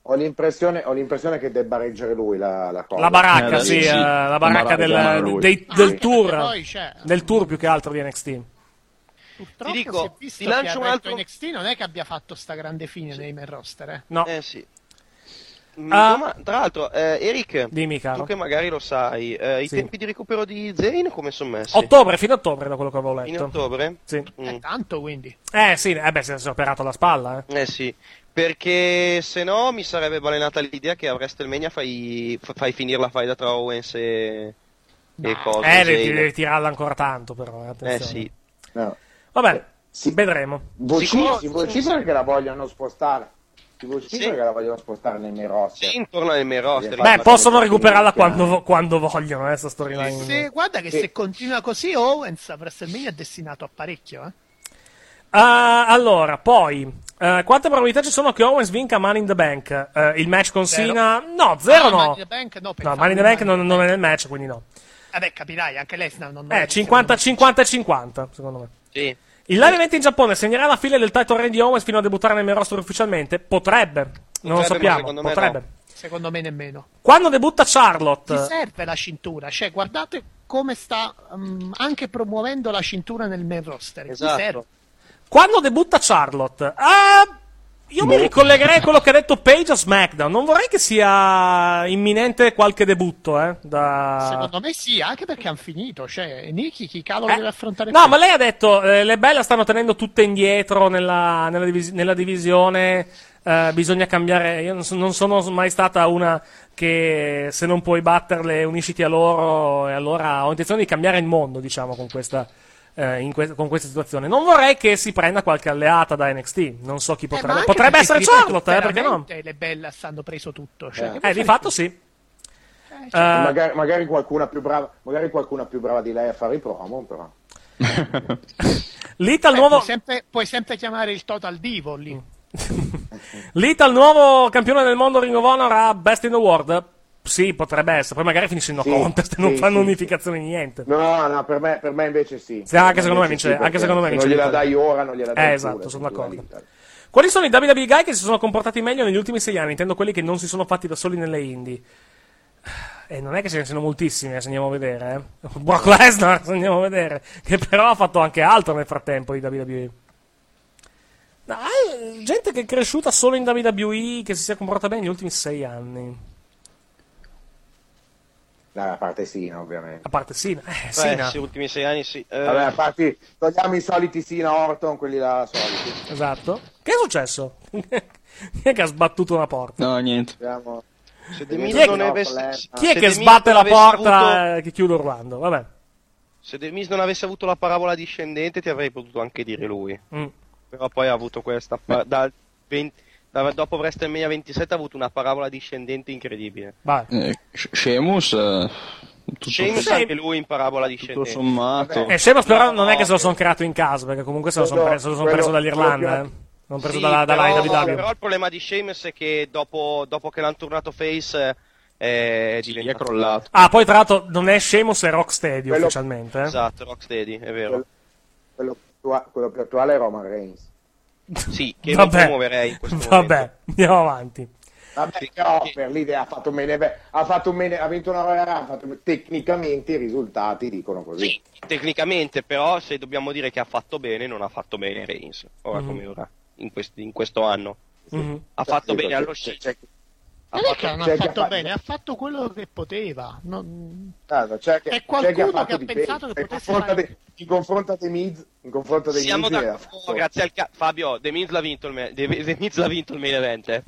Speaker 13: Ho, l'impressione, ho l'impressione che debba reggere lui la, la cosa.
Speaker 7: La baracca,
Speaker 12: Eh,
Speaker 7: sì,
Speaker 12: sì,
Speaker 7: eh, la
Speaker 12: la
Speaker 7: baracca
Speaker 12: baracca
Speaker 7: del,
Speaker 12: lui.
Speaker 7: dei-
Speaker 15: Ah,
Speaker 7: del
Speaker 15: anche
Speaker 7: tour.
Speaker 15: perché poi, cioè,
Speaker 7: Del tour più che altro di NXT.
Speaker 15: Purtroppo
Speaker 14: Ti dico,
Speaker 15: si è
Speaker 14: ti
Speaker 15: visto
Speaker 14: lancio
Speaker 15: che
Speaker 14: un
Speaker 15: Alberto
Speaker 14: altro-
Speaker 15: NXT non è che abbia fatto sta grande fine nei main roster. eh.
Speaker 7: No.
Speaker 14: Eh sì. Mm,
Speaker 7: Ah.
Speaker 14: doma- tra l'altro, eh, Eric,
Speaker 7: Dimmi, caro.
Speaker 14: tu che magari lo sai, eh, i
Speaker 7: Sì.
Speaker 14: tempi di recupero di Zane come sono messi?
Speaker 7: Ottobre, fino a ottobre, da quello che avevo letto.
Speaker 14: In ottobre?
Speaker 7: Sì.
Speaker 15: È tanto, quindi.
Speaker 7: Eh sì, eh beh, si è si è operato la spalla, eh.
Speaker 14: Eh sì, perché se no mi sarebbe balenata l'idea che a WrestleMania fai, f- fai finire la faida tra Owens e, e Cosmo,
Speaker 7: Eh,
Speaker 14: Zayn.
Speaker 7: devi, devi tirarla ancora tanto, però. eh,
Speaker 14: Eh
Speaker 7: attenzione.
Speaker 14: sì. Eh,
Speaker 13: No.
Speaker 7: Vabbè, vedremo.
Speaker 13: Vocissimo,
Speaker 14: Sicuro-
Speaker 13: vocissimo che la vogliono spostare. Di vocissimo
Speaker 14: Sì.
Speaker 13: che la vogliono spostare nei miei roster.
Speaker 14: Cioè, Intorno al main roster.
Speaker 13: Beh,
Speaker 7: Beh,
Speaker 14: infatti.
Speaker 7: possono recuperarla
Speaker 13: minchia.
Speaker 7: quando, vo- quando vogliono, eh, sta
Speaker 14: Mm.
Speaker 7: storyline.
Speaker 15: Se, guarda che
Speaker 13: Sì.
Speaker 15: se continua così, Owens a WrestleMania è destinato a parecchio. Eh.
Speaker 7: Ah, allora, poi, eh, quante probabilità ci sono che Owens vinca Money in the Bank? Eh, il match con
Speaker 15: Zero.
Speaker 7: Cena? No, zero
Speaker 15: Ah,
Speaker 7: no.
Speaker 15: Money in the Bank, no,
Speaker 7: no,
Speaker 15: pensavo
Speaker 7: Money in the
Speaker 15: di
Speaker 7: Bank non,
Speaker 15: Money
Speaker 7: non è nel match, quindi no.
Speaker 15: Vabbè, Eh capirai, anche Lesnar non
Speaker 7: Eh, 50, 50 e 50, secondo me.
Speaker 14: Sì.
Speaker 7: Il live event in Giappone segnerà la fine del title reign di Owens fino a debuttare nel main roster ufficialmente? Potrebbe. Non lo
Speaker 14: Potrebbe, ma
Speaker 7: sappiamo.
Speaker 14: secondo me
Speaker 7: Potrebbe.
Speaker 14: no.
Speaker 15: Secondo me nemmeno.
Speaker 7: Quando debutta Charlotte.
Speaker 15: Ti serve la cintura, cioè guardate come sta mm, anche promuovendo la cintura nel main roster. Ti
Speaker 14: Esatto.
Speaker 15: serve.
Speaker 7: Quando debutta Charlotte? Ah, io mi ricollegherei a quello che ha detto Page a SmackDown. Non vorrei che sia imminente qualche debutto, eh. Da...
Speaker 15: Secondo me sì, anche perché hanno finito. Cioè, Nikki, chi cavolo deve affrontare
Speaker 7: Eh. No,
Speaker 15: prima?
Speaker 7: ma lei ha detto, eh, le belle stanno tenendo tutte indietro nella, nella divis- nella divisione, eh, bisogna cambiare. Io non, so- non sono mai stata una che se non puoi batterle unisciti a loro e allora ho intenzione di cambiare il mondo, diciamo, con questa, eh, in que- con questa situazione. Non vorrei che si prenda qualche alleata da NXT, non so chi
Speaker 15: Eh, Ma
Speaker 7: potrebbe.
Speaker 15: anche
Speaker 7: Potrebbe
Speaker 15: perché,
Speaker 7: essere
Speaker 15: ti ripeto,
Speaker 7: Charlotte, eh, perché no?
Speaker 15: veramente Le belle hanno preso tutto. Cioè, che
Speaker 7: Eh,
Speaker 15: vuoi
Speaker 7: di
Speaker 15: fare?
Speaker 7: fatto sì. Eh,
Speaker 15: certo.
Speaker 13: magari, magari qualcuna più brava, magari qualcuna più brava di lei a fare i promo, però.
Speaker 7: Lita al
Speaker 15: Eh,
Speaker 7: nuovo, Mm.
Speaker 15: puoi, sempre, puoi sempre chiamare il Total Divo lì.
Speaker 7: Lita al nuovo campione del mondo Ring of Honor a Best in the World. Sì, potrebbe essere. Poi magari finisce in no
Speaker 13: Sì,
Speaker 7: contest e non
Speaker 13: sì,
Speaker 7: fanno
Speaker 13: sì.
Speaker 7: unificazione niente.
Speaker 13: No, no, per me, per me invece sì.
Speaker 7: Sì, anche
Speaker 13: Per
Speaker 7: secondo me vince-
Speaker 13: invece perché
Speaker 7: anche secondo me
Speaker 13: se
Speaker 7: vince
Speaker 13: Non gliela
Speaker 7: l'Italia.
Speaker 13: dai ora, non gliela dai
Speaker 7: Eh,
Speaker 13: pure,
Speaker 7: esatto, sono
Speaker 13: quindi
Speaker 7: d'accordo.
Speaker 13: l'Italia.
Speaker 7: Quali sono i WWE guy che si sono comportati meglio negli ultimi sei anni? Intendo quelli che non si sono fatti da soli nelle indie. E non è che ce ne siano moltissimi, eh, se andiamo a vedere. eh. Brock Lesnar, se andiamo a vedere. Che però ha fatto anche altro nel frattempo di WWE. No, eh, gente che è cresciuta solo in WWE, che si sia comportata bene negli ultimi sei anni.
Speaker 13: Dai, a parte Sina, ovviamente.
Speaker 7: A parte Sina, eh,
Speaker 14: Beh,
Speaker 7: Sina.
Speaker 14: sì, ultimi sei anni sì. Eh,
Speaker 13: Vabbè, a parte, togliamo i soliti Sina Orton, quelli là soliti.
Speaker 7: Esatto. Che è successo? Chi è che ha sbattuto una porta?
Speaker 12: No, niente.
Speaker 13: Abbiamo-
Speaker 14: se De
Speaker 7: Chi
Speaker 14: Milo
Speaker 7: è
Speaker 14: non
Speaker 7: che-
Speaker 14: avesse-
Speaker 7: Chi è
Speaker 14: se
Speaker 7: che
Speaker 14: De Milo
Speaker 7: sbatte
Speaker 14: non
Speaker 7: la
Speaker 14: avesse avuto-
Speaker 7: porta eh, che chiude urlando? Vabbè.
Speaker 14: Se De Miz non avesse avuto la parabola discendente, ti avrei potuto anche dire lui.
Speaker 7: Mm.
Speaker 14: Però poi ha avuto questa. pa- dal 20 da- dopo WrestleMania 27 ha avuto una parabola discendente incredibile.
Speaker 7: Vai.
Speaker 12: Eh, Sh- Sheamus, eh, tutto,
Speaker 14: Sheamus
Speaker 12: tutto
Speaker 14: anche lui in parabola discendente.
Speaker 12: sommato.
Speaker 7: E Sheamus però Eh, non è che se lo sono creato in casa, perché comunque se lo sono
Speaker 14: Quello-
Speaker 7: preso, lo son
Speaker 14: quello-
Speaker 7: preso dall'Irlanda,
Speaker 14: quello
Speaker 7: eh.
Speaker 14: che-
Speaker 7: Non preso
Speaker 14: Sì,
Speaker 7: dalla, dalla
Speaker 14: però,
Speaker 7: IWW.
Speaker 14: però il problema di Sheamus è che dopo, dopo che l'hanno tornato face eh, è diventato...
Speaker 12: crollato.
Speaker 7: Ah, poi tra l'altro non è Sheamus, è Rocksteady
Speaker 13: Quello-
Speaker 7: ufficialmente. eh.
Speaker 14: Esatto, Rocksteady, è vero.
Speaker 13: Quello, più attua- quello più attuale è Roman Reigns.
Speaker 14: Sì, che non
Speaker 7: Vabbè.
Speaker 14: promuoverei in questo momento.
Speaker 7: Vabbè, andiamo avanti.
Speaker 13: Vabbè, però per l'idea ha fatto bene, ha fatto bene, ha vinto una Royal Rumble, ha fatto bene- tecnicamente i risultati dicono così.
Speaker 14: Tecnicamente, però, se dobbiamo dire che ha fatto bene, non ha fatto bene Reigns. Ora
Speaker 7: Mm.
Speaker 13: Mhm.
Speaker 14: come ora, in, quest- in questo anno.
Speaker 7: Mhm.
Speaker 14: Ha
Speaker 13: Cioè,
Speaker 14: fatto bene allo sci.
Speaker 15: Non è che
Speaker 7: Cioè,
Speaker 15: non
Speaker 13: c'è
Speaker 15: ha
Speaker 13: chi ha
Speaker 15: fatto
Speaker 13: fatto-
Speaker 15: bene, ha fatto quello che poteva. Non-
Speaker 13: Tanto, c'è che-
Speaker 15: C'è
Speaker 13: c'è chi
Speaker 15: qualcuno
Speaker 13: fatto
Speaker 15: che ha
Speaker 13: di
Speaker 15: pensato
Speaker 13: peggio.
Speaker 15: che
Speaker 13: In
Speaker 15: potesse
Speaker 13: confronto
Speaker 15: fare-
Speaker 13: dei- In confronto dei Miz, in confronto dei
Speaker 14: Siamo
Speaker 13: Miz,
Speaker 14: d'accordo, grazie al ca- Fabio, De Miz l'ha vinto il, ma- De- De Miz l'ha vinto il main event. Eh.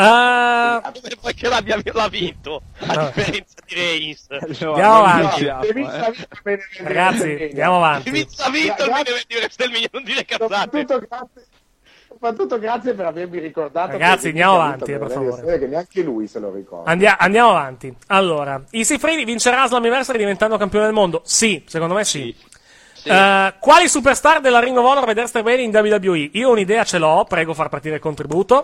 Speaker 7: Ah,
Speaker 14: Come poi che l'abbia l'ha vinto, a
Speaker 7: Vabbè.
Speaker 14: differenza di Reigns.
Speaker 7: Andiamo avanti.
Speaker 13: De Miz l'ha vinto il main event.
Speaker 7: Ragazzi, andiamo
Speaker 14: De
Speaker 7: avanti.
Speaker 14: Miz l'ha vinto il main event di WrestleMania, non dire cazzate.
Speaker 13: Soprattutto grazie, soprattutto grazie per avermi ricordato.
Speaker 7: Ragazzi,
Speaker 13: che De Miz
Speaker 7: andiamo
Speaker 13: ha
Speaker 7: avanti, eh,
Speaker 13: vinto il
Speaker 7: per
Speaker 13: main event,
Speaker 7: favore.
Speaker 13: Che neanche lui se lo ricorda.
Speaker 7: Andia- andiamo avanti. Allora, Easy Free vincerà Slammiversary diventando campione del mondo? Sì, secondo me sì. Eh, quali superstar della Ring of Honor vederste bene in WWE? Io un'idea ce l'ho, prego far partire il contributo.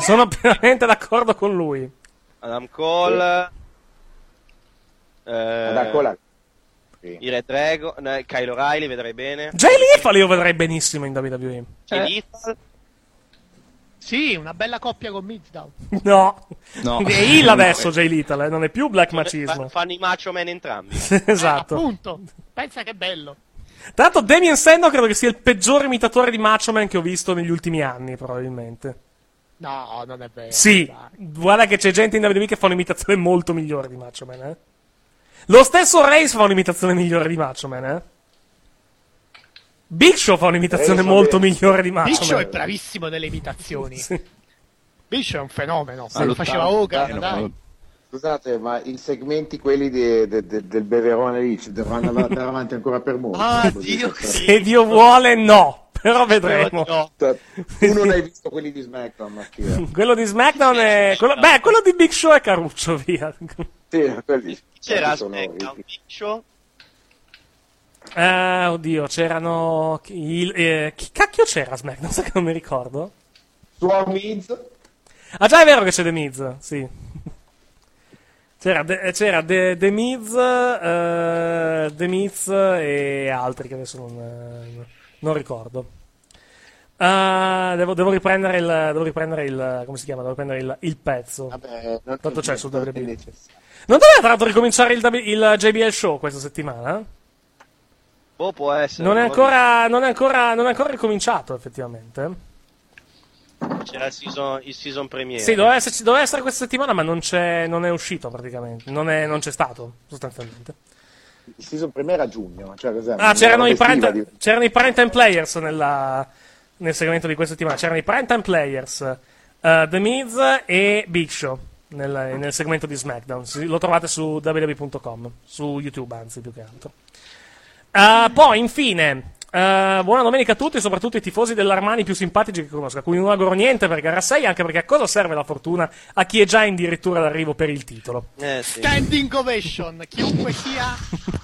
Speaker 7: Sono pienamente d'accordo con lui.
Speaker 14: Adam Cole. eh,
Speaker 13: Adam Cole.
Speaker 14: I Red Dragon, eh, Kyle O'Reilly, vedrei bene.
Speaker 7: Jay Lethal io vedrei benissimo in WWE.
Speaker 14: Jay Lethal.
Speaker 15: Sì, una bella coppia con Middown.
Speaker 7: No.
Speaker 12: No.
Speaker 7: È il adesso Jay Lethal, eh, non è più black
Speaker 14: Fa-
Speaker 7: macismo.
Speaker 14: fanno i macho man entrambi. Ah,
Speaker 7: esatto.
Speaker 15: Punto. Pensa che bello.
Speaker 7: Tra l'altro Damien Sandow credo che sia il peggior imitatore di Macho Man che ho visto negli ultimi anni, probabilmente.
Speaker 15: No, non è vero.
Speaker 7: Sì, guarda che c'è gente in WWE che fa un'imitazione molto migliore di Macho Man, eh. Lo stesso Reigns fa un'imitazione migliore di Macho Man, eh. Big Show fa un'imitazione
Speaker 15: Reigns,
Speaker 7: molto
Speaker 15: vabbè.
Speaker 7: migliore di Macho
Speaker 15: Biccio
Speaker 7: Man.
Speaker 15: è bravissimo nelle imitazioni.
Speaker 7: Sì. Eh,
Speaker 15: Biccio è un fenomeno.
Speaker 13: Sì,
Speaker 15: Lo faceva Hogan, dai.
Speaker 13: Scusate, ma i segmenti quelli de- de- de- del beverone lì ci dovranno andare avanti ancora per molto.
Speaker 14: Ah,
Speaker 13: Devo
Speaker 14: Dio,
Speaker 13: dire.
Speaker 14: sì.
Speaker 7: Se Dio vuole, no. Però vedremo.
Speaker 13: Cioè, Tu non hai visto quelli di SmackDown, Mattia.
Speaker 7: Quello di SmackDown è... quello- Beh, quello di Big Show è Caruccio, via.
Speaker 13: Sì, quelli.
Speaker 14: C'era
Speaker 13: quelli sono
Speaker 14: SmackDown,
Speaker 13: orribili.
Speaker 14: Big Show.
Speaker 7: Eh, oddio, c'erano... chi- Il, eh, chi cacchio c'era a SmackDown? Sai che non mi ricordo?
Speaker 13: Swan Miz,
Speaker 7: Ah, già è vero che c'è The Miz, sì. C'era, De- eh, c'era The, The Miz, eh, The Miz e altri che adesso non, eh, non ricordo. Ah, devo, devo riprendere il. Devo riprendere il. Come si chiama? Devo riprendere il, il pezzo.
Speaker 13: Vabbè, non,
Speaker 7: Tanto c'è sul
Speaker 13: non è
Speaker 7: WB.
Speaker 13: necessario.
Speaker 7: Non doveva tra l'altro ricominciare il, W- il JBL Show questa settimana?
Speaker 14: Boh, può essere.
Speaker 7: Non è,
Speaker 14: va
Speaker 7: ancora, non, è ancora, non è ancora ricominciato, effettivamente.
Speaker 14: bene. C'era il season, il season
Speaker 15: Eh.
Speaker 14: premiere.
Speaker 7: Sì, doveva esserci- doveva essere questa settimana, ma non, c'è, non è uscito praticamente. Non, è, non c'è stato, sostanzialmente.
Speaker 13: Il season premiere a giugno. Cioè cos'è?
Speaker 7: Ah,
Speaker 13: Una
Speaker 7: c'erano i,
Speaker 13: roba estiva
Speaker 7: parent-
Speaker 13: di-
Speaker 7: c'erano i parent and players nella- nel segmento di questa settimana. C'erano i parent and players, eh, The Miz e Big Show nel, nel segmento di SmackDown. Sì, Lo trovate su www.com, su YouTube anzi più che altro. Eh, poi, infine, eh, buona domenica a tutti, soprattutto ai tifosi dell'Armani più simpatici che conosco. A cui non auguro niente per gara 6, anche perché a cosa serve la fortuna a chi è già addirittura d'arrivo per il titolo?
Speaker 14: Eh, sì.
Speaker 15: Standing ovation, chiunque sia,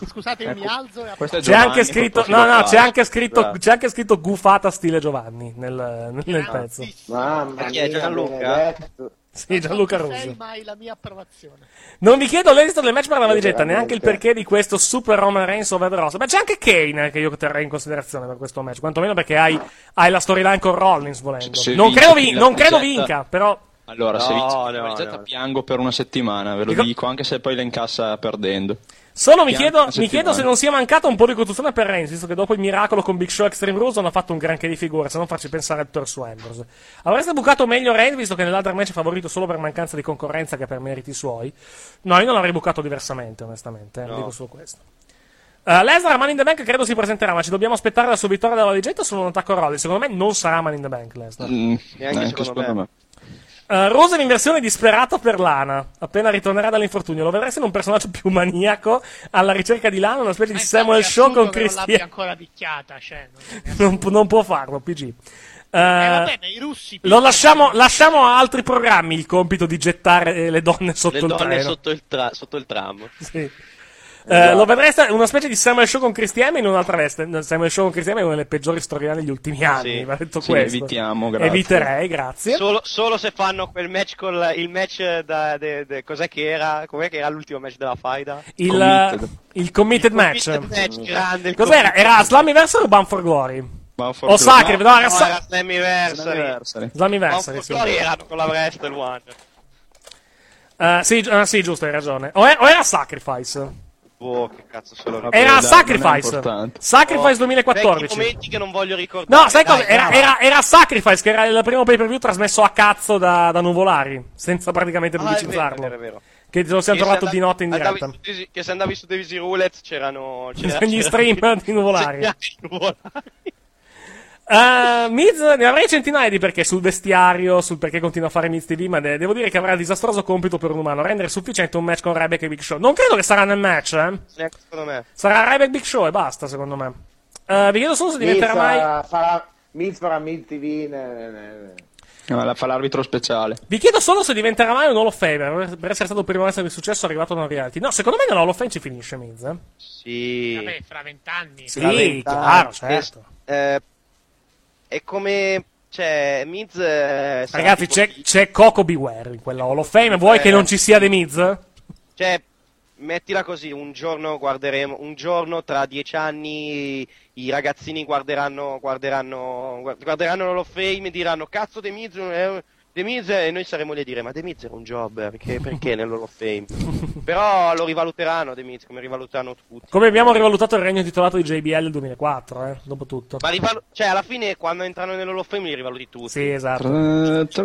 Speaker 15: scusate, io mi
Speaker 7: Ecco,
Speaker 15: alzo e
Speaker 7: C'è
Speaker 15: applaudo.
Speaker 7: anche scritto, no, no, c'è anche scritto, c'è anche scritto gufata stile Giovanni nel, nel
Speaker 12: Ah,
Speaker 7: pezzo.
Speaker 13: Mamma
Speaker 14: Perché Eh, è
Speaker 13: mia,
Speaker 14: Gianluca?
Speaker 13: Benedetto.
Speaker 7: Sì, Gianluca
Speaker 15: Sei
Speaker 7: Russo.
Speaker 15: mai la mia approvazione.
Speaker 7: Non vi chiedo l'esito del match per la valigetta,
Speaker 13: veramente.
Speaker 7: neanche il perché di questo Super Roman Reigns over the roster. Ma c'è anche Kane eh, che io terrei in considerazione per questo match, quantomeno perché hai, hai la storyline con Rollins volendo.
Speaker 12: Se
Speaker 7: Non
Speaker 12: vince
Speaker 7: credo, vin-
Speaker 12: la
Speaker 7: non credo
Speaker 12: valigetta-
Speaker 7: vinca, però
Speaker 12: Allora, se
Speaker 7: No,
Speaker 12: vince
Speaker 7: no,
Speaker 12: la valigetta
Speaker 7: no.
Speaker 12: piango per una settimana, ve lo
Speaker 7: Dico-
Speaker 12: dico, anche se poi la incassa perdendo.
Speaker 7: Solo mi
Speaker 12: Piango
Speaker 7: chiedo,
Speaker 12: una
Speaker 7: mi chiedo se
Speaker 12: settimana.
Speaker 7: non sia mancata un po' di costruzione per Reigns, visto che dopo il miracolo con Big Show e Extreme Rules hanno fatto un granché di figura, se non farci pensare al torso Ambrose. Avreste bucato meglio Reigns, visto che nell'altro match è favorito solo per mancanza di concorrenza che per meriti suoi? No, io non l'avrei bucato diversamente, onestamente, eh,
Speaker 14: No.
Speaker 7: dico solo questo. Eh, Lesnar Man in the Bank credo si presenterà, ma ci dobbiamo aspettare la sua vittoria dalla leggenda o solo un attacco a Rollins? Secondo me non sarà Man in the Bank Lesnar.
Speaker 12: Mm,
Speaker 14: Neanche
Speaker 12: anche
Speaker 14: secondo me.
Speaker 7: Eh, Rose in versione disperata per Lana. Appena ritornerà dall'infortunio, lo vedrà essere un personaggio più maniaco alla ricerca di Lana, una specie di Samuel Show con
Speaker 15: Assurdo che Non l'abbia
Speaker 7: Christian.
Speaker 15: ancora picchiata, cioè. non-
Speaker 7: Non, pu- non può farlo, PG. Eh,
Speaker 15: Eh, vabbè, ma i russi...
Speaker 7: lo lasciamo, lasciamo a altri programmi il compito di gettare eh, le donne sotto
Speaker 14: Le
Speaker 7: il
Speaker 14: donne
Speaker 7: treno.
Speaker 14: sotto il, tra- sotto il Esatto. tram.
Speaker 7: Sì. Eh, lo vedreste una specie di Samuel Show con Christian in un'altra veste. Samuel Show con Christian è una delle peggiori storiane degli ultimi anni. va detto
Speaker 12: Sì,
Speaker 7: questo.
Speaker 12: evitiamo, grazie.
Speaker 7: Eviterei, grazie.
Speaker 14: Solo, solo se fanno quel match col il match da de- de- cos'è che era? Com'è che era l'ultimo match della faida?
Speaker 7: Il committed, il committed match.
Speaker 14: committed match, grande, il
Speaker 7: Cos'era?
Speaker 14: committed
Speaker 7: Era Slammiversary o Bound for Glory?
Speaker 12: for
Speaker 7: o
Speaker 12: Glory.
Speaker 7: Sacri, no, era
Speaker 14: no,
Speaker 7: Sa-
Speaker 14: era Slammiversary.
Speaker 7: Slammiversary,
Speaker 14: Ma
Speaker 7: sì.
Speaker 14: fuori erano con la Wrestle One.
Speaker 7: Eh, sì, gi- ah, sì, giusto, hai ragione. O, è- o era Sacrifice?
Speaker 14: Boh, che cazzo sono.
Speaker 7: era
Speaker 14: Dai,
Speaker 7: Sacrifice. Sacrifice
Speaker 14: Oh, vecchi
Speaker 7: 2014.
Speaker 14: momenti che non voglio ricordare.
Speaker 7: No, sai
Speaker 14: Dai,
Speaker 7: cosa? Era,
Speaker 14: brava.
Speaker 7: era- era Sacrifice, che era il primo pay per view trasmesso a cazzo da, da Nuvolari, senza praticamente
Speaker 14: Ah, è vero, è
Speaker 7: pubblicizzarlo.
Speaker 14: vero, è vero.
Speaker 7: Che ce lo siamo
Speaker 14: Che se
Speaker 7: trovato di
Speaker 14: andavi-
Speaker 7: notte in
Speaker 14: andavi
Speaker 7: diretta.
Speaker 14: su Daisy- che se andavi su Daisy Roulette c'erano. c'era-
Speaker 7: Gli
Speaker 14: c'era-
Speaker 7: streamer di Nuvolari.
Speaker 14: Segnali di Nuvolari.
Speaker 7: Eh, Miz ne avrei centinaia di perché sul vestiario, sul perché continua a fare Miz TV, ma de- devo dire che avrà il disastroso compito per un umano, rendere sufficiente un match con Ryback e Big Show. Non credo che sarà nel match, eh.
Speaker 14: Neanche secondo me.
Speaker 7: Sarà Ryback Big Show e basta, secondo me. Eh, vi chiedo solo se
Speaker 13: Mills
Speaker 7: diventerà mai...
Speaker 13: farà- farà- Mills farà Mills TV. ne- ne- ne-
Speaker 12: No, la- fa l'arbitro speciale.
Speaker 7: Vi chiedo solo se diventerà mai un Hall of Famer, per essere stato il primo essere di successo arrivato da un reality. No, secondo me nella Hall of Fame ci finisce Miz, eh.
Speaker 14: Sì.
Speaker 15: Vabbè, fra vent'anni.
Speaker 7: Sì,
Speaker 14: Tra vent'anni.
Speaker 7: chiaro, certo.
Speaker 14: Eh, è come. Cioè, Miz. eh, sarà
Speaker 7: Ragazzi,
Speaker 14: tipo-
Speaker 7: c'è, c'è Coco Beware in quella Hall of Fame, vuoi che non ci sia The Miz?
Speaker 14: Cioè, mettila così: un giorno guarderemo. Un giorno tra dieci anni i ragazzini guarderanno. Guarderanno. guard- Guarderanno l'Hall of Fame e diranno: Cazzo, De Miz. è- De Miz è-" e noi saremo lì a dire: Ma De Miz era un job. eh, Perché, perché nell'Hall of Fame? Però lo rivaluteranno De Miz, come rivaluteranno tutti.
Speaker 7: Come abbiamo rivalutato il regno titolato di JBL del 2004, eh, dopo tutto.
Speaker 14: Ma rivalu- cioè, alla fine, quando entrano nell'Hall of Fame, li rivaluti tutti.
Speaker 7: Sì, esatto.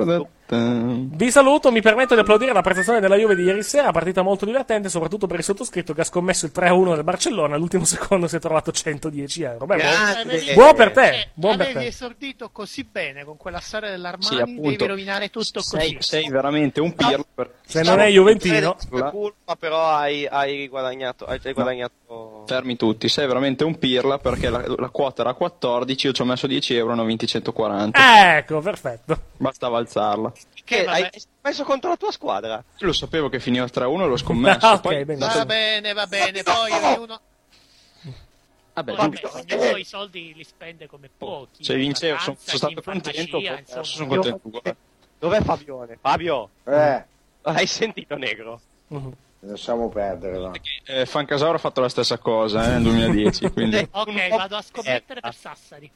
Speaker 12: Tra-tra-tra-tra.
Speaker 7: Vi saluto, mi permetto di applaudire la prestazione della Juve di ieri sera, partita molto divertente, soprattutto per il sottoscritto che ha scommesso il 3-1 del Barcellona, all'ultimo secondo si è trovato 110 euro. Beh, buon,
Speaker 15: Grande.
Speaker 7: buon Cioè, per te,
Speaker 15: Cioè,
Speaker 7: buon per
Speaker 15: avevi
Speaker 7: te.
Speaker 15: esordito così bene con quella storia
Speaker 12: Sì,
Speaker 15: dell'Armani, devi
Speaker 12: appunto.
Speaker 15: rovinare tutto
Speaker 12: sei,
Speaker 15: così.
Speaker 12: sei veramente un pirlo. per-
Speaker 7: Se non è Juventino,
Speaker 14: Per colpa, però hai, hai guadagnato. Hai hai guadagnato.
Speaker 12: Fermi tutti, sei veramente un pirla perché la, la quota era 14, io ci ho messo 10 euro e ne ho vinti 140.
Speaker 7: ecco, perfetto.
Speaker 12: Bastava alzarla.
Speaker 14: Che hai messo contro la tua squadra?
Speaker 12: Io lo sapevo che finiva 3-1 e l'ho scommesso.
Speaker 7: Ah, ok,
Speaker 12: poi-
Speaker 7: benissimo.
Speaker 15: Va bene, va bene, poi ognuno,
Speaker 12: Vabbè,
Speaker 15: vabbè,
Speaker 12: giusto.
Speaker 15: ognuno i soldi li spende
Speaker 14: Oh,
Speaker 15: come pochi.
Speaker 12: Se
Speaker 15: in
Speaker 12: vincevo, sono,
Speaker 15: vacanza, eh,
Speaker 12: sono
Speaker 15: in
Speaker 12: stato
Speaker 15: farmacia,
Speaker 12: contento, poi ho
Speaker 15: insomma.
Speaker 12: perso, sono contento. uguale.
Speaker 14: Dov'è Fabione? Fabio,
Speaker 13: Eh,
Speaker 14: Mm.
Speaker 13: Mm-hmm.
Speaker 14: hai sentito negro?
Speaker 13: lasciamo perdere. va.
Speaker 12: Eh, Fancasauro ha fatto la stessa cosa eh, nel 2010, quindi...
Speaker 15: Ok, vado a scommettere per Sassari.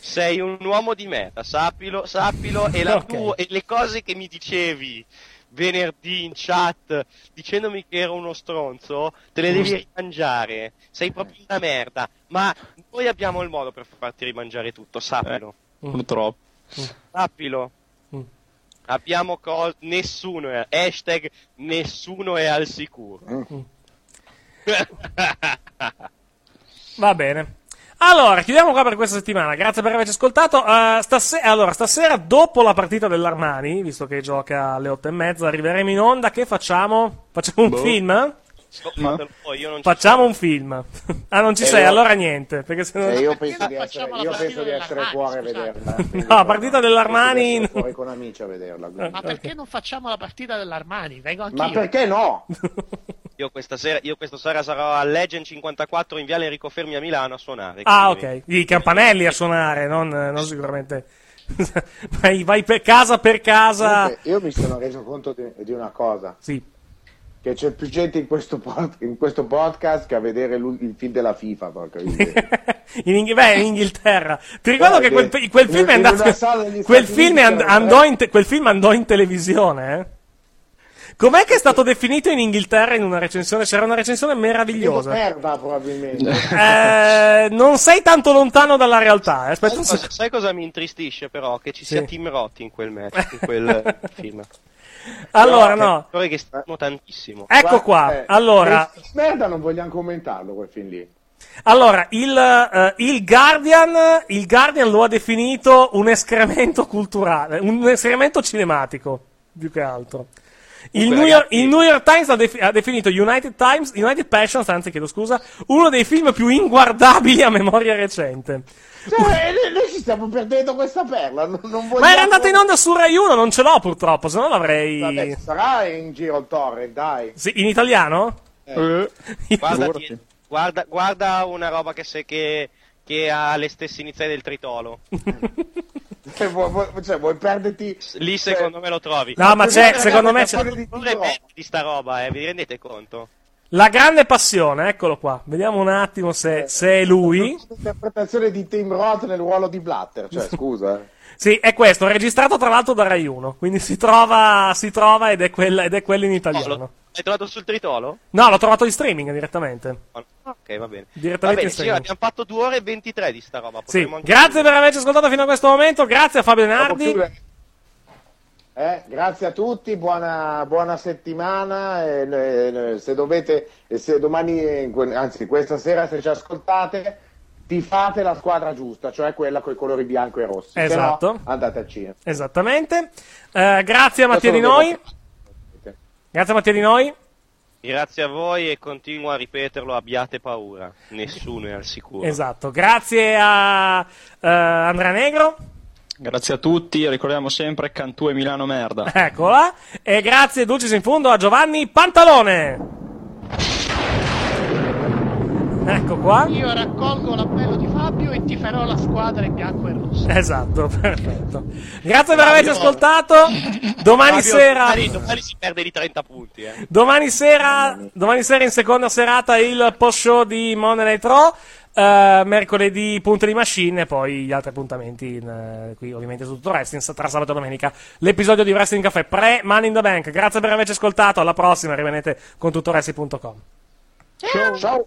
Speaker 14: Sei un uomo di merda, sappilo, sappilo e, la
Speaker 7: Ok.
Speaker 14: tua- e le cose che mi dicevi venerdì in chat dicendomi che ero uno stronzo, te
Speaker 12: Mm.
Speaker 14: le devi rimangiare. Sei proprio una merda, ma noi abbiamo il modo per farti rimangiare tutto, sappilo.
Speaker 12: Eh, Purtroppo.
Speaker 14: Sappilo. Abbiamo cose, nessuno è, hashtag nessuno è al sicuro.
Speaker 7: Va bene. Allora, chiudiamo qua per questa settimana. Grazie per averci ascoltato. Eh, stase- allora, stasera, dopo la partita dell'Armani, visto che gioca alle otto e mezza, arriveremo in onda. Che facciamo? Facciamo un
Speaker 14: Boh.
Speaker 7: film?
Speaker 14: Sto- fatelo voi, io non ci
Speaker 7: Facciamo un film. ah, non ci
Speaker 13: Eh,
Speaker 7: sei,
Speaker 13: io-
Speaker 7: allora niente. Perché se no.
Speaker 13: Eh, io penso di essere, io penso di essere fuori a vederla.
Speaker 7: No, la Ah, partita dell'Armani.
Speaker 13: Sono fuori con amici a vederla. quindi.
Speaker 14: Ah,
Speaker 15: Ma perché non facciamo la partita dell'Armani? Vengo anch'io.
Speaker 13: Ma perché no?
Speaker 14: Io questa, sera, io questa sera sarò a Legend 54 in Viale Enrico Fermi a Milano a suonare.
Speaker 7: Ah,
Speaker 14: quindi-
Speaker 7: ok. I campanelli a suonare, non, non sicuramente. vai, vai per casa per casa.
Speaker 13: Comunque, Io mi sono reso conto di, di una cosa.
Speaker 7: Sì.
Speaker 13: Che c'è più gente in questo, pod- in questo podcast che a vedere l'u- il film della FIFA. porca miseria.
Speaker 7: In, Inghi- beh, in Inghilterra. Ti ricordo che quel, pe- quel film è
Speaker 13: in una
Speaker 7: andato.
Speaker 13: sala degli
Speaker 7: Quel
Speaker 13: Stati
Speaker 7: film, è and-
Speaker 13: Uniti eh. erano
Speaker 7: andò in te- quel film andò in televisione, eh? Com'è che è stato definito in Inghilterra in una recensione? C'era una recensione
Speaker 13: Io
Speaker 7: meravigliosa. Ecco
Speaker 13: merda probabilmente.
Speaker 7: Eh, non sei tanto lontano dalla realtà. eh. Aspetta
Speaker 14: Sai
Speaker 7: un
Speaker 14: cosa, sai cosa mi intristisce però? Che ci
Speaker 7: Sì.
Speaker 14: sia Tim Roth in quel match, in quel film.
Speaker 7: Allora,
Speaker 14: Però è un
Speaker 7: no.
Speaker 14: attore che stimo tantissimo.
Speaker 7: Ecco qua, allora.
Speaker 13: quel film eh, Merda, non vogliamo commentarlo quel film lì.
Speaker 7: Allora, il, eh, il Guardian, il Guardian lo ha definito un escremento culturale, un escremento cinematico, più che altro. Il, New
Speaker 14: Comunque,
Speaker 7: York,
Speaker 14: ragazzi-
Speaker 7: il New York Times ha, defi- ha definito United Times, United Passions, anzi chiedo scusa, uno dei film più inguardabili a memoria recente.
Speaker 13: Cioè, noi- noi ci stiamo perdendo questa perla. Non, non vogliamo...
Speaker 7: Ma era andata in onda su Rai 1, non ce l'ho purtroppo, se no l'avrei...
Speaker 13: Vabbè, sarà in giro il torre, dai.
Speaker 7: Sì, in italiano?
Speaker 13: Eh.
Speaker 7: Eh.
Speaker 14: Guarda, guarda, guarda una roba che, se- che- che ha le stesse iniziali del tritolo.
Speaker 13: Cioè, vuoi, vuoi- cioè, vuoi perderti...
Speaker 14: Lì secondo me lo trovi.
Speaker 7: No, ma c'è-
Speaker 13: Eh.
Speaker 7: secondo me c'è-
Speaker 14: Vorrei perderti di sta roba, eh, vi rendete conto?
Speaker 7: La grande passione, eccolo qua. Vediamo un attimo
Speaker 13: Eh.
Speaker 7: se, se è lui.
Speaker 13: L'interpretazione di Tim Roth nel ruolo di Blatter, cioè, scusa. eh.
Speaker 7: Sì, è questo, registrato tra l'altro da Rai 1, quindi si trova, si trova ed, è quella- ed è quello in italiano.
Speaker 14: L'hai trovato sul tritolo?
Speaker 7: No, l'ho trovato in streaming direttamente.
Speaker 14: Oh, Ok, va bene.
Speaker 7: Direttamente
Speaker 14: Va bene,
Speaker 7: in
Speaker 14: signora,
Speaker 7: streaming.
Speaker 14: abbiamo fatto 2 ore e 23 di sta roba.
Speaker 7: Sì,
Speaker 14: potremmo anche-
Speaker 7: grazie per averci ascoltato fino a questo momento, grazie a Fabio
Speaker 13: Dopo
Speaker 7: Nardi.
Speaker 13: chiudere. Eh, grazie a tutti, buona, buona settimana. e, eh, se dovete, e se domani, eh, que- anzi, questa sera se ci ascoltate, tifate la squadra giusta, cioè quella con i colori bianco e rosso. Se no,
Speaker 7: Esatto.
Speaker 13: andate al cinema.
Speaker 7: Esattamente. Eh, grazie a
Speaker 13: Io
Speaker 7: Mattia di
Speaker 13: sono
Speaker 7: noi.
Speaker 13: veloce.
Speaker 7: Grazie a Mattia di noi.
Speaker 14: Grazie a voi e continuo a ripeterlo, abbiate paura, nessuno è al sicuro.
Speaker 7: Esatto, grazie a eh, Andrea Negro.
Speaker 12: Grazie a tutti, ricordiamo sempre Cantù e Milano merda.
Speaker 7: Eccola. E grazie Dulcis in fondo a Giovanni Pantalone. Ecco qua.
Speaker 15: Io raccolgo l'appello di Fabio e ti farò la squadra in bianco e rosso.
Speaker 7: Esatto, perfetto. Grazie per averci ascoltato. Domani
Speaker 14: Fabio,
Speaker 7: sera,
Speaker 14: Eh, Domani, domani si perde di 30 punti, eh.
Speaker 7: domani sera, domani sera in seconda serata il post show di Monday Night Raw. eh, mercoledì punte di machine e poi gli altri appuntamenti in, eh, qui ovviamente su tutto wrestling sa- tra sabato e domenica l'episodio di wrestling caffè pre money in the bank grazie per averci ascoltato alla prossima rimanete con tuttoresti.com
Speaker 13: Ciao.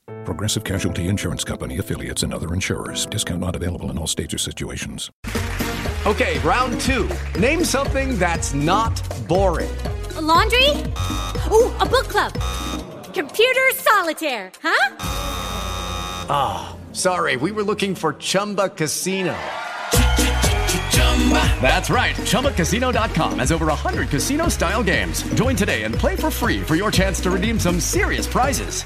Speaker 18: Progressive Casualty Insurance Company affiliates and other insurers. Discount not available in all states or situations.
Speaker 19: Okay, round two. Name something that's not boring.
Speaker 20: laundry? Ooh, a book club. Computer solitaire, huh?
Speaker 19: Ah, sorry, we were looking for Chumba Casino. That's right, ChumbaCasino.com has over 100 casino style games. Join today and play for free for your chance to redeem some serious prizes.